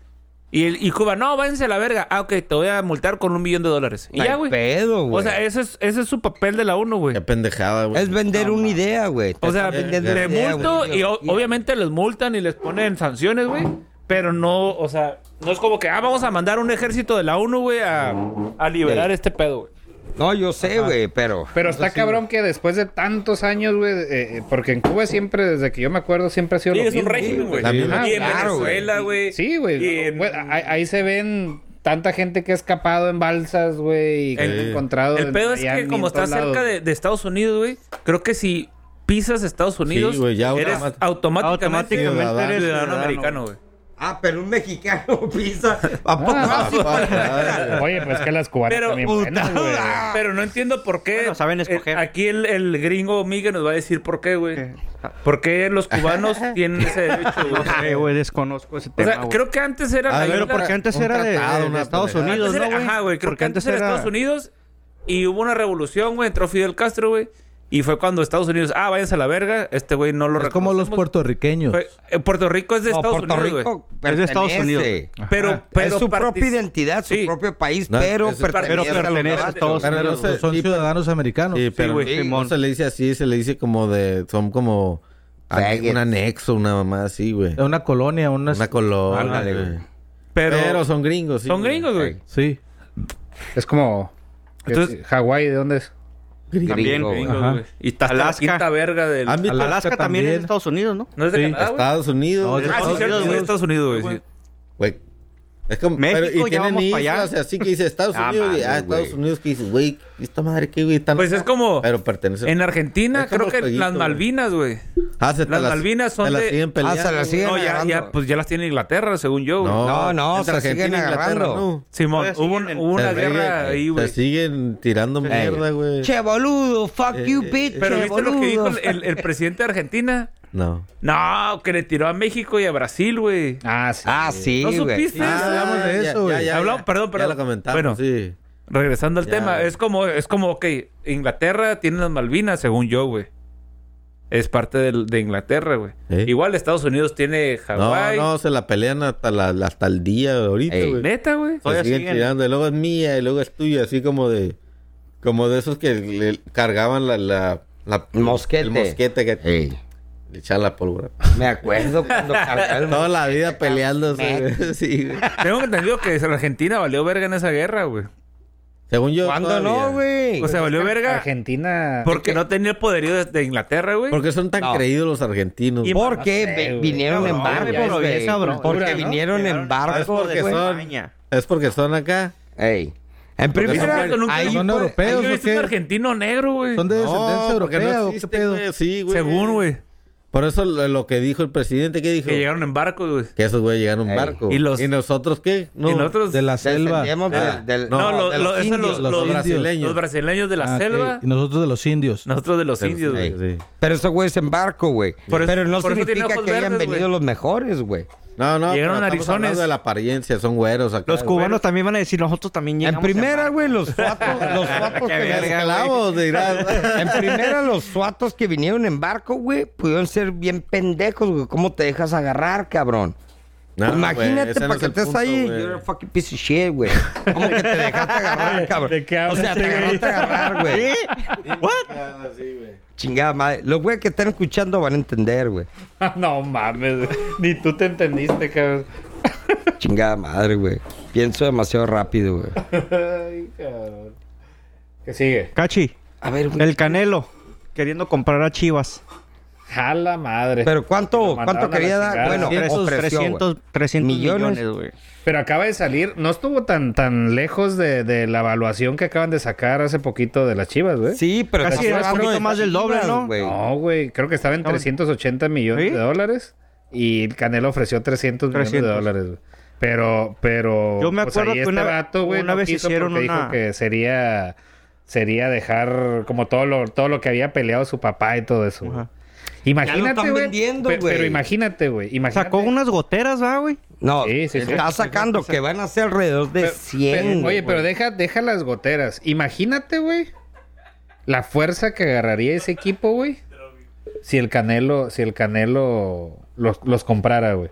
Speaker 1: Y, el- y Cuba, no, váyanse a la verga. Ah, ok, te voy a multar con un millón de dólares. Y
Speaker 2: No hay
Speaker 1: ya, güey.
Speaker 2: pedo,
Speaker 1: O
Speaker 2: güey.
Speaker 1: sea, eh, ese es, ese es su papel de la ONU, güey.
Speaker 5: Qué pendejada, güey.
Speaker 2: es vender una idea, güey.
Speaker 1: O sea,
Speaker 2: Te están vendiendo
Speaker 1: le
Speaker 2: una idea,
Speaker 1: multo
Speaker 2: güey.
Speaker 1: y o- obviamente les multan y les ponen sanciones, güey. Pero no, o sea, no es como que, ah, vamos a mandar un ejército de la ONU, güey, a, a liberar este pedo, güey.
Speaker 2: No, yo sé, güey, pero.
Speaker 7: Pero está cabrón que después de tantos años, güey, eh, eh, porque en Cuba siempre, desde que yo me acuerdo, siempre ha sido
Speaker 1: Sí,
Speaker 7: lo
Speaker 1: es un
Speaker 7: mismo,
Speaker 1: régimen, güey.
Speaker 5: La misma-
Speaker 1: Y en
Speaker 2: Claro, güey.
Speaker 1: Venezuela, güey.
Speaker 7: Sí, güey.
Speaker 1: Y en-
Speaker 7: Bueno, ahí, ahí se ven tanta gente que ha escapado en balsas, güey, y que
Speaker 1: El-
Speaker 7: han encontrado.
Speaker 1: El
Speaker 7: en
Speaker 1: pedo es
Speaker 7: Miami,
Speaker 1: que
Speaker 7: en
Speaker 1: como está
Speaker 7: todos lados.
Speaker 1: cerca de, de Estados Unidos, güey, creo que si pisas Estados Unidos,
Speaker 5: güey, ya
Speaker 1: eres
Speaker 5: automáticamente-
Speaker 1: automáticamente,
Speaker 5: Automáticamente
Speaker 1: ciudadano,
Speaker 5: eres
Speaker 1: ciudadano
Speaker 5: ciudadano,
Speaker 1: americano, güey.
Speaker 2: Ah, pero un mexicano [laughs] pisa. ¿A poco
Speaker 7: Ah,
Speaker 2: así?
Speaker 7: Oye, pues que las cubanas
Speaker 1: Pero,
Speaker 7: también buenas,
Speaker 2: puta,
Speaker 7: güey.
Speaker 2: ah.
Speaker 1: [laughs] Pero no entiendo por qué.
Speaker 3: Bueno, saben
Speaker 1: eh,
Speaker 3: escoger.
Speaker 1: aquí el, el gringo Miguel nos va a decir por qué, güey.
Speaker 3: ¿Qué?
Speaker 1: ¿Por qué los cubanos tienen ese derecho, güey?
Speaker 3: No sé, güey, desconozco ese
Speaker 1: O
Speaker 3: tema.
Speaker 1: sea, creo que antes era. la
Speaker 5: A ver,
Speaker 1: isla-
Speaker 5: pero
Speaker 3: porque antes
Speaker 5: un
Speaker 3: era de,
Speaker 5: tratado,
Speaker 3: de- de
Speaker 5: una
Speaker 3: Estados
Speaker 5: pendejada.
Speaker 3: Unidos,
Speaker 1: antes
Speaker 3: ¿no,
Speaker 1: era-
Speaker 3: güey?
Speaker 1: Ajá, güey. Creo
Speaker 3: Porque
Speaker 1: que antes era Estados Unidos y hubo una revolución, güey. Entró Fidel Castro, güey. Y fue cuando Estados Unidos, ah, váyanse a la verga. Este güey no lo
Speaker 4: Es como los
Speaker 1: reconocemos.
Speaker 4: puertorriqueños.
Speaker 1: Fue- eh, Puerto Rico es de
Speaker 2: No,
Speaker 1: Estados
Speaker 2: Puerto
Speaker 1: Unidos, güey.
Speaker 2: Rico
Speaker 3: Es de Estados
Speaker 2: pertenece.
Speaker 1: Pero, pero
Speaker 2: es su
Speaker 1: partic-
Speaker 2: propia identidad, su
Speaker 1: Sí.
Speaker 2: propio país,
Speaker 5: No,
Speaker 2: pero,
Speaker 5: es su-
Speaker 2: pertenece
Speaker 3: Pero
Speaker 2: a los
Speaker 3: pertenece a
Speaker 2: demás.
Speaker 3: Estados
Speaker 5: Pero
Speaker 3: Unidos.
Speaker 5: no sé.
Speaker 3: güey.
Speaker 4: Son
Speaker 5: Sí,
Speaker 4: ciudadanos americanos.
Speaker 5: Sí, pero
Speaker 1: güey.
Speaker 5: sí,
Speaker 3: Simón.
Speaker 5: no se le dice así, se le dice como de. Son como. ane-
Speaker 2: Faggots.
Speaker 5: Un anexo, una mamá así, güey.
Speaker 4: De una colonia, una...
Speaker 5: Una colonia.
Speaker 4: Ándale,
Speaker 5: güey.
Speaker 4: güey.
Speaker 1: pero,
Speaker 5: Pero, son gringos, sí.
Speaker 1: son gringos, güey.
Speaker 4: Sí.
Speaker 7: Es como.
Speaker 1: Entonces-
Speaker 7: Hawái, ¿de dónde es?
Speaker 2: También.
Speaker 1: Gringos,
Speaker 4: Ajá.
Speaker 1: güey. Y está hasta la
Speaker 3: Alaska.
Speaker 1: quinta verga del.
Speaker 5: ¿Han visto-
Speaker 3: Alaska también es de
Speaker 4: también.
Speaker 3: Estados Unidos, ¿no?
Speaker 1: No es de
Speaker 4: Sí.
Speaker 1: Canadá, güey.
Speaker 5: Estados Unidos.
Speaker 4: No,
Speaker 5: güey.
Speaker 1: Ah, sí,
Speaker 4: Estados
Speaker 1: cierto,
Speaker 4: Unidos.
Speaker 1: güey, Estados Unidos, güey. sí.
Speaker 5: Güey. Es como,
Speaker 3: México,
Speaker 5: pero-
Speaker 3: ya
Speaker 5: y tienen
Speaker 3: vamos pa'
Speaker 5: islas,
Speaker 3: allá.
Speaker 5: o sea, así que dice Estados
Speaker 2: [laughs] Ah,
Speaker 5: Unidos, y,
Speaker 2: madre,
Speaker 5: ah, Estados
Speaker 2: güey.
Speaker 5: Unidos, que dice, güey, esta madre que, güey, están-
Speaker 1: Pues es como-
Speaker 5: Pero pertenece.
Speaker 1: En Argentina,
Speaker 5: Es como
Speaker 1: creo que
Speaker 5: jueguito,
Speaker 1: las
Speaker 5: güey.
Speaker 1: Malvinas, güey.
Speaker 5: Ah, se te
Speaker 1: las Malvinas son
Speaker 5: te las
Speaker 1: de-
Speaker 5: siguen peleando,
Speaker 2: Ah, se las
Speaker 5: güey.
Speaker 2: siguen
Speaker 1: No, ya,
Speaker 2: agarrando.
Speaker 1: ya, pues ya las tiene Inglaterra, según yo, güey.
Speaker 2: No, no,
Speaker 5: entre
Speaker 2: se siguen
Speaker 5: Argentina e Inglaterra,
Speaker 2: agarrando.
Speaker 5: no.
Speaker 1: Simón,
Speaker 3: Todavía
Speaker 1: hubo,
Speaker 3: siguen en-
Speaker 1: hubo una
Speaker 5: Se siguen-
Speaker 1: guerra ahí, güey.
Speaker 5: Se siguen tirando mierda, güey.
Speaker 3: Eh,
Speaker 2: Che, boludo, fuck you, bitch.
Speaker 1: Pero
Speaker 2: che,
Speaker 1: ¿viste lo que dijo
Speaker 2: boludo.
Speaker 1: el, el- el presidente de Argentina?
Speaker 5: No.
Speaker 1: No, que le tiró a México y a Brasil, güey.
Speaker 7: Ah, sí.
Speaker 2: Ah, sí,
Speaker 1: ¿No
Speaker 2: güey.
Speaker 1: supiste?
Speaker 4: Ah, hablamos de eso, güey.
Speaker 1: Hablamos- perdón,
Speaker 5: Ya
Speaker 1: perdón.
Speaker 5: lo comentamos,
Speaker 1: Bueno.
Speaker 5: sí.
Speaker 1: Regresando al
Speaker 5: Ya.
Speaker 1: tema, es como, es como, ok, Inglaterra tiene las Malvinas, según yo, güey. Es parte del- de Inglaterra, güey.
Speaker 5: ¿Eh?
Speaker 1: Igual Estados Unidos tiene
Speaker 5: No,
Speaker 1: Hawái.
Speaker 5: no, se la pelean hasta, la, hasta el día de ahorita,
Speaker 2: Ey.
Speaker 5: güey.
Speaker 1: Neta, güey.
Speaker 5: Se siguen tirando. Y luego es mía y luego es tuya. Así como de... Como de esos que le cargaban la... la, la-
Speaker 2: El mosquete. Eh.
Speaker 5: El mosquete que
Speaker 2: Ey,
Speaker 5: le echaban la pólvora.
Speaker 2: me acuerdo cuando cargaba el
Speaker 5: Toda la vida peleándose.
Speaker 2: Mec.
Speaker 5: güey. [laughs] sí, güey.
Speaker 1: Tengo entendido que la Argentina valió verga en esa guerra, güey.
Speaker 5: Según yo
Speaker 2: ¿Cuándo no,
Speaker 5: todavía.
Speaker 2: güey?
Speaker 1: O sea, valió verga
Speaker 7: Argentina.
Speaker 1: porque no tenía el poderío de, de Inglaterra, güey.
Speaker 5: ¿Por qué son tan
Speaker 2: No.
Speaker 5: creídos los argentinos? güey?
Speaker 2: porque
Speaker 7: sé,
Speaker 2: vi-
Speaker 7: güey.
Speaker 2: vinieron en
Speaker 7: Cabrón, ya es
Speaker 2: barcos, güey.
Speaker 7: esa bronca,
Speaker 2: Porque
Speaker 7: ¿no?
Speaker 2: vinieron en barcos,
Speaker 5: porque
Speaker 2: güey.
Speaker 5: son- Es porque son acá.
Speaker 2: Ey. En primera,
Speaker 1: son-
Speaker 2: ahí
Speaker 4: son
Speaker 2: fue-
Speaker 4: europeos.
Speaker 1: Ay,
Speaker 4: pedos,
Speaker 1: yo he
Speaker 4: ¿o
Speaker 1: visto
Speaker 4: qué?
Speaker 1: un argentino negro, güey.
Speaker 4: Son de descendencia
Speaker 5: porque
Speaker 4: europea,
Speaker 5: no
Speaker 4: ¿o
Speaker 5: existe,
Speaker 4: qué pedo?
Speaker 5: güey, Sí, güey.
Speaker 1: Según, güey.
Speaker 5: Por eso lo, lo que dijo el presidente, ¿qué dijo?
Speaker 1: Que llegaron en barco, güey.
Speaker 5: Que esos güey llegaron en
Speaker 2: Ey.
Speaker 5: barco.
Speaker 1: Y los-
Speaker 5: nosotros qué? No.
Speaker 1: y nosotros...
Speaker 4: De la selva.
Speaker 2: descendíamos del- del-
Speaker 1: No, lo-
Speaker 2: de
Speaker 1: lo- esos
Speaker 2: indios.
Speaker 1: los,
Speaker 4: los
Speaker 1: los-
Speaker 5: brasileños.
Speaker 1: los brasileños de la
Speaker 4: Ah, ok.
Speaker 1: selva.
Speaker 4: Y nosotros de los indios.
Speaker 1: Nosotros de los
Speaker 5: Pero
Speaker 1: indios,
Speaker 5: sí,
Speaker 1: güey.
Speaker 5: sí.
Speaker 2: Pero esos güeyes en barco, güey.
Speaker 1: Por eso-
Speaker 2: Pero no
Speaker 1: por eso tiene
Speaker 2: significa
Speaker 1: ojos
Speaker 2: que hayan
Speaker 1: verdes,
Speaker 2: venido
Speaker 1: güey.
Speaker 2: los mejores, güey.
Speaker 5: No, no.
Speaker 1: Llegaron
Speaker 5: pero estamos
Speaker 1: arizones.
Speaker 5: hablando de la apariencia, son güeros acá.
Speaker 3: Los
Speaker 5: güey.
Speaker 3: cubanos también van a decir, nosotros también
Speaker 2: En
Speaker 3: llegamos.
Speaker 2: primera, güey, los [laughs] suatos, los suatos que
Speaker 5: Nos
Speaker 2: vinieron-
Speaker 5: calamos, dirás.
Speaker 2: En primera, los suatos que vinieron en barco, güey, pudieron ser bien pendejos, güey. ¿Cómo te dejas agarrar, cabrón?
Speaker 5: No, güey,
Speaker 2: Imagínate
Speaker 5: ese no
Speaker 2: para
Speaker 5: es
Speaker 2: que
Speaker 5: el
Speaker 2: estés
Speaker 5: punto,
Speaker 2: ahí.
Speaker 5: güey.
Speaker 2: You're a fucking piece of shit, güey. ¿Cómo que te dejaste
Speaker 7: [laughs]
Speaker 2: agarrar, cabrón?
Speaker 7: ¿De qué
Speaker 2: o sea,
Speaker 7: hablas,
Speaker 2: te
Speaker 7: güey?
Speaker 2: dejaste agarrar, güey. Chingada madre. Los güeyes que están escuchando van a entender, güey.
Speaker 7: [laughs] no mames. Ni tú te entendiste, cabrón. [laughs]
Speaker 2: Chingada madre, güey. Pienso demasiado rápido, güey.
Speaker 7: Ay, cabrón. ¿Qué sigue?
Speaker 3: Cachi,
Speaker 2: A ver, güey.
Speaker 3: el Canelo, queriendo comprar a Chivas.
Speaker 7: Jala madre. Pero,
Speaker 2: Pero ¿cuánto,
Speaker 7: Lo mandaron
Speaker 2: cuánto
Speaker 7: a la
Speaker 2: quería dar?
Speaker 7: chingada.
Speaker 2: Bueno,
Speaker 3: Esos
Speaker 2: ofreció, güey.
Speaker 3: 300, 300
Speaker 2: Millones.
Speaker 3: millones, güey.
Speaker 7: acaba de salir. No estuvo tan, tan lejos de, de la evaluación que acaban de sacar hace poquito de las chivas, güey.
Speaker 2: Sí, pero
Speaker 3: Casi
Speaker 2: estás
Speaker 3: era un
Speaker 2: hablando
Speaker 3: poquito
Speaker 2: de
Speaker 3: más del doble,
Speaker 2: chivas,
Speaker 3: ¿no?
Speaker 2: güey.
Speaker 7: No, güey. Creo que estaba en 380 millones
Speaker 3: ¿Sí?
Speaker 7: de dólares. Y el Canelo ofreció 300 millones
Speaker 3: 300.
Speaker 7: de dólares, güey. Pero, pero.
Speaker 3: Yo me acuerdo
Speaker 7: ahí
Speaker 3: que una-
Speaker 7: este güey,
Speaker 3: una
Speaker 7: no
Speaker 3: vez
Speaker 7: quiso
Speaker 3: hicieron
Speaker 7: porque
Speaker 3: una-
Speaker 7: Dijo que sería. Sería dejar como todo lo, todo lo que había peleado su papá y todo eso. güey.
Speaker 3: Ajá.
Speaker 2: Ya lo
Speaker 7: Imagínate,
Speaker 2: están
Speaker 7: güey.
Speaker 2: vendiendo,
Speaker 7: Pe-
Speaker 2: güey.
Speaker 7: Pero imagínate, güey. Imagínate.
Speaker 3: Sacó unas goteras, ¿va, güey?
Speaker 2: No,
Speaker 7: Sí, sí, sí.
Speaker 2: está sacando que van a ser alrededor de
Speaker 7: Pero-
Speaker 2: 100.
Speaker 7: pero- oye,
Speaker 2: güey.
Speaker 7: pero deja, deja las goteras. Imagínate, güey. La fuerza que agarraría ese equipo, güey. Si el Canelo, si el Canelo los, los comprara, güey.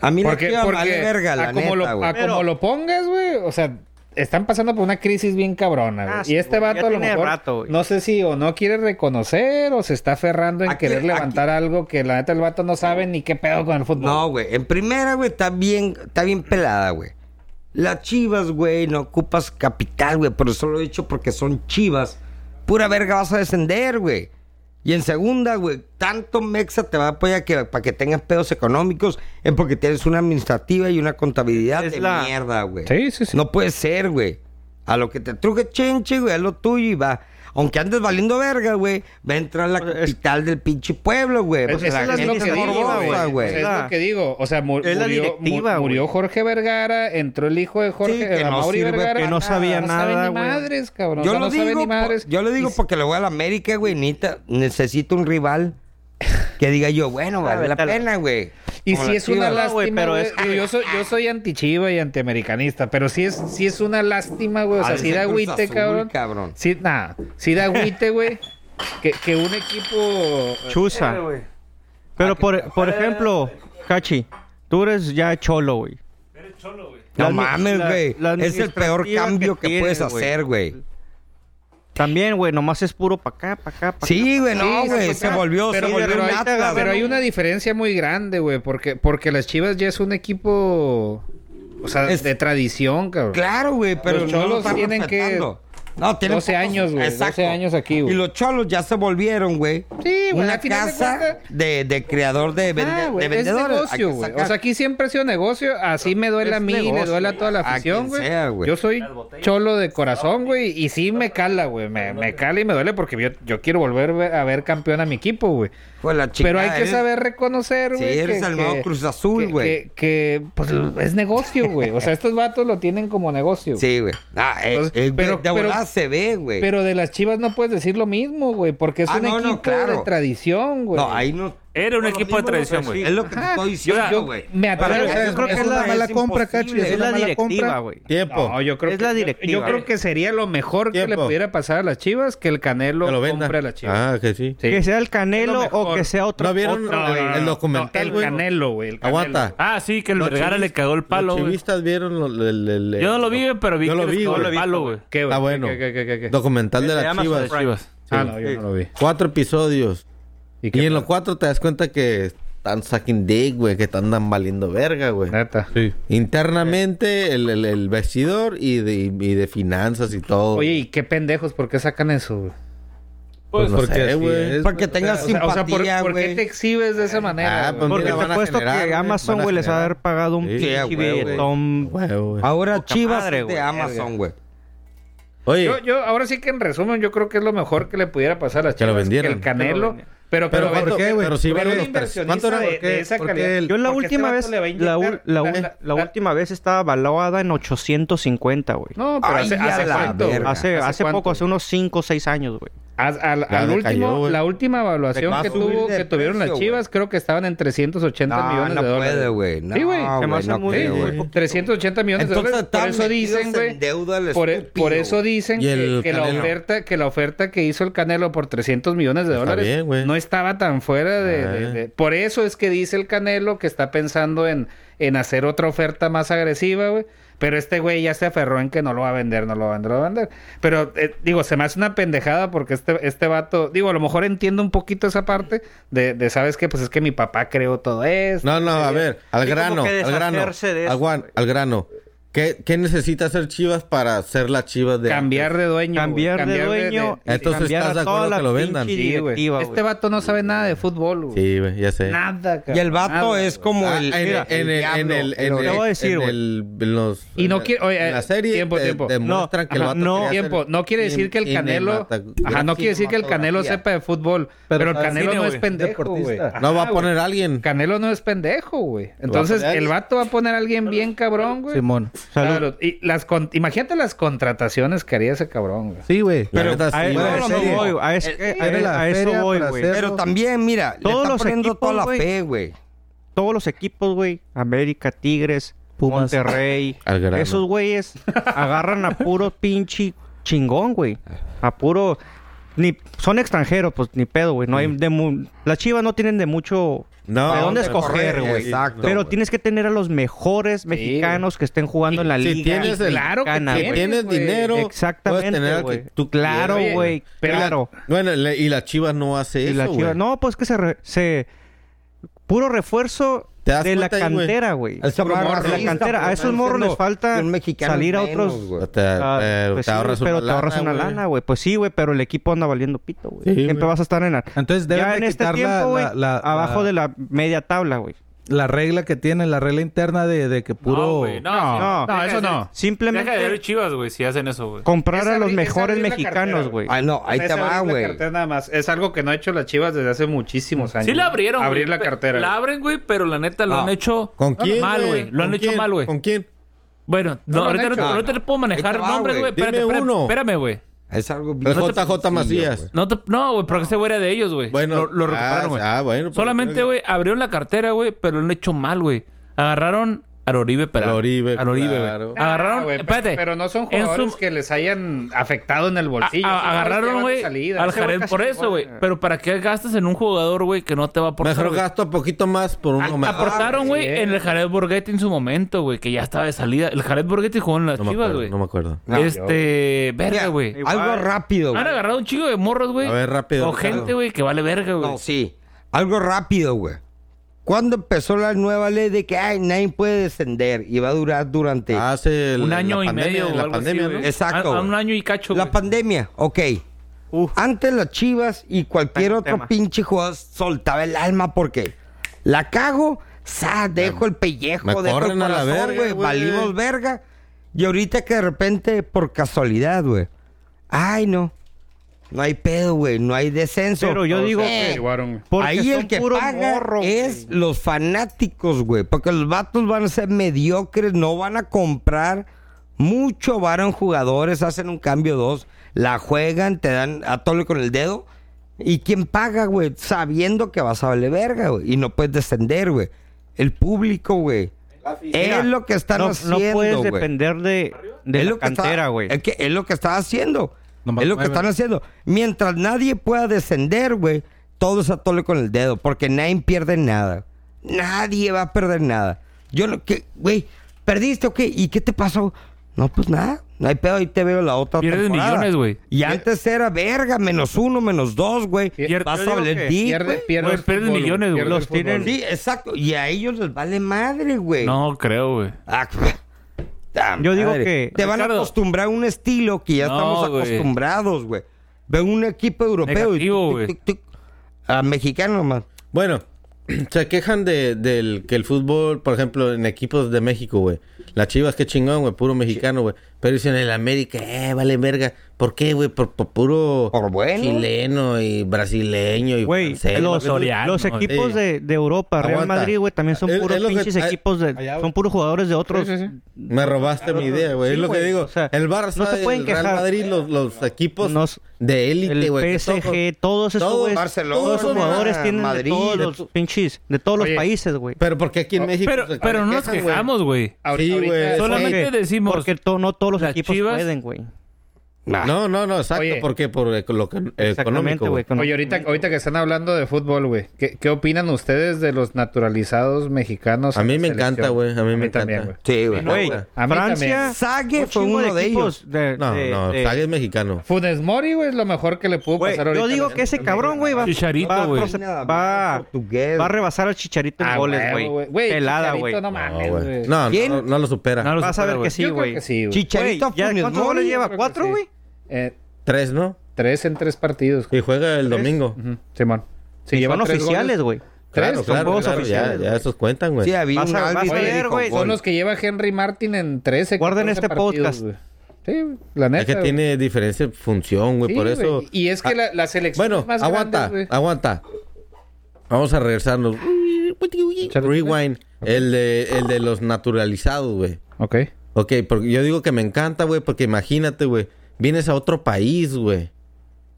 Speaker 2: A mí no
Speaker 7: Porque,
Speaker 2: quiero
Speaker 7: porque
Speaker 2: vale verga, la
Speaker 7: a, como,
Speaker 2: neta,
Speaker 7: lo, a
Speaker 2: güey.
Speaker 7: como lo pongas, güey. O sea, están pasando por una crisis bien cabrona, güey.
Speaker 3: Ah,
Speaker 7: y
Speaker 3: sí,
Speaker 7: este
Speaker 3: güey, ya
Speaker 7: vato a lo
Speaker 3: tiene
Speaker 7: mejor
Speaker 3: rato, güey.
Speaker 7: no sé si o no quiere reconocer o se está aferrando en
Speaker 2: Aquí-
Speaker 7: querer
Speaker 2: aquí-
Speaker 7: levantar algo que la neta el vato no sabe ni qué pedo con el fútbol.
Speaker 2: No, güey. En primera, güey, está bien, está bien pelada, güey. Las chivas, güey, no ocupas capital, güey. Por eso lo he dicho, porque son chivas. Pura verga vas a descender, güey. Y en segunda, güey, tanto Mexa te va a apoyar que, para que tengas pedos económicos es porque tienes una administrativa y una contabilidad
Speaker 3: Es
Speaker 2: de
Speaker 3: la-
Speaker 2: mierda, güey.
Speaker 7: Sí, sí, sí.
Speaker 2: No puede ser, güey. A lo que te truje chenche, güey, a lo tuyo y va. Aunque andes valiendo verga, güey, va a entrar la capital del pinche pueblo, güey.
Speaker 7: Pues
Speaker 2: Pues
Speaker 7: eso
Speaker 2: la
Speaker 7: Pues es lo
Speaker 2: gente
Speaker 7: que
Speaker 2: es
Speaker 7: digo,
Speaker 2: morbosa,
Speaker 7: güey.
Speaker 2: güey.
Speaker 7: O sea, Es lo que digo. O sea, mu-
Speaker 3: Es la
Speaker 7: murió, mu-
Speaker 3: directiva, güey.
Speaker 7: murió Jorge Vergara, entró el hijo de Jorge,
Speaker 2: Sí, que
Speaker 7: de
Speaker 2: no
Speaker 7: Mauri
Speaker 2: sirve
Speaker 7: Vergara. Ah,
Speaker 3: que no sabía
Speaker 7: no sabe
Speaker 3: nada,
Speaker 7: ni
Speaker 3: güey.
Speaker 7: madres, cabrón.
Speaker 2: Yo,
Speaker 7: O sea,
Speaker 2: lo
Speaker 7: no sabe
Speaker 2: digo,
Speaker 7: ni madres.
Speaker 2: por- yo lo digo
Speaker 7: Y-
Speaker 2: porque le voy a la América, güey. Necesita, necesito un rival que diga yo, bueno, vale la
Speaker 3: vete [laughs] a la-
Speaker 2: pena, güey.
Speaker 7: Y
Speaker 2: Como
Speaker 7: sí
Speaker 2: las
Speaker 7: es una
Speaker 2: Chivas.
Speaker 7: lástima,
Speaker 3: güey, pero
Speaker 7: güey.
Speaker 3: es
Speaker 7: Digo, yo soy, yo soy antichiva y antiamericanista, pero sí es, sí es una lástima, güey. O
Speaker 2: Ha
Speaker 7: sea,
Speaker 2: de
Speaker 7: sí
Speaker 2: ser
Speaker 7: da
Speaker 2: Cruz
Speaker 7: agüite,
Speaker 2: Azul,
Speaker 7: cabrón.
Speaker 2: cabrón.
Speaker 7: Sí, nah, sí da agüite, güey. Que, que un equipo...
Speaker 3: Eh, Chusa. Pero por, por ejemplo, Cachi, tú eres ya cholo, güey.
Speaker 2: No
Speaker 3: La-
Speaker 2: mames,
Speaker 3: la-
Speaker 2: güey.
Speaker 3: la
Speaker 2: Es el peor
Speaker 3: administrativa
Speaker 2: cambio que,
Speaker 3: tiene,
Speaker 2: puedes
Speaker 3: güey.
Speaker 2: hacer, güey.
Speaker 3: También, güey, nomás es puro pa' acá, pa' acá, pa' acá.
Speaker 2: Sí, güey, no,
Speaker 7: Sí,
Speaker 2: güey.
Speaker 7: sí,
Speaker 2: se
Speaker 7: sí.
Speaker 2: volvió,
Speaker 7: Pero-
Speaker 2: se volvió
Speaker 7: pero
Speaker 2: un
Speaker 7: ahí
Speaker 3: te
Speaker 2: Atlas,
Speaker 7: Pero
Speaker 2: güey.
Speaker 7: hay una diferencia muy grande, güey, porque, porque las Chivas ya es un equipo, o sea,
Speaker 2: Es-
Speaker 7: de tradición, cabrón.
Speaker 2: Claro, güey, pero
Speaker 7: Los
Speaker 2: no lo
Speaker 7: cholos
Speaker 2: están
Speaker 7: tienen que-
Speaker 2: respetando. No, tienen
Speaker 7: 12
Speaker 2: pocos-
Speaker 7: años, güey, 12
Speaker 2: Exacto.
Speaker 7: años aquí, güey.
Speaker 2: Y los cholos ya se volvieron, güey.
Speaker 7: Sí, güey,
Speaker 2: Una
Speaker 7: al final de
Speaker 2: casa
Speaker 7: cuentas-
Speaker 2: de, de creador de, vende-
Speaker 7: Ah, güey,
Speaker 2: de vendedores.
Speaker 7: Es
Speaker 2: Hay que
Speaker 7: negocio, güey.
Speaker 2: sacar.
Speaker 7: O sea, aquí siempre ha sido negocio. Así me duele
Speaker 2: Es
Speaker 7: a mí,
Speaker 2: negocio,
Speaker 7: le duele a toda la
Speaker 2: a
Speaker 7: afición,
Speaker 2: quien
Speaker 7: güey.
Speaker 2: sea, güey.
Speaker 7: Yo soy cholo de corazón, güey. Y sí me cala, güey. Me, me cala y me duele porque yo, yo quiero volver ve- a ver campeón a mi equipo, güey.
Speaker 2: Pues la
Speaker 7: Pero hay
Speaker 2: chingada,
Speaker 7: que
Speaker 2: ¿eh?
Speaker 7: saber reconocer,
Speaker 2: Sí,
Speaker 7: güey.
Speaker 2: eres
Speaker 7: que-
Speaker 2: el nuevo
Speaker 7: que-
Speaker 2: Cruz Azul,
Speaker 7: que-
Speaker 2: güey.
Speaker 7: Que, que, pues, es negocio, güey. O sea, estos vatos lo tienen como negocio.
Speaker 2: Sí, güey. Ah, eh,
Speaker 7: Entonces,
Speaker 2: eh,
Speaker 7: pero-
Speaker 2: de volada
Speaker 7: pero-
Speaker 2: se ve, güey.
Speaker 7: Pero de las chivas no puedes decir lo mismo, güey. Porque es
Speaker 2: Ah,
Speaker 7: un
Speaker 2: no, no,
Speaker 7: equipo
Speaker 2: claro.
Speaker 7: de tradición, güey.
Speaker 2: no, ahí no.
Speaker 1: Era un
Speaker 2: Por lo
Speaker 1: equipo de
Speaker 2: mismo,
Speaker 1: tradición,
Speaker 2: pues,
Speaker 1: güey.
Speaker 2: sí, Es lo que te
Speaker 7: Ajá.
Speaker 2: estoy diciendo,
Speaker 7: Yo- yo-
Speaker 2: güey.
Speaker 7: me atrevo-
Speaker 2: Pero
Speaker 7: yo creo que es la
Speaker 4: mala compra,
Speaker 2: imposible.
Speaker 4: Cachi,
Speaker 3: Es la
Speaker 4: Una mala
Speaker 3: directiva,
Speaker 4: compra.
Speaker 3: güey.
Speaker 5: Tiempo.
Speaker 7: No, yo creo
Speaker 3: Es
Speaker 7: que,
Speaker 3: la
Speaker 7: yo- Yo,
Speaker 3: directiva.
Speaker 7: creo que sería lo mejor que le
Speaker 5: Tiempo.
Speaker 7: pudiera pasar a las Chivas que el Canelo
Speaker 5: Que lo venda.
Speaker 7: compre a las Chivas.
Speaker 5: Ah, que sí.
Speaker 7: Sí.
Speaker 3: Que sea el Canelo
Speaker 7: Es lo
Speaker 3: o
Speaker 7: mejor.
Speaker 3: que sea otro.
Speaker 5: ¿No vieron
Speaker 3: otro, güey.
Speaker 5: el, el documental,
Speaker 7: el
Speaker 5: güey?
Speaker 7: Canelo, güey. el Canelo.
Speaker 5: Aguanta.
Speaker 1: Ah, sí, que el
Speaker 5: Los
Speaker 1: Vergara
Speaker 5: chivis-
Speaker 1: le cagó el palo,
Speaker 5: Los
Speaker 1: güey.
Speaker 5: chivistas vieron lo- el- el- el-
Speaker 1: Yo no lo vi, pero vi
Speaker 5: Yo
Speaker 1: que
Speaker 5: lo
Speaker 1: les
Speaker 5: vi,
Speaker 1: cagó
Speaker 5: güey.
Speaker 1: el palo, güey.
Speaker 7: ¿Qué, güey?
Speaker 5: Está bueno.
Speaker 7: ¿Qué, qué, qué, qué, qué?
Speaker 5: Documental de
Speaker 4: Se
Speaker 5: las
Speaker 4: llama
Speaker 5: chivas.
Speaker 4: Surprise.
Speaker 1: Chivas.
Speaker 7: Ah, no, yo no lo vi.
Speaker 5: Cuatro episodios.
Speaker 7: ¿Y
Speaker 5: Y
Speaker 7: qué
Speaker 5: en los
Speaker 7: pasa?
Speaker 5: cuatro te das cuenta que están sucking dick, güey, que te andan valiendo verga, güey.
Speaker 7: Neta.
Speaker 5: Internamente, el, el, el vestidor y de, y de finanzas y todo.
Speaker 7: Oye, ¿y qué pendejos? ¿Por qué sacan eso, güey?
Speaker 5: pues, no
Speaker 4: Porque
Speaker 5: sé,
Speaker 4: así
Speaker 5: güey.
Speaker 4: es.
Speaker 2: Porque tengas
Speaker 7: O sea, o sea, ¿por,
Speaker 2: simpatía,
Speaker 7: por qué
Speaker 2: güey.
Speaker 7: te exhibes de esa manera?
Speaker 5: Ah,
Speaker 7: güey?
Speaker 5: pues
Speaker 3: Porque
Speaker 5: mira,
Speaker 3: te
Speaker 5: van a
Speaker 3: apuesto
Speaker 5: generar,
Speaker 3: que
Speaker 5: güey,
Speaker 3: Amazon,
Speaker 5: van a
Speaker 3: güey, les va a
Speaker 5: generar.
Speaker 3: haber pagado un
Speaker 5: Sí,
Speaker 3: pinche
Speaker 2: a huevo, güey.
Speaker 3: billetón.
Speaker 5: Huevo, güey.
Speaker 2: Ahora Chivas
Speaker 3: madre,
Speaker 2: es de
Speaker 3: güey.
Speaker 2: Amazon, güey. pues,
Speaker 5: Oye,
Speaker 7: Yo, yo, ahora sí que en resumen, yo creo que es lo mejor que le pudiera pasar a las
Speaker 5: Que lo
Speaker 7: Chivas.
Speaker 5: vendieran.
Speaker 7: el Canelo. Pero,
Speaker 5: pero
Speaker 7: pero,
Speaker 5: ¿por qué, güey?
Speaker 4: Pero
Speaker 5: sí
Speaker 7: Pero
Speaker 5: valen
Speaker 7: un
Speaker 5: los tres. ¿Cuánto
Speaker 7: inversionista
Speaker 5: era?
Speaker 7: de-
Speaker 4: ¿Por qué?
Speaker 7: de esa
Speaker 4: ¿Por
Speaker 7: calidad.
Speaker 4: qué el-
Speaker 3: Yo la
Speaker 7: Porque este
Speaker 3: última
Speaker 7: vato
Speaker 3: vez,
Speaker 7: le va a
Speaker 3: la,
Speaker 7: inyectar-
Speaker 3: ul- la
Speaker 7: la-
Speaker 3: ul-
Speaker 7: la-
Speaker 3: la
Speaker 7: la-
Speaker 3: última vez estaba valuada en 850, güey.
Speaker 7: No, pero
Speaker 2: Ay,
Speaker 7: hace,
Speaker 2: a
Speaker 7: hace
Speaker 2: la
Speaker 7: cuánto, güey?
Speaker 2: verga.
Speaker 3: hace hace
Speaker 7: cuánto?
Speaker 3: poco, hace unos 5 o 6 años, güey.
Speaker 7: Haz- al,
Speaker 5: Ya
Speaker 7: al
Speaker 5: decayó,
Speaker 7: último,
Speaker 5: güey.
Speaker 7: la última
Speaker 2: Va a
Speaker 7: evaluación que,
Speaker 2: subir
Speaker 7: tuvo,
Speaker 2: de
Speaker 7: que tuvieron las
Speaker 2: precio,
Speaker 7: Chivas, creo que estaban en 380
Speaker 2: No,
Speaker 7: millones de
Speaker 2: no
Speaker 7: dólares.
Speaker 2: puede, güey. No,
Speaker 7: Sí, güey.
Speaker 3: Se me
Speaker 2: güey,
Speaker 3: hace
Speaker 2: no
Speaker 3: muy-
Speaker 2: puede,
Speaker 3: muy
Speaker 2: güey.
Speaker 3: poco.
Speaker 7: 380 millones de
Speaker 2: Entonces,
Speaker 7: dólares. Por
Speaker 2: estaban
Speaker 7: eso
Speaker 2: metidos
Speaker 7: dicen,
Speaker 2: en
Speaker 7: güey.
Speaker 2: deuda al
Speaker 7: Por, e-,
Speaker 2: estúpido,
Speaker 7: por eso
Speaker 2: güey.
Speaker 7: dicen
Speaker 5: Y el
Speaker 7: que, que la
Speaker 5: Canelo.
Speaker 7: oferta, que la oferta que hizo el Canelo por 300 millones de
Speaker 5: Está
Speaker 7: dólares
Speaker 5: bien, güey.
Speaker 7: no estaba tan fuera de, de-
Speaker 5: Ah.
Speaker 7: de- Por eso es que dice el Canelo que está pensando en, en hacer otra oferta más agresiva, güey. Pero este güey ya se aferró en que no lo va a vender, no lo va a vender, no lo va a vender. Pero, eh, digo, se me hace una pendejada porque este, este vato... Digo, a lo mejor entiendo un poquito esa parte de, de, ¿sabes qué? Pues es que mi papá creó todo esto.
Speaker 5: No, no, a ver, al
Speaker 3: Sí, como
Speaker 5: grano,
Speaker 3: que
Speaker 5: al grano.
Speaker 3: deshacerse de eso,
Speaker 5: Aguan-
Speaker 3: güey.
Speaker 5: al grano. ¿Qué, ¿Qué necesita hacer Chivas para ser la Chivas de
Speaker 7: cambiar de dueño. güey,
Speaker 3: Cambiar de dueño.
Speaker 5: de- Entonces,
Speaker 3: cambiar
Speaker 5: ¿estás
Speaker 3: a
Speaker 5: de acuerdo
Speaker 3: toda la
Speaker 5: que lo vendan?
Speaker 3: pinche
Speaker 7: Sí, güey.
Speaker 3: directiva,
Speaker 7: Este
Speaker 3: güey.
Speaker 7: vato no sabe nada de fútbol, güey.
Speaker 5: Sí, güey, ya sé.
Speaker 7: Nada, cabrón.
Speaker 2: Y el vato
Speaker 7: Nada,
Speaker 2: es
Speaker 7: güey.
Speaker 2: como
Speaker 5: Ah,
Speaker 2: el.
Speaker 5: en, el, en, el, en
Speaker 2: diablo,
Speaker 5: el- en
Speaker 2: pero-
Speaker 5: el-
Speaker 3: Te voy a decir,
Speaker 5: en
Speaker 3: güey.
Speaker 5: el- en los-
Speaker 7: Y no
Speaker 5: en la-
Speaker 7: quiero- oye,
Speaker 5: en la serie
Speaker 7: tiempo,
Speaker 5: te-
Speaker 7: tiempo.
Speaker 5: demuestran que el
Speaker 3: No,
Speaker 5: vato
Speaker 3: ajá, no.
Speaker 5: quería ser
Speaker 7: tiempo. No quiere decir que el
Speaker 5: cin-
Speaker 7: Canelo.
Speaker 5: cinemata-
Speaker 7: Ajá, no quiere decir que el Canelo sepa de fútbol. Pero, el
Speaker 4: está
Speaker 7: Canelo
Speaker 1: cine,
Speaker 7: no es
Speaker 1: güey,
Speaker 7: pendejo, güey.
Speaker 4: deportista.
Speaker 7: Ajá,
Speaker 5: No va a
Speaker 7: Ah, güey.
Speaker 5: poner a alguien.
Speaker 7: Canelo no es pendejo, güey. Entonces,
Speaker 5: poner a
Speaker 7: el
Speaker 5: alguien.
Speaker 7: vato va a poner a alguien bien cabrón, güey.
Speaker 4: Simón.
Speaker 7: Claro, y las con- imagínate las contrataciones que haría ese cabrón, güey.
Speaker 4: Sí, güey.
Speaker 5: La neta, sí,
Speaker 3: A,
Speaker 5: güey.
Speaker 3: a
Speaker 2: no,
Speaker 3: eso
Speaker 2: no, no.
Speaker 3: voy, güey. A, es-
Speaker 2: El-
Speaker 3: eh, a-
Speaker 4: tiene la
Speaker 3: a eso
Speaker 4: feria
Speaker 3: voy,
Speaker 4: para
Speaker 3: güey.
Speaker 4: hacer-
Speaker 2: Pero también, mira,
Speaker 3: Todos
Speaker 2: le
Speaker 3: los
Speaker 2: está poniendo
Speaker 3: equipos,
Speaker 2: toda la
Speaker 3: güey.
Speaker 2: fe, güey.
Speaker 3: Todos los equipos, güey. América, Tigres,
Speaker 4: Pumas.
Speaker 3: Monterrey.
Speaker 5: Al grano.
Speaker 3: Esos güeyes agarran a
Speaker 5: [laughs]
Speaker 3: puro pinche chingón, güey. A puro... Ni, son extranjeros, pues ni pedo, güey. No hay de mu- Las chivas no tienen de mucho...
Speaker 5: No,
Speaker 3: ¿De dónde
Speaker 5: pero-
Speaker 3: escoger,
Speaker 2: correr,
Speaker 3: güey?
Speaker 2: exacto,
Speaker 3: Pero
Speaker 2: güey.
Speaker 3: tienes que tener a los mejores mexicanos que estén jugando en la
Speaker 5: Si
Speaker 3: liga.
Speaker 5: tienes el-
Speaker 7: Claro que
Speaker 3: mexicana,
Speaker 5: Si
Speaker 7: tienes,
Speaker 3: güey.
Speaker 5: tienes
Speaker 7: güey.
Speaker 5: dinero,
Speaker 3: Exactamente,
Speaker 5: puedes tener al
Speaker 3: güey.
Speaker 5: que tú
Speaker 3: Claro,
Speaker 5: quieras.
Speaker 3: güey,
Speaker 5: Y la-
Speaker 3: claro.
Speaker 5: bueno, le- y la Chivas no hace
Speaker 3: Y la
Speaker 5: eso,
Speaker 3: Chivas-
Speaker 5: güey.
Speaker 3: No, pues que se... re- se puro refuerzo
Speaker 5: ¿Te das
Speaker 3: de la
Speaker 5: cuenta ahí, güey?
Speaker 3: cantera, güey.
Speaker 2: Ese morro
Speaker 3: de la
Speaker 2: racista,
Speaker 3: cantera. A
Speaker 2: pues,
Speaker 3: esos morros
Speaker 2: siendo
Speaker 3: les falta
Speaker 2: un mexicano
Speaker 3: salir a
Speaker 2: menos,
Speaker 3: otros-
Speaker 2: güey.
Speaker 5: Te,
Speaker 3: Ah,
Speaker 2: eh,
Speaker 5: te-
Speaker 3: pues
Speaker 5: te
Speaker 3: sí,
Speaker 5: ahorras
Speaker 3: pero
Speaker 5: una
Speaker 3: te ahorras una
Speaker 5: güey.
Speaker 3: lana, güey. Pues sí, güey, pero el equipo anda valiendo pito, güey.
Speaker 5: Sí,
Speaker 3: Siempre
Speaker 5: güey.
Speaker 3: vas a estar en la...
Speaker 4: Entonces deben
Speaker 3: ya
Speaker 4: de
Speaker 3: en este
Speaker 4: quitar la-
Speaker 3: tiempo, güey,
Speaker 4: la- la-
Speaker 3: abajo
Speaker 4: la-
Speaker 3: de la media tabla, güey.
Speaker 4: la regla que tiene, la regla interna de, de que puro...
Speaker 8: No, güey, no,
Speaker 3: No,
Speaker 8: no,
Speaker 3: no,
Speaker 8: deja de
Speaker 7: eso no.
Speaker 8: ser-
Speaker 3: Simplemente-
Speaker 8: Deja de ver chivas, güey, si hacen eso, güey.
Speaker 3: Comprar
Speaker 7: Es
Speaker 3: a los
Speaker 7: abrir- es
Speaker 3: mejores
Speaker 7: abrir la
Speaker 3: mexicanos,
Speaker 7: cartera.
Speaker 3: güey.
Speaker 2: Ah, no, ahí
Speaker 7: Es
Speaker 2: te va,
Speaker 7: abrir la
Speaker 2: güey.
Speaker 7: cartera nada más. Es algo que no ha hecho las chivas desde hace muchísimos años.
Speaker 8: Sí la abrieron, güey.
Speaker 7: Abrir la cartera.
Speaker 8: La abren, güey, pero la neta lo
Speaker 2: No.
Speaker 8: han hecho
Speaker 5: ¿Con quién?
Speaker 8: mal, güey. Lo han
Speaker 5: ¿Con
Speaker 8: hecho
Speaker 5: quién?
Speaker 8: mal, güey.
Speaker 5: ¿Con quién?
Speaker 8: Bueno, no,
Speaker 7: lo han
Speaker 8: ahorita no,
Speaker 7: hecho.
Speaker 8: te- ahorita te puedo manejar
Speaker 2: Ahí te va,
Speaker 8: nombres, güey.
Speaker 2: güey.
Speaker 8: Espérate,
Speaker 5: Dime
Speaker 8: espérate,
Speaker 5: uno.
Speaker 8: espérame, güey.
Speaker 2: Es algo
Speaker 5: Es
Speaker 2: bien.
Speaker 5: JJ Macías.
Speaker 2: güey.
Speaker 8: No, te- no, güey, porque ese güey era de ellos, güey.
Speaker 5: Bueno,
Speaker 8: lo, lo
Speaker 5: ah,
Speaker 8: recuperaron, güey.
Speaker 5: ah, bueno, pero-
Speaker 8: Pues Solamente, güey, abrieron la cartera, güey, pero lo han hecho mal, güey. Agarraron a Oribe Peralta.
Speaker 5: Al Oribe,
Speaker 8: Al Oribe, güey.
Speaker 5: claro.
Speaker 8: Agarraron,
Speaker 7: Ah, güey, pero-
Speaker 8: espérate.
Speaker 7: Pero no son
Speaker 8: En su-
Speaker 7: jugadores que les hayan afectado en el
Speaker 8: a-
Speaker 7: bolsillo.
Speaker 8: a-
Speaker 7: Son jugadores que
Speaker 8: agarraron,
Speaker 7: van de
Speaker 8: güey,
Speaker 7: salida.
Speaker 8: al
Speaker 7: Ese güey
Speaker 8: Jared
Speaker 7: casi
Speaker 8: por
Speaker 7: llegó
Speaker 8: eso, güey.
Speaker 7: a-
Speaker 8: Pero ¿para qué gastas en un jugador, güey, que no te va a aportar?
Speaker 5: Mejor
Speaker 8: güey? Ah,
Speaker 5: gasto poquito más por uno
Speaker 8: A-
Speaker 5: más.
Speaker 8: aportaron, güey,
Speaker 7: Ah, sí,
Speaker 8: en el Jared Borghetti en su momento, güey, que ya estaba de salida. El Jared Borghetti jugó en las
Speaker 5: no, me
Speaker 8: chivas,
Speaker 5: acuerdo,
Speaker 8: güey.
Speaker 5: no me acuerdo.
Speaker 8: este, verga,
Speaker 2: Mira,
Speaker 8: güey.
Speaker 2: Algo rápido,
Speaker 8: Han
Speaker 2: güey.
Speaker 8: agarrado un chico de morros, güey.
Speaker 5: A ver, rápido,
Speaker 8: O
Speaker 5: Ricardo.
Speaker 8: gente, güey, que vale verga, güey.
Speaker 2: No, sí. Algo rápido, güey. ¿Cuándo empezó la nueva ley de que ay, nadie puede descender y va a durar durante
Speaker 3: Ah,
Speaker 5: Hace el-
Speaker 8: un año
Speaker 5: la
Speaker 8: y
Speaker 5: pandemia,
Speaker 8: medio. o
Speaker 5: La
Speaker 8: algo así,
Speaker 5: pandemia,
Speaker 8: güey.
Speaker 5: ¿no?
Speaker 2: Es- Exacto,
Speaker 8: A- a
Speaker 2: güey.
Speaker 8: un año y cacho,
Speaker 2: la
Speaker 8: güey.
Speaker 2: pandemia? Ok.
Speaker 3: Uf.
Speaker 2: Antes las chivas y cualquier
Speaker 3: Buen
Speaker 2: otro
Speaker 3: tema.
Speaker 2: pinche jugador soltaba el alma porque la cago, sa, dejo el pellejo,
Speaker 5: me
Speaker 2: dejo el
Speaker 5: corren a la
Speaker 2: corazón,
Speaker 5: verga,
Speaker 2: güey.
Speaker 5: güey.
Speaker 2: Valimos verga. Y ahorita que de repente, por casualidad, güey. Ay, no. No hay pedo, güey. No hay descenso.
Speaker 3: Pero yo
Speaker 7: Todos
Speaker 3: digo
Speaker 7: se
Speaker 2: Eh,
Speaker 3: que
Speaker 7: averiguaron, güey.
Speaker 3: porque
Speaker 2: Ahí
Speaker 3: son
Speaker 2: el que
Speaker 3: puro
Speaker 2: paga
Speaker 3: morro, güey.
Speaker 2: es los fanáticos, güey. Porque los vatos van a ser mediocres, no van a comprar mucho varón jugadores, hacen un cambio dos, la juegan, te dan a tole con el dedo. ¿Y quién paga, güey? Sabiendo que vas a valer verga, güey. Y no puedes descender, güey. El público, güey. Es lo que están
Speaker 3: no,
Speaker 2: haciendo,
Speaker 3: no puedes
Speaker 2: güey.
Speaker 3: depender de, de
Speaker 2: Es
Speaker 3: la
Speaker 2: lo que está-
Speaker 3: cantera, güey.
Speaker 2: Es, que es lo que está haciendo.
Speaker 4: Nomás
Speaker 2: es lo que
Speaker 4: mueve.
Speaker 2: están haciendo. Mientras nadie pueda descender, güey, todo es atole con el dedo, porque nadie pierde nada. Nadie va a perder nada. Yo no, que, güey, perdiste o qué? ¿Y qué te pasó? No, pues nada, no hay pedo, ahí te veo la otra
Speaker 8: Pierdes
Speaker 2: temporada.
Speaker 8: millones, güey.
Speaker 2: Y antes era verga, menos uno, menos dos, güey.
Speaker 7: Pier-
Speaker 2: Vas
Speaker 7: yo
Speaker 2: a
Speaker 7: digo
Speaker 2: valer
Speaker 7: que
Speaker 2: diez,
Speaker 7: pierde-
Speaker 2: güey.
Speaker 7: pierde
Speaker 8: Güey,
Speaker 7: el
Speaker 8: pierden
Speaker 7: fútbol,
Speaker 8: millones, güey.
Speaker 7: pierde el
Speaker 3: Los tienen-
Speaker 7: fútbol.
Speaker 2: Sí, exacto. Y a ellos les vale madre, güey.
Speaker 8: No creo, güey.
Speaker 2: Ah, [laughs] ta
Speaker 3: Yo digo
Speaker 2: madre.
Speaker 3: que-
Speaker 2: Te van a
Speaker 8: Ricardo.
Speaker 2: acostumbrar a un estilo que ya
Speaker 8: No,
Speaker 2: estamos
Speaker 8: güey.
Speaker 2: acostumbrados, güey. Ve un equipo europeo
Speaker 8: Negativo,
Speaker 2: y
Speaker 8: güey.
Speaker 2: tic, tic, tic, a mexicano nomás.
Speaker 5: Bueno, [clears throat] se quejan de, del que el fútbol, por ejemplo, en equipos de México, güey. Las chivas, qué chingón, güey. Puro mexicano, güey. Pero dicen el América, eh, vale verga. ¿Por qué, güey? Por, por puro
Speaker 2: Por bueno.
Speaker 5: chileno y brasileño y
Speaker 3: Güey,
Speaker 5: francés,
Speaker 3: los,
Speaker 5: Eh, güey.
Speaker 8: Soriano,
Speaker 3: los equipos
Speaker 5: eh.
Speaker 3: de, de Europa, Real
Speaker 5: Aguanta.
Speaker 3: Madrid, güey, también son
Speaker 5: Es-
Speaker 3: puros
Speaker 5: es lo que-
Speaker 3: pinches
Speaker 5: ah,
Speaker 3: equipos de...
Speaker 5: allá,
Speaker 3: son puros jugadores de otros...
Speaker 7: Sí, sí, sí.
Speaker 5: Me robaste mi idea, güey.
Speaker 3: Sí,
Speaker 5: es lo que
Speaker 3: güey,
Speaker 5: digo.
Speaker 3: o sea,
Speaker 5: el Barça,
Speaker 3: no se pueden
Speaker 5: el Real
Speaker 3: quejar.
Speaker 5: Madrid, los, los equipos
Speaker 3: Nos-
Speaker 5: de élite,
Speaker 3: el
Speaker 5: güey. que
Speaker 3: PSG,
Speaker 5: todos-
Speaker 3: todos esos
Speaker 5: todos,
Speaker 3: güeyes,
Speaker 5: Barcelona,
Speaker 3: todos esos jugadores tienen
Speaker 2: Madrid,
Speaker 3: de todos
Speaker 2: de
Speaker 3: los
Speaker 2: to-
Speaker 3: pinches, de todos
Speaker 7: Oye,
Speaker 3: los países, güey.
Speaker 5: Pero porque aquí en México.
Speaker 8: Pero,
Speaker 5: se-
Speaker 8: pero no nos
Speaker 5: quejan, güey.
Speaker 8: quejamos, güey.
Speaker 5: Sí,
Speaker 7: Ahorita-
Speaker 5: güey.
Speaker 7: ahorita-
Speaker 8: Solamente
Speaker 3: Porque-
Speaker 8: decimos,
Speaker 3: Porque to- no todos los
Speaker 8: las
Speaker 3: equipos
Speaker 8: Chivas-
Speaker 3: pueden, güey.
Speaker 5: No, no, no, exacto.
Speaker 7: Oye.
Speaker 5: porque por eco- lo que, económico,
Speaker 3: Exactamente,
Speaker 5: güey.
Speaker 3: güey. con-
Speaker 7: Oye, ahorita, ahorita que están hablando de fútbol, güey, ¿qué, qué opinan ustedes de los naturalizados mexicanos?
Speaker 5: A
Speaker 7: en
Speaker 5: mí
Speaker 7: la
Speaker 5: me encanta,
Speaker 7: selección?
Speaker 5: güey, a mí me encanta.
Speaker 2: Sí, güey.
Speaker 3: Güey,
Speaker 7: A mí
Speaker 3: Francia...
Speaker 7: también.
Speaker 2: Sague
Speaker 3: un
Speaker 2: fue
Speaker 3: chingo
Speaker 2: uno de
Speaker 3: equipos de-
Speaker 5: No,
Speaker 3: de-
Speaker 5: no,
Speaker 3: de-
Speaker 5: Sague es mexicano.
Speaker 7: Funes Mori, güey, es lo mejor que le pudo
Speaker 3: Güey,
Speaker 7: pasar ahorita.
Speaker 3: yo
Speaker 7: a la
Speaker 3: digo que ese
Speaker 7: selección
Speaker 3: cabrón, güey, va,
Speaker 8: Chicharito,
Speaker 3: va a
Speaker 8: güey.
Speaker 3: troce-
Speaker 2: Nada más,
Speaker 3: va-
Speaker 2: portugués.
Speaker 3: va a rebasar al Chicharito en
Speaker 7: Ah,
Speaker 3: goles, este güey. Pelada,
Speaker 7: Chicharito,
Speaker 3: güey.
Speaker 7: No
Speaker 5: No,
Speaker 7: mames,
Speaker 5: güey.
Speaker 7: güey.
Speaker 5: No, no,
Speaker 2: ¿Quién?
Speaker 5: no, no lo supera.
Speaker 8: No lo
Speaker 3: Vas a
Speaker 8: supera,
Speaker 3: ver que
Speaker 8: güey.
Speaker 3: sí,
Speaker 7: Yo creo
Speaker 3: güey.
Speaker 7: que sí, güey.
Speaker 2: Chicharito
Speaker 3: Güey, ¿ya
Speaker 2: Funes
Speaker 3: cuántos goles
Speaker 2: Mori.
Speaker 3: lleva?
Speaker 7: Yo creo que
Speaker 3: ¿Cuatro,
Speaker 7: sí.
Speaker 3: güey?
Speaker 7: Eh,
Speaker 5: Tres, ¿no?
Speaker 7: tres en tres partidos.
Speaker 5: Y juega el domingo.
Speaker 7: Ujú, Simón.
Speaker 3: Sí, son
Speaker 7: tres
Speaker 3: oficiales,
Speaker 7: goles.
Speaker 3: güey.
Speaker 7: Tres,
Speaker 5: Claro,
Speaker 7: son
Speaker 5: claro,
Speaker 3: juegos
Speaker 5: claro, ya,
Speaker 3: oficiales,
Speaker 5: ya
Speaker 3: güey.
Speaker 5: esos cuentan, güey.
Speaker 2: Sí, había
Speaker 3: Vas
Speaker 2: un
Speaker 3: a- vas a
Speaker 2: árbitro
Speaker 7: ver,
Speaker 2: que dijo
Speaker 3: güey,
Speaker 7: Son
Speaker 2: gol.
Speaker 7: los que lleva Henry Martin en 13.
Speaker 3: Guarden
Speaker 7: 14
Speaker 3: este
Speaker 7: partidos,
Speaker 3: podcast.
Speaker 7: güey. Sí, la neta.
Speaker 5: es que
Speaker 7: güey.
Speaker 5: tiene diferencia de función, güey,
Speaker 7: Sí,
Speaker 5: por
Speaker 7: güey.
Speaker 5: eso...
Speaker 7: Y es que
Speaker 5: Ah,
Speaker 7: la, la selección.
Speaker 5: Bueno,
Speaker 7: es más
Speaker 5: aguanta,
Speaker 7: grande, güey.
Speaker 5: aguanta. Vamos a regresarnos.
Speaker 7: pues.
Speaker 5: Rewind. El de, el de los naturalizados, güey.
Speaker 7: Ok.
Speaker 5: Ok, porque yo digo que me encanta, güey, porque imagínate, güey, vienes a otro país, güey.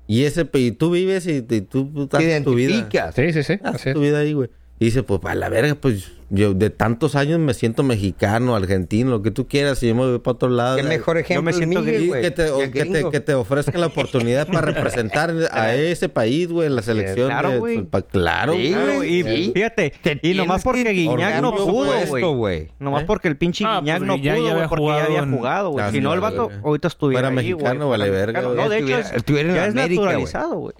Speaker 5: Y ese pa- y tú vives y, y tú
Speaker 2: Te
Speaker 5: haces tu vida.
Speaker 2: identificas.
Speaker 7: Sí, sí, sí. así
Speaker 5: Haces
Speaker 7: es.
Speaker 5: tu vida ahí, güey. Y dice, pues para la verga, pues yo de tantos años me siento mexicano, argentino, lo que tú quieras, y yo me voy para otro lado.
Speaker 2: Qué mejor ejemplo.
Speaker 3: me
Speaker 2: el
Speaker 3: siento
Speaker 2: Miguel,
Speaker 5: Y
Speaker 2: güey,
Speaker 5: que te, o-
Speaker 2: que
Speaker 5: que te-
Speaker 2: gringo.
Speaker 5: que te ofrezcan la oportunidad para representar a ese país, güey, en la selección.
Speaker 3: claro,
Speaker 5: de-
Speaker 3: güey.
Speaker 5: pa- claro,
Speaker 2: Sí,
Speaker 5: güey.
Speaker 3: Claro, y
Speaker 2: Sí.
Speaker 3: fíjate,
Speaker 2: Te
Speaker 3: y nomás
Speaker 2: tienes
Speaker 3: porque
Speaker 2: que
Speaker 3: Guiñac no
Speaker 5: orgullo
Speaker 3: pudo,
Speaker 5: por
Speaker 2: Esto,
Speaker 3: güey.
Speaker 2: güey.
Speaker 3: Nomás
Speaker 5: ¿Eh?
Speaker 3: porque el pinche
Speaker 8: Ah,
Speaker 3: Guiñac
Speaker 8: pues,
Speaker 3: no
Speaker 8: Guiñac
Speaker 3: pudo,
Speaker 8: ya
Speaker 3: güey,
Speaker 8: había
Speaker 3: porque ya había
Speaker 8: jugado en-
Speaker 3: jugado, güey.
Speaker 5: Ah,
Speaker 3: Si no, el
Speaker 5: sí,
Speaker 3: vato
Speaker 5: güey.
Speaker 3: ahorita estuviera
Speaker 5: Fuera
Speaker 3: ahí, güey.
Speaker 5: mexicano, vale verga,
Speaker 3: mexicano.
Speaker 5: güey.
Speaker 3: No, de hecho,
Speaker 2: Estuviera-
Speaker 3: es-
Speaker 2: estuviera en
Speaker 3: ya es
Speaker 2: América, güey.
Speaker 3: naturalizado, güey.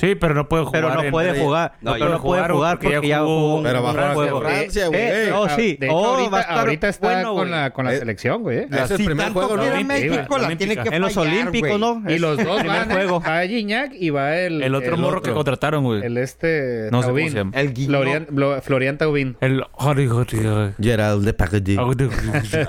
Speaker 8: Sí, pero no puede jugar.
Speaker 3: Pero no
Speaker 8: en-
Speaker 3: puede jugar.
Speaker 2: No,
Speaker 3: No,
Speaker 2: ya
Speaker 3: pero no
Speaker 8: no
Speaker 3: puede
Speaker 8: jugaron
Speaker 3: jugar porque ya jugó un
Speaker 5: Pero
Speaker 3: gran
Speaker 5: bajaron hacia
Speaker 3: juego.
Speaker 5: Francia, güey.
Speaker 3: Eh, oh, sí.
Speaker 7: Ah, De hecho,
Speaker 3: Oh,
Speaker 7: ahorita,
Speaker 3: va a estar
Speaker 7: ahorita está
Speaker 3: bueno,
Speaker 7: con,
Speaker 3: güey.
Speaker 7: la, con la
Speaker 5: Eh,
Speaker 7: selección, güey. eh.
Speaker 5: Ah, Es el
Speaker 2: Si
Speaker 5: primer
Speaker 2: tanto
Speaker 5: juego, ¿no?
Speaker 2: quiere
Speaker 8: Olímpico,
Speaker 2: México, la
Speaker 8: olímpica.
Speaker 2: tiene que
Speaker 3: En los
Speaker 2: fallar,
Speaker 3: Olímpicos,
Speaker 2: güey.
Speaker 3: ¿no?
Speaker 7: Y
Speaker 3: Es
Speaker 7: los
Speaker 3: el
Speaker 7: dos
Speaker 3: primer
Speaker 7: van,
Speaker 3: juego.
Speaker 7: va Gignac y va el...
Speaker 8: El otro
Speaker 7: el
Speaker 8: morro
Speaker 5: otro.
Speaker 8: que contrataron, güey.
Speaker 7: El este...
Speaker 8: No sé cómo
Speaker 7: Taubín.
Speaker 8: se llama.
Speaker 2: El Guiño.
Speaker 7: Florian, Blo- Florian Taubín.
Speaker 8: El Jorge, Jorge, Jorge.
Speaker 5: Gerald de [laughs]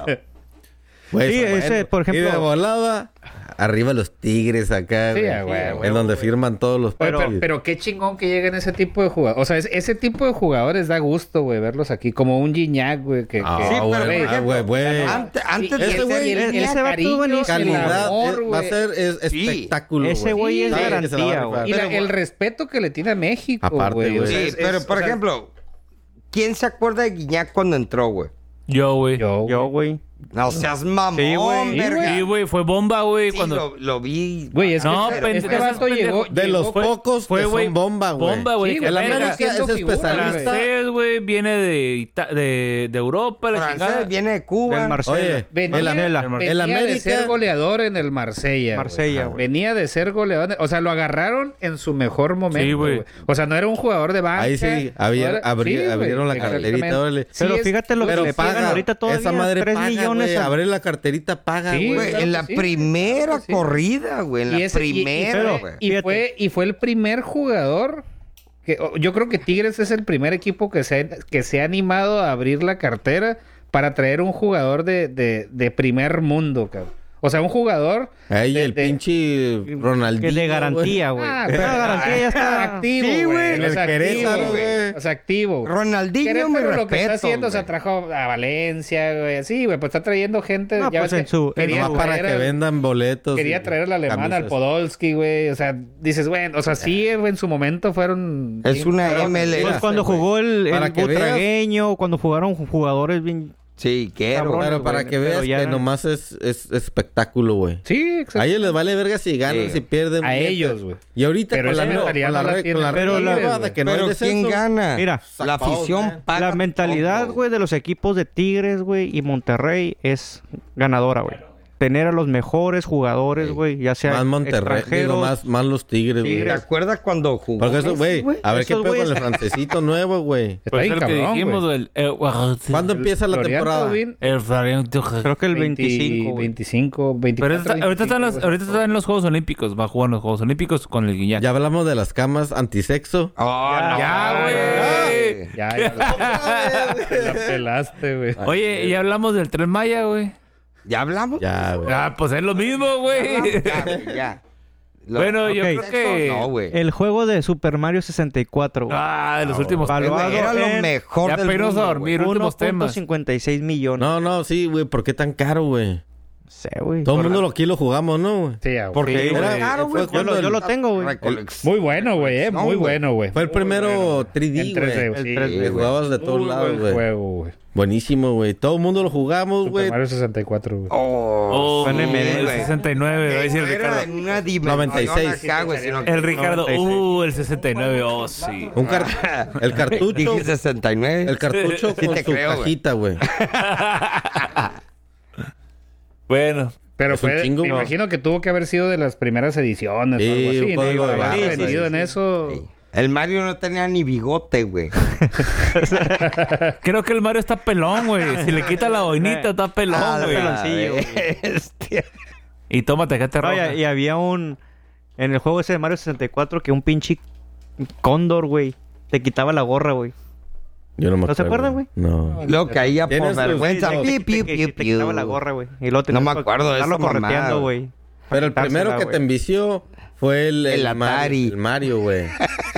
Speaker 3: Sí, ese, por ejemplo-
Speaker 5: Y de volada, arriba los tigres acá.
Speaker 7: Sí,
Speaker 5: güey.
Speaker 7: a huevo,
Speaker 5: Es donde firman todos los
Speaker 7: Oye, Pero,
Speaker 5: papeles.
Speaker 7: pero, qué chingón que lleguen ese tipo de jugadores. O sea, es- ese tipo de jugadores da gusto, güey, verlos aquí. Como un Gignac, güey. Que,
Speaker 5: Ah,
Speaker 7: que-
Speaker 5: sí,
Speaker 2: pero,
Speaker 5: güey,
Speaker 2: por
Speaker 5: ah,
Speaker 2: ejemplo,
Speaker 5: güey, güey.
Speaker 2: Antes, antes
Speaker 7: Y-
Speaker 2: de
Speaker 7: y
Speaker 2: ese
Speaker 7: ese
Speaker 2: güey,
Speaker 7: güey,
Speaker 2: el-
Speaker 7: el
Speaker 3: ese vato es
Speaker 7: cariño,
Speaker 3: buenísimo.
Speaker 7: el
Speaker 5: Calidad
Speaker 7: amor,
Speaker 5: eh, va a
Speaker 7: güey.
Speaker 5: ser es,
Speaker 2: Sí.
Speaker 5: espectáculo.
Speaker 3: Ese güey es
Speaker 5: Sabe que se la va a
Speaker 3: garantía,
Speaker 5: rifar.
Speaker 7: Y la-
Speaker 5: Pero-
Speaker 7: el respeto que le tiene a México,
Speaker 5: Aparte,
Speaker 7: güey. o
Speaker 5: güey.
Speaker 2: sí,
Speaker 7: sea, es-
Speaker 2: pero
Speaker 7: es-
Speaker 2: por
Speaker 7: o sea,
Speaker 2: ejemplo, ¿quién se acuerda de Guiñac cuando entró, güey?
Speaker 8: Yo, güey.
Speaker 7: Yo,
Speaker 3: Yo, güey.
Speaker 2: No seas mamón,
Speaker 3: Sí, güey.
Speaker 2: verga.
Speaker 8: Sí, güey, fue bomba, güey.
Speaker 2: Sí,
Speaker 8: cuando...
Speaker 2: lo, lo vi.
Speaker 7: Güey, es
Speaker 8: No,
Speaker 7: que este-
Speaker 8: pendejo,
Speaker 7: este vato
Speaker 8: pendejo.
Speaker 7: llegó...
Speaker 5: De
Speaker 7: llegó
Speaker 5: los
Speaker 7: con-
Speaker 5: pocos que
Speaker 8: fue, güey,
Speaker 5: son bomba, güey.
Speaker 8: bomba, güey,
Speaker 7: Sí,
Speaker 8: que
Speaker 5: El
Speaker 7: güey,
Speaker 8: verga.
Speaker 5: América
Speaker 7: siendo
Speaker 5: es
Speaker 7: figura,
Speaker 5: especialista.
Speaker 8: Francés, güey, viene de, Ita- de, de Europa, la
Speaker 2: francés,
Speaker 8: chingada.
Speaker 2: viene de Cuba.
Speaker 3: Del Marsella.
Speaker 5: Oye,
Speaker 7: Venía,
Speaker 5: el, Am-
Speaker 3: Anela.
Speaker 7: venía
Speaker 5: el
Speaker 7: de
Speaker 5: América.
Speaker 7: ser goleador en el Marsella. güey.
Speaker 3: Marsella, güey.
Speaker 7: Venía de ser goleador. O sea, lo agarraron en su mejor momento.
Speaker 8: Sí, güey.
Speaker 7: güey. O sea, no era un jugador de banca.
Speaker 5: Ahí sí, abri-
Speaker 7: no era-
Speaker 5: abri-
Speaker 7: güey,
Speaker 5: abrieron la
Speaker 7: exactamente.
Speaker 5: carterita, órale.
Speaker 7: Sí,
Speaker 3: Pero
Speaker 7: es-
Speaker 3: fíjate lo que
Speaker 5: Pero
Speaker 3: le pagan
Speaker 5: paga.
Speaker 3: ahorita todavía.
Speaker 5: Esa madre
Speaker 3: 3
Speaker 5: paga,
Speaker 3: millones.
Speaker 5: güey.
Speaker 3: a-
Speaker 5: Abre la carterita, paga,
Speaker 7: Sí,
Speaker 5: güey.
Speaker 2: Güey, en la
Speaker 7: Sí,
Speaker 2: primera
Speaker 7: claro que sí.
Speaker 2: corrida, güey. En la
Speaker 7: y ese- y- y-
Speaker 2: primera,
Speaker 7: pero-
Speaker 2: güey.
Speaker 7: Y,
Speaker 3: Fíjate.
Speaker 7: fue, y fue el primer jugador. Que, oh, yo creo que Tigres es el primer equipo que se, ha- que se ha animado a abrir la cartera para traer un jugador de, de, de primer mundo, cabrón. O sea, un jugador.
Speaker 5: Ahí
Speaker 7: de-
Speaker 5: el
Speaker 7: de-
Speaker 5: pinche Ronaldinho.
Speaker 3: Que de garantía, güey.
Speaker 7: Ah,
Speaker 3: Esa garantía ya está
Speaker 7: [laughs] activo.
Speaker 3: Sí,
Speaker 7: güey.
Speaker 5: en
Speaker 7: O
Speaker 5: el
Speaker 7: sea,
Speaker 5: Querétaro,
Speaker 7: activo,
Speaker 5: güey.
Speaker 7: güey. O sea, activo.
Speaker 2: Ronaldinho,
Speaker 7: Querétaro
Speaker 2: mi
Speaker 7: lo que está
Speaker 2: respeto.
Speaker 7: haciendo, o sea,
Speaker 2: güey.
Speaker 7: trajo a Valencia, güey. Sí, güey, pues está trayendo gente.
Speaker 3: No,
Speaker 7: ya
Speaker 3: pues
Speaker 7: ves
Speaker 3: en
Speaker 7: que
Speaker 3: su- en
Speaker 7: quería
Speaker 5: Nomás para
Speaker 7: traer
Speaker 5: que
Speaker 7: al-
Speaker 5: vendan boletos.
Speaker 7: Quería
Speaker 5: y
Speaker 7: traer al alemán, al
Speaker 5: camisas.
Speaker 7: Podolski, güey. O sea, dices, güey, o sea, sí, en su momento fueron...
Speaker 2: Es una
Speaker 3: Pues
Speaker 2: ML.
Speaker 3: cuando
Speaker 5: güey.
Speaker 3: jugó el,
Speaker 5: Para
Speaker 3: el
Speaker 5: que veas.
Speaker 3: Butragueño, cuando jugaron jugadores bien.
Speaker 2: Sí, quiero.
Speaker 3: Cabrón.
Speaker 5: Pero para
Speaker 3: güey,
Speaker 5: que veas
Speaker 3: pero ya
Speaker 5: que
Speaker 3: no-
Speaker 5: nomás es, es espectáculo, güey.
Speaker 7: Sí,
Speaker 5: A
Speaker 7: exacto.
Speaker 5: ellos les vale verga si ganan,
Speaker 2: Sí.
Speaker 5: si pierden.
Speaker 7: A
Speaker 5: neta.
Speaker 7: ellos, güey.
Speaker 5: Y ahorita
Speaker 7: Pero
Speaker 5: con la
Speaker 7: esa
Speaker 5: nueva-
Speaker 7: mentalidad
Speaker 5: con la
Speaker 7: no la
Speaker 5: re-
Speaker 7: tienen
Speaker 5: con la
Speaker 7: los
Speaker 5: re-
Speaker 7: Tigres,
Speaker 5: nueva
Speaker 7: güey.
Speaker 5: de que no hay
Speaker 2: Pero ¿quién
Speaker 5: descenso.
Speaker 2: gana?
Speaker 3: Mira,
Speaker 2: la
Speaker 5: eh.
Speaker 2: afición paga
Speaker 3: La
Speaker 2: todo,
Speaker 3: mentalidad,
Speaker 2: güey.
Speaker 3: güey, de los equipos de Tigres, güey, y Monterrey es ganadora, güey. Tener a los mejores jugadores,
Speaker 5: Sí.
Speaker 3: güey, ya sea
Speaker 5: Más Monterrey,
Speaker 3: extranjeros.
Speaker 5: digo, más, más los Tigres, güey.
Speaker 2: ¿Te acuerdas cuando jugó?
Speaker 5: Porque eso, güey, a ver qué
Speaker 3: Esos
Speaker 5: pedo con
Speaker 3: güeyes-
Speaker 5: el francesito
Speaker 3: [laughs]
Speaker 5: nuevo, güey.
Speaker 7: Está
Speaker 8: Pues
Speaker 7: bien
Speaker 8: es lo que
Speaker 7: cabrón,
Speaker 8: dijimos,
Speaker 7: güey.
Speaker 8: güey. El, eh, el-
Speaker 5: ¿Cuándo empieza la
Speaker 7: Florian
Speaker 5: temporada?
Speaker 7: Tobin,
Speaker 8: el Florianto-
Speaker 3: Creo que el
Speaker 7: 20,
Speaker 3: 25, güey.
Speaker 7: 25, 24,
Speaker 8: Pero está- ahorita, están las-
Speaker 7: 25,
Speaker 8: ahorita están los Juegos Olímpicos. Va a jugar en los Juegos Olímpicos con el Guiñac.
Speaker 5: Ya hablamos de las camas antisexo.
Speaker 2: Oh, no,
Speaker 8: Ya, güey.
Speaker 2: güey.
Speaker 7: Ya, ya. la pelaste, güey.
Speaker 8: Oye, y hablamos del Tren Maya, güey.
Speaker 2: [laughs] ¿Ya hablamos?
Speaker 5: Ya, güey.
Speaker 8: Ah, pues es lo mismo, güey.
Speaker 2: Ya, güey, ya. Lo-
Speaker 8: Bueno, yo
Speaker 3: Ok.
Speaker 8: creo que...
Speaker 2: No, güey.
Speaker 3: El juego de Super Mario 64, güey.
Speaker 8: [laughs] Ah, de los últimos
Speaker 3: Valuado
Speaker 2: Era lo
Speaker 3: en-
Speaker 2: mejor
Speaker 8: Ya
Speaker 2: del
Speaker 8: peinos
Speaker 2: mundo,
Speaker 8: a dormir.
Speaker 2: güey.
Speaker 8: los últimos temas.
Speaker 3: 1.56 millones. No
Speaker 5: No, no, sí, güey. ¿Por qué tan caro, güey?
Speaker 3: sé, güey.
Speaker 5: Todo el mundo lo aquí lo jugamos, ¿no, güey?
Speaker 7: Sí, ya, güey.
Speaker 3: Porque
Speaker 5: Sí,
Speaker 3: era-
Speaker 5: güey.
Speaker 2: Claro, güey,
Speaker 5: Fue
Speaker 3: yo, lo,
Speaker 5: cuando
Speaker 3: yo
Speaker 5: el-
Speaker 3: lo tengo, güey.
Speaker 2: Recolección.
Speaker 7: Muy bueno, güey, eh.
Speaker 2: No,
Speaker 7: Muy
Speaker 2: güey.
Speaker 7: bueno, güey.
Speaker 5: Fue el primero
Speaker 7: En
Speaker 5: 3D,
Speaker 7: 3D,
Speaker 5: güey.
Speaker 7: sí,
Speaker 5: El 3D,
Speaker 7: güey.
Speaker 5: Jugabas de
Speaker 7: Muy
Speaker 5: todos lados,
Speaker 7: buen
Speaker 5: güey.
Speaker 7: juego, güey.
Speaker 5: Buenísimo, güey. Todo el mundo lo jugamos,
Speaker 7: Super
Speaker 5: güey.
Speaker 7: Mario 64, güey.
Speaker 2: Oh,
Speaker 8: Oh,
Speaker 3: Fue en el
Speaker 8: el
Speaker 3: medio.
Speaker 8: 69, va a decir el
Speaker 2: Era
Speaker 8: Ricardo.
Speaker 2: en una dimensión
Speaker 5: 96.
Speaker 2: acá, güey, sino que-
Speaker 8: El Ricardo, uh, el 69, oh, sí.
Speaker 2: Uh.
Speaker 5: Un
Speaker 2: [laughs]
Speaker 5: car- el cartucho.
Speaker 2: Dije 69.
Speaker 5: El cartucho
Speaker 2: Sí
Speaker 5: con
Speaker 2: te
Speaker 5: su
Speaker 2: creo, güey.
Speaker 5: cajita, güey.
Speaker 8: Bueno,
Speaker 7: Pero
Speaker 5: Es un
Speaker 7: fue,
Speaker 5: chingo,
Speaker 7: me
Speaker 5: güey.
Speaker 7: imagino que tuvo que haber sido de las primeras ediciones
Speaker 5: Sí,
Speaker 7: o algo
Speaker 5: un
Speaker 7: así.
Speaker 5: código
Speaker 7: ¿no?
Speaker 5: de
Speaker 7: Haber
Speaker 5: barras,
Speaker 7: aprendido en eso.
Speaker 2: Sí. El Mario no tenía ni bigote, güey.
Speaker 8: creo que el Mario está pelón, güey. Si le quita la boinita, está
Speaker 2: Ah,
Speaker 8: pelón, güey.
Speaker 3: pelón. peloncillo, güey.
Speaker 2: Este-
Speaker 8: Y tómate, que te
Speaker 3: No,
Speaker 8: roja.
Speaker 3: y, y había un. En el juego ese de Mario 64, que un pinche cóndor, güey, te quitaba la gorra, güey.
Speaker 5: Yo no me
Speaker 3: ¿No se acuerdan, güey?
Speaker 5: No.
Speaker 2: Lo caía por
Speaker 5: Tienes tus-
Speaker 2: vergüenza.
Speaker 5: tienes-
Speaker 2: Pi, pi,
Speaker 3: Te-
Speaker 2: pi,
Speaker 3: te
Speaker 2: pi.
Speaker 3: quitaba la gorra, güey. Y luego tenías
Speaker 2: me
Speaker 3: que
Speaker 2: acuerdo de
Speaker 3: estarlo
Speaker 2: esa mamada,
Speaker 3: correteando,
Speaker 2: güey.
Speaker 3: güey.
Speaker 5: Pero el
Speaker 3: Quitársela,
Speaker 5: primero que
Speaker 3: güey.
Speaker 5: te envició fue el,
Speaker 2: El
Speaker 5: Mario-
Speaker 2: Atari.
Speaker 5: El Mario, güey.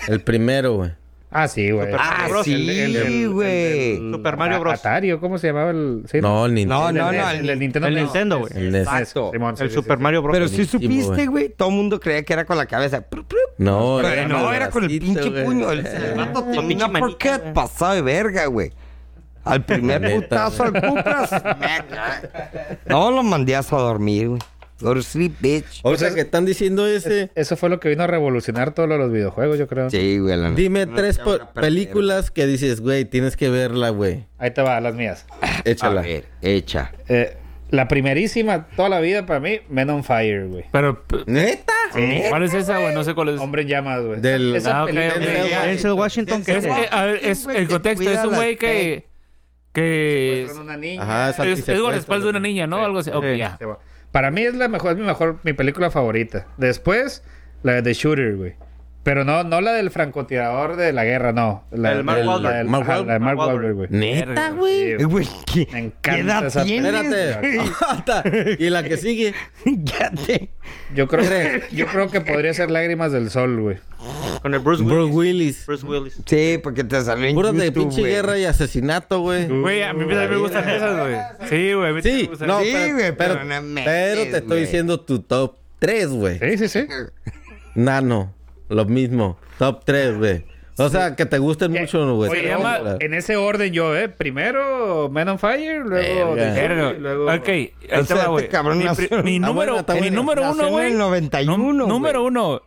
Speaker 5: El primero, güey.
Speaker 7: Ah, sí, güey.
Speaker 2: Ah, sí, güey.
Speaker 3: Super Mario Bros.
Speaker 7: Atario, ¿cómo se llamaba el...? sí,
Speaker 5: No, el E
Speaker 2: No,
Speaker 5: Nintendo.
Speaker 2: no, no.
Speaker 7: el, del
Speaker 2: El,
Speaker 7: Nintendo.
Speaker 3: el
Speaker 7: NES.
Speaker 3: Nintendo, güey.
Speaker 5: El NES.
Speaker 2: exacto.
Speaker 7: Simón, sí,
Speaker 3: El
Speaker 7: sí,
Speaker 3: Super
Speaker 7: sí.
Speaker 3: Mario Bros.
Speaker 2: Pero si
Speaker 5: Buenísimo,
Speaker 2: supiste,
Speaker 5: güey.
Speaker 2: güey, todo el mundo creía que era con la cabeza. Pru, pru.
Speaker 5: No,
Speaker 2: Pero no, era con el
Speaker 5: bracito,
Speaker 2: pinche
Speaker 5: güey.
Speaker 2: puño. El E el vato tenía
Speaker 3: pinche
Speaker 2: un
Speaker 3: manita,
Speaker 2: uppercut
Speaker 3: güey.
Speaker 2: pasado de verga, güey.
Speaker 5: [laughs]
Speaker 2: Al primer
Speaker 5: La neta,
Speaker 2: putazo al Cupras. No lo mandías a dormir, güey. Go to sleep, bitch.
Speaker 5: O sea, que están diciendo ese.
Speaker 7: Eso fue lo que vino a revolucionar todos los videojuegos, yo creo.
Speaker 2: Sí, güey, la neta.
Speaker 5: Dime tres po- películas que dices, güey, tienes que verla, güey.
Speaker 7: Ahí te va, las mías.
Speaker 2: A
Speaker 5: Échala.
Speaker 2: ver, hecha.
Speaker 7: Eh, la primerísima toda la vida para mí, Men on Fire, güey.
Speaker 8: Pero p-
Speaker 5: ¿Neta?
Speaker 1: ¿Cuál es esa, güey? No sé cuál es.
Speaker 7: Hombre en llamas, güey.
Speaker 5: Del-
Speaker 7: Esa
Speaker 1: Pues, Ah, ok,
Speaker 7: película,
Speaker 1: ok,
Speaker 7: güey.
Speaker 1: ok.
Speaker 3: Denzel Washington, que
Speaker 1: Es, que, a ver, es- el contexto es un güey que. que
Speaker 2: Pues,
Speaker 7: Secuestran una niña.
Speaker 5: Ajá, es
Speaker 1: es, es guardaespaldas de una niña, ¿no? Algo así. Ok,
Speaker 3: Sí.
Speaker 1: ya.
Speaker 7: Se va. Para mí es la mejor, es mi mejor, mi película favorita. Después, la de The Shooter, güey. Pero no, no la del francotirador de la guerra, no. La
Speaker 3: El Mark
Speaker 7: del-
Speaker 3: Wahlberg.
Speaker 7: la del-
Speaker 5: Mark
Speaker 7: ajá, la de Mark
Speaker 3: Wahlberg.
Speaker 7: Wahlberg, güey.
Speaker 5: Neta,
Speaker 1: Verga,
Speaker 5: güey.
Speaker 7: Sí,
Speaker 2: Eh, güey, ¿qué,
Speaker 7: Me encanta
Speaker 2: qué edad
Speaker 7: esa
Speaker 2: tienes?
Speaker 5: Espérate. [laughs] Aguanta. y la que sigue.
Speaker 2: Ya te-
Speaker 7: Yo creo,
Speaker 2: [laughs]
Speaker 7: que, yo creo que podría ser Lágrimas del Sol, güey.
Speaker 3: con el Bruce Willis.
Speaker 5: Bruce Willis.
Speaker 3: Bruce Willis.
Speaker 2: Sí, porque te salió en
Speaker 5: Puras de
Speaker 2: YouTube,
Speaker 5: pinche
Speaker 2: güey.
Speaker 5: guerra y asesinato, güey.
Speaker 1: Güey, a mí también me gustan esas, güey. Sí, güey. a mí también
Speaker 5: Sí,
Speaker 1: me gustan.
Speaker 5: no,
Speaker 2: Sí,
Speaker 5: pero,
Speaker 2: güey, pero
Speaker 5: pero-
Speaker 2: no me
Speaker 5: pero te
Speaker 2: des,
Speaker 5: estoy
Speaker 2: güey.
Speaker 5: diciendo tu top 3, güey.
Speaker 7: Sí, sí, sí.
Speaker 5: Nano, lo mismo. Top 3, güey. O sea, que te gusten mucho,
Speaker 2: Pues,
Speaker 5: güey.
Speaker 7: Se
Speaker 5: Te
Speaker 7: llama-
Speaker 5: gusta.
Speaker 7: en ese orden yo, ¿eh? Primero Men on Fire, luego...
Speaker 5: Verga.
Speaker 7: The Shooter,
Speaker 1: Verga.
Speaker 7: y luego-
Speaker 1: ok, ahí
Speaker 2: O
Speaker 1: te
Speaker 2: sea,
Speaker 1: va,
Speaker 2: este
Speaker 1: güey.
Speaker 2: cabrón
Speaker 1: Mi,
Speaker 2: nació- Ah,
Speaker 1: pri- mi
Speaker 5: Está
Speaker 1: número,
Speaker 5: bueno, está
Speaker 1: mi
Speaker 5: bueno.
Speaker 1: número
Speaker 2: Nació
Speaker 1: uno,
Speaker 2: en
Speaker 1: güey.
Speaker 2: el 91,
Speaker 1: Nú- número
Speaker 2: güey.
Speaker 1: uno.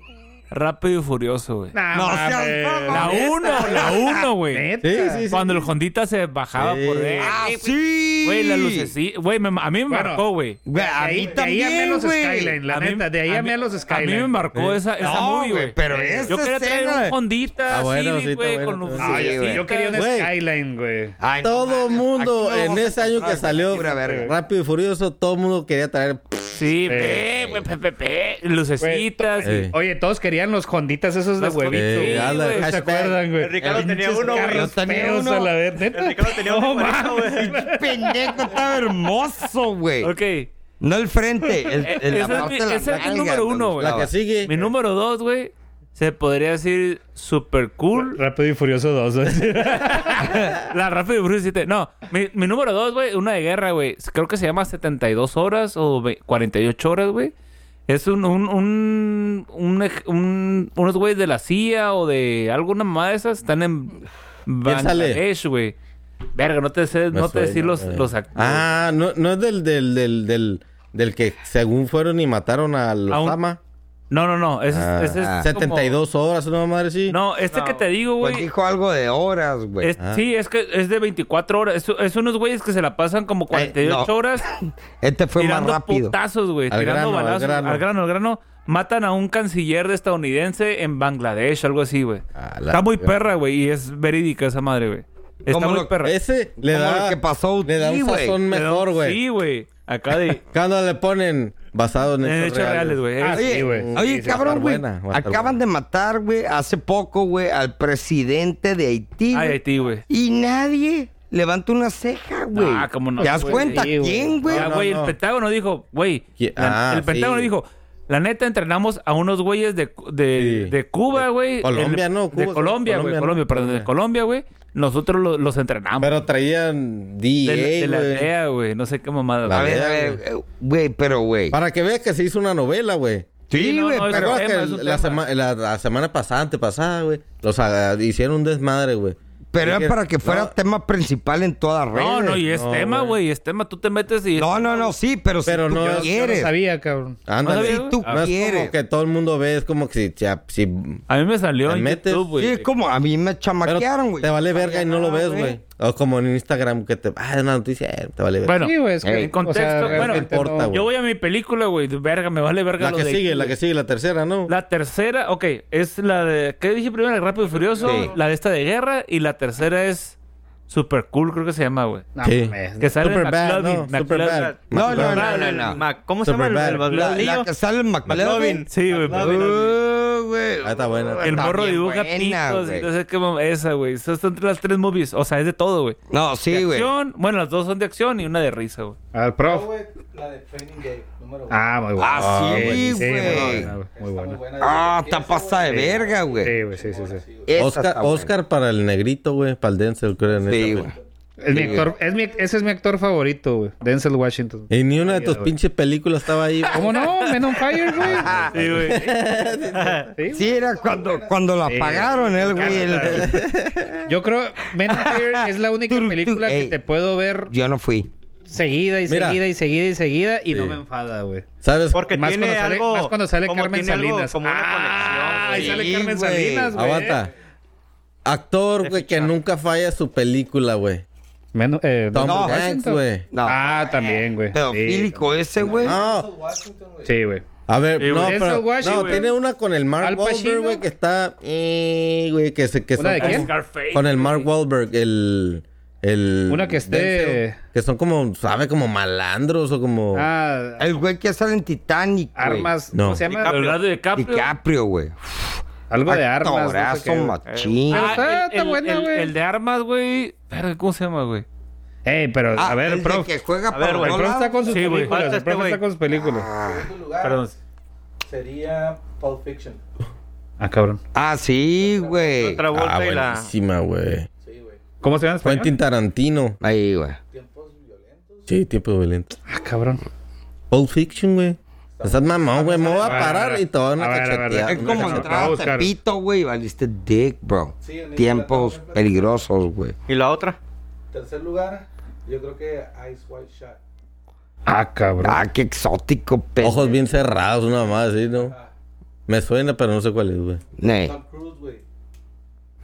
Speaker 1: Rápido y furioso, güey.
Speaker 7: Nah,
Speaker 2: No seas
Speaker 7: mames.
Speaker 2: mamón.
Speaker 1: La uno, la uno, güey.
Speaker 7: Neta.
Speaker 5: Sí, sí, sí.
Speaker 1: Cuando el Hondita se bajaba
Speaker 5: Sí.
Speaker 1: por ahí.
Speaker 2: ¡Ah, sí!
Speaker 1: Güey, la lucecita. Güey, me- a mí me
Speaker 7: Bueno,
Speaker 1: marcó, güey.
Speaker 2: Güey, a
Speaker 7: De
Speaker 2: mí
Speaker 7: ahí- de ahí a
Speaker 2: también,
Speaker 7: Melos
Speaker 2: güey.
Speaker 7: Skyline, la
Speaker 1: A mí-
Speaker 7: neta. De ahí a
Speaker 1: mí-
Speaker 7: Melos
Speaker 1: A mí
Speaker 7: Skyline.
Speaker 1: me marcó esa, esa
Speaker 2: No,
Speaker 1: movie,
Speaker 2: güey,
Speaker 1: güey.
Speaker 2: pero
Speaker 1: Yo
Speaker 5: Eh,
Speaker 2: esa
Speaker 1: quería traer
Speaker 2: escena-
Speaker 1: un Hondita,
Speaker 5: Ah, bueno,
Speaker 1: Civic,
Speaker 5: sí, está
Speaker 1: güey,
Speaker 5: bueno,
Speaker 1: con lucecita.
Speaker 5: está bueno.
Speaker 7: Ay,
Speaker 2: Sí,
Speaker 7: yo-
Speaker 2: güey.
Speaker 7: yo quería un
Speaker 5: Güey.
Speaker 7: Skyline, güey.
Speaker 2: Ay, no
Speaker 5: Todo
Speaker 2: mames,
Speaker 5: mundo,
Speaker 2: aquí no
Speaker 5: en
Speaker 2: vamos a
Speaker 5: ese año que
Speaker 2: entrar,
Speaker 5: salió
Speaker 2: pura verga.
Speaker 5: Rápido y Furioso, todo mundo quería traer.
Speaker 1: Sí, pe, güey, pe, pe, pe, lucecitas.
Speaker 5: Güey, to-
Speaker 7: Oye, todos querían los Honditas esos de
Speaker 1: Las
Speaker 7: huevito.
Speaker 1: Honditas,
Speaker 5: Eh,
Speaker 1: güey,
Speaker 5: anda,
Speaker 1: ¿se
Speaker 7: ¿Se
Speaker 5: hashtag.
Speaker 7: acuerdan, güey?
Speaker 9: Ricardo tenía
Speaker 7: Pinches
Speaker 9: uno, güey.
Speaker 7: carros
Speaker 2: Yo tenía
Speaker 7: feos
Speaker 2: uno.
Speaker 7: a la vez, neta.
Speaker 9: Ricardo tenía
Speaker 7: No
Speaker 9: uno de
Speaker 7: mames.
Speaker 9: 40, güey.
Speaker 2: Pendejo, estaba hermoso, güey.
Speaker 1: Ok.
Speaker 2: No el frente, el,
Speaker 1: Eh,
Speaker 2: el,
Speaker 1: ese
Speaker 2: la
Speaker 1: es
Speaker 2: parte
Speaker 1: mi-
Speaker 2: de la
Speaker 1: ese es mi
Speaker 2: nalga
Speaker 1: número
Speaker 2: me
Speaker 1: uno, güey.
Speaker 5: La
Speaker 2: gustaba.
Speaker 5: que sigue.
Speaker 1: Mi número dos, güey, se podría decir super cool.
Speaker 7: Rápido y Furioso 2.
Speaker 1: La Rápido y Furioso 7. No, mi, mi número dos, güey, una de guerra, güey. Creo que se llama 72 horas o ve- 48 horas, güey. Es un, un, un, un ej- un- unos güeyes de la CIA o de alguna mamá de esas están en
Speaker 5: sale?
Speaker 1: Bangladesh, güey. Verga, no te sé,
Speaker 5: Me
Speaker 1: no te
Speaker 5: suena,
Speaker 1: decir los,
Speaker 5: eh.
Speaker 1: los actores.
Speaker 5: Ah, no, no es del, del, del, del, del que según fueron y mataron a los
Speaker 1: A un-
Speaker 5: Sama.
Speaker 1: No, no, no. Ese, es-
Speaker 5: Ah,
Speaker 1: ese es como-
Speaker 5: 72 horas, una madre sí.
Speaker 1: No, este que te digo,
Speaker 2: Pues
Speaker 1: güey.
Speaker 2: dijo algo de horas, güey. Ah.
Speaker 1: es- Sí, es que es de 24 horas. Es, es unos güeyes que se la pasan como 48
Speaker 2: Eh, no.
Speaker 1: horas
Speaker 2: Este fue más
Speaker 1: tirando
Speaker 2: rápido.
Speaker 1: putazos, güey.
Speaker 5: Al
Speaker 1: Tirando
Speaker 5: grano, al
Speaker 1: balazos. Al grano.
Speaker 5: grano.
Speaker 1: al grano, Matan a un canciller de estadounidense en Bangladesh, algo así, güey.
Speaker 5: A la
Speaker 1: Está muy
Speaker 5: verga.
Speaker 1: perra, güey. Y es verídica esa madre, güey. Está
Speaker 2: ¿Cómo
Speaker 1: muy
Speaker 2: lo-
Speaker 1: perra.
Speaker 5: Ese le
Speaker 2: Como
Speaker 5: da,
Speaker 2: lo que pasó
Speaker 5: le da
Speaker 2: aquí,
Speaker 5: un
Speaker 2: güey.
Speaker 5: sazón mejor, güey.
Speaker 1: Sí, güey. Acá de...
Speaker 5: Cuando le ponen basado en,
Speaker 1: En hechos reales, güey.
Speaker 7: Ah,
Speaker 1: Es-
Speaker 7: sí,
Speaker 2: Oye,
Speaker 7: güey. Sí, sí,
Speaker 5: va a estar
Speaker 2: cabrón, güey.
Speaker 5: buena, va a estar
Speaker 2: Acaban
Speaker 5: buena.
Speaker 2: de matar, güey, hace poco, güey, al presidente de
Speaker 1: Ay,
Speaker 2: Haití. güey.
Speaker 1: Haití, güey.
Speaker 2: Y nadie levanta una ceja, güey.
Speaker 1: Ah, cómo no,
Speaker 2: ¿Te das
Speaker 1: güey.
Speaker 2: cuenta?
Speaker 7: Sí, güey.
Speaker 2: ¿Quién, güey?
Speaker 1: Ya,
Speaker 5: no,
Speaker 1: Ah, güey, el
Speaker 5: no.
Speaker 1: Pentágono dijo, güey.
Speaker 5: ¿Qui-
Speaker 1: la-
Speaker 5: Ah,
Speaker 1: el
Speaker 5: sí.
Speaker 1: Pentágono dijo, la neta entrenamos a unos güeyes de, de,
Speaker 5: Sí.
Speaker 1: de Cuba, güey.
Speaker 5: Colombia,
Speaker 1: El-
Speaker 5: ¿no?
Speaker 1: De Colombia, güey.
Speaker 5: Cuba, Colombia,
Speaker 1: Colombia,
Speaker 5: ¿no?
Speaker 1: perdón, de Colombia,
Speaker 5: Colombia.
Speaker 1: güey. Nosotros lo- los entrenamos.
Speaker 5: Pero traían
Speaker 1: de,
Speaker 5: DEA,
Speaker 1: de la
Speaker 5: güey.
Speaker 1: DEA, güey. No sé qué mamada.
Speaker 5: La
Speaker 2: A
Speaker 1: güey.
Speaker 2: ver, a ver, eh, güey, pero, güey.
Speaker 5: Para que veas que se hizo una novela, güey.
Speaker 1: Sí,
Speaker 2: Sí,
Speaker 1: no,
Speaker 2: güey,
Speaker 1: no, es
Speaker 2: pero...
Speaker 1: un tema,
Speaker 5: Recuerda
Speaker 1: es
Speaker 5: que
Speaker 1: un
Speaker 5: la,
Speaker 1: tema.
Speaker 5: sema- la- la semana pasada, antepasada, güey, los ah, hicieron un desmadre, güey.
Speaker 2: Pero
Speaker 5: Dije,
Speaker 2: era para que fuera
Speaker 5: no,
Speaker 2: tema principal en toda red.
Speaker 1: No, no, y es
Speaker 5: No,
Speaker 1: tema,
Speaker 5: güey.
Speaker 1: güey. Es tema. Tú te metes y...
Speaker 2: No, no, no, sí, pero,
Speaker 5: Pero
Speaker 2: si tú
Speaker 5: no, yo no
Speaker 2: quieres.
Speaker 7: sabía, cabrón.
Speaker 5: Ándale.
Speaker 1: ¿No
Speaker 2: si
Speaker 1: sabía,
Speaker 2: tú
Speaker 1: güey?
Speaker 5: No es
Speaker 2: quieres.
Speaker 5: como que todo el mundo ve, es como que si... si, si-
Speaker 1: A mí me salió
Speaker 5: Te
Speaker 1: en
Speaker 5: metes.
Speaker 1: YouTube, güey.
Speaker 2: Sí, es como a mí me
Speaker 5: pero
Speaker 2: chamaquearon, güey.
Speaker 5: te vale verga y no lo ves,
Speaker 2: Ah,
Speaker 5: güey.
Speaker 1: eh.
Speaker 5: O como en Instagram que te... Ah, una noticia, eh, te vale verga.
Speaker 1: Bueno,
Speaker 7: Sí, güey, es
Speaker 2: Ey.
Speaker 7: que...
Speaker 1: En contexto, bueno,
Speaker 7: realmente
Speaker 5: importa,
Speaker 7: no-
Speaker 5: güey.
Speaker 1: yo voy a mi película, güey. de Verga, me vale verga
Speaker 5: la
Speaker 1: lo
Speaker 5: que
Speaker 1: de-
Speaker 5: sigue, la que sigue, la tercera, ¿no?
Speaker 1: La tercera, ok, es la de. ¿Qué dije primero? La de Rápido y Furioso,
Speaker 2: Sí.
Speaker 1: la de esta de guerra, y la tercera es Super Cool, creo que se llama, güey.
Speaker 7: No,
Speaker 5: Sí.
Speaker 7: mames.
Speaker 1: Que sale
Speaker 5: Superbad,
Speaker 1: McLovin,
Speaker 5: ¿no?
Speaker 1: McLovin.
Speaker 5: Superbad.
Speaker 2: No,
Speaker 5: Mac-
Speaker 2: no, no, no, no.
Speaker 3: Ma- ¿Cómo se llama el, el,
Speaker 5: Superbad.
Speaker 3: el-
Speaker 2: La,
Speaker 3: el niño?
Speaker 2: la que sale en McLovin.
Speaker 1: Sí, güey.
Speaker 2: Uh, güey.
Speaker 5: Ah, está buena.
Speaker 1: El
Speaker 2: Está
Speaker 1: morro
Speaker 2: bien
Speaker 1: dibuja
Speaker 2: buena,
Speaker 1: pitos,
Speaker 2: güey.
Speaker 1: y no sé qué mam- Esa, güey. Esas son entre las tres movies. O sea, es de todo, güey.
Speaker 2: No, sí, güey.
Speaker 1: Acción, bueno, las dos son de acción y una de risa, güey.
Speaker 7: Al prof. Ah, muy bueno.
Speaker 2: Ah, sí,
Speaker 7: Sí, muy
Speaker 2: güey.
Speaker 7: buena, güey. Muy bueno.
Speaker 2: Ah, está pasada de verga, güey.
Speaker 7: Sí, güey, sí, sí, sí.
Speaker 2: Esa
Speaker 5: Oscar,
Speaker 2: está buena.
Speaker 5: Oscar para el negrito, güey, para el Denzel, creo. en
Speaker 2: Sí,
Speaker 5: esta,
Speaker 2: güey.
Speaker 7: Es mi actor, es mi, ese es mi actor favorito, güey. Denzel Washington.
Speaker 5: Y ni una de tus pinches películas estaba ahí.
Speaker 7: ¿Cómo no? Men on Fire, güey.
Speaker 1: Sí, güey.
Speaker 7: Sí,
Speaker 2: Sí, era cuando, cuando la apagaron el güey. el-
Speaker 7: [laughs] Yo creo Men on Fire es la única película que
Speaker 2: Ey.
Speaker 7: te puedo ver
Speaker 2: Yo no fui.
Speaker 7: seguida y
Speaker 5: Mira.
Speaker 7: seguida y seguida y seguida y no
Speaker 5: Sí.
Speaker 7: me enfada, güey.
Speaker 5: ¿Sabes?
Speaker 3: Porque
Speaker 7: Más
Speaker 3: tiene
Speaker 7: cuando sale-
Speaker 3: algo...
Speaker 7: más cuando sale
Speaker 3: como
Speaker 7: Carmen
Speaker 3: tiene algo-
Speaker 7: Salinas.
Speaker 3: como una conexión,
Speaker 7: Ah, ahí
Speaker 3: güey.
Speaker 7: sale
Speaker 2: Sí,
Speaker 7: Carmen
Speaker 2: güey.
Speaker 7: Salinas, güey.
Speaker 5: Aguanta. Actor, güey, que nunca falla su película, güey.
Speaker 7: Men- eh,
Speaker 5: Tom
Speaker 7: Denzel
Speaker 5: Hanks,
Speaker 7: Washington.
Speaker 5: güey.
Speaker 2: No.
Speaker 7: Ah, también, güey. Sí,
Speaker 2: Pedofílico ese, güey.
Speaker 5: No,
Speaker 7: Sí, güey.
Speaker 5: A ver,
Speaker 1: Eh,
Speaker 5: no,
Speaker 1: güey.
Speaker 5: pero,
Speaker 7: Denzel Washington,
Speaker 5: no,
Speaker 7: güey.
Speaker 5: tiene una con el Mark
Speaker 7: Al
Speaker 5: Wahlberg,
Speaker 7: Pacino.
Speaker 5: güey, que está, eh, güey, que se, que
Speaker 7: ¿Una
Speaker 5: son
Speaker 7: de
Speaker 5: como-
Speaker 7: quién?
Speaker 1: Scarface,
Speaker 5: con el Mark
Speaker 1: güey.
Speaker 5: Wahlberg, el, el
Speaker 7: Una que esté-
Speaker 5: Denzel, que son como, sabe, como malandros o como,
Speaker 7: Ah,
Speaker 2: El güey que sale en Titanic. güey.
Speaker 7: armas.
Speaker 5: No.
Speaker 7: ¿Cómo se llama?
Speaker 1: Leonardo DiCaprio.
Speaker 2: DiCaprio, güey.
Speaker 7: Algo de armas. no sé
Speaker 2: Actorazo,
Speaker 7: qué, güey.
Speaker 2: machín.
Speaker 7: Pero
Speaker 1: Ah,
Speaker 7: está-
Speaker 1: el-
Speaker 7: está
Speaker 1: el-
Speaker 7: buena,
Speaker 1: el-
Speaker 7: güey.
Speaker 1: El de armas, güey. Verga, ¿Cómo se llama, güey?
Speaker 7: Ey, pero
Speaker 2: Ah,
Speaker 7: a ver,
Speaker 2: el
Speaker 7: el
Speaker 2: de
Speaker 7: prof.
Speaker 2: que juega
Speaker 3: A ver,
Speaker 2: por
Speaker 3: güey,
Speaker 7: El
Speaker 2: dos
Speaker 7: prof
Speaker 2: lados.
Speaker 7: está con sus
Speaker 1: Sí, güey.
Speaker 7: películas.
Speaker 3: Falta
Speaker 7: El
Speaker 3: este
Speaker 7: prof está
Speaker 3: güey.
Speaker 7: con sus películas.
Speaker 1: Perdón.
Speaker 3: Sería Pulp Fiction.
Speaker 7: Ah, cabrón.
Speaker 2: Ah, sí, güey.
Speaker 3: Otra vuelta
Speaker 5: ah,
Speaker 3: y la.
Speaker 5: buenísima, güey.
Speaker 7: ¿Cómo se llama en español?
Speaker 5: Quentin Tarantino.
Speaker 2: Ahí, güey.
Speaker 5: Sí, tiempo violento.
Speaker 7: Ah, cabrón.
Speaker 5: Pulp Fiction, güey. Estás mamón, güey. Me voy a
Speaker 7: ver, a
Speaker 5: parar
Speaker 7: ver.
Speaker 5: y te voy a dar una
Speaker 7: A ver, a ver, a ver.
Speaker 5: cacheteada.
Speaker 2: Es
Speaker 7: Una
Speaker 2: como
Speaker 7: canción.
Speaker 2: entrar
Speaker 7: Voy a
Speaker 2: a
Speaker 7: buscar.
Speaker 2: Tepito, güey. Valiste dick, bro.
Speaker 3: Sí, en el-
Speaker 2: Tiempos peligrosos, güey.
Speaker 3: ¿Y la otra?
Speaker 4: Tercer lugar, yo creo que Ice White Shot.
Speaker 7: Ah, cabrón.
Speaker 2: Ah, qué exótico, pe.
Speaker 5: Ojos bien cerrados, una más así, ¿no? Me suena, pero no sé cuál es, güey.
Speaker 2: Nee,
Speaker 4: Tom Cruise, güey.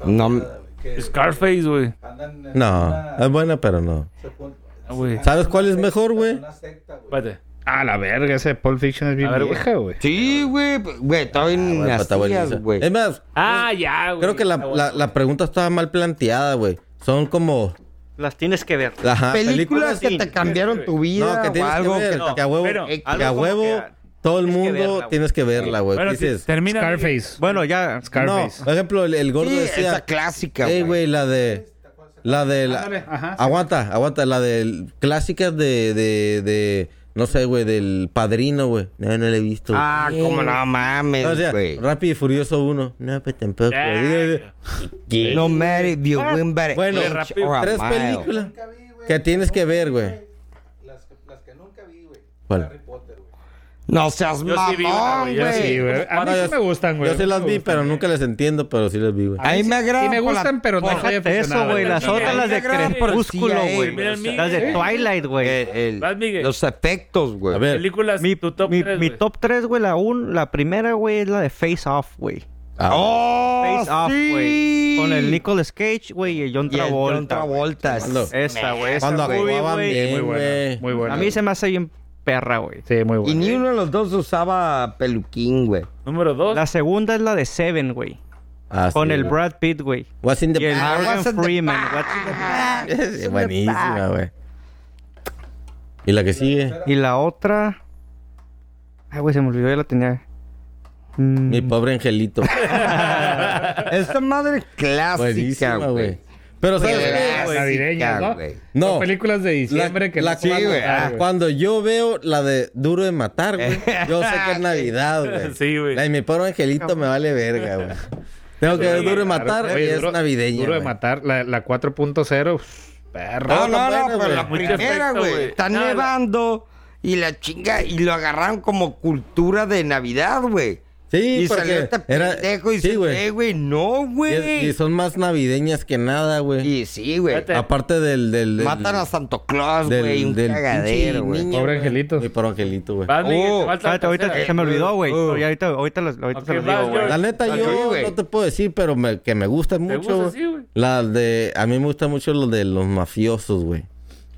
Speaker 2: no,
Speaker 4: Que
Speaker 1: Scarface, güey.
Speaker 4: andan en
Speaker 5: No, es
Speaker 4: una,
Speaker 5: buena, pero no.
Speaker 4: se pon-
Speaker 1: Ah, güey.
Speaker 5: ¿Sabes cuál es mejor, güey?
Speaker 4: una secta, güey.
Speaker 1: Espérate.
Speaker 7: Ah, la verga, ese Pulp Fiction es bien
Speaker 1: A ver, güey.
Speaker 7: vieja, güey.
Speaker 2: sí, güey. Güey, estaba en
Speaker 5: Ah, Bueno,
Speaker 2: las
Speaker 5: está buenísima.
Speaker 2: tías, güey.
Speaker 5: Es más,
Speaker 10: Ah, ya, güey.
Speaker 5: creo que la, la, la pregunta estaba mal planteada, güey. Son como...
Speaker 3: Las tienes que ver.
Speaker 5: Ajá,
Speaker 2: Películas
Speaker 5: películas...
Speaker 2: que te cambiaron tu
Speaker 5: No,
Speaker 2: vida
Speaker 5: que
Speaker 2: o
Speaker 5: tienes
Speaker 2: algo
Speaker 5: que
Speaker 2: que
Speaker 5: ver,
Speaker 3: no,
Speaker 5: que a huevo,
Speaker 1: pero
Speaker 5: que
Speaker 3: algo
Speaker 5: a
Speaker 3: como
Speaker 5: huevo,
Speaker 3: que-
Speaker 5: todo el
Speaker 3: tienes que
Speaker 5: mundo
Speaker 3: verla, güey.
Speaker 5: tienes que verla, güey.
Speaker 1: Bueno,
Speaker 5: Dices,
Speaker 1: termina.
Speaker 7: Scarface.
Speaker 3: Bueno, ya.
Speaker 5: no,
Speaker 7: Scarface.
Speaker 5: por ejemplo, el, el gordo
Speaker 2: Sí,
Speaker 5: decía...
Speaker 2: esa clásica,
Speaker 5: Ey,
Speaker 2: güey.
Speaker 5: güey, la de. La de. La,
Speaker 7: Ándale, ajá, sí.
Speaker 5: aguanta, aguanta. La de clásicas de. de, de no sé, güey, del padrino, güey. No, no la he visto. güey.
Speaker 2: Ah, como no
Speaker 5: o sea,
Speaker 2: mames, güey.
Speaker 5: Rápido y Furioso 1. No, pues tampoco.
Speaker 7: Ah,
Speaker 5: güey.
Speaker 2: No matter if you win by
Speaker 5: Bueno,
Speaker 2: an inch or a
Speaker 5: tres
Speaker 2: mile.
Speaker 5: películas que tienes que ver, güey.
Speaker 4: Las, que- las que nunca vi, güey. Harry
Speaker 5: ¿Cuál?
Speaker 4: Potter, güey.
Speaker 2: No seas
Speaker 1: Yo sí vi una, güey,
Speaker 2: mamón,
Speaker 1: yo
Speaker 7: Sí,
Speaker 2: Ah, güey.
Speaker 7: güey. A mí
Speaker 5: Bueno,
Speaker 7: sí me gustan, güey.
Speaker 5: Yo sí las
Speaker 7: Me
Speaker 5: vi,
Speaker 7: gustan.
Speaker 5: pero nunca las entiendo, pero sí las vi, güey.
Speaker 2: A mí me agrada.
Speaker 7: Sí me gustan, pero no soy
Speaker 3: Déjate eso,
Speaker 7: aficionado.
Speaker 3: güey. Las
Speaker 1: Mira,
Speaker 3: otras, las de
Speaker 2: mira, mira,
Speaker 3: Crepúsculo,
Speaker 2: mira,
Speaker 3: güey.
Speaker 2: mira,
Speaker 1: mira,
Speaker 3: Las de
Speaker 1: mira.
Speaker 3: Twilight, güey.
Speaker 1: Vas, Miguel.
Speaker 2: los efectos, güey.
Speaker 5: A ver.
Speaker 1: Películas,
Speaker 3: Mi
Speaker 1: tu top
Speaker 3: mi-
Speaker 1: tres,
Speaker 3: mi
Speaker 1: güey.
Speaker 3: top 3, güey. La, un- la primera, güey, es la de Face Off, güey.
Speaker 5: ah,
Speaker 2: ¡Oh,
Speaker 3: Face Off,
Speaker 2: sí!
Speaker 3: güey. Con el Nicolas Cage, güey, y el John
Speaker 2: Y el
Speaker 3: Travolta.
Speaker 2: John Travolta.
Speaker 5: Cuando-
Speaker 3: Esa, güey. esa,
Speaker 5: Cuando
Speaker 3: güey.
Speaker 5: actuaban
Speaker 3: Güey,
Speaker 5: bien,
Speaker 7: Muy
Speaker 5: güey.
Speaker 7: buena. Muy buena.
Speaker 3: A mí se me hace bien perra, güey.
Speaker 7: Sí, muy
Speaker 2: Y
Speaker 7: buena.
Speaker 2: ni uno de los dos usaba peluquín, güey.
Speaker 1: Número dos.
Speaker 3: La segunda es la de Seven, güey.
Speaker 5: Ah, sí,
Speaker 3: Con el
Speaker 5: güey.
Speaker 3: Brad Pitt, güey.
Speaker 5: What's in the
Speaker 3: Y el
Speaker 5: bag?
Speaker 3: Morgan
Speaker 2: what's in the
Speaker 3: Freeman.
Speaker 2: bag?
Speaker 3: What's in the bag?
Speaker 5: Es buenísima, güey. ¿Y la que sigue?
Speaker 3: Y la otra. Ay, güey, se me olvidó, ya la tenía. Mm,
Speaker 5: Mi pobre
Speaker 7: [laughs]
Speaker 5: angelito.
Speaker 2: Esta madre clásica,
Speaker 5: Buenísima,
Speaker 2: güey.
Speaker 5: güey. Pero ¿sabes
Speaker 2: Clásica,
Speaker 5: qué? güey?
Speaker 7: Navideñas, ¿no?
Speaker 2: güey.
Speaker 5: No.
Speaker 7: Son películas de diciembre que
Speaker 5: la-
Speaker 7: no se van a
Speaker 5: sí,
Speaker 2: güey.
Speaker 7: notar,
Speaker 2: Ah,
Speaker 7: güey.
Speaker 5: Cuando yo veo la de Duro de Matar, güey, yo sé que es Navidad, güey.
Speaker 1: Sí, güey.
Speaker 5: La de mi pobre angelito me vale verga, güey. Tengo que ver Duro de Matar
Speaker 7: Oye,
Speaker 5: y es
Speaker 7: duro-
Speaker 5: navideña.
Speaker 7: Duro de
Speaker 5: güey.
Speaker 7: matar. La, la 4.0. uf, Perra.
Speaker 2: No, no, no,
Speaker 5: buena,
Speaker 2: pero
Speaker 5: güey.
Speaker 2: la
Speaker 1: Mucho
Speaker 2: primera,
Speaker 1: efecto,
Speaker 2: güey.
Speaker 1: güey.
Speaker 2: Está
Speaker 1: No, la-
Speaker 2: nevando y la chinga y lo agarraron como cultura de Navidad, güey.
Speaker 5: Sí,
Speaker 2: y salió
Speaker 5: porque
Speaker 2: este
Speaker 5: era-
Speaker 2: pendejo y
Speaker 5: sí,
Speaker 2: dice,
Speaker 5: güey.
Speaker 2: "Eh, güey, no,
Speaker 5: Y, es-
Speaker 2: güey.
Speaker 5: y son más navideñas que nada, güey.
Speaker 2: Y sí, güey.
Speaker 1: Espérate.
Speaker 5: Aparte del... del, del-
Speaker 2: Matan a Santo Claus,
Speaker 5: del-
Speaker 2: güey. Un
Speaker 5: del
Speaker 2: cagadero,
Speaker 5: pinche
Speaker 2: güey.
Speaker 5: niño,
Speaker 7: Pobre
Speaker 5: güey.
Speaker 7: angelito.
Speaker 5: Mi pobre angelito, güey.
Speaker 1: Vas, Miguel,
Speaker 2: Oh,
Speaker 1: te falta la
Speaker 3: espérate, ahorita
Speaker 1: tercera. Oh.
Speaker 3: se me olvidó, güey.
Speaker 2: Uh.
Speaker 3: Y ahorita, ahorita, las- ahorita se
Speaker 1: Ok,
Speaker 3: lo digo,
Speaker 1: vas,
Speaker 3: güey.
Speaker 1: George.
Speaker 5: La neta,
Speaker 2: Ah, sí,
Speaker 5: yo
Speaker 2: güey.
Speaker 5: no te puedo decir, pero me- que me gusta
Speaker 1: gusta,
Speaker 5: mucho. güey.
Speaker 1: sí, güey?
Speaker 5: la de. A mí me gusta mucho lo de los mafiosos, güey.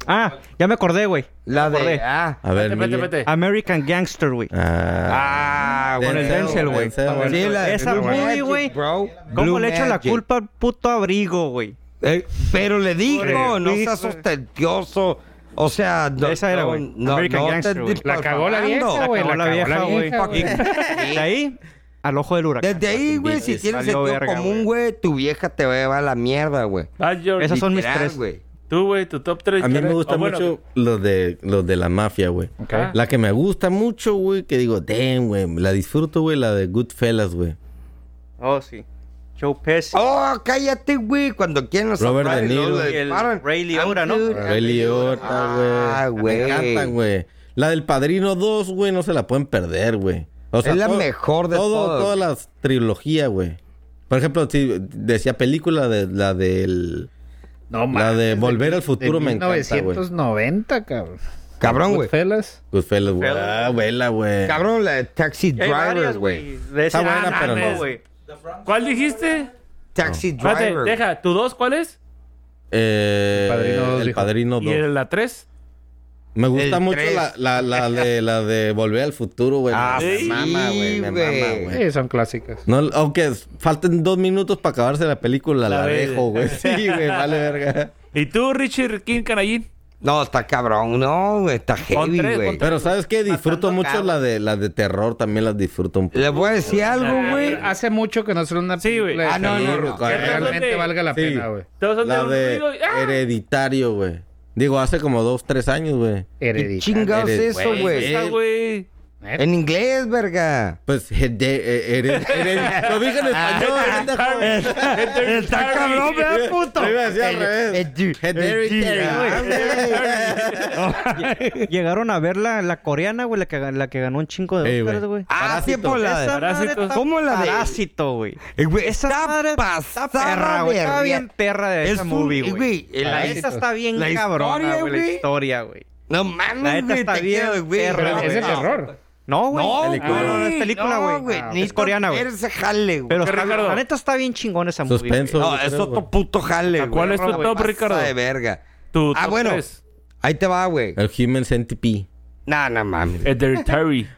Speaker 3: Ah, ya me acordé, güey.
Speaker 2: La
Speaker 3: Me acordé.
Speaker 2: de... Ah,
Speaker 5: A ver.
Speaker 1: Espérate,
Speaker 5: Miguel.
Speaker 1: espérate, espérate.
Speaker 3: American Gangster, güey.
Speaker 5: Ah,
Speaker 2: ah,
Speaker 5: Denzel,
Speaker 3: con el Denzel, güey.
Speaker 2: Sí, la de
Speaker 3: Esa
Speaker 2: Blue
Speaker 3: movie,
Speaker 2: Magic,
Speaker 3: güey.
Speaker 2: bro.
Speaker 3: ¿Cómo
Speaker 2: Blue
Speaker 3: le echan la
Speaker 2: Magic.
Speaker 3: culpa al puto abrigo, güey?
Speaker 2: Eh, pero le digo,
Speaker 7: Pobre
Speaker 2: no
Speaker 3: güey.
Speaker 2: seas ostentioso. O sea, no,
Speaker 3: Esa era,
Speaker 2: no,
Speaker 3: güey.
Speaker 2: no,
Speaker 3: American
Speaker 2: no te
Speaker 3: Gangster, güey.
Speaker 2: estés
Speaker 7: La cagó la vieja,
Speaker 2: pasando.
Speaker 7: güey.
Speaker 3: Acabó la
Speaker 7: La cagó la
Speaker 3: vieja,
Speaker 7: vieja, güey.
Speaker 3: De ahí al ojo del huracán.
Speaker 2: Desde ahí, güey, si
Speaker 3: Valió
Speaker 2: tienes sentido
Speaker 3: verga,
Speaker 2: común, güey, tu vieja te va a llevar a la mierda, güey.
Speaker 1: Vas, George.
Speaker 3: Esas son mis
Speaker 2: Literal,
Speaker 3: tres.
Speaker 2: güey.
Speaker 1: Tú, güey, tu top 3.
Speaker 5: a mí me
Speaker 7: ah,
Speaker 5: gusta mucho los de, los de la mafia, güey. La que me gusta mucho, güey, que digo, damn, güey. La disfruto, güey, la de Goodfellas, güey.
Speaker 3: Oh, sí. Joe Pesci.
Speaker 2: Oh, cállate, güey. Cuando quieren los
Speaker 5: Robert
Speaker 2: amarran
Speaker 5: De
Speaker 2: y luego
Speaker 5: Niro.
Speaker 2: le
Speaker 3: Y el
Speaker 2: disparan.
Speaker 3: Ray Liotta, ¿no?
Speaker 2: Dude,
Speaker 5: Ray Liotta, güey.
Speaker 2: Ah, güey.
Speaker 5: Me encantan, güey. La del Padrino 2, güey, no se la pueden perder, güey. O
Speaker 2: Es la
Speaker 5: todo-
Speaker 2: mejor de
Speaker 5: todo-
Speaker 2: todas.
Speaker 5: Todas las trilogías, güey. Por ejemplo, si decía película de la del...
Speaker 7: No
Speaker 5: La de Volver al Futuro me encanta, güey.
Speaker 7: 1990, cabrón.
Speaker 2: Cabrón, güey.
Speaker 7: Goodfellas.
Speaker 5: Goodfellas, güey. Ah, vela, güey.
Speaker 2: Cabrón, la de Taxi
Speaker 3: Y hay
Speaker 2: Driver,
Speaker 3: varias,
Speaker 2: güey.
Speaker 3: De ese
Speaker 5: Está buena,
Speaker 3: ah,
Speaker 5: pero
Speaker 3: no,
Speaker 5: no.
Speaker 3: güey.
Speaker 1: ¿Cuál dijiste?
Speaker 2: Taxi
Speaker 1: Espérate,
Speaker 2: Driver.
Speaker 1: deja. ¿Tu dos cuál es?
Speaker 5: Eh,
Speaker 7: Padrino dos,
Speaker 5: el
Speaker 7: dijo.
Speaker 5: Padrino 2.
Speaker 1: ¿Y el- la 3?
Speaker 5: Me gusta
Speaker 2: El
Speaker 5: mucho
Speaker 2: tres.
Speaker 5: la, la,
Speaker 2: [laughs]
Speaker 5: la de, la de Volver al Futuro, güey.
Speaker 2: Ah,
Speaker 5: me
Speaker 2: sí,
Speaker 5: mama, güey. Me
Speaker 2: güey.
Speaker 5: mama, güey.
Speaker 7: Sí, eh, son clásicas.
Speaker 5: No, aunque es- falten dos minutos para acabarse la película, la,
Speaker 8: La ve-
Speaker 5: dejo,
Speaker 2: [laughs]
Speaker 5: güey. Sí, güey, vale verga.
Speaker 8: ¿Y tú, Richie King Canallín?
Speaker 2: No, está cabrón, no, güey, está heavy,
Speaker 8: tres,
Speaker 2: güey.
Speaker 8: con
Speaker 5: Pero ¿sabes qué? Disfruto
Speaker 2: Matando
Speaker 5: mucho
Speaker 2: cabos.
Speaker 5: la de, la de terror, también las disfruto un
Speaker 2: Le voy a decir algo, güey.
Speaker 7: Hace mucho que no suena una
Speaker 8: Sí, güey.
Speaker 7: película
Speaker 2: Ah,
Speaker 7: de
Speaker 2: no, no,
Speaker 7: terror
Speaker 2: no.
Speaker 7: Que realmente
Speaker 8: Sí.
Speaker 7: valga la
Speaker 5: Sí.
Speaker 7: pena, güey.
Speaker 8: Todos son
Speaker 5: La
Speaker 8: un
Speaker 5: de
Speaker 8: ruido y- ¡Ah!
Speaker 5: Hereditario, güey. Digo, hace como dos, tres años, güey.
Speaker 2: ¿Qué
Speaker 7: Hereditario.
Speaker 2: chingados
Speaker 5: Hered-
Speaker 2: es eso, güey?
Speaker 8: Esa,
Speaker 2: [laughs]
Speaker 8: güey.
Speaker 2: En inglés, verga.
Speaker 5: Pues, [laughs] hede- eh, hered- hered- lo dije
Speaker 2: [laughs]
Speaker 5: en español, pendejo.
Speaker 2: Eh, Está cabrón,
Speaker 5: [laughs]
Speaker 2: ¿verdad, puto?
Speaker 5: Lo iba a decir al revés.
Speaker 2: Hereditario,
Speaker 3: Llegaron a ver la, la coreana, güey, la que, la que ganó un chingo de
Speaker 5: Ey,
Speaker 3: Oscars,
Speaker 5: güey.
Speaker 3: güey.
Speaker 2: Ah, sí, por la de-
Speaker 3: Esa madre
Speaker 8: Parásitos.
Speaker 3: está-
Speaker 2: ¿Cómo la de-
Speaker 3: Parásito, güey.
Speaker 2: Eh, güey,
Speaker 3: Esa madre
Speaker 2: Está
Speaker 3: está
Speaker 2: pasada,
Speaker 3: perra, güey. Está
Speaker 2: verga.
Speaker 3: bien perra de
Speaker 2: Es
Speaker 3: esa
Speaker 2: un-
Speaker 3: movie,
Speaker 2: eh, güey,
Speaker 3: güey. La
Speaker 2: la-
Speaker 3: esa está bien
Speaker 2: la
Speaker 3: cabrona,
Speaker 2: historia,
Speaker 3: güey. La
Speaker 2: güey.
Speaker 3: historia, güey.
Speaker 2: No
Speaker 3: La
Speaker 2: mames,
Speaker 3: neta
Speaker 2: güey,
Speaker 3: está
Speaker 2: te
Speaker 3: bien
Speaker 2: quedas, güey.
Speaker 3: perra,
Speaker 2: no,
Speaker 3: güey.
Speaker 7: Es de
Speaker 2: no.
Speaker 7: terror.
Speaker 3: No, güey.
Speaker 2: No,
Speaker 3: No, no, es
Speaker 2: güey,
Speaker 3: película,
Speaker 2: no,
Speaker 3: güey. Ah, es
Speaker 2: necesito
Speaker 3: coreana, güey.
Speaker 2: ver ese jale, güey.
Speaker 3: Pero
Speaker 8: ¿Qué,
Speaker 3: está-
Speaker 8: Ricardo?
Speaker 3: la neta está bien chingón esa movie. [laughs]
Speaker 5: Suspenso.
Speaker 2: No,
Speaker 5: yo
Speaker 2: es
Speaker 5: creo,
Speaker 2: otro
Speaker 5: güey.
Speaker 2: puto jale, güey.
Speaker 8: ¿Cuál es tu
Speaker 2: Güey,
Speaker 8: top,
Speaker 2: pasa
Speaker 8: Ricardo?
Speaker 2: de verga.
Speaker 8: Tu
Speaker 2: Ah,
Speaker 8: top
Speaker 2: bueno.
Speaker 8: tres.
Speaker 2: Ahí te va, güey.
Speaker 5: El Human Centipede.
Speaker 2: No, no mames.
Speaker 8: Hereditary.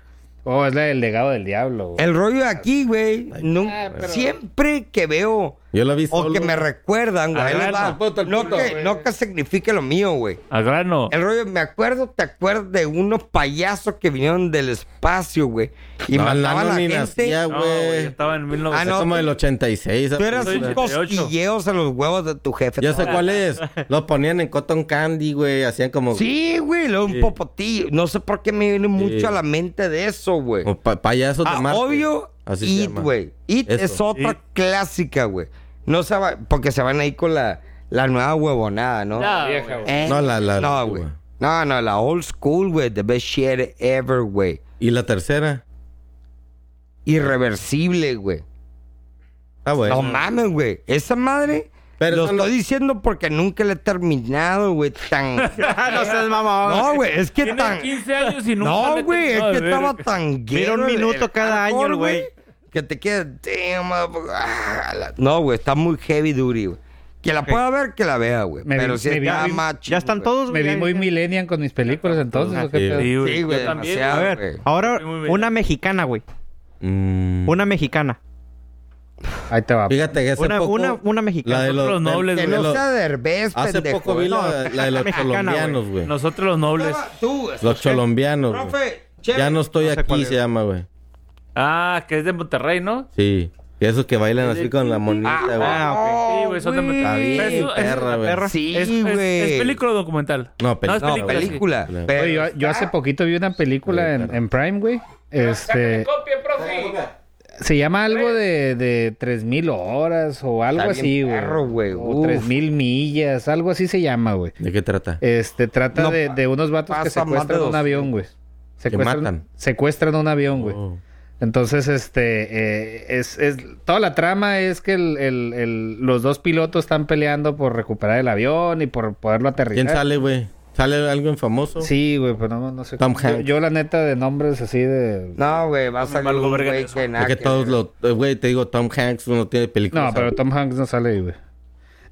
Speaker 7: Oh, es la del legado del diablo, güey.
Speaker 2: El rollo aquí, güey, no- siempre que veo
Speaker 5: Yo la vi
Speaker 2: o
Speaker 5: solo.
Speaker 2: que me recuerdan, güey, ahí les va.
Speaker 5: Al punto, al
Speaker 2: no,
Speaker 5: punto,
Speaker 2: que,
Speaker 5: güey.
Speaker 2: no que signifique lo mío, güey.
Speaker 8: Al grano.
Speaker 2: El rollo, me acuerdo, te acuerdas de unos payasos que vinieron del espacio, güey, y
Speaker 5: No, la
Speaker 2: mataban
Speaker 5: no
Speaker 2: a
Speaker 5: ni
Speaker 2: gente.
Speaker 5: nacía,
Speaker 8: No, güey, yo
Speaker 5: güey.
Speaker 8: estaba en
Speaker 2: Ah,
Speaker 5: Es
Speaker 8: 1900.
Speaker 2: no,
Speaker 5: como
Speaker 2: tú-
Speaker 5: el 86.
Speaker 2: Tú eras
Speaker 8: Soy
Speaker 2: un
Speaker 8: 88.
Speaker 2: cosquilleos a los huevos de tu jefe.
Speaker 5: Ya sé
Speaker 2: todo.
Speaker 5: cuál es. Los ponían en Cotton Candy, güey. Hacían como...
Speaker 2: Sí, güey, lo- un
Speaker 5: Sí.
Speaker 2: popotillo. No sé por qué me viene mucho
Speaker 5: Sí.
Speaker 2: a la mente de eso, güey.
Speaker 5: como pa- payasos
Speaker 2: Ah,
Speaker 5: de Marte.
Speaker 2: obvio,
Speaker 5: Así se
Speaker 2: It,
Speaker 5: llama.
Speaker 2: güey. It
Speaker 5: Eso.
Speaker 2: es otra
Speaker 8: It.
Speaker 2: clásica, güey. No se va, porque se van ahí con la, la nueva huevonada, ¿no?
Speaker 8: Ya, güey.
Speaker 7: Vieja, güey.
Speaker 2: Eh,
Speaker 5: No, la- la- la-
Speaker 2: No, güey. No, no, la old school, güey. The best shit ever, güey.
Speaker 5: Y la tercera.
Speaker 2: Irreversible, güey.
Speaker 5: Ah, bueno.
Speaker 2: No mames, güey. Esa madre.
Speaker 5: Pero
Speaker 2: lo
Speaker 5: eso no-
Speaker 2: estoy diciendo porque nunca la he terminado, güey. Tan.
Speaker 8: [laughs]
Speaker 3: Ah, no seas mamón.
Speaker 2: no, güey. Es que
Speaker 8: Tiene
Speaker 2: tan.
Speaker 8: 15 años y nunca le
Speaker 2: No,
Speaker 8: he
Speaker 2: güey, es
Speaker 8: terminado
Speaker 2: que
Speaker 8: de ver.
Speaker 2: estaba tan
Speaker 3: Mira, un
Speaker 2: guero el-
Speaker 3: minuto
Speaker 2: el
Speaker 3: cada año,
Speaker 2: hardcore,
Speaker 3: güey.
Speaker 2: Que te queda. "Damn, motherfucker". Ah, la- No, güey, está muy heavy duty, güey. Que la pueda ver, que la vea, güey.
Speaker 7: Me vi-
Speaker 2: Pero si
Speaker 7: me vi-
Speaker 2: está
Speaker 7: me vi-
Speaker 2: más
Speaker 3: Ya están todos,
Speaker 7: Me
Speaker 3: güey.
Speaker 7: vi
Speaker 3: ya-
Speaker 7: muy millennial con mis películas entonces, ¿o qué
Speaker 5: Sí.
Speaker 7: pedo?
Speaker 8: Sí, güey.
Speaker 2: Sí, güey,
Speaker 8: Yo también,
Speaker 2: demasiado,
Speaker 3: A
Speaker 8: güey.
Speaker 2: güey.
Speaker 3: ver, ahora
Speaker 8: Muy bien.
Speaker 3: una mexicana, güey.
Speaker 5: Mm.
Speaker 3: Una mexicana.
Speaker 7: Ahí te va.
Speaker 5: Fíjate que hace
Speaker 3: Una,
Speaker 5: poco...
Speaker 3: una, una
Speaker 5: La
Speaker 3: mexicana.
Speaker 5: de los...
Speaker 8: Nosotros
Speaker 5: del-
Speaker 8: nobles,
Speaker 2: Que
Speaker 5: de ¿eh?
Speaker 8: güey.
Speaker 2: no
Speaker 5: los-
Speaker 2: sea derbez,
Speaker 5: Hace
Speaker 2: pendejo,
Speaker 5: poco
Speaker 2: güey.
Speaker 5: vi la,
Speaker 2: [laughs]
Speaker 5: la de los
Speaker 3: Mexicana,
Speaker 5: colombianos, güey.
Speaker 8: Nosotros los nobles.
Speaker 2: Tú,
Speaker 5: Los colombianos, güey.
Speaker 2: profe, chévere.
Speaker 5: Ya no estoy
Speaker 3: No sé cuál
Speaker 5: aquí,
Speaker 3: es.
Speaker 5: se llama, güey.
Speaker 8: Ah, que es de Monterrey, ¿no?
Speaker 5: Sí. Y esos que bailan así con la monita, güey.
Speaker 3: Ah, ok.
Speaker 8: Sí, güey, son de
Speaker 5: Está
Speaker 8: Monterrey.
Speaker 5: bien,
Speaker 8: Pero eso- es-
Speaker 5: perra, güey.
Speaker 3: perra.
Speaker 2: Sí,
Speaker 8: Es, es-
Speaker 2: güey.
Speaker 8: es película o documental.
Speaker 5: No, peli-
Speaker 8: es
Speaker 5: no,
Speaker 2: No,
Speaker 8: sí.
Speaker 2: película.
Speaker 5: Sí.
Speaker 2: Pero
Speaker 7: Oye, yo, yo hace poquito vi una película en, en Prime, güey. Este, se llama algo de, de 3000 horas o algo
Speaker 2: Está
Speaker 7: así,
Speaker 2: bien
Speaker 7: güey.
Speaker 2: perro, güey,
Speaker 7: O
Speaker 2: uf.
Speaker 7: 3000 millas, algo así se llama, güey.
Speaker 5: ¿De qué trata?
Speaker 7: Este, trata
Speaker 2: No,
Speaker 7: de, de unos vatos que
Speaker 2: pasa más de
Speaker 7: secuestran un
Speaker 2: 200.
Speaker 7: avión, güey. Secuestran,
Speaker 5: matan.
Speaker 7: secuestran un avión, güey.
Speaker 5: Oh.
Speaker 7: Entonces, este, eh, es, es- toda la trama es que el- el- el- los dos pilotos están peleando por recuperar el avión y por poderlo aterrizar.
Speaker 5: ¿Quién sale, güey? ¿Sale alguien famoso?
Speaker 7: Sí, güey, pero no, no sé.
Speaker 5: Tom
Speaker 7: cómo- yo,
Speaker 5: Hanks.
Speaker 7: yo, la neta, de nombres así de... No,
Speaker 2: No, güey, va a salir
Speaker 8: valgo
Speaker 2: un
Speaker 8: verga
Speaker 2: güey
Speaker 8: eso.
Speaker 2: que nada
Speaker 5: Es que
Speaker 2: que
Speaker 5: todos
Speaker 2: ver.
Speaker 5: los... eh, Güey, te digo, Tom Hanks no tiene películas.
Speaker 7: pero Tom Hanks no sale ahí, güey.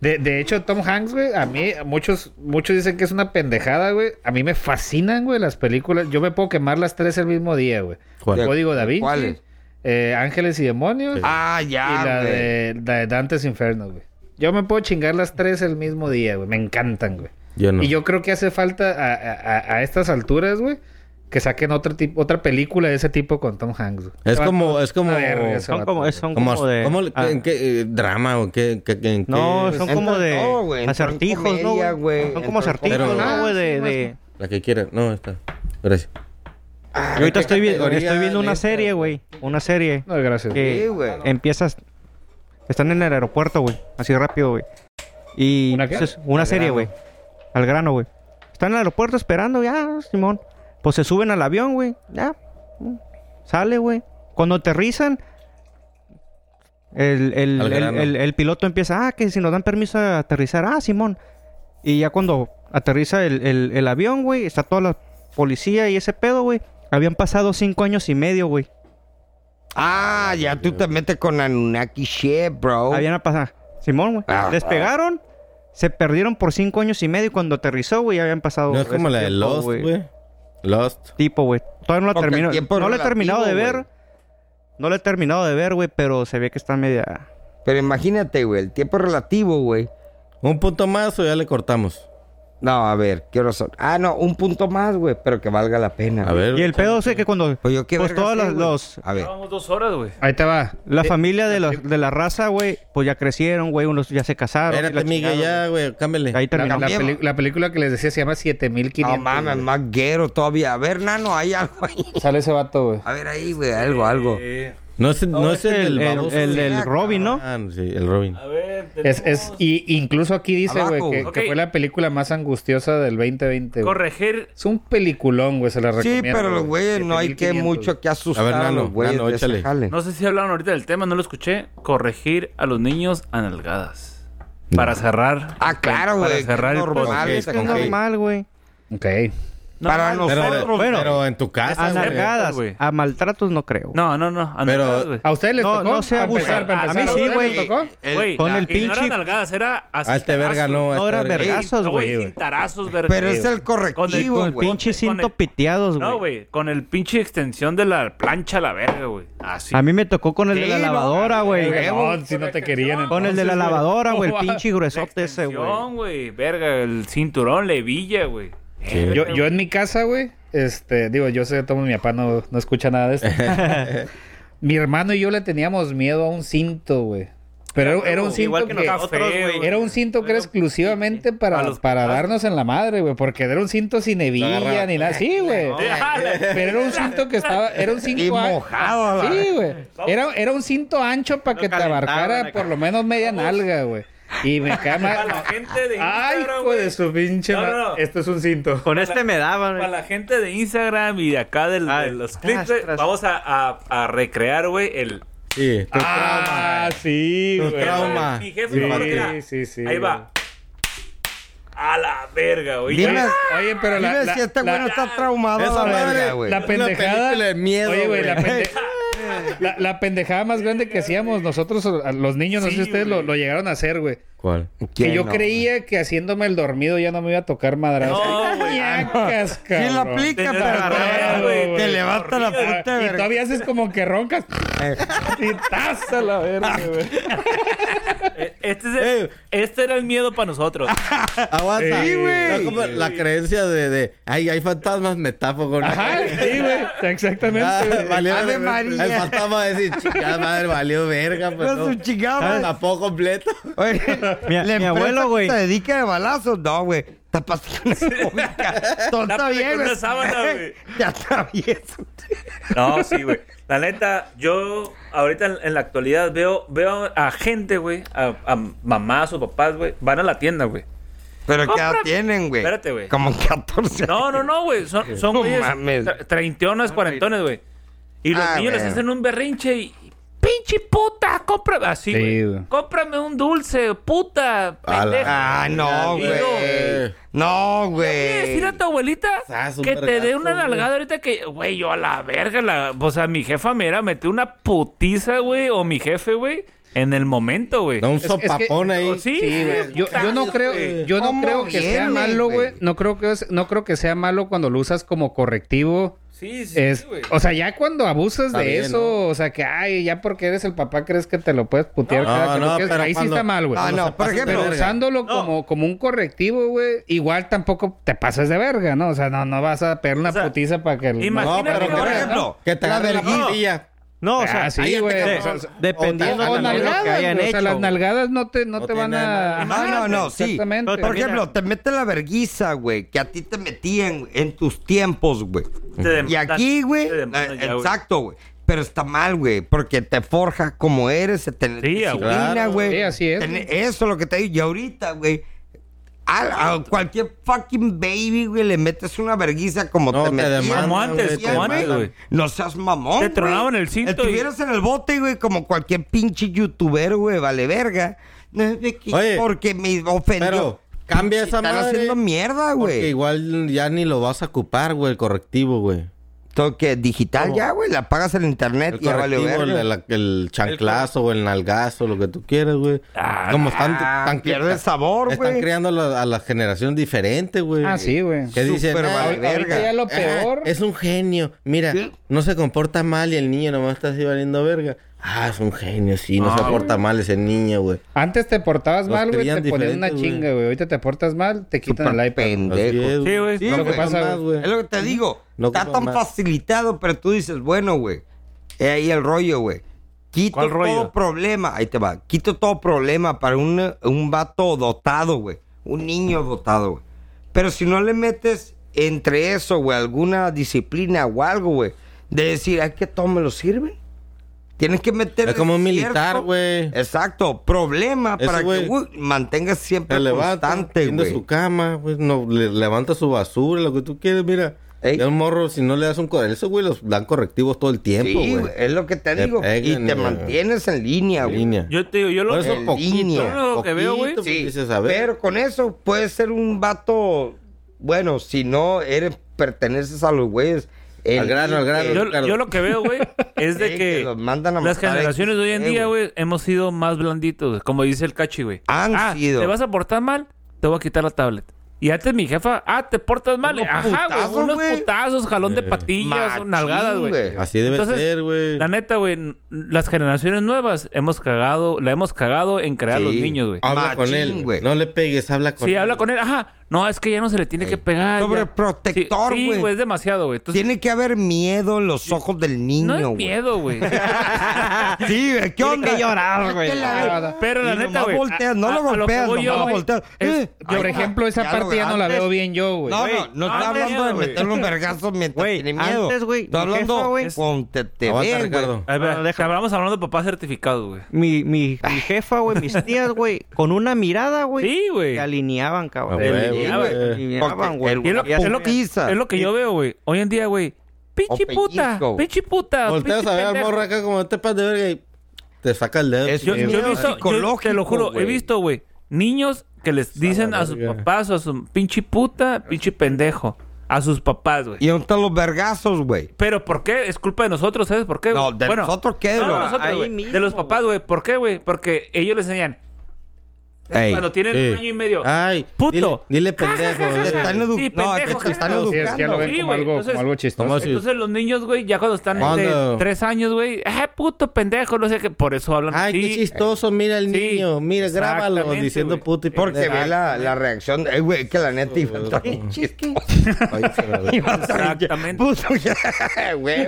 Speaker 7: De, de hecho, Tom Hanks, güey, a mí, muchos, muchos dicen que es una pendejada, güey. A mí me fascinan, güey, las películas. Yo me puedo quemar las tres el mismo día, güey.
Speaker 5: ¿Cuál?
Speaker 7: Código Da Vinci,
Speaker 2: ¿Cuáles?
Speaker 7: eh, Ángeles y Demonios
Speaker 2: Ah, ya,
Speaker 7: y la
Speaker 2: güey.
Speaker 7: de, la de Dantes Inferno, güey. Yo me puedo chingar las tres el mismo día, güey. Me encantan, güey.
Speaker 5: Yo no.
Speaker 7: Y yo creo que hace falta a, a- a- a estas alturas, güey, que saquen otro tipo, otra película de ese tipo con Tom Hanks. güey.
Speaker 5: Es
Speaker 7: Ese
Speaker 5: como-
Speaker 7: vato-
Speaker 5: es como-
Speaker 7: A ver, ese
Speaker 3: Son
Speaker 7: vato,
Speaker 3: como,
Speaker 7: güey.
Speaker 3: son
Speaker 5: ¿Cómo,
Speaker 3: como de...
Speaker 5: cómo le-
Speaker 3: ah,
Speaker 5: ¿En qué eh, drama o qué? qué- qué- en
Speaker 3: no,
Speaker 5: qué-
Speaker 3: son
Speaker 2: Entra
Speaker 3: como
Speaker 2: en
Speaker 3: de
Speaker 2: todo, güey. Entra en
Speaker 3: acertijos, ¿no,
Speaker 2: comedia,
Speaker 3: güey?
Speaker 2: güey.
Speaker 3: Son
Speaker 2: Entra en
Speaker 3: como acertijos,
Speaker 5: comedia.
Speaker 3: ¿no, güey?
Speaker 7: Ah, sí,
Speaker 3: De,
Speaker 7: más
Speaker 3: de-
Speaker 5: La que quiera. No, está. Gracias.
Speaker 3: Yo ahorita estoy, vi-
Speaker 5: categoría
Speaker 3: estoy viendo
Speaker 5: de
Speaker 3: una
Speaker 5: esta,
Speaker 3: serie, güey. Una serie
Speaker 7: No, gracias.
Speaker 2: Sí,
Speaker 3: que
Speaker 2: güey.
Speaker 3: empiezas... Están en el aeropuerto, güey. Así rápido, güey. Y...
Speaker 7: ¿Una qué?
Speaker 3: pues, una serie,
Speaker 7: grano.
Speaker 3: güey. Al grano, güey. Están en el aeropuerto esperando, ya, Simón. Pues se suben al avión, güey. Ya. mm, Sale, güey. Cuando aterrizan, el, el-
Speaker 5: Al
Speaker 3: el-
Speaker 5: grano.
Speaker 3: el- el piloto empieza, ah, que si nos dan permiso de aterrizar, ah, Simón. Y ya cuando aterriza el, el- el avión, güey, está toda la policía y ese pedo, güey. Habían pasado cinco años y medio, güey.
Speaker 2: Ah, ya tú te metes con Anunnaki shit, bro.
Speaker 3: Habían pasado. Simón, güey.
Speaker 2: Ah,
Speaker 3: Despegaron. Se perdieron por cinco años y medio y cuando aterrizó, güey, ya habían pasado.
Speaker 5: No es como
Speaker 3: ese
Speaker 5: la de
Speaker 3: tiempo,
Speaker 5: Lost, güey. Lost.
Speaker 3: Tipo, güey. Todavía no la
Speaker 2: Porque el
Speaker 3: termino.
Speaker 2: tiempo es
Speaker 3: No la he
Speaker 2: relativo,
Speaker 3: terminado de
Speaker 2: güey.
Speaker 3: ver. No la he terminado de ver, güey, pero se ve que está media.
Speaker 2: Pero imagínate, güey, el tiempo relativo, güey.
Speaker 5: Un punto más o ya le cortamos.
Speaker 2: No, a ver, ¿qué horas son? Ah, no, un punto más, güey, pero que valga la pena.
Speaker 5: A
Speaker 2: güey.
Speaker 5: ver.
Speaker 3: Y el pedo es que cuando.
Speaker 2: Pues yo qué
Speaker 3: Pues
Speaker 2: verga sé,
Speaker 3: todos los-
Speaker 2: güey.
Speaker 3: los-
Speaker 2: A ver.
Speaker 1: Llevamos dos horas, güey.
Speaker 7: Ahí te va.
Speaker 3: La familia de, los- de la raza, güey, pues ya crecieron, güey, unos ya se casaron. y la
Speaker 5: Espérate, Miguel,
Speaker 3: chingada,
Speaker 5: ya, güey, cámbiale.
Speaker 3: güey. Ahí
Speaker 7: La,
Speaker 3: terminamos.
Speaker 7: la peli- la película que les decía se llama 7500.
Speaker 2: No mames,
Speaker 7: güey.
Speaker 2: más guero todavía. A ver, nano, hay algo ahí.
Speaker 7: Sale ese vato, güey.
Speaker 2: A ver ahí, güey, algo, algo.
Speaker 1: Eh,
Speaker 5: No es, no es el,
Speaker 3: el, el,
Speaker 5: baboso.
Speaker 3: el del Robin, ¿no?
Speaker 5: Ah, sí, el Robin.
Speaker 1: a ver,
Speaker 7: Es,
Speaker 1: tenemos-
Speaker 7: es, y incluso aquí dice, güey,
Speaker 2: Abajo,
Speaker 7: que,
Speaker 1: ok.
Speaker 7: que fue la película más angustiosa del 2020. güey.
Speaker 1: corregir.
Speaker 7: Es un peliculón, güey, se la
Speaker 2: Sí,
Speaker 7: recomiendo.
Speaker 2: pero los güeyes no hay que
Speaker 7: 7500,
Speaker 2: mucho que asustar
Speaker 5: A ver,
Speaker 2: a,
Speaker 5: Nano,
Speaker 2: los güeyes
Speaker 5: Nano,
Speaker 2: de ese
Speaker 5: échale.
Speaker 2: jale.
Speaker 1: No sé si hablaron ahorita del tema, no lo escuché. Corregir a los niños a nalgadas. Para cerrar.
Speaker 2: Ah, claro,
Speaker 1: Para
Speaker 2: güey. que
Speaker 1: cerrar
Speaker 2: es
Speaker 1: el
Speaker 2: normal.
Speaker 5: podcast.
Speaker 3: Es que es
Speaker 5: Ok.
Speaker 3: normal, güey.
Speaker 7: güey. Ok.
Speaker 1: No,
Speaker 2: Para
Speaker 1: no,
Speaker 5: Pero,
Speaker 2: nosotros,
Speaker 3: bueno.
Speaker 5: pero eh. en tu casa,
Speaker 3: A
Speaker 5: güey.
Speaker 3: nalgadas,
Speaker 1: güey.
Speaker 3: a maltratos no creo.
Speaker 1: No, no, no. a
Speaker 5: Pero-
Speaker 1: nalgadas, güey.
Speaker 7: ¿A ustedes les
Speaker 3: No,
Speaker 7: tocó?
Speaker 3: no se
Speaker 7: Para
Speaker 3: abusa.
Speaker 7: empezar, para
Speaker 3: A mí
Speaker 7: empezar,
Speaker 3: sí,
Speaker 7: ¿a ustedes les
Speaker 3: güey.
Speaker 7: tocó?
Speaker 1: Güey,
Speaker 3: con
Speaker 1: la-
Speaker 3: el
Speaker 1: y No
Speaker 3: pinche-
Speaker 1: eran nalgadas, era
Speaker 5: Ah, este verga
Speaker 1: cintarazos.
Speaker 3: No,
Speaker 5: no. este
Speaker 3: era
Speaker 5: verga.
Speaker 3: vergazos,
Speaker 1: No, güey,
Speaker 3: güey.
Speaker 1: cintarazos, verga.
Speaker 2: Pero es el
Speaker 1: Con el-
Speaker 2: correctivo,
Speaker 3: Con el
Speaker 2: güey.
Speaker 3: pinche cinto
Speaker 1: con el-
Speaker 3: piteados, güey.
Speaker 1: No, güey. Con el pinche extensión de la plancha a la verga, güey. Así.
Speaker 3: A mí me tocó con el de la
Speaker 2: Sí, no,
Speaker 3: lavadora, güey.
Speaker 7: Güey, No, si no te querían.
Speaker 3: Con el de la
Speaker 7: entonces, güey.
Speaker 3: lavadora, güey, el
Speaker 7: Oh,
Speaker 3: pinche
Speaker 1: La
Speaker 3: gruesote ese, güey.
Speaker 1: extensión, güey. Verga, el cinturón, la hebilla, güey.
Speaker 5: Sí.
Speaker 7: Yo, yo en mi casa, güey, este, digo, yo sé, tomo mi papá no, no escucha nada
Speaker 1: [laughs]
Speaker 7: de esto. [laughs] mi hermano y yo le teníamos miedo a un cinto, güey. Pero era, era un cinto
Speaker 1: Igual
Speaker 7: que,
Speaker 1: que nosotros, güey.
Speaker 7: era un cinto que era exclusivamente para,
Speaker 1: a los
Speaker 7: para
Speaker 1: papás.
Speaker 7: darnos en la madre, güey, porque era un cinto sin hebilla
Speaker 5: agarraba.
Speaker 7: ni nada.
Speaker 1: [laughs]
Speaker 7: Sí, güey. Pero era un cinto que estaba, era un cinto
Speaker 2: Y
Speaker 7: a-
Speaker 2: mojado, la
Speaker 7: Sí, güey. Era, era un cinto ancho para que te abarcara por lo menos media nalga, güey.
Speaker 1: [laughs]
Speaker 7: Y me
Speaker 1: Para
Speaker 7: cama.
Speaker 1: la gente de
Speaker 7: Ay,
Speaker 1: Instagram,
Speaker 7: hijo
Speaker 1: güey.
Speaker 7: de su pinche.
Speaker 1: No, no,
Speaker 7: ma-
Speaker 1: no.
Speaker 7: Esto es un cinto.
Speaker 3: Con este me daban,
Speaker 1: Para
Speaker 3: güey.
Speaker 1: la gente de Instagram y de acá del- de los clips, güey,
Speaker 3: Astras.
Speaker 1: vamos a, a- a recrear, güey, el...
Speaker 5: Sí.
Speaker 7: Ah, sí,
Speaker 5: Tu
Speaker 7: güey.
Speaker 5: trauma.
Speaker 1: Mi jefe, me dijo, mira,
Speaker 7: Sí, sí, sí.
Speaker 1: Ahí va. A la verga, güey.
Speaker 2: Dime,
Speaker 1: Ya-
Speaker 7: Oye, pero la.
Speaker 2: dime
Speaker 7: la-
Speaker 2: si este
Speaker 7: la-
Speaker 2: güey no está traumado
Speaker 5: Esa
Speaker 2: a la
Speaker 5: madre,
Speaker 2: verga, güey.
Speaker 7: La
Speaker 5: Una
Speaker 7: pendejada.
Speaker 5: película de miedo,
Speaker 7: Oye, güey, la,
Speaker 5: güey.
Speaker 2: [laughs]
Speaker 7: pendeja- la, la pendejada más grande que hacíamos nosotros, a los niños, no sé si ustedes lo, lo llegaron a hacer, güey.
Speaker 5: ¿Cuál?
Speaker 2: ¿Quién
Speaker 7: Que yo
Speaker 2: no,
Speaker 7: creía que haciéndome el dormido ya no me iba a tocar madrazo. [laughs]
Speaker 1: No, güey.
Speaker 7: Ñacas,
Speaker 2: güey? Ah, Sí lo
Speaker 7: cabrón.
Speaker 2: aplica,
Speaker 1: Te-
Speaker 2: pero
Speaker 1: te-
Speaker 2: te-
Speaker 7: güey.
Speaker 2: te levanta la
Speaker 7: Ah,
Speaker 2: puta
Speaker 7: y
Speaker 2: verga.
Speaker 7: todavía haces como
Speaker 2: [laughs]
Speaker 7: que roncas. y taza la verga, güey.
Speaker 1: Eh, Este, es el-
Speaker 5: Ey.
Speaker 1: este era el miedo para nosotros.
Speaker 5: Aguanta.
Speaker 7: Sí, güey.
Speaker 5: Está como la creencia de, de ay, hay fantasmas, me tapo con
Speaker 7: Ajá, sí, güey.
Speaker 5: Ah,
Speaker 7: Exactamente. güey.
Speaker 5: valió
Speaker 2: Ave
Speaker 5: verga.
Speaker 2: María.
Speaker 5: El fantasma va a decir, chingada madre, valió verga, pues.
Speaker 2: Pero
Speaker 5: No,
Speaker 2: su chingada
Speaker 5: Me
Speaker 2: madre.
Speaker 5: tapó completo. [laughs]
Speaker 2: Oye, [laughs]
Speaker 3: Mi-
Speaker 2: la
Speaker 3: mi
Speaker 2: empresa
Speaker 3: abuelo,
Speaker 2: que
Speaker 3: güey.
Speaker 2: se dedica de balazos? No, güey. Tapaste con una cobija. Todo está
Speaker 1: Tápate
Speaker 2: bien,
Speaker 1: con una sábana,
Speaker 2: [laughs]
Speaker 1: güey.
Speaker 2: Te atravieso.
Speaker 1: No, sí, güey. La neta, yo ahorita en, en la actualidad veo, veo a gente, güey, a, a mamás o papás, güey, van a la tienda, güey.
Speaker 2: Pero ¿qué edad
Speaker 1: Compra-
Speaker 2: tienen, güey?
Speaker 1: Espérate, güey.
Speaker 2: Como 14
Speaker 1: No, no, no, güey.
Speaker 2: [laughs]
Speaker 1: Son, son
Speaker 2: No
Speaker 1: güeyes
Speaker 2: mames.
Speaker 1: tre- treintones, cuarentones, güey. Y los
Speaker 2: Ah,
Speaker 1: niños les
Speaker 2: bueno.
Speaker 1: hacen un berrinche y... ¡Pinche puta! ¡Cómprame! Así,
Speaker 7: Sí,
Speaker 1: güey.
Speaker 7: güey.
Speaker 1: ¡Cómprame un dulce! ¡Puta!
Speaker 5: A la-
Speaker 1: pendeja.
Speaker 2: Ah, no,
Speaker 1: Mira,
Speaker 2: güey.
Speaker 5: Eh,
Speaker 2: No,
Speaker 1: ¿Quieres
Speaker 2: güey.
Speaker 1: decir a tu abuelita
Speaker 5: Sas, un
Speaker 1: que te dé
Speaker 5: vergazo,
Speaker 1: una nalgada ahorita que, güey, yo a la verga, la, o sea, mi jefa me era metió una putiza, güey, o mi jefe, güey, en el momento, güey.
Speaker 5: Da un
Speaker 7: que-
Speaker 5: sopapón
Speaker 1: Oh,
Speaker 5: ahí.
Speaker 1: sí,
Speaker 7: Sí, güey. Yo, yo no creo, yo no
Speaker 2: ¿Cómo
Speaker 7: creo que
Speaker 2: viene,
Speaker 7: sea malo, güey.
Speaker 2: güey?
Speaker 7: No creo que es- no creo que sea malo cuando lo usas como correctivo.
Speaker 1: Sí, sí,
Speaker 7: Es,
Speaker 1: sí, güey.
Speaker 7: o sea, ya cuando abusas
Speaker 5: Está
Speaker 7: de
Speaker 5: bien,
Speaker 7: eso,
Speaker 5: ¿no?
Speaker 7: o sea que ay, ya porque eres el papá crees que te lo puedes putear
Speaker 5: No,
Speaker 7: cada que lo
Speaker 5: no,
Speaker 7: quieres.
Speaker 5: pero
Speaker 7: ahí sí
Speaker 5: cuando-
Speaker 7: está mal, güey.
Speaker 2: Ah, no, por ejemplo.
Speaker 7: Pero usándolo como, como un correctivo, güey, igual tampoco te pasas de verga, ¿no? O sea, no, no vas a pegar una
Speaker 1: O sea,
Speaker 7: putiza para que...
Speaker 1: imagínate
Speaker 5: No, pero
Speaker 1: Imagínate,
Speaker 5: por
Speaker 1: ahora,
Speaker 5: ejemplo, que te
Speaker 2: la
Speaker 5: agarre la
Speaker 2: vergüenza.
Speaker 5: patilla.
Speaker 3: No, o sea,
Speaker 7: Ah, sí,
Speaker 5: cállate,
Speaker 7: güey.
Speaker 5: cabrón.
Speaker 7: O sea, o sea,
Speaker 3: dependiendo
Speaker 5: o
Speaker 7: o
Speaker 3: de
Speaker 5: nalgadas,
Speaker 3: lo que hayan
Speaker 7: güey. O sea,
Speaker 3: hecho.
Speaker 7: las
Speaker 3: güey.
Speaker 7: nalgadas no te, no
Speaker 5: No
Speaker 7: te van
Speaker 5: tiene nada.
Speaker 7: a...
Speaker 2: No, no, no, sí.
Speaker 7: Ah, Exactamente.
Speaker 2: Por ejemplo, te mete la verguiza, güey, que a ti te metían güey, en tus tiempos, güey.
Speaker 1: Te dem-
Speaker 2: Y aquí, güey,
Speaker 1: te demandan
Speaker 2: eh,
Speaker 1: ya, güey.
Speaker 2: exacto, güey. Pero está mal, güey, porque te forja como eres, se te
Speaker 1: Sí, a
Speaker 2: disciplina,
Speaker 5: huevo.
Speaker 2: güey.
Speaker 7: Sí, así es.
Speaker 2: Ten- Eso es lo que te digo. Y ahorita, güey, a, a cualquier fucking baby, güey, le metes una verguiza como
Speaker 5: No,
Speaker 2: te
Speaker 5: te
Speaker 2: metían.
Speaker 5: demandan,
Speaker 1: Como antes,
Speaker 5: güey,
Speaker 2: te
Speaker 1: como antes,
Speaker 2: demandan.
Speaker 1: güey.
Speaker 2: No seas mamón,
Speaker 1: Te
Speaker 2: güey.
Speaker 1: tronaban el cinto y-
Speaker 2: Estuvieras en el bote, güey, como cualquier pinche youtuber, güey, vale verga. No, de que-
Speaker 5: Oye,
Speaker 2: porque me ofendió.
Speaker 5: Pero cambia esa
Speaker 2: Están
Speaker 5: madre.
Speaker 2: haciendo mierda, Ah,
Speaker 5: Porque
Speaker 2: güey.
Speaker 5: igual ya ni lo vas a ocupar, güey, el correctivo, güey.
Speaker 2: Todo que digital ya, güey. La pagas en internet
Speaker 5: El
Speaker 2: y ya vale
Speaker 5: correctivo,
Speaker 2: verga.
Speaker 5: el, el- el chanclazo o el nalgazo, lo que tú quieras, güey. Como están, están
Speaker 2: Ah, pierde el sabor,
Speaker 5: Están
Speaker 2: güey.
Speaker 5: creando la- a la generación diferente, güey.
Speaker 7: Ah, sí, güey.
Speaker 5: Que dicen,
Speaker 2: Súper
Speaker 5: "Ah,
Speaker 2: vale
Speaker 5: ahorita
Speaker 2: verga".
Speaker 7: ya lo
Speaker 5: ah,
Speaker 7: peor.
Speaker 5: es un genio. Mira, no se comporta mal y el niño nomás está así valiendo verga. Ah, es un genio, sí, no
Speaker 2: Ah,
Speaker 5: se porta mal ese niño, güey.
Speaker 7: Antes te portabas
Speaker 5: Los
Speaker 7: mal, güey,
Speaker 5: crían
Speaker 7: te ponían una
Speaker 5: diferentes, güey.
Speaker 7: chinga, güey. Ahorita te portas mal, te quitan
Speaker 2: Súper
Speaker 7: el iPad.
Speaker 5: Así
Speaker 2: pendejo.
Speaker 5: es,
Speaker 1: Sí, güey.
Speaker 2: Sí,
Speaker 5: No
Speaker 2: güey.
Speaker 5: ocupan
Speaker 7: pasa,
Speaker 5: más,
Speaker 7: güey.
Speaker 5: güey.
Speaker 2: Es lo que te digo.
Speaker 5: No
Speaker 2: está
Speaker 5: ocupas
Speaker 2: tan
Speaker 5: más.
Speaker 2: facilitado, pero tú dices, bueno, güey. Es ahí el rollo, güey. Quito
Speaker 1: ¿Cuál
Speaker 2: todo
Speaker 1: rollo?
Speaker 2: problema. Ahí te va. Quito todo problema para un, un vato dotado, güey. Un niño dotado, güey. Pero si no le metes entre eso, güey, alguna disciplina o algo, güey. De decir, ay, que todo me lo sirve. Tienes que meter.
Speaker 5: Es como un militar, güey.
Speaker 2: Exacto. Problema
Speaker 5: Ese
Speaker 2: para
Speaker 5: güey
Speaker 2: que güey, mantengas siempre
Speaker 5: Se levanta,
Speaker 2: constante,
Speaker 5: tiende
Speaker 2: güey.
Speaker 5: su cama, pues, no, le- levanta su basura, lo que tú quieres, mira.
Speaker 2: Ey.
Speaker 5: Ya un morro, si no le das un correctivo, esos güey los dan correctivos todo el tiempo,
Speaker 2: Sí,
Speaker 5: güey.
Speaker 2: güey, es lo que te
Speaker 5: Te
Speaker 2: digo.
Speaker 5: pegan,
Speaker 2: y te
Speaker 5: güey.
Speaker 2: mantienes en línea, güey.
Speaker 5: Línea.
Speaker 1: Yo te digo, yo lo
Speaker 5: Por
Speaker 2: en
Speaker 5: eso poquito.
Speaker 2: línea.
Speaker 5: Yo lo que veo, güey. pues,
Speaker 2: Sí,
Speaker 5: dices, a ver.
Speaker 2: pero con eso puedes ser un vato, bueno, si no eres, perteneces a los güeyes. el-
Speaker 5: Al grano, al grano.
Speaker 2: el-
Speaker 5: Yo-
Speaker 1: Yo lo que veo, güey, es de
Speaker 2: Sí,
Speaker 1: que
Speaker 2: que los mandan a
Speaker 1: las
Speaker 2: matar a
Speaker 1: generaciones de hoy en
Speaker 2: XY,
Speaker 1: día,
Speaker 2: güey.
Speaker 1: güey, hemos sido más blanditos, güey, como dice el cachi, güey.
Speaker 2: Han
Speaker 1: ah,
Speaker 2: sido.
Speaker 1: te vas a portar mal, te voy a quitar la tablet. Y antes mi jefa, ah, te portas mal.
Speaker 2: Unos
Speaker 1: Ajá,
Speaker 2: putazos,
Speaker 1: güey, unos
Speaker 2: güey.
Speaker 1: putazos, jalón de patillas,
Speaker 2: Machín,
Speaker 1: nalgadas, güey.
Speaker 2: güey.
Speaker 5: Así debe
Speaker 1: Entonces,
Speaker 5: ser, güey.
Speaker 1: La neta, güey, n- las generaciones nuevas hemos cagado, la hemos cagado en crear
Speaker 2: Sí. Ah,
Speaker 1: los niños, güey.
Speaker 5: Habla con
Speaker 2: Machín,
Speaker 5: él.
Speaker 2: güey.
Speaker 5: No le pegues, habla con
Speaker 1: Sí,
Speaker 5: él.
Speaker 1: habla con él, ajá. No, es que ya no se le tiene que pegar. ya.
Speaker 2: Sobreprotector,
Speaker 1: Sí, Sí,
Speaker 2: güey.
Speaker 1: güey, es demasiado, güey. Entonces,
Speaker 2: Tiene que haber miedo en los ojos del
Speaker 1: no es
Speaker 2: niño, güey.
Speaker 1: miedo, güey.
Speaker 2: [laughs] sí, güey, ¿qué onda?
Speaker 7: llorar,
Speaker 2: Es
Speaker 7: güey.
Speaker 2: que la-
Speaker 7: No, no.
Speaker 1: Pero la
Speaker 2: Y
Speaker 1: neta,
Speaker 2: nomás
Speaker 1: güey.
Speaker 2: volteas, no
Speaker 1: a-
Speaker 2: lo
Speaker 1: a- a que
Speaker 2: golpeas,
Speaker 1: voy yo,
Speaker 2: nomás
Speaker 1: güey,
Speaker 2: volteas.
Speaker 1: es-
Speaker 2: Eh,
Speaker 7: Por
Speaker 2: Ay,
Speaker 7: ejemplo, esa
Speaker 2: ya lo
Speaker 7: parte ya no la
Speaker 2: antes-
Speaker 7: veo bien yo, güey.
Speaker 2: No, no, no
Speaker 1: Ah,
Speaker 2: está
Speaker 1: güey,
Speaker 2: hablando de
Speaker 1: güey.
Speaker 2: meterle un vergazo mientras
Speaker 3: Güey,
Speaker 2: tiene miedo.
Speaker 3: antes, güey,
Speaker 2: Está
Speaker 3: mi
Speaker 2: hablando,
Speaker 3: jefa, güey.
Speaker 2: ponte te
Speaker 5: Aguanta,
Speaker 2: ve, güey.
Speaker 5: Ricardo.
Speaker 1: A ver,
Speaker 3: Bueno, deja-
Speaker 1: acabamos hablando de papás certificados, güey.
Speaker 3: Mi, mi, mi jefa, güey, mis tías, güey, con una mirada, güey,
Speaker 1: Sí, güey.
Speaker 3: te alineaban,
Speaker 5: Ah,
Speaker 3: cabrón.
Speaker 5: güey,
Speaker 1: el-
Speaker 5: güey.
Speaker 1: ya, güey.
Speaker 3: Alineaban, güey.
Speaker 2: Porque el-
Speaker 3: Y así-
Speaker 1: es lo
Speaker 2: putiza.
Speaker 1: Es lo que yo veo, güey. Hoy en día, güey. Pinche
Speaker 2: pellizco,
Speaker 1: puta,
Speaker 2: güey.
Speaker 1: pinche puta.
Speaker 5: Volteas
Speaker 1: Ah, pinche
Speaker 5: a ver al
Speaker 1: pendejo.
Speaker 5: morro acá como te pasas de verga y te saca el dedo.
Speaker 2: Es-
Speaker 1: Yo, yo he
Speaker 2: miedo
Speaker 1: visto, yo,
Speaker 2: psicológico,
Speaker 1: te lo juro, he
Speaker 2: güey.
Speaker 1: visto, güey, niños que les dicen a sus
Speaker 5: verga.
Speaker 1: papás o a su pinche puta, pinche pendejo. A sus papás, güey.
Speaker 2: Y dónde están los vergazos, güey.
Speaker 1: Pero ¿por qué? Es culpa de nosotros, ¿sabes por qué? güey?
Speaker 2: No, de nosotros qué,
Speaker 1: no, de
Speaker 2: güey.
Speaker 1: nosotros,
Speaker 3: Ahí
Speaker 1: güey.
Speaker 3: mismo,
Speaker 1: De los papás, güey. ¿Por qué, güey? Porque ellos les enseñan.
Speaker 2: Ey.
Speaker 1: Cuando tienen
Speaker 5: Sí.
Speaker 1: un año y medio. [laughs]
Speaker 5: Ay,
Speaker 1: Puto.
Speaker 5: Dile, dile pendejo.
Speaker 2: Te
Speaker 5: dile-
Speaker 2: están edu-
Speaker 1: Sí,
Speaker 2: no,
Speaker 1: pendejo,
Speaker 2: te- te están
Speaker 1: claro.
Speaker 7: Sí, es que ya lo
Speaker 2: educando.
Speaker 7: ven
Speaker 1: Sí,
Speaker 7: como,
Speaker 1: güey,
Speaker 7: algo,
Speaker 1: entonces-
Speaker 7: como algo
Speaker 5: ¿Cómo
Speaker 7: chistoso.
Speaker 5: así?
Speaker 1: Entonces los niños, güey, ya cuando están de
Speaker 5: ¿Cuándo?
Speaker 1: tres años, güey, ¡eh, puto pendejo! No sé qué, por eso hablan
Speaker 5: Ay,
Speaker 1: así.
Speaker 5: qué chistoso, mira el
Speaker 1: Sí,
Speaker 5: niño. Mira, grábalo
Speaker 1: exactamente,
Speaker 5: diciendo
Speaker 1: güey.
Speaker 5: puto y
Speaker 2: Porque
Speaker 5: pendejo.
Speaker 2: ve la, la reacción. Eh, güey, que la neta iba a estar bien chiste.
Speaker 5: Ay, se la
Speaker 7: [laughs]
Speaker 5: ve.
Speaker 2: Iba a estar bien
Speaker 1: Exactamente.
Speaker 2: Puto, [laughs] güey.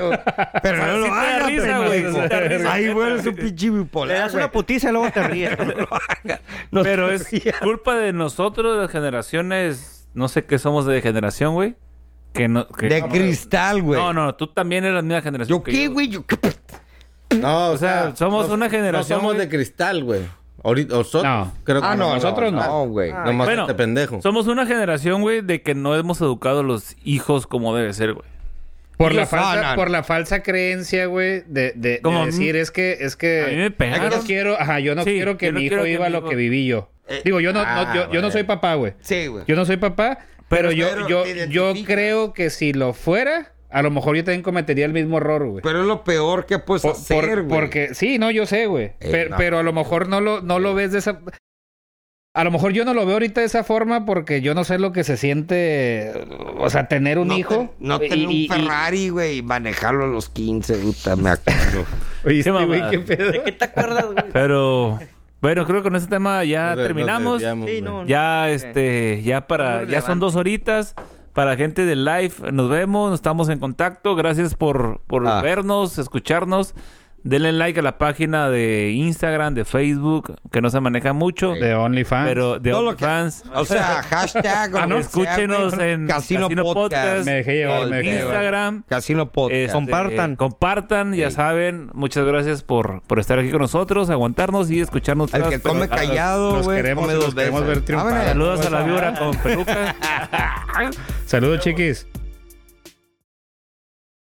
Speaker 2: Pero no
Speaker 1: Sí
Speaker 2: lo
Speaker 1: te da
Speaker 2: hagas,
Speaker 1: risa,
Speaker 2: pendejo.
Speaker 1: güey, sí te da risa.
Speaker 2: Ay, güey, es un pinche bipolar.
Speaker 3: Le das una
Speaker 2: güey.
Speaker 3: putiza y luego te ríes. [laughs]
Speaker 2: No
Speaker 1: Pero
Speaker 2: te
Speaker 1: es
Speaker 2: rías.
Speaker 1: culpa de nosotros, de las generaciones, no sé qué somos de generación, güey. Que no, que-
Speaker 2: De cristal, güey.
Speaker 1: No, no, tú también eres la misma generación.
Speaker 2: ¿Yo qué, güey? ¿Yo qué?
Speaker 5: No,
Speaker 1: O sea, somos una generación,
Speaker 5: No somos
Speaker 1: güey.
Speaker 5: de cristal, güey. Ahorita, nosotros.
Speaker 7: No.
Speaker 5: Creo que
Speaker 2: Ah, no,
Speaker 7: nosotros no.
Speaker 2: No, güey.
Speaker 5: Nomás
Speaker 1: Bueno,
Speaker 5: este pendejo.
Speaker 1: Somos una generación, güey, de que no hemos educado a los hijos como debe ser, güey.
Speaker 7: Por la,
Speaker 2: Ellos
Speaker 7: falsa,
Speaker 2: sanan.
Speaker 7: por la falsa creencia, güey, de, de- de
Speaker 1: Como-
Speaker 7: decir es que es que
Speaker 1: A mí me pegaron.
Speaker 7: yo no quiero, ajá, yo no
Speaker 1: Sí,
Speaker 7: quiero que
Speaker 1: yo no
Speaker 7: mi hijo
Speaker 1: quiero que
Speaker 7: viva
Speaker 1: mi
Speaker 7: lo
Speaker 1: hijo-
Speaker 7: que viví yo. Digo, yo no, no-
Speaker 5: ah,
Speaker 7: yo, yo no
Speaker 5: güey.
Speaker 7: soy papá, güey.
Speaker 2: Sí, güey.
Speaker 7: Yo no soy papá, pero,
Speaker 2: pero
Speaker 7: yo yo
Speaker 2: te
Speaker 7: yo
Speaker 2: identificas.
Speaker 7: creo que si lo fuera, a lo mejor yo también cometería el mismo error, güey.
Speaker 2: Pero es lo peor que puedes
Speaker 7: Por- por-
Speaker 2: hacer, güey.
Speaker 7: porque sí, no, yo sé, güey.
Speaker 2: Eh,
Speaker 7: pero,
Speaker 2: no.
Speaker 7: pero a lo mejor no lo no lo ves de esa a lo mejor yo no lo veo ahorita de esa forma porque yo no sé lo que se siente, o sea, tener un
Speaker 2: no
Speaker 7: hijo.
Speaker 2: te- no
Speaker 7: y-
Speaker 2: tener
Speaker 7: y-
Speaker 2: un
Speaker 7: y-
Speaker 2: Ferrari, güey, y manejarlo a los 15, puta, me acuerdo.
Speaker 7: Oye,
Speaker 1: Qué
Speaker 7: sí, güey,
Speaker 1: mamada.
Speaker 7: qué pedo.
Speaker 1: Pero, bueno, creo que con este tema ya
Speaker 5: Nos de- nos
Speaker 1: terminamos.
Speaker 5: desviamos,
Speaker 3: Sí,
Speaker 5: güey.
Speaker 3: no, no.
Speaker 1: Ya, este, ya para, ya son dos horitas. Para gente de live, nos vemos, nos estamos en contacto. Gracias por, por
Speaker 2: Ah.
Speaker 1: vernos, escucharnos. Denle like a la página de Instagram, de Facebook, que no se maneja mucho.
Speaker 7: De OnlyFans.
Speaker 1: Pero de
Speaker 2: Todo lo que-
Speaker 1: OnlyFans.
Speaker 2: O
Speaker 7: [laughs]
Speaker 2: sea, hashtag. o
Speaker 1: Ah, ¿no?
Speaker 2: lo que sea,
Speaker 1: Escúchenos
Speaker 2: güey,
Speaker 1: en
Speaker 2: Casino,
Speaker 1: Casino
Speaker 2: Podcast.
Speaker 1: Podcast,
Speaker 7: Me dejé llevar,
Speaker 2: No,
Speaker 7: me dejé llevar.
Speaker 1: Instagram.
Speaker 2: Casino Podcast.
Speaker 1: Este,
Speaker 3: Compartan.
Speaker 1: Compartan, ya saben. Muchas gracias por, por estar aquí con nosotros, aguantarnos y escucharnos.
Speaker 2: El
Speaker 1: todas
Speaker 2: que
Speaker 1: las
Speaker 2: come
Speaker 1: pendejadas.
Speaker 2: callado,
Speaker 7: Los
Speaker 2: güey.
Speaker 7: queremos
Speaker 2: come
Speaker 7: y los
Speaker 2: dos
Speaker 7: queremos
Speaker 2: veces.
Speaker 7: ver triunfar.
Speaker 2: Vámonos.
Speaker 1: Saludos a la víbora con peluca.
Speaker 7: Saludos, chiquis.